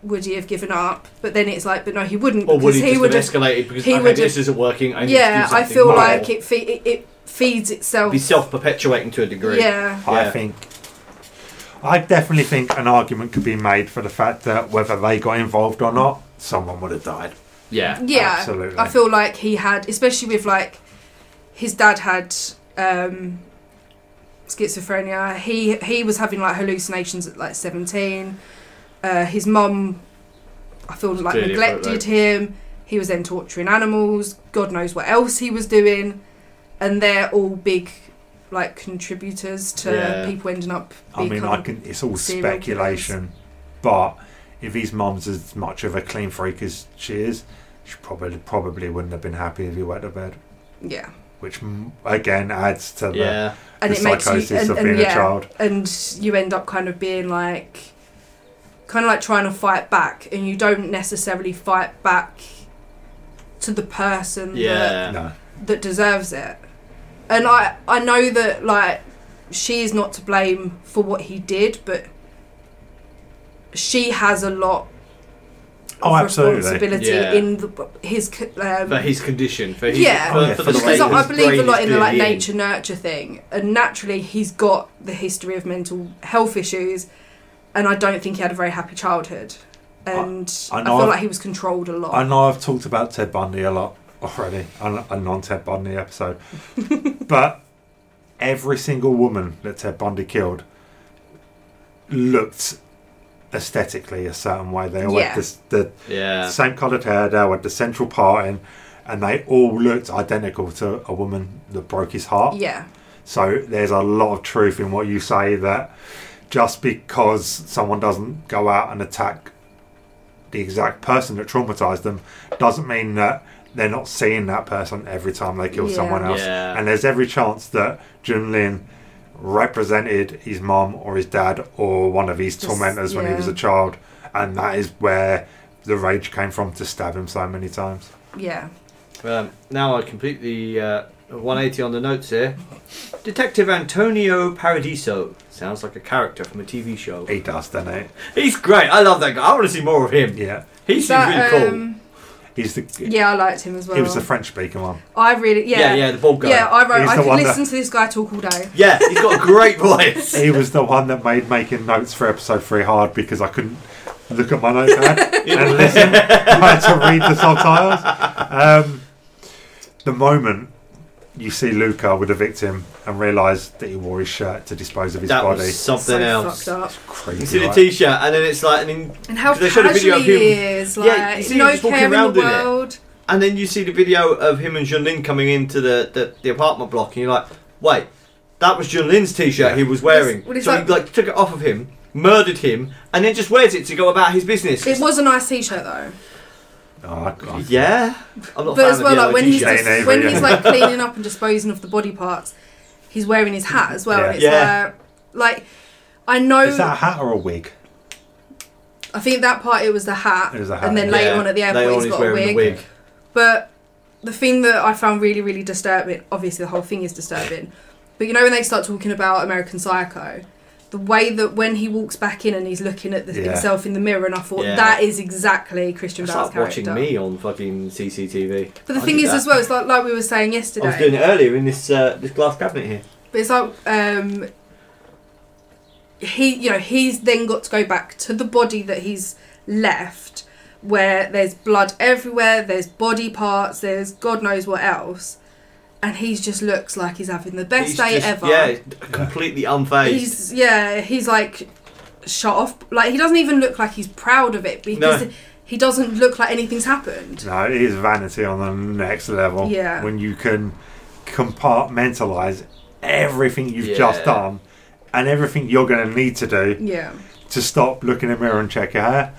S3: would he have given up? But then it's like, but no, he wouldn't
S1: Or would
S3: because
S1: he,
S3: he
S1: just
S3: would
S1: have
S3: have.
S1: escalated because
S3: he
S1: okay,
S3: would
S1: this
S3: have-
S1: isn't working? I need
S3: Yeah,
S1: to do
S3: I
S1: something
S3: feel
S1: more.
S3: like it, fe- it it feeds itself.
S1: be self-perpetuating to a degree.
S3: Yeah.
S2: I
S1: Yeah.
S2: think. I definitely think an argument could be made for the fact that whether they got involved or not, someone would have died.
S1: Yeah.
S3: yeah
S2: Absolutely.
S3: i feel like he had especially with like his dad had um schizophrenia he he was having like hallucinations at like 17 uh his mum i feel like
S1: Clearly
S3: neglected him he was then torturing animals god knows what else he was doing and they're all big like contributors to
S1: Yeah.
S3: people ending up
S2: I mean, I
S3: becoming-
S2: can. It's all
S3: serial
S2: speculation, but if his mum's as much of a clean freak as she is, she probably probably wouldn't have been happy if he went to bed,
S3: yeah
S2: which mm, again adds to the.
S1: Yeah.
S3: and
S2: the
S3: it makes you
S2: psychosis
S3: and,
S2: of
S3: and
S2: being a
S3: yeah,
S2: child.
S3: and you end up kind of being like kind of like trying to fight back and you don't necessarily fight back to the person
S1: Yeah.
S2: No,
S3: that, that deserves it and i i know that like she is not to blame for what he did but she has a lot
S2: Oh,
S3: of
S2: absolutely.
S3: responsibility
S1: Yeah.
S3: in the, his c- um,
S1: For his condition, for his,
S3: Yeah.
S1: for,
S2: Oh, yeah,
S1: for
S2: for
S1: the way
S2: the way
S3: because I, I
S1: his
S3: believe a
S1: brain
S3: lot
S1: is
S3: in the like
S1: being.
S3: nature nurture thing, and naturally he's got the history of mental health issues, and I don't think he had a very happy childhood, and
S2: I
S3: I,
S2: know
S3: feel
S2: I've-
S3: like he was controlled a lot.
S2: I know I've talked about Ted Bundy a lot already on a non Ted Bundy episode, but every single woman that Ted Bundy killed looked aesthetically a certain way. They all
S3: Yeah.
S2: had this, the
S1: Yeah.
S2: same coloured hair, they all had the central parting, and they all looked identical to a woman that broke his heart.
S3: yeah,
S2: So there's a lot of truth in what you say that just because someone doesn't go out and attack the exact person that traumatized them doesn't mean that they're not seeing that person every time they kill
S3: Yeah.
S2: someone else.
S1: Yeah.
S2: And there's every chance that Jun Lin represented his mom or his dad or one of his
S3: Just-
S2: tormentors when he
S3: yeah.
S2: was a child. And that is where the rage came from to stab him so many times.
S3: yeah.
S1: Um, now I completely uh, 180 on the notes here. Detective Antonio Paradiso sounds like a character from a TV show.
S2: He does, doesn't it?
S1: He's great. I love that guy. I want to see more of him.
S2: Yeah.
S1: He seems
S3: That,
S1: really cool.
S3: um,
S2: He's the
S3: yeah, I liked him as well.
S2: he was the French speaking one.
S3: I really,
S1: yeah. yeah,
S3: yeah, yeah.
S1: the bald guy.
S3: I wrote.
S2: He's
S3: I
S2: the
S3: could
S2: one that-
S3: listen to this guy talk all day.
S1: Yeah, he's got a great voice.
S2: he was the one that made making notes for episode three hard because I couldn't look at my notepad and listen. I had to read the subtitles. Um, the moment you see Luca with the victim and realise that he wore his shirt to dispose of his
S1: That
S2: body,
S1: was something
S3: so
S1: else.
S3: fucked up.
S2: crazy.
S1: You see the
S2: right?
S1: t-shirt, and then it's like, and then,
S3: And how
S1: They showed a
S3: casually
S1: video of
S3: he
S1: him-
S3: is, like
S1: Yeah, you see him
S3: no
S1: just walking
S3: care in
S1: around
S3: the
S1: in it.
S3: world.
S1: and then you see the video of him and Junlin coming into the, the, the apartment block, and you're like, wait, that was Junlin's t-shirt he was wearing.
S3: Well, it's
S1: so
S3: like-
S1: he like took it off of him, murdered him, and then just wears it to go about his business.
S3: It was a nice t-shirt though.
S2: Oh, I, I,
S1: Yeah, I'm not. a
S3: But
S1: fan
S3: as
S1: of
S3: well,
S1: the
S3: like when he's
S1: yellow
S2: Yeah,
S3: dis-
S1: t-shirt.
S2: no,
S3: when
S2: yeah.
S3: he's like cleaning up and disposing of the body parts, he's wearing his hat as well. And it's
S1: Yeah. Yeah.
S3: like, like I know.
S2: Is that a hat or a wig?
S3: I think that part it was the hat,
S2: It was the hat,
S3: and then
S2: yeah.
S3: later on at the
S1: Later on
S3: airport he's got a
S1: wearing
S3: wig.
S1: the
S3: But the thing that I found really, really disturbing, obviously the whole thing is disturbing, but you know when they start talking about American Psycho. The way that when he walks back in and he's looking at the,
S2: Yeah.
S3: himself in the mirror, and I thought
S1: Yeah.
S3: that is exactly Christian
S1: It's
S3: Bale's
S1: like watching
S3: character.
S1: me on fucking CCTV.
S3: But the
S1: I
S3: thing
S1: did
S3: is,
S1: that.
S3: as well, it's like like we were saying
S1: I
S3: yesterday.
S1: was doing it earlier in this uh, this glass cabinet here.
S3: But it's like um, he, you know, he's then got to go back to the body that he's left, where there's blood everywhere, there's body parts, there's God knows what else, and he just looks like he's having the best
S1: He's
S3: day
S1: just-
S3: ever.
S1: Yeah, completely unfazed.
S3: he's yeah, he's like shut off. Like he doesn't even look like he's proud of it because
S1: No.
S3: he doesn't look like anything's happened.
S2: No, it is vanity on the next level.
S3: Yeah.
S2: When you can compartmentalize everything you've just
S1: Yeah.
S2: done and everything you're going to need to do
S3: Yeah.
S2: to stop, look in the mirror and check your hair.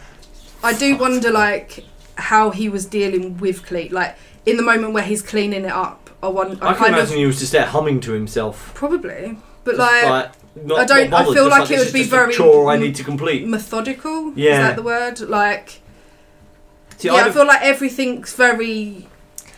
S3: I do wonder like how he was dealing with clean like in the moment where he's cleaning it up I want
S1: I
S3: I
S1: can
S3: kind
S1: imagine
S3: of
S1: he was just there humming to himself.
S3: probably But
S1: Just
S3: like,
S1: not-
S3: I don't-
S1: not
S3: I feel
S1: just
S3: like it
S1: this
S3: would
S1: is
S3: be
S1: just a
S3: very Mm.
S1: chore I
S3: m-
S1: need to complete.
S3: methodical.
S1: Yeah.
S3: Is that the word? Like,
S1: See,
S3: yeah, I,
S1: don't-
S3: feel like everything's very.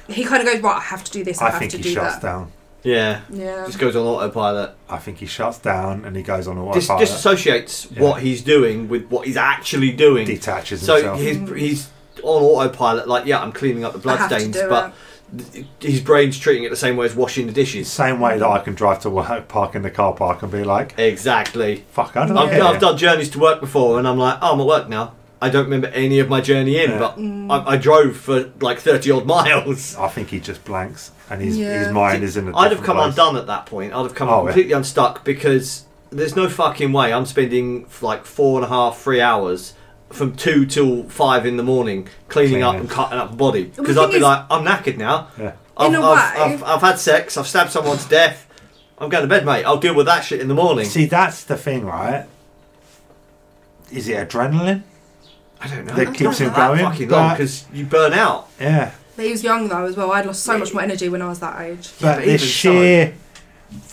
S3: He kind of goes right. I have to do this. I,
S2: I
S3: have
S2: think
S3: to
S2: he
S3: do
S2: shuts
S3: that.
S2: down.
S1: yeah,
S3: Yeah.
S1: just goes on autopilot.
S2: I think he shuts down and he goes on a
S1: Dis-
S2: autopilot.
S1: disassociates
S2: Yeah.
S1: what he's doing with what he's actually doing.
S2: detaches
S1: so
S2: himself.
S1: he's he's on autopilot. Like, yeah, I'm cleaning up the
S3: I have to
S1: bloodstains,
S3: do
S1: but th- his brain's treating it the same way as washing the dishes.
S2: Same way that I can drive to work, park in the car park, and be like,
S1: Exactly.
S2: "Fuck, I don't
S1: I've,
S2: care."
S1: I've done journeys to work before, and I'm like, oh, I'm at work now. I don't remember any of my journey in,
S2: Yeah.
S1: but I, I drove for like thirty odd miles.
S2: I think he just blanks, and his
S3: Yeah.
S2: his mind is in a.
S1: I'd have
S2: different
S1: come
S2: place.
S1: undone at that point. I'd have come
S2: Oh, yeah.
S1: completely unstuck because there's no fucking way I'm spending like four and a half, three hours from two till five in the morning cleaning up
S2: Cleaning.
S1: and cutting up a body because
S3: the
S1: I'd
S3: thing
S1: be
S3: is-
S1: like, I'm knackered now.
S2: Yeah.
S1: I've,
S3: In a
S1: I've,
S3: way-
S1: I've, I've had sex. I've stabbed someone to death. I'm going to bed, mate. I'll deal with that shit in the morning.
S2: See, that's the thing, right? Is it adrenaline?
S1: I don't know.
S2: that
S1: It's
S2: keeps
S1: not
S2: him
S1: that
S2: going,
S1: Fucking long
S2: but-
S1: because you burn out.
S2: Yeah,
S3: But He was young though as well. I'd lost so much more energy when I was that age.
S1: but
S2: but the
S1: even
S2: sheer.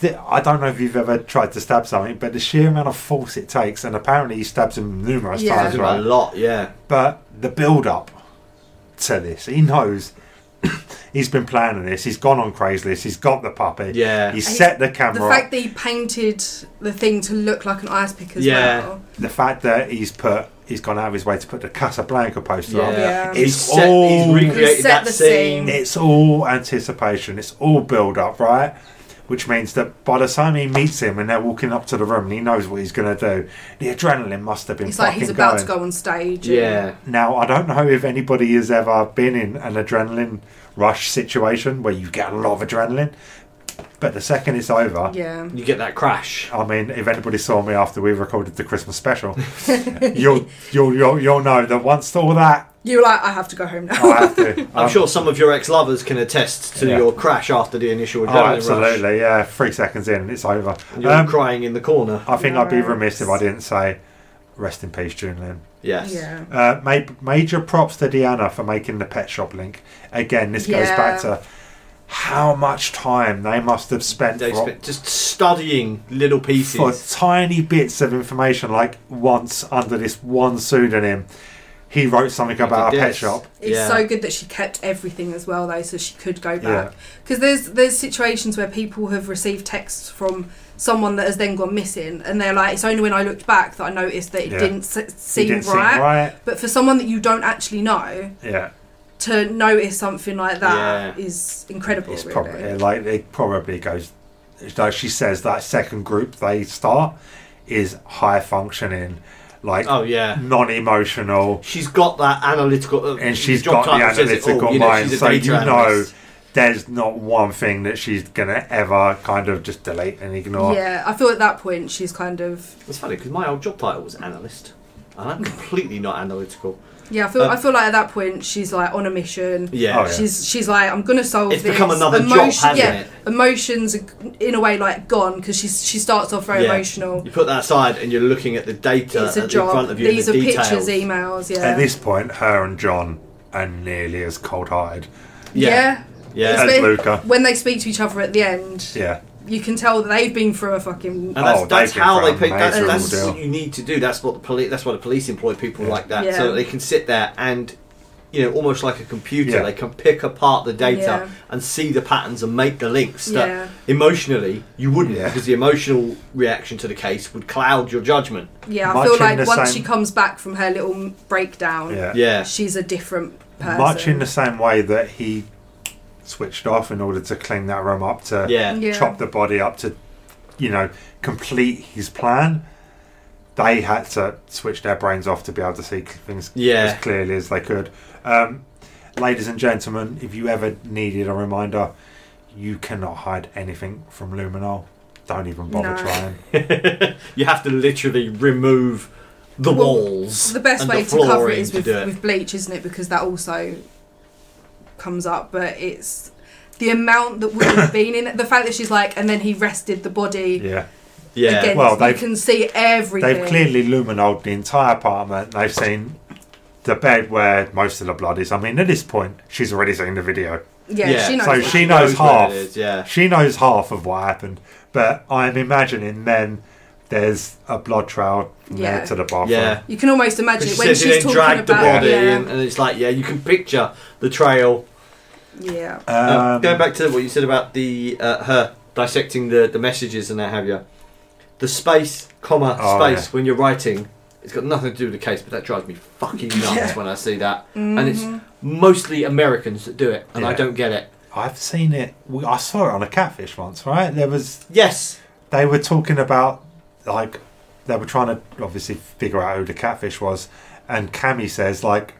S2: The, I don't know if you've ever tried to stab something, but the sheer amount of force it takes, and apparently he stabs him numerous
S3: Yeah.
S2: times,
S1: a
S2: right?
S1: lot, yeah.
S2: But the build up to this, he knows he's been planning this. He's gone on Craigslist. He's got the puppy.
S1: Yeah.
S2: He set the camera.
S3: The
S2: up.
S3: fact that he painted the thing to look like an ice pick as
S1: Yeah.
S3: well.
S2: the fact that he's put he's gone out of his way to put the Casablanca poster
S1: Yeah.
S2: up.
S3: Yeah.
S1: He's,
S2: It's
S1: set,
S2: all-
S1: he's recreated
S3: He set
S1: that
S3: the
S1: scene.
S3: scene.
S2: It's all anticipation. It's all build up, right? Which means that by the time he meets him and they're walking up to the room and he knows what he's going to do, the adrenaline must have been
S3: It's like
S2: fucking
S3: he's about
S2: going.
S3: to go on stage. and-
S1: Yeah.
S2: Now I don't know if anybody has ever been in an adrenaline rush situation where you get a lot of adrenaline, but the second it's over,
S3: Yeah.
S1: You get that crash.
S2: I mean, if anybody saw me after we recorded the Christmas special, you'll, you'll you'll you'll know that once all that
S3: You were like, I have to go home now.
S2: I have to.
S1: I'm sure some of your ex-lovers can attest to
S2: Um, Yeah.
S1: your crash after the initial
S2: Oh,
S1: adrenaline rush.
S2: absolutely. Yeah, three seconds in, it's over.
S1: You're
S2: Um,
S1: crying in the corner.
S2: I think I'd be
S3: Nice.
S2: remiss if I didn't say rest in peace, June Lynn.
S1: Yes.
S3: Yeah.
S2: Uh, ma- major props to Deanna for making the pet shop link. Again, this goes
S3: Yeah.
S2: back to how much time they must have spent,
S1: They
S2: for,
S1: spent just studying little pieces.
S2: for tiny bits of information. Like once under this one pseudonym, he wrote something
S1: Like
S2: about a pet
S1: this.
S2: shop.
S3: It's
S1: Yeah.
S3: so good that she kept everything as well, though, so she could go
S2: Yeah.
S3: back. Because there's there's situations where people have received texts from someone that has then gone missing, and they're like, it's only when I looked back that I noticed that it
S2: Yeah.
S3: didn't s-
S2: He
S3: seem,
S2: didn't seem
S3: right.
S2: right.
S3: But for someone that you don't actually know
S2: Yeah,
S3: to notice something like that is
S1: Yeah.
S3: incredible.
S2: it's
S3: really.
S2: probably like it probably goes. Like she says, that second group they start is high functioning, like
S1: oh yeah.
S2: non-emotional,
S1: She's got that analytical. uh,
S2: and she's
S1: job
S2: got the
S1: title says it all,
S2: analytical
S1: "Oh, you know,
S2: mind.
S1: she's a
S2: so
S1: data
S2: you know,
S1: analyst.
S2: there's not one thing that she's gonna ever kind of just delete and ignore.
S3: Yeah, I feel at that point she's kind of
S1: It's funny because my old job title was analyst, and I'm completely not analytical.
S3: yeah. I feel
S1: Um,
S3: I feel like at that point she's like on a mission.
S1: Yeah.
S2: Oh, yeah.
S3: She's she's like I'm gonna solve.
S1: It's
S3: this.
S1: become another job, hasn't
S3: yeah,
S1: it?
S3: Emotions are g- in a way like gone because she she starts off very
S1: Yeah.
S3: emotional.
S1: You put that aside, and you're looking at the data
S3: It's
S1: at-
S3: a
S1: in
S3: job.
S1: front of you.
S3: These
S1: and
S3: are
S1: the details.
S3: pictures, emails. Yeah.
S2: At this point, her and John are nearly as cold-hearted
S1: Yeah.
S3: yeah.
S1: Yeah.
S2: as
S3: It's been-
S2: Luca.
S3: When they speak to each other at the end,
S2: Yeah,
S3: you can tell that they've been through a fucking.
S1: And that's,
S2: Oh,
S1: that's
S2: they've been
S1: how
S2: through
S1: they
S2: a
S1: pick. That's,
S3: miserable
S1: that's
S2: deal.
S1: what you need to do. That's what the police. That's why the police employ people
S2: Yeah.
S1: like that,
S3: Yeah.
S1: so that they can sit there and, you know, almost like a computer,
S2: Yeah.
S1: they can pick apart the data
S3: Yeah.
S1: and see the patterns and make the links that
S3: Yeah.
S1: emotionally you wouldn't,
S2: Yeah.
S1: because the emotional reaction to the case would cloud your judgment.
S3: yeah, I
S2: Much
S3: feel
S2: in the
S3: like once
S2: same-
S3: she comes back from her little breakdown,
S2: yeah,
S1: Yeah.
S3: she's a different person.
S2: Much in the same way that he switched off in order to clean that room up to
S1: Yeah.
S3: Yeah.
S2: chop the body up to, you know, complete his plan. They had to switch their brains off to be able to see things
S1: Yeah.
S2: as clearly as they could. Um, ladies and gentlemen, if you ever needed a reminder, you cannot hide anything from Luminol. Don't even bother
S3: No.
S2: trying.
S1: you have to literally remove the
S3: Well,
S1: walls.
S3: The best
S1: and
S3: way
S1: the
S3: to cover
S1: flooring
S3: it is
S1: to
S3: with,
S1: do it.
S3: with bleach, isn't it? Because that also comes up, but it's the amount that would have been in it. The fact that she's like, and then he rested the body
S2: Yeah.
S1: yeah.
S3: against.
S2: Well,
S3: you
S2: they've-
S3: can see everything.
S2: They've clearly luminoed the entire apartment. They've seen the bed where most of the blood is. I mean, at this point, she's already seen the video.
S3: Yeah,
S1: Yeah.
S3: she knows.
S2: So
S3: that.
S2: she knows
S1: what
S2: half.
S1: it is, yeah.
S2: She knows half of what happened, but I'm imagining then there's a blood trail from
S3: Yeah.
S2: there to the bathroom.
S1: Yeah.
S3: you can almost imagine
S1: She
S3: it when
S1: says she then
S3: she's talking
S1: dragged
S3: about
S1: the body,
S3: yeah,
S1: and, and it's like, yeah, you can picture the trail.
S3: yeah.
S1: Um,
S2: Um,
S1: going back to what you said about the uh, her dissecting the, the messages and that have you, the space, comma,
S2: Oh,
S1: space
S2: yeah.
S1: when you're writing, it's got nothing to do with the case, but that drives me fucking nuts
S2: Yeah.
S1: when I see that. And it's mostly Americans that do it, and I
S2: Yeah.
S1: don't get it.
S2: I've seen it. we- I saw it on a catfish once, right? There was
S1: Yes,
S2: they were talking about like they were trying to obviously figure out who the catfish was, and Cammy says like,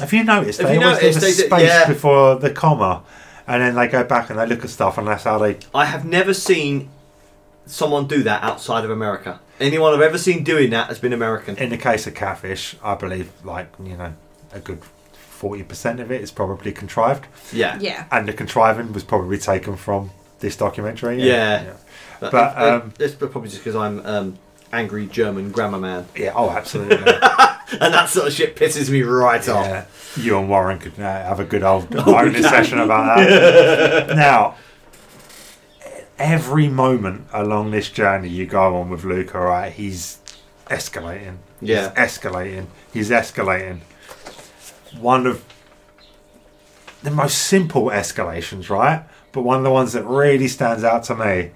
S2: "Have you noticed?
S1: Have
S2: they
S1: you
S2: always
S1: noticed
S2: leave a
S1: they
S2: space
S1: do- yeah.
S2: before the comma, and then they go back and they look at stuff, and that's how they
S1: I have never seen someone do that outside of America. Anyone I've ever seen doing that has been American.
S2: in the case of catfish, I believe like you know a good forty percent of it is probably contrived,
S1: Yeah,
S3: yeah.
S2: and the contriving was probably taken from this documentary.
S1: Yeah. but,
S2: But,
S1: uh,
S2: um,
S1: it's probably just because I'm um, angry German grammar man,
S2: yeah, oh, absolutely.
S1: and that sort of shit pisses me right off.
S2: yeah. You and Warren could uh, have a good old bonus session about that. now, every moment along this journey you go on with Luca, right? He's escalating.
S1: Yeah.
S2: He's escalating. He's escalating. One of the most simple escalations, right? But one of the ones that really stands out to me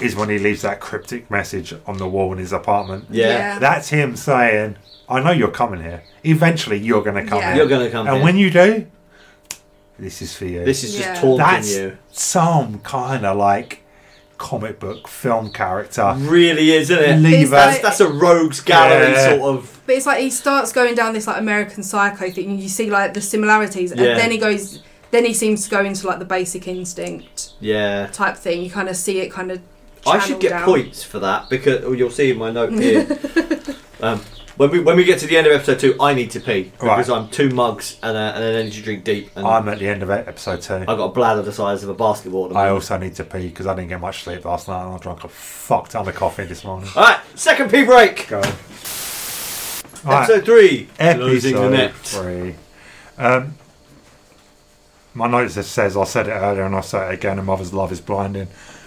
S2: is when he leaves that cryptic message on the wall in his apartment.
S1: Yeah.
S2: That's him saying, I know you're coming here. Eventually, you're going to come
S3: Yeah.
S2: here.
S1: You're gonna come
S2: And
S1: here.
S2: when you do, this is for you.
S1: This is
S3: Yeah.
S1: just taunting
S2: That's
S1: you.
S2: some kind of like comic book film character.
S1: Really is, isn't it?
S2: Leave
S3: It's
S2: us.
S1: That's, that's a rogues gallery
S2: Yeah.
S1: sort of.
S3: But it's like he starts going down this like American Psycho thing, and you see like the similarities, and
S1: Yeah.
S3: then he goes, then he seems to go into like the Basic Instinct
S1: Yeah.
S3: type thing. You kind of see it kind of.
S1: I should
S3: channeled
S1: get
S3: out.
S1: points for that because oh, you'll see in my note here. um, when we when we get to the end of episode two, I need to pee because
S2: Right.
S1: I'm two mugs and, a, and an energy drink deep, and
S2: I'm at the end of it, episode two.
S1: I've got a bladder the size of a basketball. at the
S2: I
S1: moment.
S2: also need to pee because I didn't get much sleep last night and I drank a fuck ton of coffee this morning.
S1: All right, second pee break.
S2: Go.
S1: Episode three. Losing the
S2: episode
S1: net.
S2: three. Um, my notes just says I said it earlier and I'll say it again. A mother's love is blinding,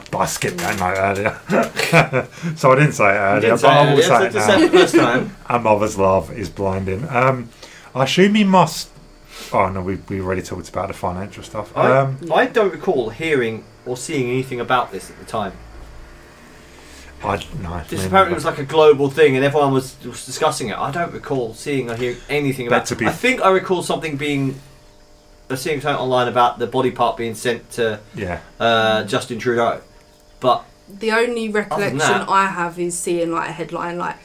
S2: but I skipped that note earlier, so I didn't say it earlier.
S1: Didn't
S2: But
S1: say
S2: I will
S1: earlier,
S2: say
S1: so
S2: it
S1: just
S2: now.
S1: said it first time.
S2: A mother's love is blinding. Um, I assume he must. Oh no, we we already talked about the financial stuff.
S1: I,
S2: Um,
S1: I don't recall hearing or seeing anything about this at the time.
S2: I no.
S1: This
S2: me
S1: apparently
S2: neither.
S1: was like a global thing, and everyone was, was discussing it. I don't recall seeing or hearing anything about.
S2: But to be-
S1: I think I recall something being, uh, seeing something online about the body part being sent to
S2: yeah.
S3: Mm.
S1: uh, Justin Trudeau, but
S3: The only recollection
S1: that-
S3: I have is seeing like a headline like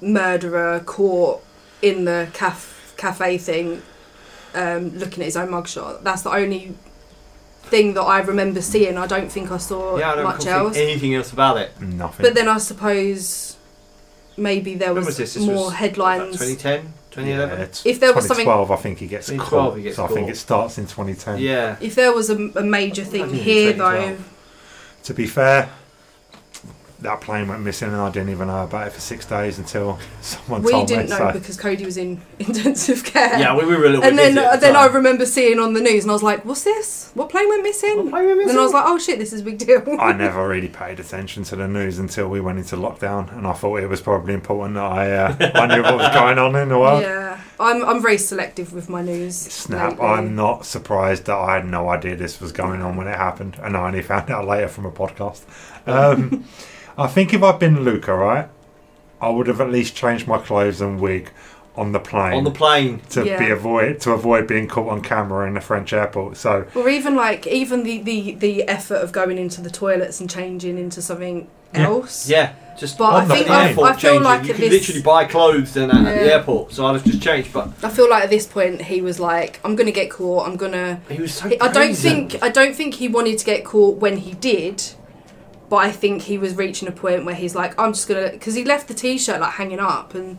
S3: murderer caught in the caf- cafe thing, um, looking at his own mugshot. That's the only thing that I remember seeing. I don't think I saw
S1: yeah, I don't
S3: much
S1: recall
S3: else.
S1: seeing anything else about it.
S2: Nothing.
S3: But then I suppose maybe there
S1: When was
S3: was,
S1: this? This
S3: more
S1: was
S3: headlines.
S1: 2010, 2011.
S3: If there was something-
S2: 2012, I think he gets
S1: 2012
S2: caught.
S1: he gets
S2: so I think
S1: caught.
S2: it starts in 2010.
S1: Yeah,
S3: If there was a, a major
S1: I
S3: thing
S1: think
S3: here
S1: it's
S3: though,
S1: 2012.
S2: To be fair, that plane went missing and I didn't even know about it for six days until someone
S3: we
S2: told me.
S3: didn't know
S2: so.
S3: because Cody was in intensive care.
S1: yeah, we, we were a little bit
S3: and then uh,
S1: busy at the
S3: then I
S1: time.
S3: remember seeing on the news and I was like, what's this? What plane went missing?
S1: What plane went
S3: Then I
S1: missing?
S3: was like, oh shit, this is a big deal.
S2: I never really paid attention to the news until we went into lockdown, and I thought it was probably important that I, uh, I knew what was going on in the world.
S3: yeah, I'm I'm very selective with my news.
S2: Snap,
S3: lately.
S2: I'm not surprised that I had no idea this was going on when it happened, and I only found out later from a podcast. Um, I think if I'd been Luca, right, I would have at least changed my clothes and wig on the plane.
S1: on the plane.
S2: to
S3: Yeah.
S2: be avoid to avoid being caught on camera in a French airport. So
S3: Or even like even the the the effort of going into the toilets and changing into something
S2: Yeah.
S3: else.
S1: Yeah, just
S3: But
S2: I
S1: on the
S2: think I-
S1: airport
S3: I feel
S1: changing.
S3: like
S1: you
S3: at
S1: can
S3: this-
S1: literally buy clothes and at the
S3: Yeah.
S1: airport, so I'd have just changed. But
S3: I feel like at this point he was like, I'm gonna get caught. I'm gonna.
S1: he was so.
S3: I don't
S1: brazen.
S3: think I don't think he wanted to get caught when he did, but I think he was reaching a point where he's like, I'm just gonna because he left the t-shirt like hanging up and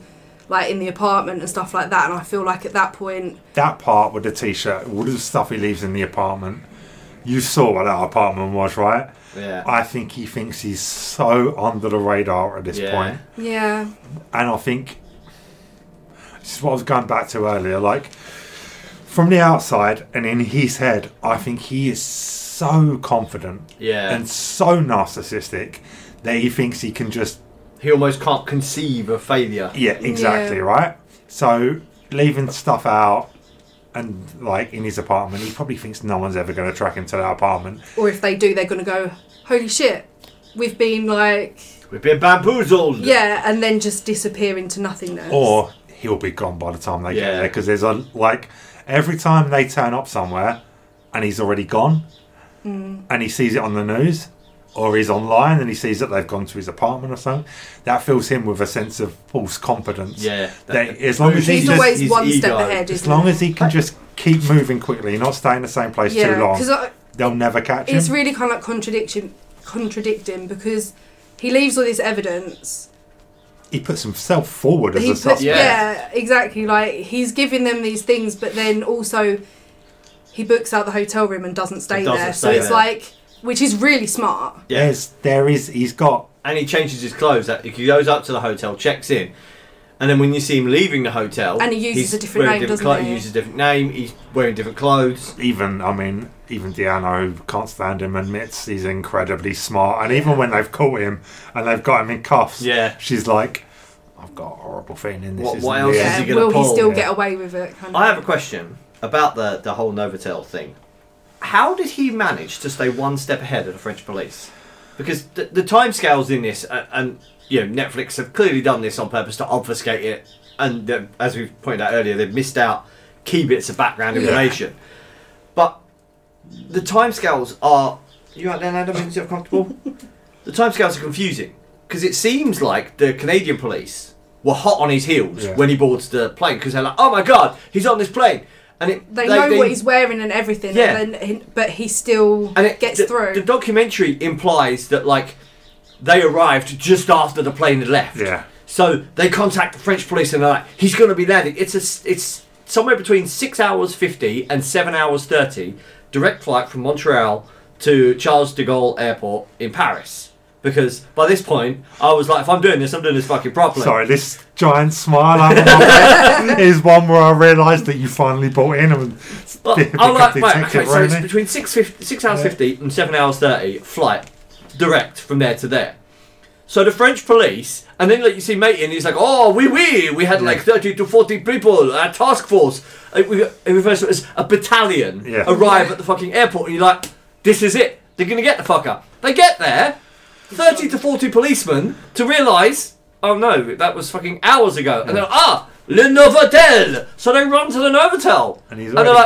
S3: like in the apartment and stuff like that, and I feel like at that point,
S2: that part with the t-shirt, all the stuff he leaves in the apartment. You saw what that apartment was, right?
S1: Yeah.
S2: I think he thinks he's so under the radar at this
S1: Yeah.
S2: point.
S3: yeah,
S2: and I think this is what I was going back to earlier. Like, from the outside and in his head, I think he is so confident
S1: Yeah.
S2: and so narcissistic that he thinks he can just
S1: He almost can't conceive of failure.
S2: yeah, exactly,
S3: Yeah.
S2: right? So leaving stuff out and like in his apartment, he probably thinks no one's ever going to track him to that apartment.
S3: Or if they do, they're going to go, holy shit, we've been like,
S1: We've been bamboozled.
S3: yeah, and then just disappear into nothingness.
S2: Or he'll be gone by the time they get
S1: Yeah.
S2: there because there's a like every time they turn up somewhere and he's already gone
S3: Mm.
S2: and he sees it on the news or he's online and he sees that they've gone to his apartment or something, that fills him with a sense of false confidence.
S1: Yeah.
S2: That as long as
S3: he's
S2: he
S1: He's
S2: just,
S3: always
S1: his
S3: one step
S1: ego.
S3: ahead.
S2: as
S3: isn't
S2: long
S3: he?
S2: as he can just keep moving quickly, not stay in the same place
S3: yeah,
S2: too long.
S3: because I.
S2: they'll never catch
S3: it's
S2: him.
S3: really kind of like contradiction contradicting because he leaves all this evidence
S2: he puts himself forward as
S3: he
S2: a
S3: puts,
S2: suspect.
S1: Yeah.
S3: yeah. exactly like he's giving them these things but then also he books out the hotel room and doesn't stay
S1: He doesn't
S3: there so
S1: stay
S3: it's
S1: there.
S3: like which is really smart
S1: Yeah.
S2: There's, there is. He's got.
S1: And he changes his clothes. That- He goes up to the hotel, checks in. And then when you see him leaving the hotel.
S3: And he uses
S1: he's
S3: a different
S1: wearing
S3: name,
S1: different
S3: doesn't
S1: clo-
S3: he?
S1: uses a different name. He's wearing different clothes.
S2: Even I mean, even Deanna, who can't stand him, admits he's incredibly smart. And even when they've caught him and they've got him in cuffs,
S1: Yeah.
S2: she's like, "I've got a horrible feeling this
S1: What-
S2: is."
S1: what else
S2: yeah.
S1: is he
S3: yeah
S1: gonna
S3: will
S1: pull?
S3: he still
S2: Yeah.
S3: get away with it kind of
S1: I have a question about the, the whole Novotel thing. How did he manage to stay one step ahead of the French police? Because the, the timescales in this, uh, and you know, Netflix have clearly done this on purpose to obfuscate it. And uh, as we pointed out earlier, they've missed out key bits of background
S3: Yeah.
S1: information. But the timescales are. You out there, Adam? Making yourself comfortable? the timescales are confusing because it seems like the Canadian police were hot on his heels
S2: Yeah.
S1: when he boards the plane because they're like, "Oh my god, he's on this plane," and it
S3: they, know what he's wearing and everything
S1: Yeah.
S3: and then, he- but he still
S1: and it
S3: gets
S1: the-
S3: through
S1: The documentary implies that like they arrived just after the plane had left.
S2: Yeah.
S1: So they contact the French police and they're like, "He's going to be landing." It's a, s- it's somewhere between six hours fifty and seven hours thirty direct flight from Montreal to Charles de Gaulle Airport in Paris. Because by this point, I was like, if I'm doing this, I'm doing this fucking properly.
S2: Sorry, this giant smile over my face is one where I realised that you finally bought in and
S1: Well,
S2: pick
S1: I'm
S2: up
S1: like,
S2: the
S1: right,
S2: ticket,
S1: okay, so it's
S2: Rooney.
S1: between 6, 50, six hours
S2: Yeah.
S1: 50 and 7 hours 30 flight, direct from there to there. So the French police, and then like you see Mate, and he's like, oh, we oui, we had like 30 to 40 people, a task force. It, we, it refers to it as a battalion
S2: Yeah.
S1: arrive at the fucking airport, and you're like, this is it. They're going to get the fucker. They get there, 30 to 40 policemen, to realise, oh no, that was fucking hours ago. And they're like, ah, Le Novotel! So they run to the Novotel.
S2: And he's
S1: they're
S2: already
S1: like,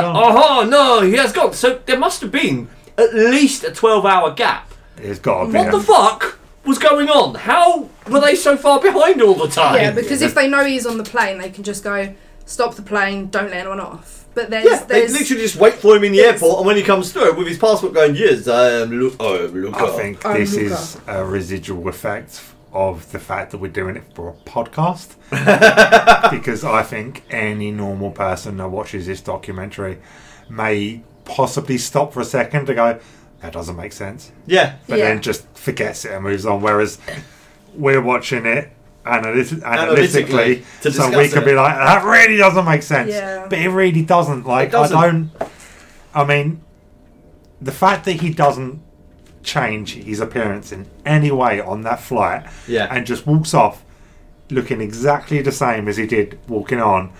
S1: oh
S2: gone.
S1: no, he has gone. So there must have been at least a 12 hour gap.
S2: It's got to be.
S1: What
S2: a-
S1: the fuck was going on? How were they so far behind all the time?
S3: Yeah, because if they know he's on the plane, they can just go stop the plane, don't let anyone off. But there's
S1: Yeah, they
S3: there's
S1: literally just wait for him in the
S3: It's-
S1: airport, and when he comes through with his passport going, yes, I am Lu- I am Luca.
S2: I think
S3: Oh,
S2: this
S3: Luca.
S2: is a residual effect of the fact that we're doing it for a podcast. because I think any normal person that watches this documentary may possibly stop for a second to go, that doesn't make sense.
S1: Yeah.
S2: But
S3: Yeah.
S2: then just forgets it and moves on. Whereas we're watching it. Analytic,
S1: Analytically,
S2: analytically,
S1: to
S2: so we
S1: discuss
S2: could
S1: it.
S2: be like, that really doesn't make sense.
S3: Yeah.
S2: But it really doesn't. Like,
S1: doesn't.
S2: I don't. I mean, the fact that he doesn't change his appearance in any way on that flight
S1: Yeah.
S2: and just walks off looking exactly the same as he did walking on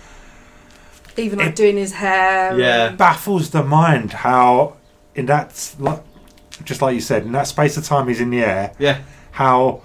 S3: even like doing his hair.
S1: Yeah.
S3: and-
S2: baffles the mind how in that s- like just like you said in that space of time he's in the air
S1: Yeah.
S2: how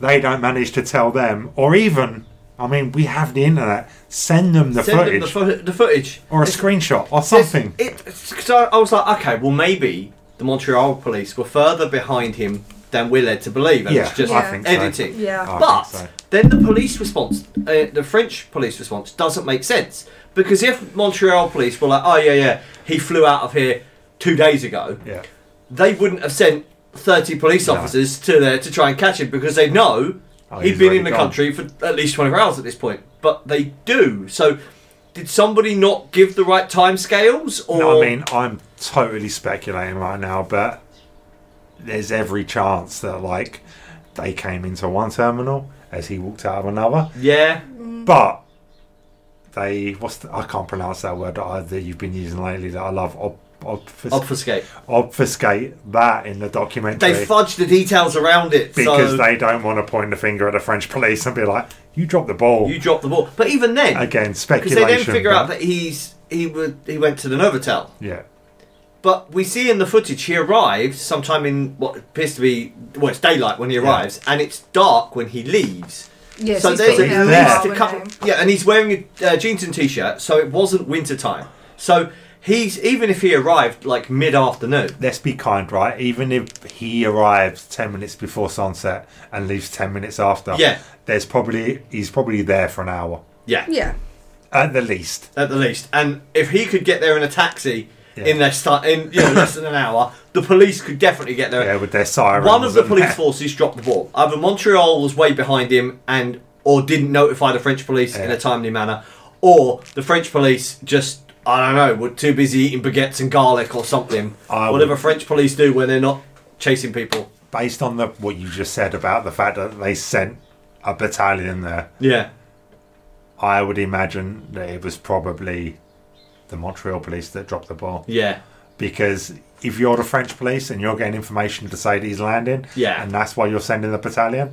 S2: they don't manage to tell them or even I mean we have the internet send them the
S1: Send them
S2: footage
S1: the, fo- the footage.
S2: or a screenshot or something
S1: Because I, I was like, okay, well, maybe the Montreal police were further behind him than we're led to believe. And
S2: yeah
S1: it's just
S2: I think so.
S1: editing.
S3: Yeah.
S2: I think
S1: but
S2: so.
S1: then the police response, uh, the French police response, doesn't make sense because if Montreal police were like, "Oh yeah, yeah, he flew out of here two days ago,"
S2: yeah
S1: they wouldn't have sent thirty police
S2: No.
S1: officers to there to try and catch him because they know
S2: Oh,
S1: he'd
S2: he's
S1: been
S2: already
S1: in the
S2: gone.
S1: country for at least twenty-four hours at this point. But they do. So, did somebody not give the right time scales? Or
S2: No, I mean, I'm totally speculating right now, but there's every chance that like they came into one terminal as he walked out of another.
S1: yeah,
S2: But they what's the, I can't pronounce that word that, I, that you've been using lately that I love ob, obfusc-
S1: Obfuscate.
S2: obfuscate that in the documentary
S1: They fudge the details around it
S2: because
S1: so
S2: they don't want to point the finger at the French police and be like you dropped the ball
S1: you drop the ball. But even then,
S2: again
S1: because
S2: speculation
S1: they then figure
S2: but-
S1: out that he's he would he went to the Novotel.
S2: yeah
S1: But we see in the footage he arrives sometime in what appears to be well, it's daylight when he arrives, and it's dark when he leaves.
S3: Yes,
S1: so
S3: he's
S1: there's
S3: been
S1: at
S2: there
S3: a
S1: least
S3: while,
S1: a couple.
S3: hasn't
S1: Yeah, and he's wearing a uh, jeans and t-shirt, so it wasn't winter time. So he's even if he arrived like mid-afternoon,
S2: let's be kind right even if he arrives 10 minutes before sunset and leaves 10 minutes after
S1: Yeah.
S2: there's probably he's probably there for an hour
S3: he? Yeah.
S2: at the least
S1: at the least. And if he could get there in a taxi
S2: Yeah.
S1: in less time, in you know, less than an hour, the police could definitely get there.
S2: yeah with their sirens
S1: One of the
S2: and-
S1: police forces dropped the ball. Either Montreal was way behind him and or didn't notify the French police in
S2: Yeah.
S1: a timely manner, or the French police just I don't know were too busy eating baguettes and garlic or something.
S2: I
S1: Whatever French police do when they're not chasing people.
S2: based on the what you just said about the fact that they sent a battalion there
S1: Yeah.
S2: i would imagine that it was probably the montreal police that dropped the ball
S1: Yeah.
S2: because if you're the French police and you're getting information to say that he's landing,
S1: Yeah.
S2: and that's why you're sending the battalion.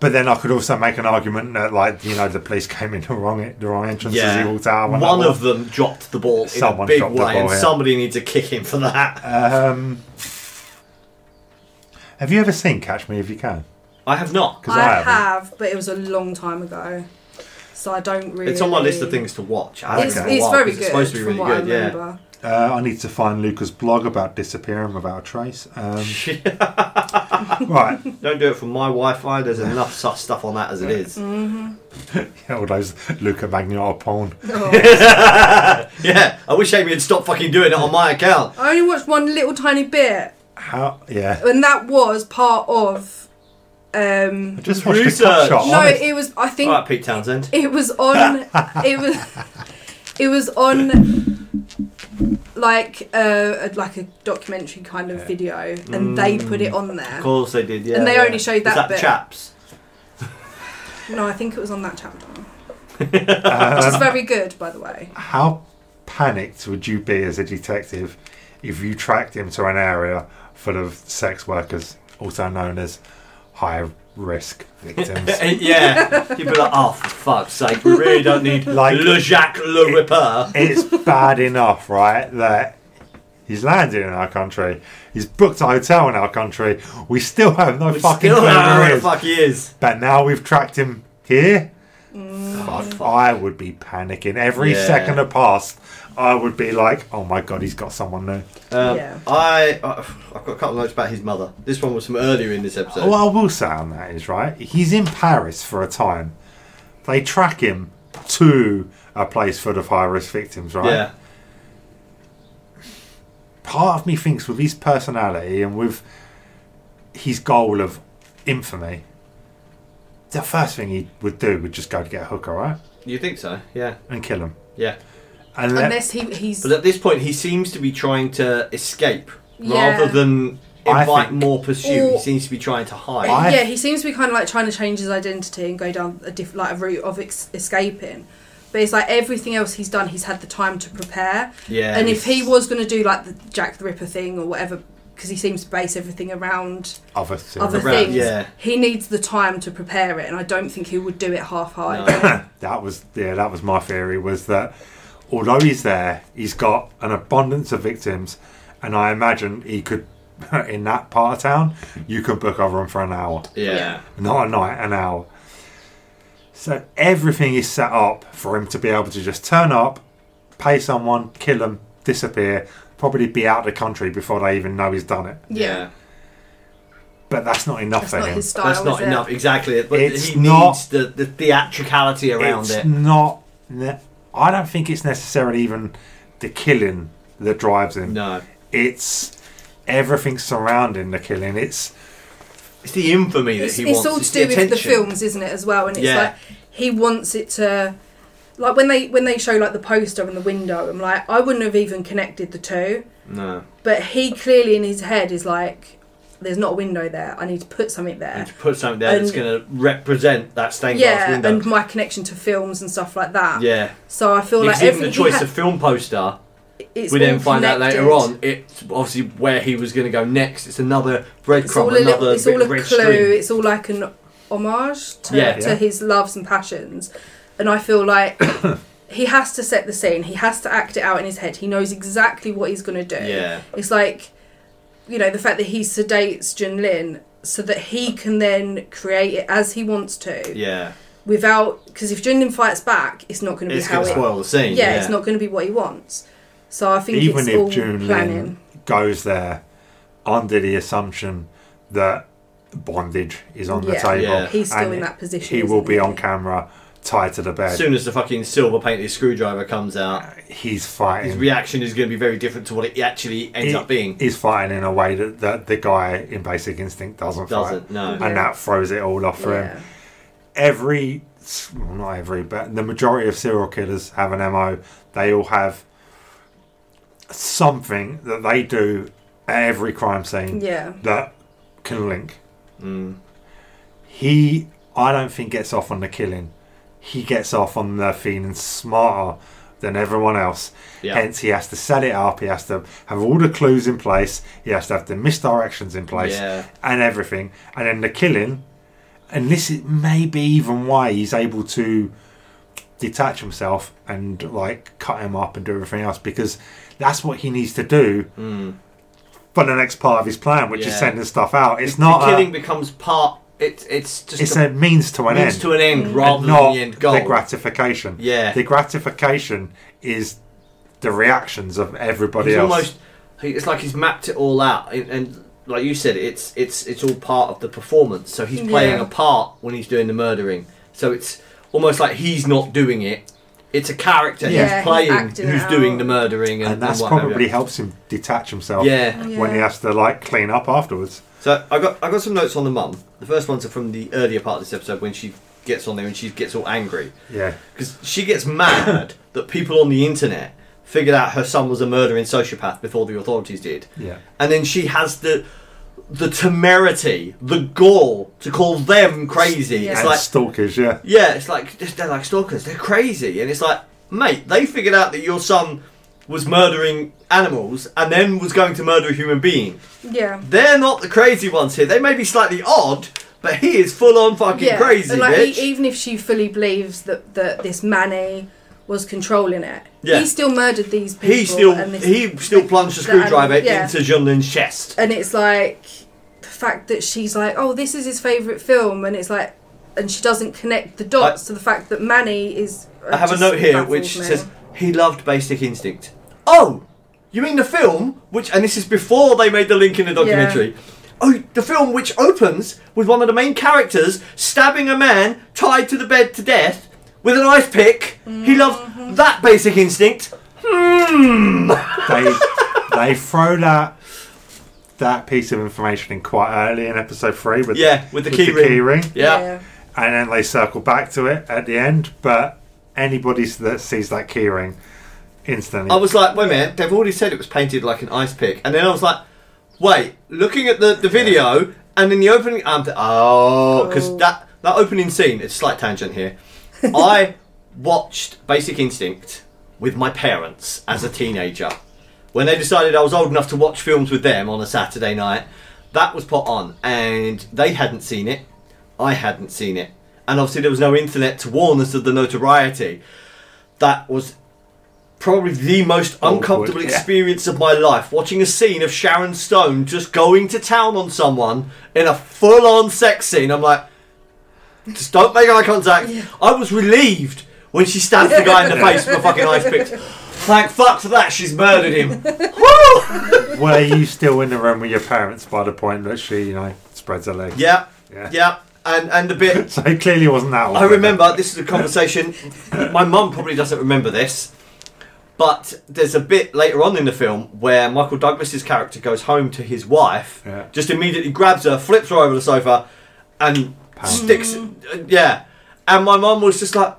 S2: But then I could also make an argument that, like, you know, the police came in the wrong the wrong entrance as
S1: Yeah.
S2: he walked out.
S1: One of them dropped the ball
S2: Someone
S1: in a big
S2: dropped
S1: way,
S2: the
S1: and
S2: ball, yeah.
S1: somebody needs to kick him for that.
S2: Um, have you ever seen Catch Me If You Can?
S1: I have not.
S2: 'Cause
S3: I,
S2: I haven't.
S3: have, but it was a long time ago, so I don't really.
S1: It's on my list of things to watch. I
S3: It's,
S1: haven't in
S2: Okay.
S1: a
S3: it's
S1: while,
S3: very
S1: 'cause
S3: good.
S1: It's supposed to be
S3: from
S1: really
S3: what
S1: good.
S3: I
S1: yeah.
S3: remember.
S2: Uh, I need to find Luca's blog about disappearing without a trace. Um, right,
S1: Don't do it from my Wi-Fi. There's enough such stuff on that as it is.
S2: yeah, all those Luca Magnotta porn.
S3: Oh.
S1: Yeah, I wish Amy had stopped fucking doing it on my account.
S3: I only watched one little tiny bit,
S2: How? Yeah,
S3: and that was part of. Um,
S2: I just watched
S1: Research.
S2: a cut shot.
S3: no,
S2: honest.
S3: it was. I think
S1: All right, Pete Townsend.
S3: it was on. it was. It was on. Like uh, a, a like a documentary kind of video, and they put it on there.
S1: Of course they did. Yeah,
S3: And they
S1: yeah.
S3: only showed
S1: Was
S3: that
S1: the
S3: bit.
S1: chaps.
S3: No, I think it was on that chapter, which is
S2: Um,
S3: very good, by the way.
S2: How panicked would you be as a detective if you tracked him to an area full of sex workers, also known as high risk victims?
S1: Uh, yeah, you'd be like, oh, for fuck's sake, we really don't need
S2: Like-
S1: Le Jacques Le Ripper.
S2: it's bad enough, right? That he's landed in our country, he's booked a hotel in our country, we still have no
S1: We
S2: fucking
S1: still
S2: clue
S1: don't know
S2: where
S1: where
S2: he
S1: the
S2: is.
S1: fuck he is.
S2: But now we've tracked him here. Fuck,
S1: fuck.
S2: I would be panicking every
S1: Yeah.
S2: second that passed. I would be like, "Oh my god, he's got someone new."
S1: Um,
S3: Yeah.
S1: I, I, I've got a couple of notes about his mother. This one was from earlier in this episode.
S2: What I will say on that is, right, he's in Paris for a time. They track him to a place full of high risk victims, right?
S1: yeah,
S2: Part of me thinks with his personality and with his goal of infamy, the first thing he would do would just go to get a hooker, right?
S1: you think so? Yeah,
S2: And kill him.
S1: yeah.
S2: And let-
S3: Unless he he's
S1: But at this point, he seems to be trying to escape
S3: Yeah.
S1: rather than
S2: I
S1: invite
S2: think-
S1: more pursuit. he
S3: Or-
S1: seems to be trying to hide.
S2: I-
S3: yeah, he seems to be kind of like trying to change his identity and go down a diff- like a route of ex- escaping. But it's like everything else he's done, he's had the time to prepare.
S1: Yeah,
S3: and if
S1: he's-
S3: he was going to do like the Jack the Ripper thing or whatever, because he seems to base everything around
S2: other thing.
S3: other
S1: around,
S3: things,
S1: yeah.
S3: he needs the time to prepare it, and I don't think he would do it half-hearted.
S2: that was yeah, that was my theory was that although he's there, he's got an abundance of victims, and I imagine he could in that part of town you could book over him for an hour,
S1: yeah.
S2: not a night, an hour. So everything is set up for him to be able to just turn up, pay someone, kill them, disappear, probably be out of the country before they even know he's done it.
S1: Yeah. Oh,
S2: But that's not enough
S3: that's
S2: for
S3: not
S2: him.
S3: his style.
S1: That's not
S3: is it?
S1: enough, exactly. But
S2: It's
S1: he
S2: not-
S1: needs the, the theatricality around
S2: it's
S1: it.
S2: not. Ne- I don't think it's necessarily even the killing that drives him.
S1: No.
S2: It's everything surrounding the killing. It's
S1: It's the infamy that
S3: It's,
S1: he
S3: it's
S1: wants.
S3: all
S1: it's
S3: to do
S1: the
S3: with the
S1: attention.
S3: films, isn't it? As well, and it's
S1: Yeah.
S3: like he wants it to, like when they when they show like the poster and the window. I'm like, I wouldn't have even connected the two,
S1: No.
S3: but he clearly in his head is like, there's not a window there. I need to put something there.
S5: And to put something there that's
S3: And-
S5: going to represent that stained glass
S3: Yeah,
S5: window.
S3: and my connection to films and stuff like that.
S5: yeah.
S3: So I feel
S5: Because
S3: like
S5: even
S3: everything
S5: the
S3: he
S5: choice
S3: had-
S5: of film poster,
S3: it's
S5: we
S3: all
S5: then find out later
S3: connected.
S5: on, it's obviously where he was going to go next. It's another
S3: It's all
S5: breadcrumb,
S3: a, little-
S5: another
S3: it's
S5: bit
S3: all a
S5: of
S3: clue.
S5: red string.
S3: It's all like an homage to,
S5: Yeah.
S3: to
S2: Yeah.
S3: his loves and passions. And I feel like he has to set the scene. He has to act it out in his head. He knows exactly what he's going to do.
S5: Yeah.
S3: It's like, you know, the fact that he sedates Jun Lin so that he can then create it as he wants to
S5: Yeah.
S3: without. Because if Jun Lin fights back, it's not going to be
S5: It's
S3: how
S5: going to
S3: it.
S5: spoil the scene.
S3: yeah, it's not going to be what he wants. So I think
S2: Even
S3: it's
S2: if
S3: all
S2: June
S3: planning.
S2: Lin goes there under the assumption that bondage is on the
S3: Yeah.
S2: table,
S5: Yeah.
S3: He's still
S2: and
S3: in that position.
S2: he will
S3: isn't
S2: be on camera tied to the
S5: As
S2: bed.
S5: soon as the fucking silver painted screwdriver comes out,
S2: He's
S5: his
S2: fighting.
S5: reaction is going to be very different to what it actually ends
S2: He-
S5: up being.
S2: He's fighting in a way that, that the guy in Basic Instinct doesn't,
S5: Doesn't,
S2: fight,
S5: no.
S2: and that throws it all off for
S3: Yeah.
S2: him. Every, well, not every, but the majority of serial killers have an MO. They all have something that they do at every crime scene
S3: Yeah.
S2: that can link. He, I don't think, gets off on the killing. He gets off on the feeling smarter than everyone else.
S5: Yeah.
S2: Hence, he has to set it up. He has to have all the clues in place. He has to have the misdirections in place
S5: Yeah.
S2: and everything. And then the killing. And this is maybe even why he's able to detach himself and like cut him up and do everything else because that's what he needs to do for the next part of his plan, which is
S5: Hmm. Yeah.
S2: sending stuff out. It's not
S5: the
S2: a-
S5: killing becomes part. It's it's just
S2: it's
S5: a,
S2: a means to an
S5: means
S2: end,
S5: to an
S3: Mm.
S5: end
S2: and
S5: rather
S2: not
S5: than the end goal.
S2: the gratification.
S5: Yeah.
S2: the gratification is the reactions of everybody
S5: He's
S2: else.
S5: almost. he- It's like he's mapped it all out, and, and like you said, it's it's it's all part of the performance. So he's playing
S3: Yeah.
S5: a part when he's doing the murdering. So it's almost like he's not doing it. It's a character
S3: Yeah,
S5: who's playing
S3: he's acting
S5: who's
S3: it
S5: doing
S3: out.
S5: the murdering, and,
S2: and that's
S5: and what have you.
S2: probably helps him detach himself.
S5: Yeah.
S2: when he
S3: Yeah.
S2: has to like clean up afterwards.
S5: So I got I got some notes on the mum. The first ones are from the earlier part of this episode when she gets on there and she gets all angry.
S2: Yeah,
S5: Because she gets mad that people on the internet figured out her son was a murdering sociopath before the authorities did.
S2: Yeah.
S5: And then she has the the temerity, the gall to call them crazy.
S3: Yeah.
S5: It's
S2: and
S5: like
S2: stalkers. Yeah,
S5: yeah, it's like they're like stalkers. They're crazy, and it's like, mate, they figured out that your son was murdering animals and then was going to murder a human being.
S3: Yeah.
S5: They're not the crazy ones here. They may be slightly odd, but he is full on fucking crazy,
S3: and like,
S5: bitch.
S3: e- even if she fully believes that that this Manny was controlling it,
S5: Yeah.
S3: he still murdered these people.
S5: he still
S3: and this,
S5: he still plunged the
S3: the animal-
S5: screwdriver
S3: yeah. Uh,
S5: into John Lin's chest.
S3: and it's like the fact that she's like, oh, this is his favorite film, and it's like, and she doesn't connect the dots to the fact that Manny is. uh,
S5: I have a
S3: just
S5: note here
S3: baffles
S5: which
S3: me.
S5: says he loved Basic Instinct. Oh, you mean the film which and this is before they made the link in the documentary. Oh, the film which opens with one of the main characters stabbing a man tied to the bed to death with an ice pick. He
S3: Mm-hmm.
S5: loved that Basic Instinct.
S2: they they throw that that piece of information in quite early in episode three with
S5: Yeah, with the key ring.
S2: ring.
S5: Yeah.
S2: and then they circle back to it at the end. But anybody that sees that keyring instantly,
S5: I was like, wait a minute, they've already said it was painted like an ice pick. And then I was like, wait, looking at the, the video and in the opening, I'm th- oh, because
S3: Oh.
S5: that, that opening scene, it's a slight tangent here. I watched Basic Instinct with my parents as a teenager. When they decided I was old enough to watch films with them on a Saturday night, that was put on and they hadn't seen it. I hadn't seen it. And obviously, there was no internet to warn us of the notoriety. That was probably the most uncomfortable
S2: yeah.
S5: experience of my life watching a scene of Sharon Stone just going to town on someone in a full on sex scene. I'm like, just don't make eye contact. I was relieved when she stabbed the guy in the face with a fucking ice pick. Thank fuck for that, she's murdered him. Woo!
S2: were you still in the room with your parents by the point that she, you know, spreads her legs?
S5: Yeah,
S2: Yeah.
S5: yeah. And, and the bit
S2: So it clearly wasn't that one.
S5: I remember this is a conversation. my mum probably doesn't remember this, but there's a bit later on in the film where Michael Douglas's character goes home to his wife,
S2: Yeah.
S5: just immediately grabs her, flips her over the sofa, and sticks. Yeah, and my mum was just like,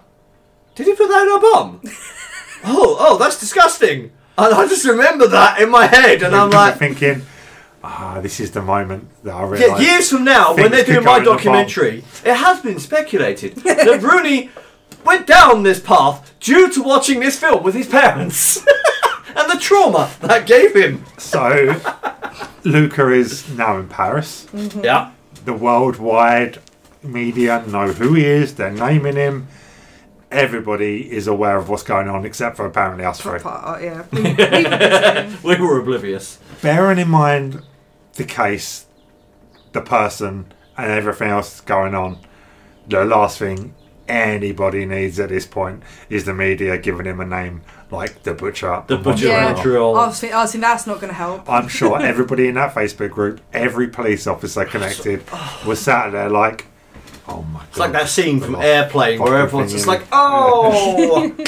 S5: "Did he put that in her bum? oh, oh, that's disgusting." And I just remember that in my head, and I'm like,
S2: thinking, ah, this is the moment that I
S5: Yeah,
S2: realise.
S5: years from now, when they're
S2: things could
S5: doing
S2: go
S5: my
S2: in the bomb.
S5: documentary, it has been speculated that Rooney went down this path due to watching this film with his parents and the trauma that gave him.
S2: So, Luca is now in Paris.
S5: Yeah.
S2: The worldwide media know who he is. They're naming him. Everybody is aware of what's going on, except for apparently us three.
S3: Proper art, yeah. We- we were just-
S5: We were oblivious.
S2: Bearing in mind the case, the person, and everything else that's going on, the last thing anybody needs at this point is the media giving him a name like the butcher.
S5: The
S2: and
S5: butcher
S2: whatever.
S5: and
S3: Yeah.
S5: drill.
S3: I was thinking, I was thinking that's not going to help.
S2: I'm sure everybody in that Facebook group, every police officer connected, was sat there like, "Oh my god!"
S5: It's like that scene from
S2: Oh,
S5: Airplane where
S2: fucking
S5: everyone's
S2: thing,
S5: just
S2: yeah.
S5: like, oh.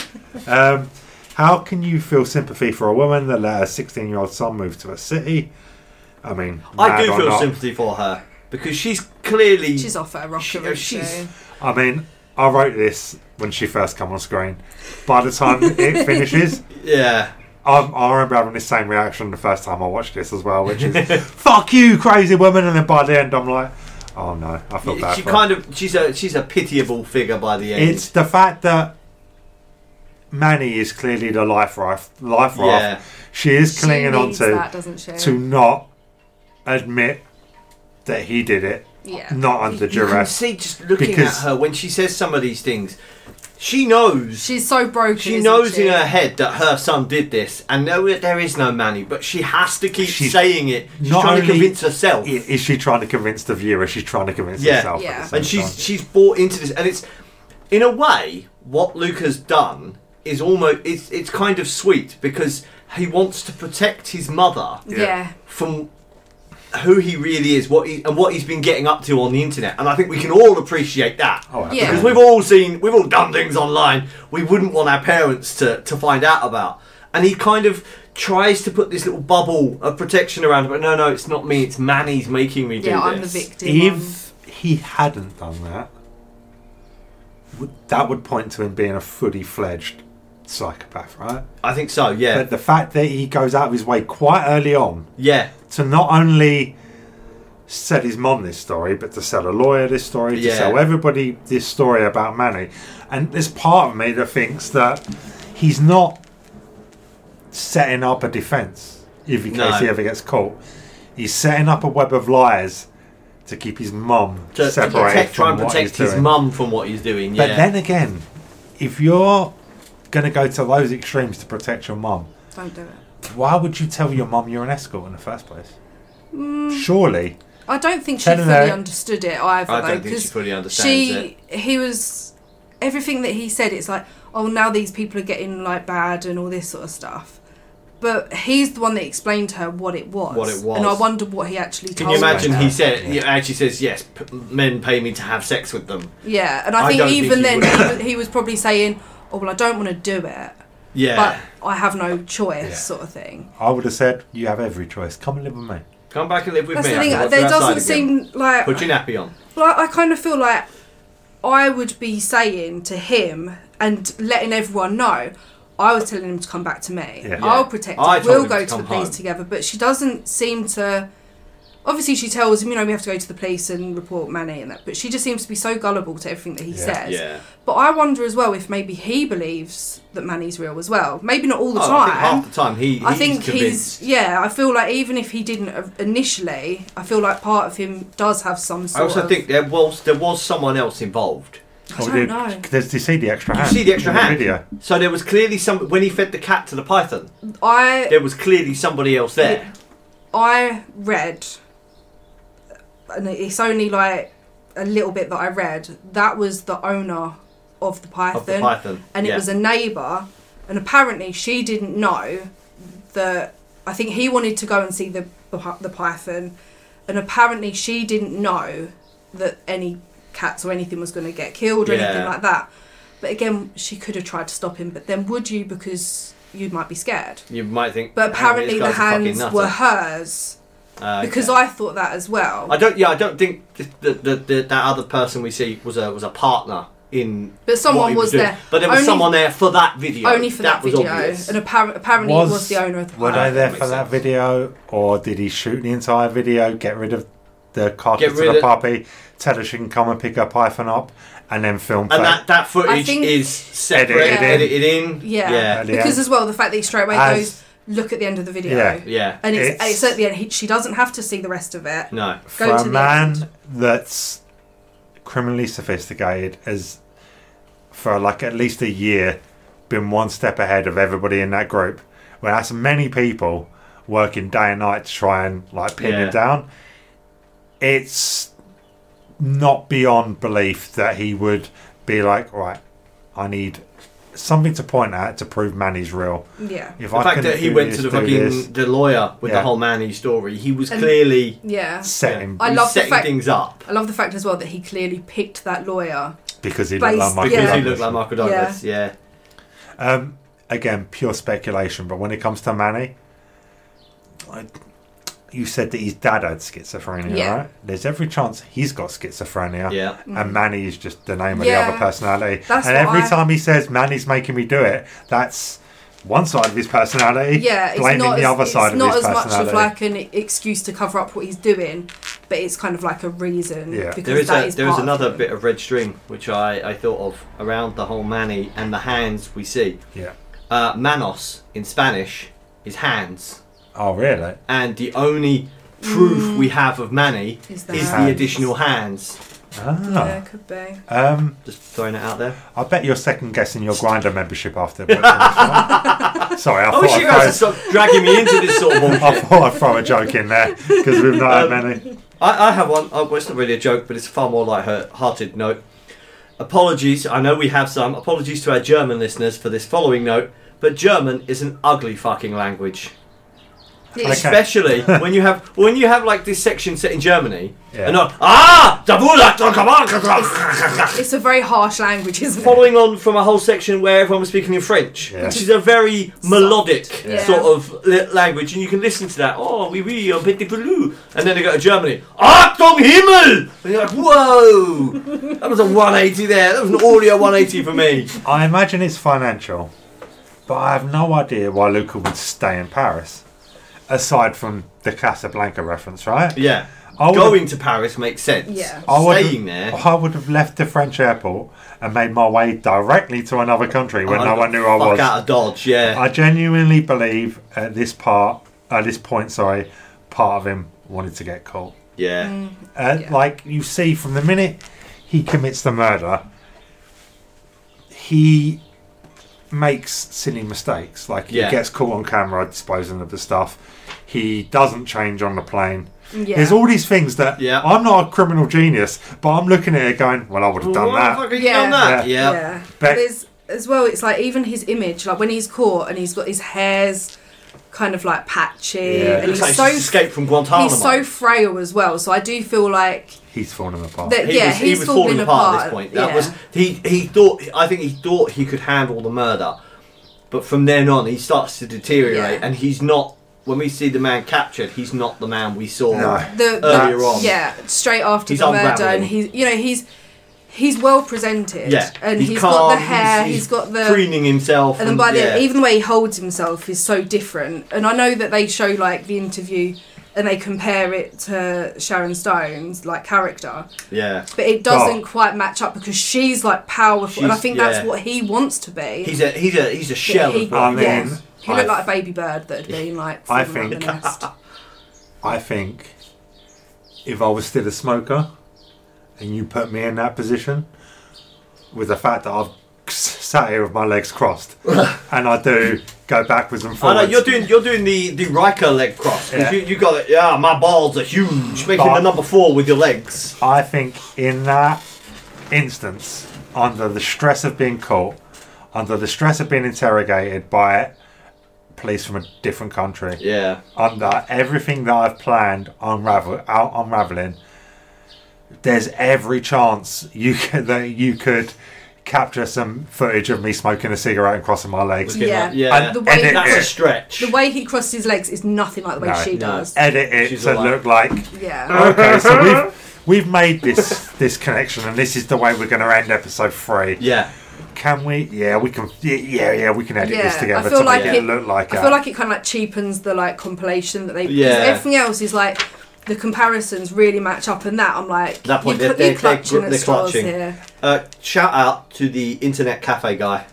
S2: Um, how can you feel sympathy for a woman that let her 16 year old son move to a city? I mean,
S5: I
S2: mad
S5: do
S2: or
S5: feel
S2: not,
S5: sympathy for her because she's clearly.
S3: She's off at a rocker.
S5: She-
S3: isn't
S5: she's-
S3: she?
S2: I mean, I wrote this when she first came on screen. By the time it finishes,
S5: yeah.
S2: I'm, I remember having the same reaction the first time I watched this as well, which is "fuck you, crazy woman," and then by the end, I'm like, "Oh no, I feel bad."
S5: She
S2: for her.
S5: kind of. She's a. She's a pitiable figure by the end.
S2: It's the fact that Manny is clearly the life raft. Life
S5: yeah.
S2: raft. She is
S3: She
S2: clinging on
S3: needs
S2: to
S3: that, doesn't she?
S2: to not admit that he did it,
S3: yeah.
S2: not under
S5: You can
S2: duress.
S5: see just looking
S2: Because-
S5: at her when she says some of these things. She knows. She,
S3: She's so broken. isn't
S5: knows
S3: she?
S5: in her head that her son did this, and no, there is no Manny, but she has to keep
S2: She's
S5: saying it. She's
S2: not
S5: trying to
S2: only-
S5: convince herself.
S2: I- Is she trying to convince the viewer? She's trying to convince
S5: Yeah.
S2: herself.
S3: Yeah.
S2: At the same
S5: and she's
S2: time.
S5: she's bought into this, and it's in a way what Luca's done is almost it's it's kind of sweet because he wants to protect his mother
S3: Yeah.
S2: Yeah.
S5: from who he really is, what he and what he's been getting up to on the internet, and I think we can all appreciate that.
S2: Oh,
S3: Yeah.
S5: Because we've all seen, we've all done things online we wouldn't want our parents to, to find out about. And he kind of tries to put this little bubble of protection around it, but no, no, it's not me, it's Manny's making me do
S3: Yeah, I'm the
S5: this.
S3: victim.
S2: If he hadn't done that, would- that would point to him being a fully fledged psychopath, right?
S5: I think so, yeah.
S2: But the fact that he goes out of his way quite early on
S5: yeah.
S2: to not only sell his mom this story, but to sell a lawyer this story, to
S5: Yeah.
S2: sell everybody this story about Manny. And there's part of me that thinks that he's not setting up a defence if in
S5: No.
S2: case he ever gets caught. He's setting up a web of lies to keep his mum
S5: To, to
S2: separated from
S5: protect, try and
S2: what
S5: protect
S2: he's
S5: his
S2: doing.
S5: mum from what he's doing, yeah.
S2: But then again, if you're going to go to those extremes to protect your mum,
S3: Don't do it.
S2: why would you tell your mum you're an escort in the first place?
S3: Mm.
S2: Surely.
S3: I don't think she
S2: Tell her
S3: fully
S2: that-
S3: understood it either.
S5: I don't
S3: though,
S5: think she
S3: 'cause
S5: fully understands
S3: she- He was everything that he said. It's like, oh, now these people are getting like bad and all this sort of stuff. But he's the one that explained to her what it was.
S5: What it was.
S3: And I wonder what he actually
S5: can
S3: told
S5: you imagine
S3: her.
S5: he said
S2: Yeah.
S5: he actually says yes p- men pay me to have sex with them
S3: Yeah, and
S5: I
S3: I think
S5: don't think
S3: even
S5: he
S3: then
S5: would-
S3: he was, he was probably saying, "Oh well, I don't want to do it,
S5: yeah
S3: but I have no choice,"
S2: Yeah.
S3: sort of thing.
S2: I would have said, "You have every choice. Come and live with me."
S5: come back and live with
S3: That's
S5: me
S3: the
S5: I
S3: thing.
S5: can walk
S3: There
S5: you outside
S3: doesn't
S5: again.
S3: seem like
S5: put your nappy on
S3: Well, I, I kind of feel like I would be saying to him and letting everyone know. I was telling him to come back to me.
S2: Yeah.
S3: I'll
S5: Yeah.
S3: protect
S5: I
S3: him.
S5: told
S3: We'll
S5: him
S3: go
S5: to
S3: to, the
S5: come
S3: police
S5: home.
S3: together. But she doesn't seem to. Obviously, she tells him, you know, we have to go to the police and report Manny and that. But she just seems to be so gullible to everything that he
S2: Yeah.
S3: says.
S5: yeah
S3: But I wonder as well if maybe he believes that Manny's real as well. Maybe not all the
S5: Oh, I
S3: time.
S5: think half the time he, he's
S3: I think
S5: convinced.
S3: he's yeah. I feel like even if he didn't uh, initially, I feel like part of him does have some
S5: I
S3: sort.
S5: also
S3: of,
S5: think there was there was someone else involved.
S3: I don't
S2: did,
S3: know.
S2: Does you see the extra
S5: You
S2: hand?
S5: see the extra
S2: Ah, in the
S5: hand.
S2: video.
S5: So there was clearly some when he fed the cat to the python.
S3: I
S5: There was clearly somebody else there.
S3: I read, and it's only like a little bit that I read. That was the owner of the python,
S5: Of the python.
S3: and it
S5: Yeah.
S3: was a neighbour, and apparently she didn't know that. I think he wanted to go and see the the python, and apparently she didn't know that any cats or anything was going to get killed or anything
S5: Yeah.
S3: like that. But again, she could have tried to stop him, but then would you because you might be scared.
S5: You might think.
S3: But
S5: "Hang on,
S3: apparently the
S5: this guy's a fucking
S3: hands
S5: nutter."
S3: were hers
S5: Uh,
S3: because
S5: yeah.
S3: I thought that as well.
S5: I don't. Yeah, I don't think th- that that that that other person we see was a was a partner in.
S3: But someone
S5: what he
S3: was
S5: doing.
S3: there.
S5: But there was
S3: Only-
S5: someone there for that video.
S3: Only for that,
S5: was
S3: video,
S5: obvious.
S3: and appar- apparently he was the owner of the
S2: Were
S5: Ah,
S2: they
S5: that
S2: there
S5: makes
S2: for that
S5: sense.
S2: video, or did he shoot the entire video, get rid of the carcass of
S5: rid
S2: the
S5: of-
S2: puppy, tell her she can come and pick her python up, and then film
S5: And
S2: play?
S5: that, that
S3: I
S5: footage
S3: think-
S5: is separate,
S2: Edited
S3: in.
S5: edited in.
S3: Yeah.
S5: Yeah.
S2: At the
S3: because
S2: end.
S3: as well the fact that he straight away
S2: As-
S3: goes look at the end of the video.
S2: Yeah.
S5: Yeah.
S3: And it's,
S2: It's-
S3: it's at the end. He, she doesn't have to see the rest of it.
S5: No.
S2: for
S3: Go
S2: a
S3: to the
S2: man
S3: end.
S2: that's criminally sophisticated has for like at least a year been one step ahead of everybody in that group where that's many people working day and night to try and like pin
S5: Yeah.
S2: him down it's not beyond belief that he would be like right i need something to point at to prove man is real
S3: Yeah.
S2: if
S5: The
S2: i
S5: fact
S2: can
S5: that he
S2: do
S5: went
S2: this,
S5: to the
S2: do
S5: fucking
S2: this,
S5: the lawyer with the
S2: Yeah.
S5: whole Manny story, he was
S3: And-
S5: clearly
S3: Yeah.
S2: set
S5: Yeah.
S2: him
S3: I love the
S5: setting
S3: fact-
S5: things up
S3: I love the fact as well that he clearly picked that lawyer.
S2: because he looked
S3: based-
S2: like Michael
S5: because he
S2: Douglas.
S5: looked like Michael Douglas. Yeah.
S2: Um, again, pure speculation, but when it comes to Manny, I, you said that his dad had schizophrenia,
S3: Yeah. Mm.
S2: right? There's every chance he's got schizophrenia.
S5: Yeah.
S2: And Manny is just the name of
S3: Yeah.
S2: the other personality.
S3: That's
S2: and
S3: what
S2: every
S3: I-
S2: time he says Manny's making me do it, that's one side of his personality.
S3: Yeah, it's
S2: blaming
S3: not
S2: the
S3: as,
S2: other
S3: it's
S2: side of
S3: not
S2: his
S3: as much
S2: personality.
S3: of like an excuse to cover up what he's doing, but it's kind of like a reason.
S2: Yeah.
S3: because
S5: There is,
S3: that
S5: a,
S3: is
S5: there is
S3: part of
S5: another
S3: him.
S5: bit of red string which I, I thought of around the whole Manny and the hands we see.
S2: yeah.
S5: Uh, Manos in Spanish is hands,
S2: Oh, really?
S5: and the only proof we have of Manny
S3: Mm. Is
S5: is,
S3: the
S5: the
S2: hands.
S5: additional hands.
S3: Yeah,
S2: Ah.
S3: could be.
S2: Um,
S5: Just throwing it out there.
S2: I bet you're second guessing your grinder membership after. watching this. Sorry, I
S5: I
S2: thought
S5: wish you
S2: I'd
S5: guys would stop dragging me into this sort of bullshit.
S2: I thought I'd throw a joke in there because we've not had
S5: Um,
S2: many.
S5: I, I have one. Oh, well, it's not really a joke, but it's a far more light-hearted note. Apologies. I know we have some. Apologies to our German listeners for this following note, but German is an ugly fucking language,
S2: Okay.
S5: especially when you have when you have like this section set in Germany
S2: Yeah.
S5: and not ah da Budak, da Kabak."
S3: It's a very harsh language, isn't it?
S5: Following on from a whole section where everyone was speaking in French,
S2: Yeah.
S5: which is a very melodic
S3: Yeah.
S5: sort of li- language, and you can listen to that. Oh, oui, oui, un petit bleu. And then they go to Germany.
S1: Ah,
S5: Achtung Himmel! And you're like, whoa! that was a 180 there. That was an audio 180 for me.
S2: I imagine it's financial, but I have no idea why Luca would stay in Paris, aside from the Casablanca reference, right?
S5: Yeah.
S2: I would've-
S5: Going to Paris makes sense.
S3: Yeah.
S2: I Oh, would
S5: Staying there.
S2: I would have left the French airport and made my way directly to another country where no
S5: I'd
S2: one knew
S5: fuck
S2: I was.
S5: out of Dodge, yeah.
S2: I genuinely believe at this part, at this point, sorry, part of him wanted to get caught.
S5: yeah.
S2: Uh,
S3: Yeah.
S2: Like you see, from the minute he commits the murder, he makes silly mistakes. Like
S5: Yeah.
S2: he gets caught on camera disposing of the stuff. He doesn't change on the plane.
S3: Yeah.
S2: There's all these things that
S5: Yeah.
S2: I'm not a criminal genius, but I'm looking at it going, "Well, I would have done
S5: Why the fuck
S2: that."
S5: are you done that? Yeah.
S3: Yeah.
S2: But-
S3: There's as well. It's like even his image, like when he's caught and he's got his hair's kind of like patchy,
S2: Yeah.
S3: and
S5: Looks
S3: he's
S5: like he's
S3: so
S5: escaped from Guantanamo.
S3: he's so frail as well. So I do feel like
S2: He's falling apart.
S3: that.
S5: he
S3: yeah,
S5: was,
S3: he's
S5: he was
S3: falling,
S5: falling apart, at this point. That
S3: yeah.
S5: was he. He thought. I think he thought he could handle the murder, but from then on, he starts to deteriorate,
S3: Yeah.
S5: and he's not. When we see the man captured, he's not the man we saw.
S2: No.
S3: the, the
S5: earlier on.
S3: yeah straight after
S5: He's
S3: the murder,
S5: unraveling.
S3: and he's you know he's he's well presented,
S5: Yeah,
S3: and
S5: he's
S3: he's got the
S5: calm,
S3: hair,
S5: he's-
S3: he's got the
S5: preening himself,
S3: and then by the
S5: yeah.
S3: even the way he holds himself is so different. And I know that they show like the interview and they compare it to Sharon Stone's like character,
S5: yeah,
S3: but it doesn't
S2: Oh.
S3: quite match up because she's like powerful, and I
S5: She's-
S3: think
S5: yeah.
S3: that's what he wants to be.
S5: he's a he's a he's a
S3: But
S5: shell.
S3: He,
S5: of what he
S2: I
S3: yeah.
S5: was.
S2: mean,
S3: he looked
S2: I-
S3: like a baby bird that had been like
S2: I
S3: fallen around the
S2: think-
S3: nest.
S2: I think if I was still a smoker and you put me in that position, with the fact that I've sat here with my legs crossed and I do go backwards and
S5: I know
S2: forwards.
S5: you're doing you're doing the the Riker leg cross. 'cause
S2: Yeah.
S5: You, you got it. Yeah, my balls are huge, making
S2: But-
S5: the number four with your legs.
S2: I think in that instance, under the stress of being caught, under the stress of being interrogated by police from a different country,
S5: Yeah,
S2: under everything that I've planned unravel out unraveling. There's every chance you could, that you could capture some footage of me smoking a cigarette and crossing my legs.
S5: Looking
S3: Yeah.
S5: like- yeah.
S2: And
S3: The way-
S2: edit
S5: That's a
S2: it,
S5: stretch.
S3: The way he crosses his legs is nothing like the way
S2: No.
S3: she
S5: No.
S3: does.
S2: edit it
S5: She's
S2: to
S5: alive.
S2: look like
S3: Yeah.
S2: okay. So we've We've made this this connection, and this is the way we're going to end episode three.
S5: Yeah.
S2: Can we? Yeah, we can. Yeah, yeah, yeah we can edit
S3: Yeah,
S2: this
S3: I
S2: together
S3: feel
S2: to
S3: like
S2: make it,
S3: it-
S2: look like.
S3: I
S2: a-
S3: feel like it kind of like cheapens the like compilation that they. 'cause
S5: Yeah.
S3: Everything else is like the comparisons really match up, and that I'm like.
S5: That point,
S3: you're,
S5: they're-
S3: cl- you're clutching
S5: they're- they're gr-
S3: at
S5: they're
S3: straws
S5: clutching.
S3: here.
S5: Uh, shout out to the internet cafe guy.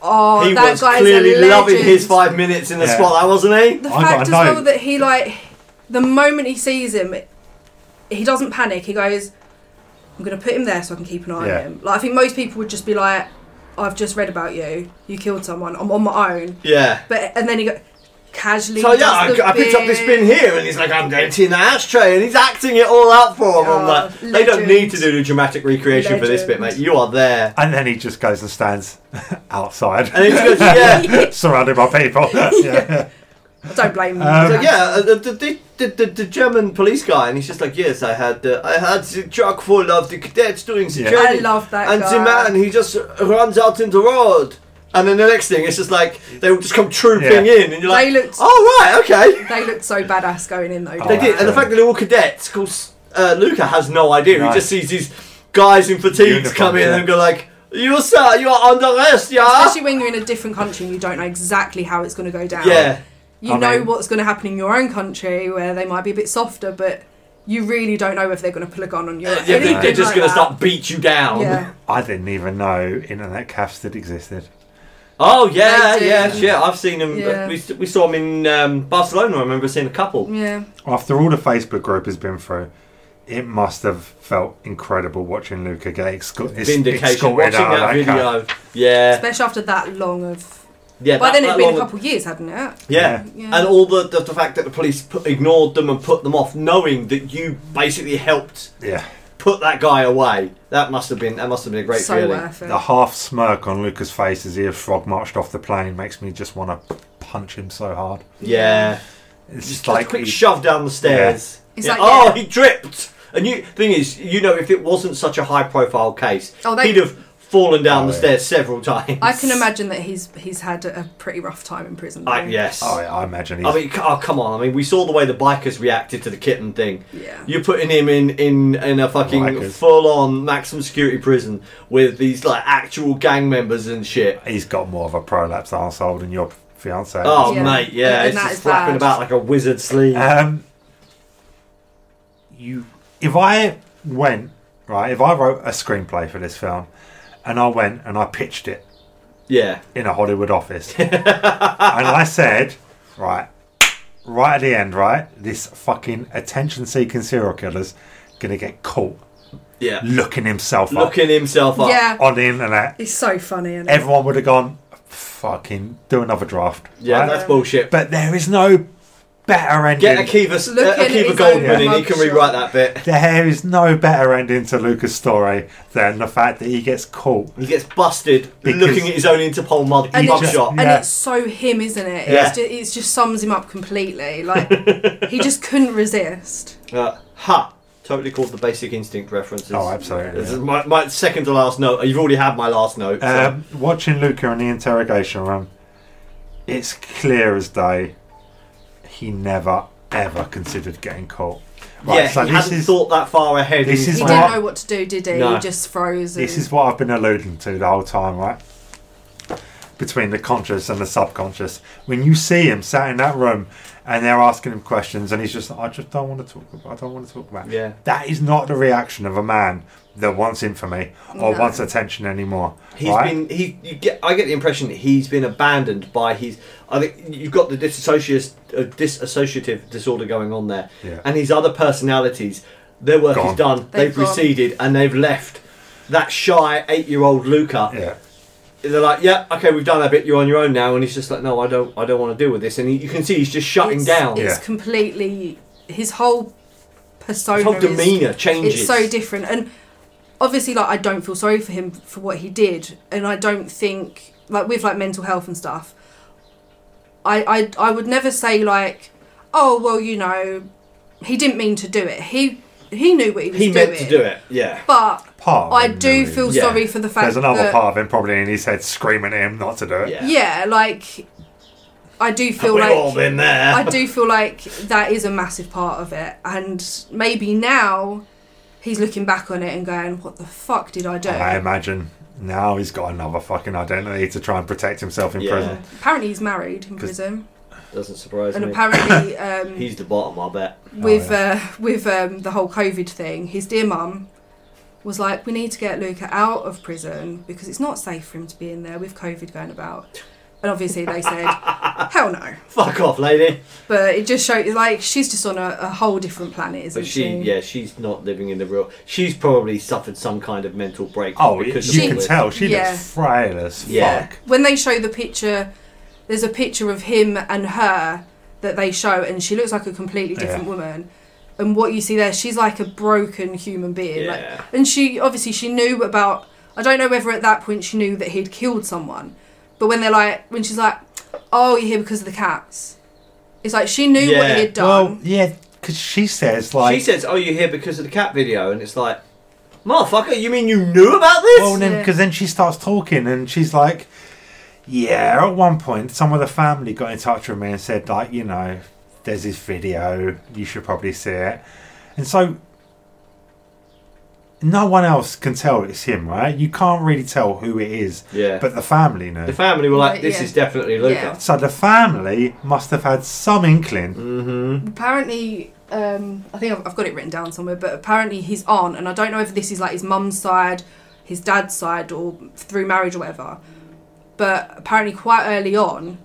S3: Oh,
S5: he
S3: that
S5: was
S3: guy's
S5: clearly
S3: a legend.
S5: loving his five minutes in the
S2: Yeah.
S5: spotlight, wasn't
S3: The
S2: I
S3: fact
S2: got
S3: as
S2: a
S3: well
S2: note.
S3: that he like, the moment he sees him, he doesn't panic. He goes, "I'm gonna put him there so I can keep an eye
S2: Yeah.
S3: on him." Like I think most people would just be like, "I've just read about you. You killed someone. I'm on my own."
S5: he? Yeah.
S3: But and then he go casually.
S5: So
S3: does
S5: yeah, I,
S3: the
S5: I picked up this
S3: big-
S5: bin here, and he's like, "I'm emptying the ashtray," and he's acting it all out for him. I'm
S3: Oh,
S5: like, they don't
S3: legend.
S5: need to do the dramatic recreation for this bit,
S3: Legend.
S5: mate. You are there,
S2: and then he just goes and stands outside,
S5: and he just goes, "Yeah."
S2: surrounded by people. yeah.
S3: I don't blame him.
S2: Um,
S5: So yeah, uh, the, the, the, the, the German police guy, and he's just like, yes, I had uh, I had the truck full of the cadets doing the
S2: Yeah.
S5: journey,
S3: I love that
S5: and
S3: guy.
S5: the man he just runs out in the road, and then the next thing it's just like they will just come trooping
S2: Yeah.
S5: in, and you're like,
S3: They looked-
S5: oh right, okay,
S3: They looked so badass going in though.
S2: Oh,
S5: they
S3: didn't
S5: did, and the
S2: absolutely.
S5: fact that they're all cadets, of course, uh, Luca has no idea.
S2: No.
S5: He just sees these guys in fatigues
S2: Uniforms,
S5: come in
S2: yeah.
S5: and go like, you sir, you are under arrest, yeah,
S3: Especially when you're in a different country and you don't know exactly how it's going to go down.
S5: yeah,
S3: You
S2: I
S3: know
S2: mean-
S3: what's going to happen in your own country where they might be a bit softer, but you really don't know if they're going to pull a gun on you.
S5: yeah. they- They're
S3: Anything
S5: just
S3: like
S5: gonna
S3: that.
S5: start beat you down.
S3: Yeah.
S2: I didn't even know internet cafes that existed.
S5: Oh yeah,
S3: They do.
S5: yeah, yeah. I've seen him.
S3: Yeah.
S5: We, we saw him in um, Barcelona. I remember seeing a couple.
S3: Yeah.
S2: After all the Facebook group has been through, it must have felt incredible watching Luca get exco- ex-
S5: Vindication. Watching
S2: escorted out of
S5: that
S2: that car.
S5: video. Yeah,
S3: Especially after that long of.
S5: yeah.
S3: By
S5: that-
S3: then
S5: that
S3: it'd been a
S5: long-
S3: couple of years, hadn't it?
S5: Yeah.
S3: Yeah.
S5: and all the, the the fact that the police put, ignored them and put them off, knowing that you basically helped
S2: Yeah,
S5: put that guy away. That must have been that must have been a great
S3: so
S5: feeling.
S3: worth it.
S2: the half smirk on Luca's face as he and Frog marched off the plane makes me just want to punch him so hard.
S5: Yeah,
S2: It's
S5: just
S2: just
S5: like a
S2: like
S5: quick
S2: he-
S5: shove down the stairs.
S3: It's
S5: Yeah.
S3: like,
S5: oh,
S3: yeah.
S5: he dripped. And you thing is, you know, if it wasn't such a high profile case,
S3: Oh, they-
S5: he'd have fallen down
S2: Oh,
S5: the
S2: yeah.
S5: stairs several times.
S3: I can imagine that he's he's had a pretty rough time in prison.
S5: I,
S3: though.
S5: yes.
S2: Oh, yeah, I imagine he's
S5: I mean, c- oh come on! I mean, we saw the way the bikers reacted to the kitten thing.
S3: Yeah.
S5: You're putting him in in in a fucking
S2: Bikers.
S5: full-on maximum security prison with these like actual gang members and shit.
S2: he's got more of a prolapse arsehole than your fiance.
S5: Oh
S3: Yeah.
S5: mate, yeah,
S3: And- and
S5: it's
S3: that
S5: just
S3: is
S5: flapping
S3: bad.
S5: about like a wizard sleeve.
S2: Um, you, if I went right, if I wrote a screenplay for this film, and I went and I pitched it
S5: yeah,
S2: in a Hollywood office, and I said, right, right at the end, right, this fucking attention-seeking serial killer's gonna get caught
S5: yeah,
S2: looking himself
S5: looking himself up.
S3: Yeah.
S2: up on the internet.
S3: He's so funny. Isn't he?
S2: Everyone would have gone, fucking do another draft.
S5: yeah,
S2: right?
S5: that's bullshit.
S2: but there is no better ending.
S5: Get Akiva, s-
S3: Looking
S5: uh,
S3: at
S5: Akiva
S3: his
S5: Goldman
S3: own
S5: in, he can
S3: mugshot.
S5: rewrite that bit.
S2: There is no better ending to Luca's story than the fact that he gets caught.
S5: He gets busted
S2: Because-
S5: looking at his own Interpol mug,
S3: And it's,
S5: mugshot.
S3: and
S2: Yeah.
S3: it's so him, isn't it?
S5: Yeah.
S3: It's just, it just sums him up completely. Like he just couldn't resist.
S5: Uh, ha! Totally called the basic instinct references.
S2: Oh, absolutely.
S5: This
S2: yeah.
S5: is my, my second to last note. Oh, You've already had my last note. so-
S2: Um, watching Luca in the interrogation room, it's clear as day he never ever considered getting caught.
S5: yeah, he hasn't
S2: is
S5: thought that far ahead.
S2: this is
S5: He's
S3: He
S5: like-
S2: why-
S3: didn't know what to do, did he?
S5: No.
S3: He just froze.
S2: this
S3: and-
S2: is what I've been alluding to the whole time, right? Between the conscious and the subconscious. When you see him sat in that room and they're asking him questions and he's just I just don't want to talk about I don't want to talk about it."
S5: Yeah.
S2: That is not the reaction of a man that wants infamy or
S3: No.
S2: wants attention anymore.
S5: He's
S2: right?
S5: been he. You get. I get the impression that he's been abandoned by his. I think you've got the disassociative, uh, disassociative disorder going on there,
S2: Yeah.
S5: and his other personalities. Their work is
S2: Gone.
S5: done.
S3: They've
S5: They've,
S3: gone.
S5: receded and they've left. That shy eight-year-old Luca.
S2: Yeah.
S5: They're like, yeah, okay, we've done that bit. You're on your own now, and he's just like, no, I don't, I don't want to deal with this. And he, you can see he's just shutting
S3: it's,
S5: down.
S3: It's
S2: Yeah.
S3: completely his whole persona.
S5: His whole
S3: is-
S5: demeanour changes.
S3: it's so different, and obviously, like I don't feel sorry for him for what he did, and I don't think like with like mental health and stuff. I I I would never say like, oh well, you know, he didn't mean to do it. He he knew what he was
S5: He
S3: doing.
S5: meant to do it. Yeah.
S3: but
S2: Part of
S3: I
S2: him
S3: do
S2: knew.
S3: feel
S5: Yeah.
S3: sorry for the fact
S2: There's another
S3: that,
S2: part of him probably in his head screaming at him not to do it.
S5: Yeah.
S3: Yeah, like I do feel
S5: We've
S3: like
S5: all been there.
S3: I do feel like that is a massive part of it, and maybe now he's looking back on it and going, "What the fuck did I do?"
S2: I imagine now he's got another fucking identity to try and protect himself in
S1: Yeah.
S2: prison.
S3: apparently, he's married in
S2: 'Cause-
S3: prison,
S1: Doesn't surprise
S3: and
S1: me.
S3: apparently, um,
S1: He's the bottom, I bet.
S3: with
S2: Oh,
S3: uh, with um, the whole COVID thing, his dear mum was like, "We need to get Luca out of prison because it's not safe for him to be in there with COVID going about." And obviously, they said, "Hell no!"
S1: Fuck off, lady.
S3: But it just showed, like, she's just on a, a whole different planet, isn't
S1: But she, yeah, she's not living in the real. She's probably suffered some kind of mental break.
S2: Oh,
S1: because of
S2: you
S1: all
S2: can
S1: this.
S2: tell she
S3: Yeah.
S2: looks frail as
S1: Yeah.
S2: fuck.
S3: When they show the picture, there's a picture of him and her that they show, and she looks like a completely different
S2: Yeah.
S3: woman. And what you see there, she's like a broken human being. Like,
S1: Yeah.
S3: and she obviously she knew about. I don't know whether at that point she knew that he'd killed someone, but when they're like, when she's like, "Oh, you're here because of the cats," it's like she knew
S1: Yeah.
S3: what he had
S2: Well,
S3: done.
S2: yeah, because she says like,
S1: she says, "Oh, you're here because of the cat video," and it's like, "Motherfucker, you mean you knew about this?"
S2: well, then
S3: Yeah.
S2: because then she starts talking and she's like, yeah. At one point, some of the family got in touch with me and said like, you know, there's this video. You should probably see it. And so. No one else can tell it's him, right? You can't really tell who it is,
S1: yeah, but
S2: but the family know.
S1: the family were like,
S3: Right,
S1: "This
S3: yeah.
S1: is definitely Luca."
S3: Yeah.
S2: So the family must have had some inkling.
S1: Mm-hmm.
S3: Apparently, um, I think I've, I've got it written down somewhere, but apparently his aunt, and I don't know if this is like his mum's side, his dad's side, or through marriage or whatever, but apparently quite early on,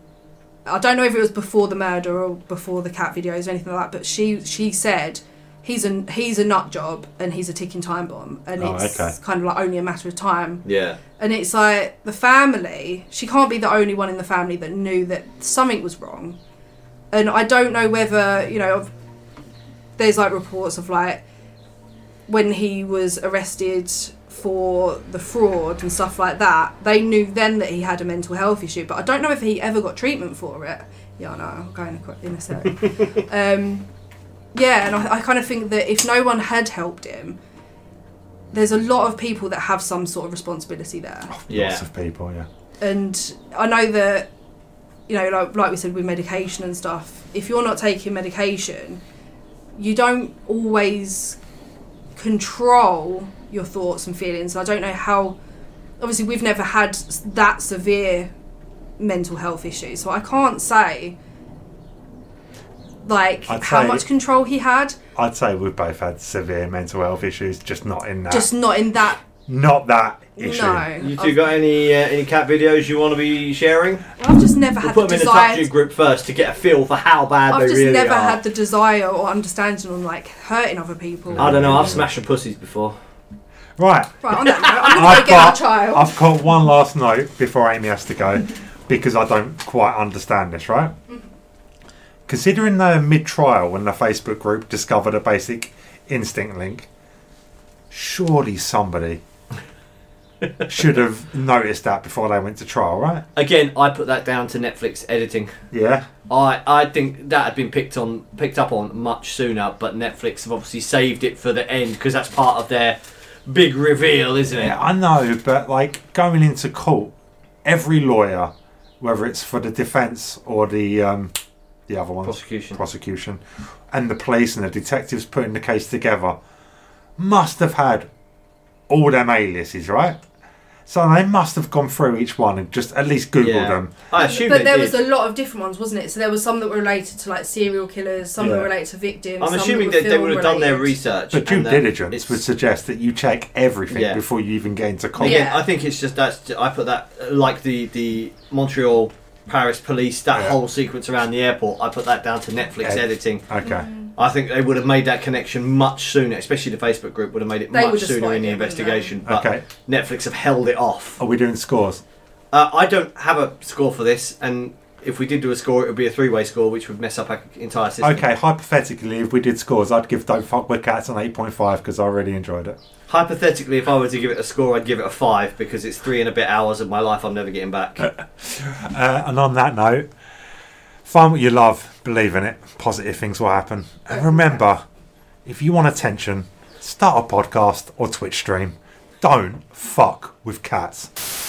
S3: I don't know if it was before the murder or before the cat videos or anything like that, but she she said he's a he's a nut job and he's a ticking time bomb, and
S2: Oh,
S3: it's
S2: okay.
S3: kind of like only a matter of time
S1: Yeah,
S3: and it's like the family she can't be the only one in the family that knew that something was wrong and i don't know whether you know there's like reports of like when he was arrested for the fraud and stuff like that they knew then that he had a mental health issue but i don't know if he ever got treatment for it yeah i know i'll go in a, qu- in a sec um, yeah and I, I kind of think that if no one had helped him there's a lot of people that have some sort of responsibility there
S1: yeah.
S2: Lots of people, yeah.
S3: and I know that you know like like we said with medication and stuff if you're not taking medication you don't always control your thoughts and feelings I don't know how obviously we've never had s- that severe mental health issue so I can't say like
S2: I'd
S3: how
S2: say-
S3: much control he had
S2: I'd say we've both had severe mental health issues, just not in that,
S3: just not in that
S2: not that issue.
S3: no
S1: You two
S3: I've,
S1: got any uh, any cat videos you want to be sharing?
S3: I've just never
S1: We'll
S3: had
S1: put
S3: the
S1: them in a top
S3: desire
S1: two group first to get a feel for how bad
S3: I've
S1: they
S3: just
S1: really
S3: never
S1: are.
S3: had the desire or understanding on like hurting other people.
S1: I don't know. I've smashed some pussies before.
S2: Right,
S3: Right, on that note, I'm gonna
S2: I've
S3: go get our
S2: got,
S3: child.
S2: I've got one last note before Amy has to go because I don't quite understand this. Right, considering the mid-trial when the Facebook group discovered a basic instinct link, surely somebody should have noticed that before they went to trial, right?
S1: Again, I put that down to Netflix editing.
S2: Yeah.
S1: I I think that had been picked on picked up on much sooner, but Netflix have obviously saved it for the end because that's part of their big reveal, isn't it?
S2: Yeah, I know, but like going into court, every lawyer, whether it's for the defence or the um, the other ones,
S1: Prosecution.
S2: prosecution, and the police and the detectives putting the case together, must have had all them aliases, right? So they must have gone through each one and just at least Googled
S1: Yeah.
S2: them.
S1: I assume
S3: but
S1: they
S3: there
S1: did.
S3: was a lot of different ones, wasn't it? So there was some that were related to like serial killers, some that
S2: Yeah.
S3: were related to victims.
S1: I'm
S3: some
S1: assuming
S3: that,
S1: that they would have done their
S3: research.
S1: research.
S2: But due
S1: and that
S2: diligence
S1: it's-
S2: would suggest that you check everything
S1: Yeah.
S2: before you even get into court.
S1: Again,
S3: Yeah.
S1: I think it's just that's I put that like the the Montreal Paris police that
S2: Yeah.
S1: whole sequence around the airport. I put that down to Netflix
S2: Ed-
S1: editing.
S2: Okay.
S1: I think they would have made that connection much sooner, especially the Facebook group would have made it
S3: They
S1: much
S3: would have
S1: sooner in
S3: spotted
S1: the
S3: it, wouldn't they?
S1: investigation. But
S2: Okay.
S1: Netflix have held it off.
S2: Are we doing scores?
S1: Uh, I don't have a score for this, and if we did do a score, it would be a three-way score, which would mess up our entire system.
S2: Okay, hypothetically, if we did scores, I'd give Don't Fuck With Cats an 8.5 because I really enjoyed it.
S1: Hypothetically, if I were to give it a score, I'd give it a five because it's three and a bit hours of my life I'm never getting back.
S2: Uh, and on that note, find what you love, believe in it, positive things will happen. And remember, if you want attention, start a podcast or Twitch stream. Don't fuck with cats.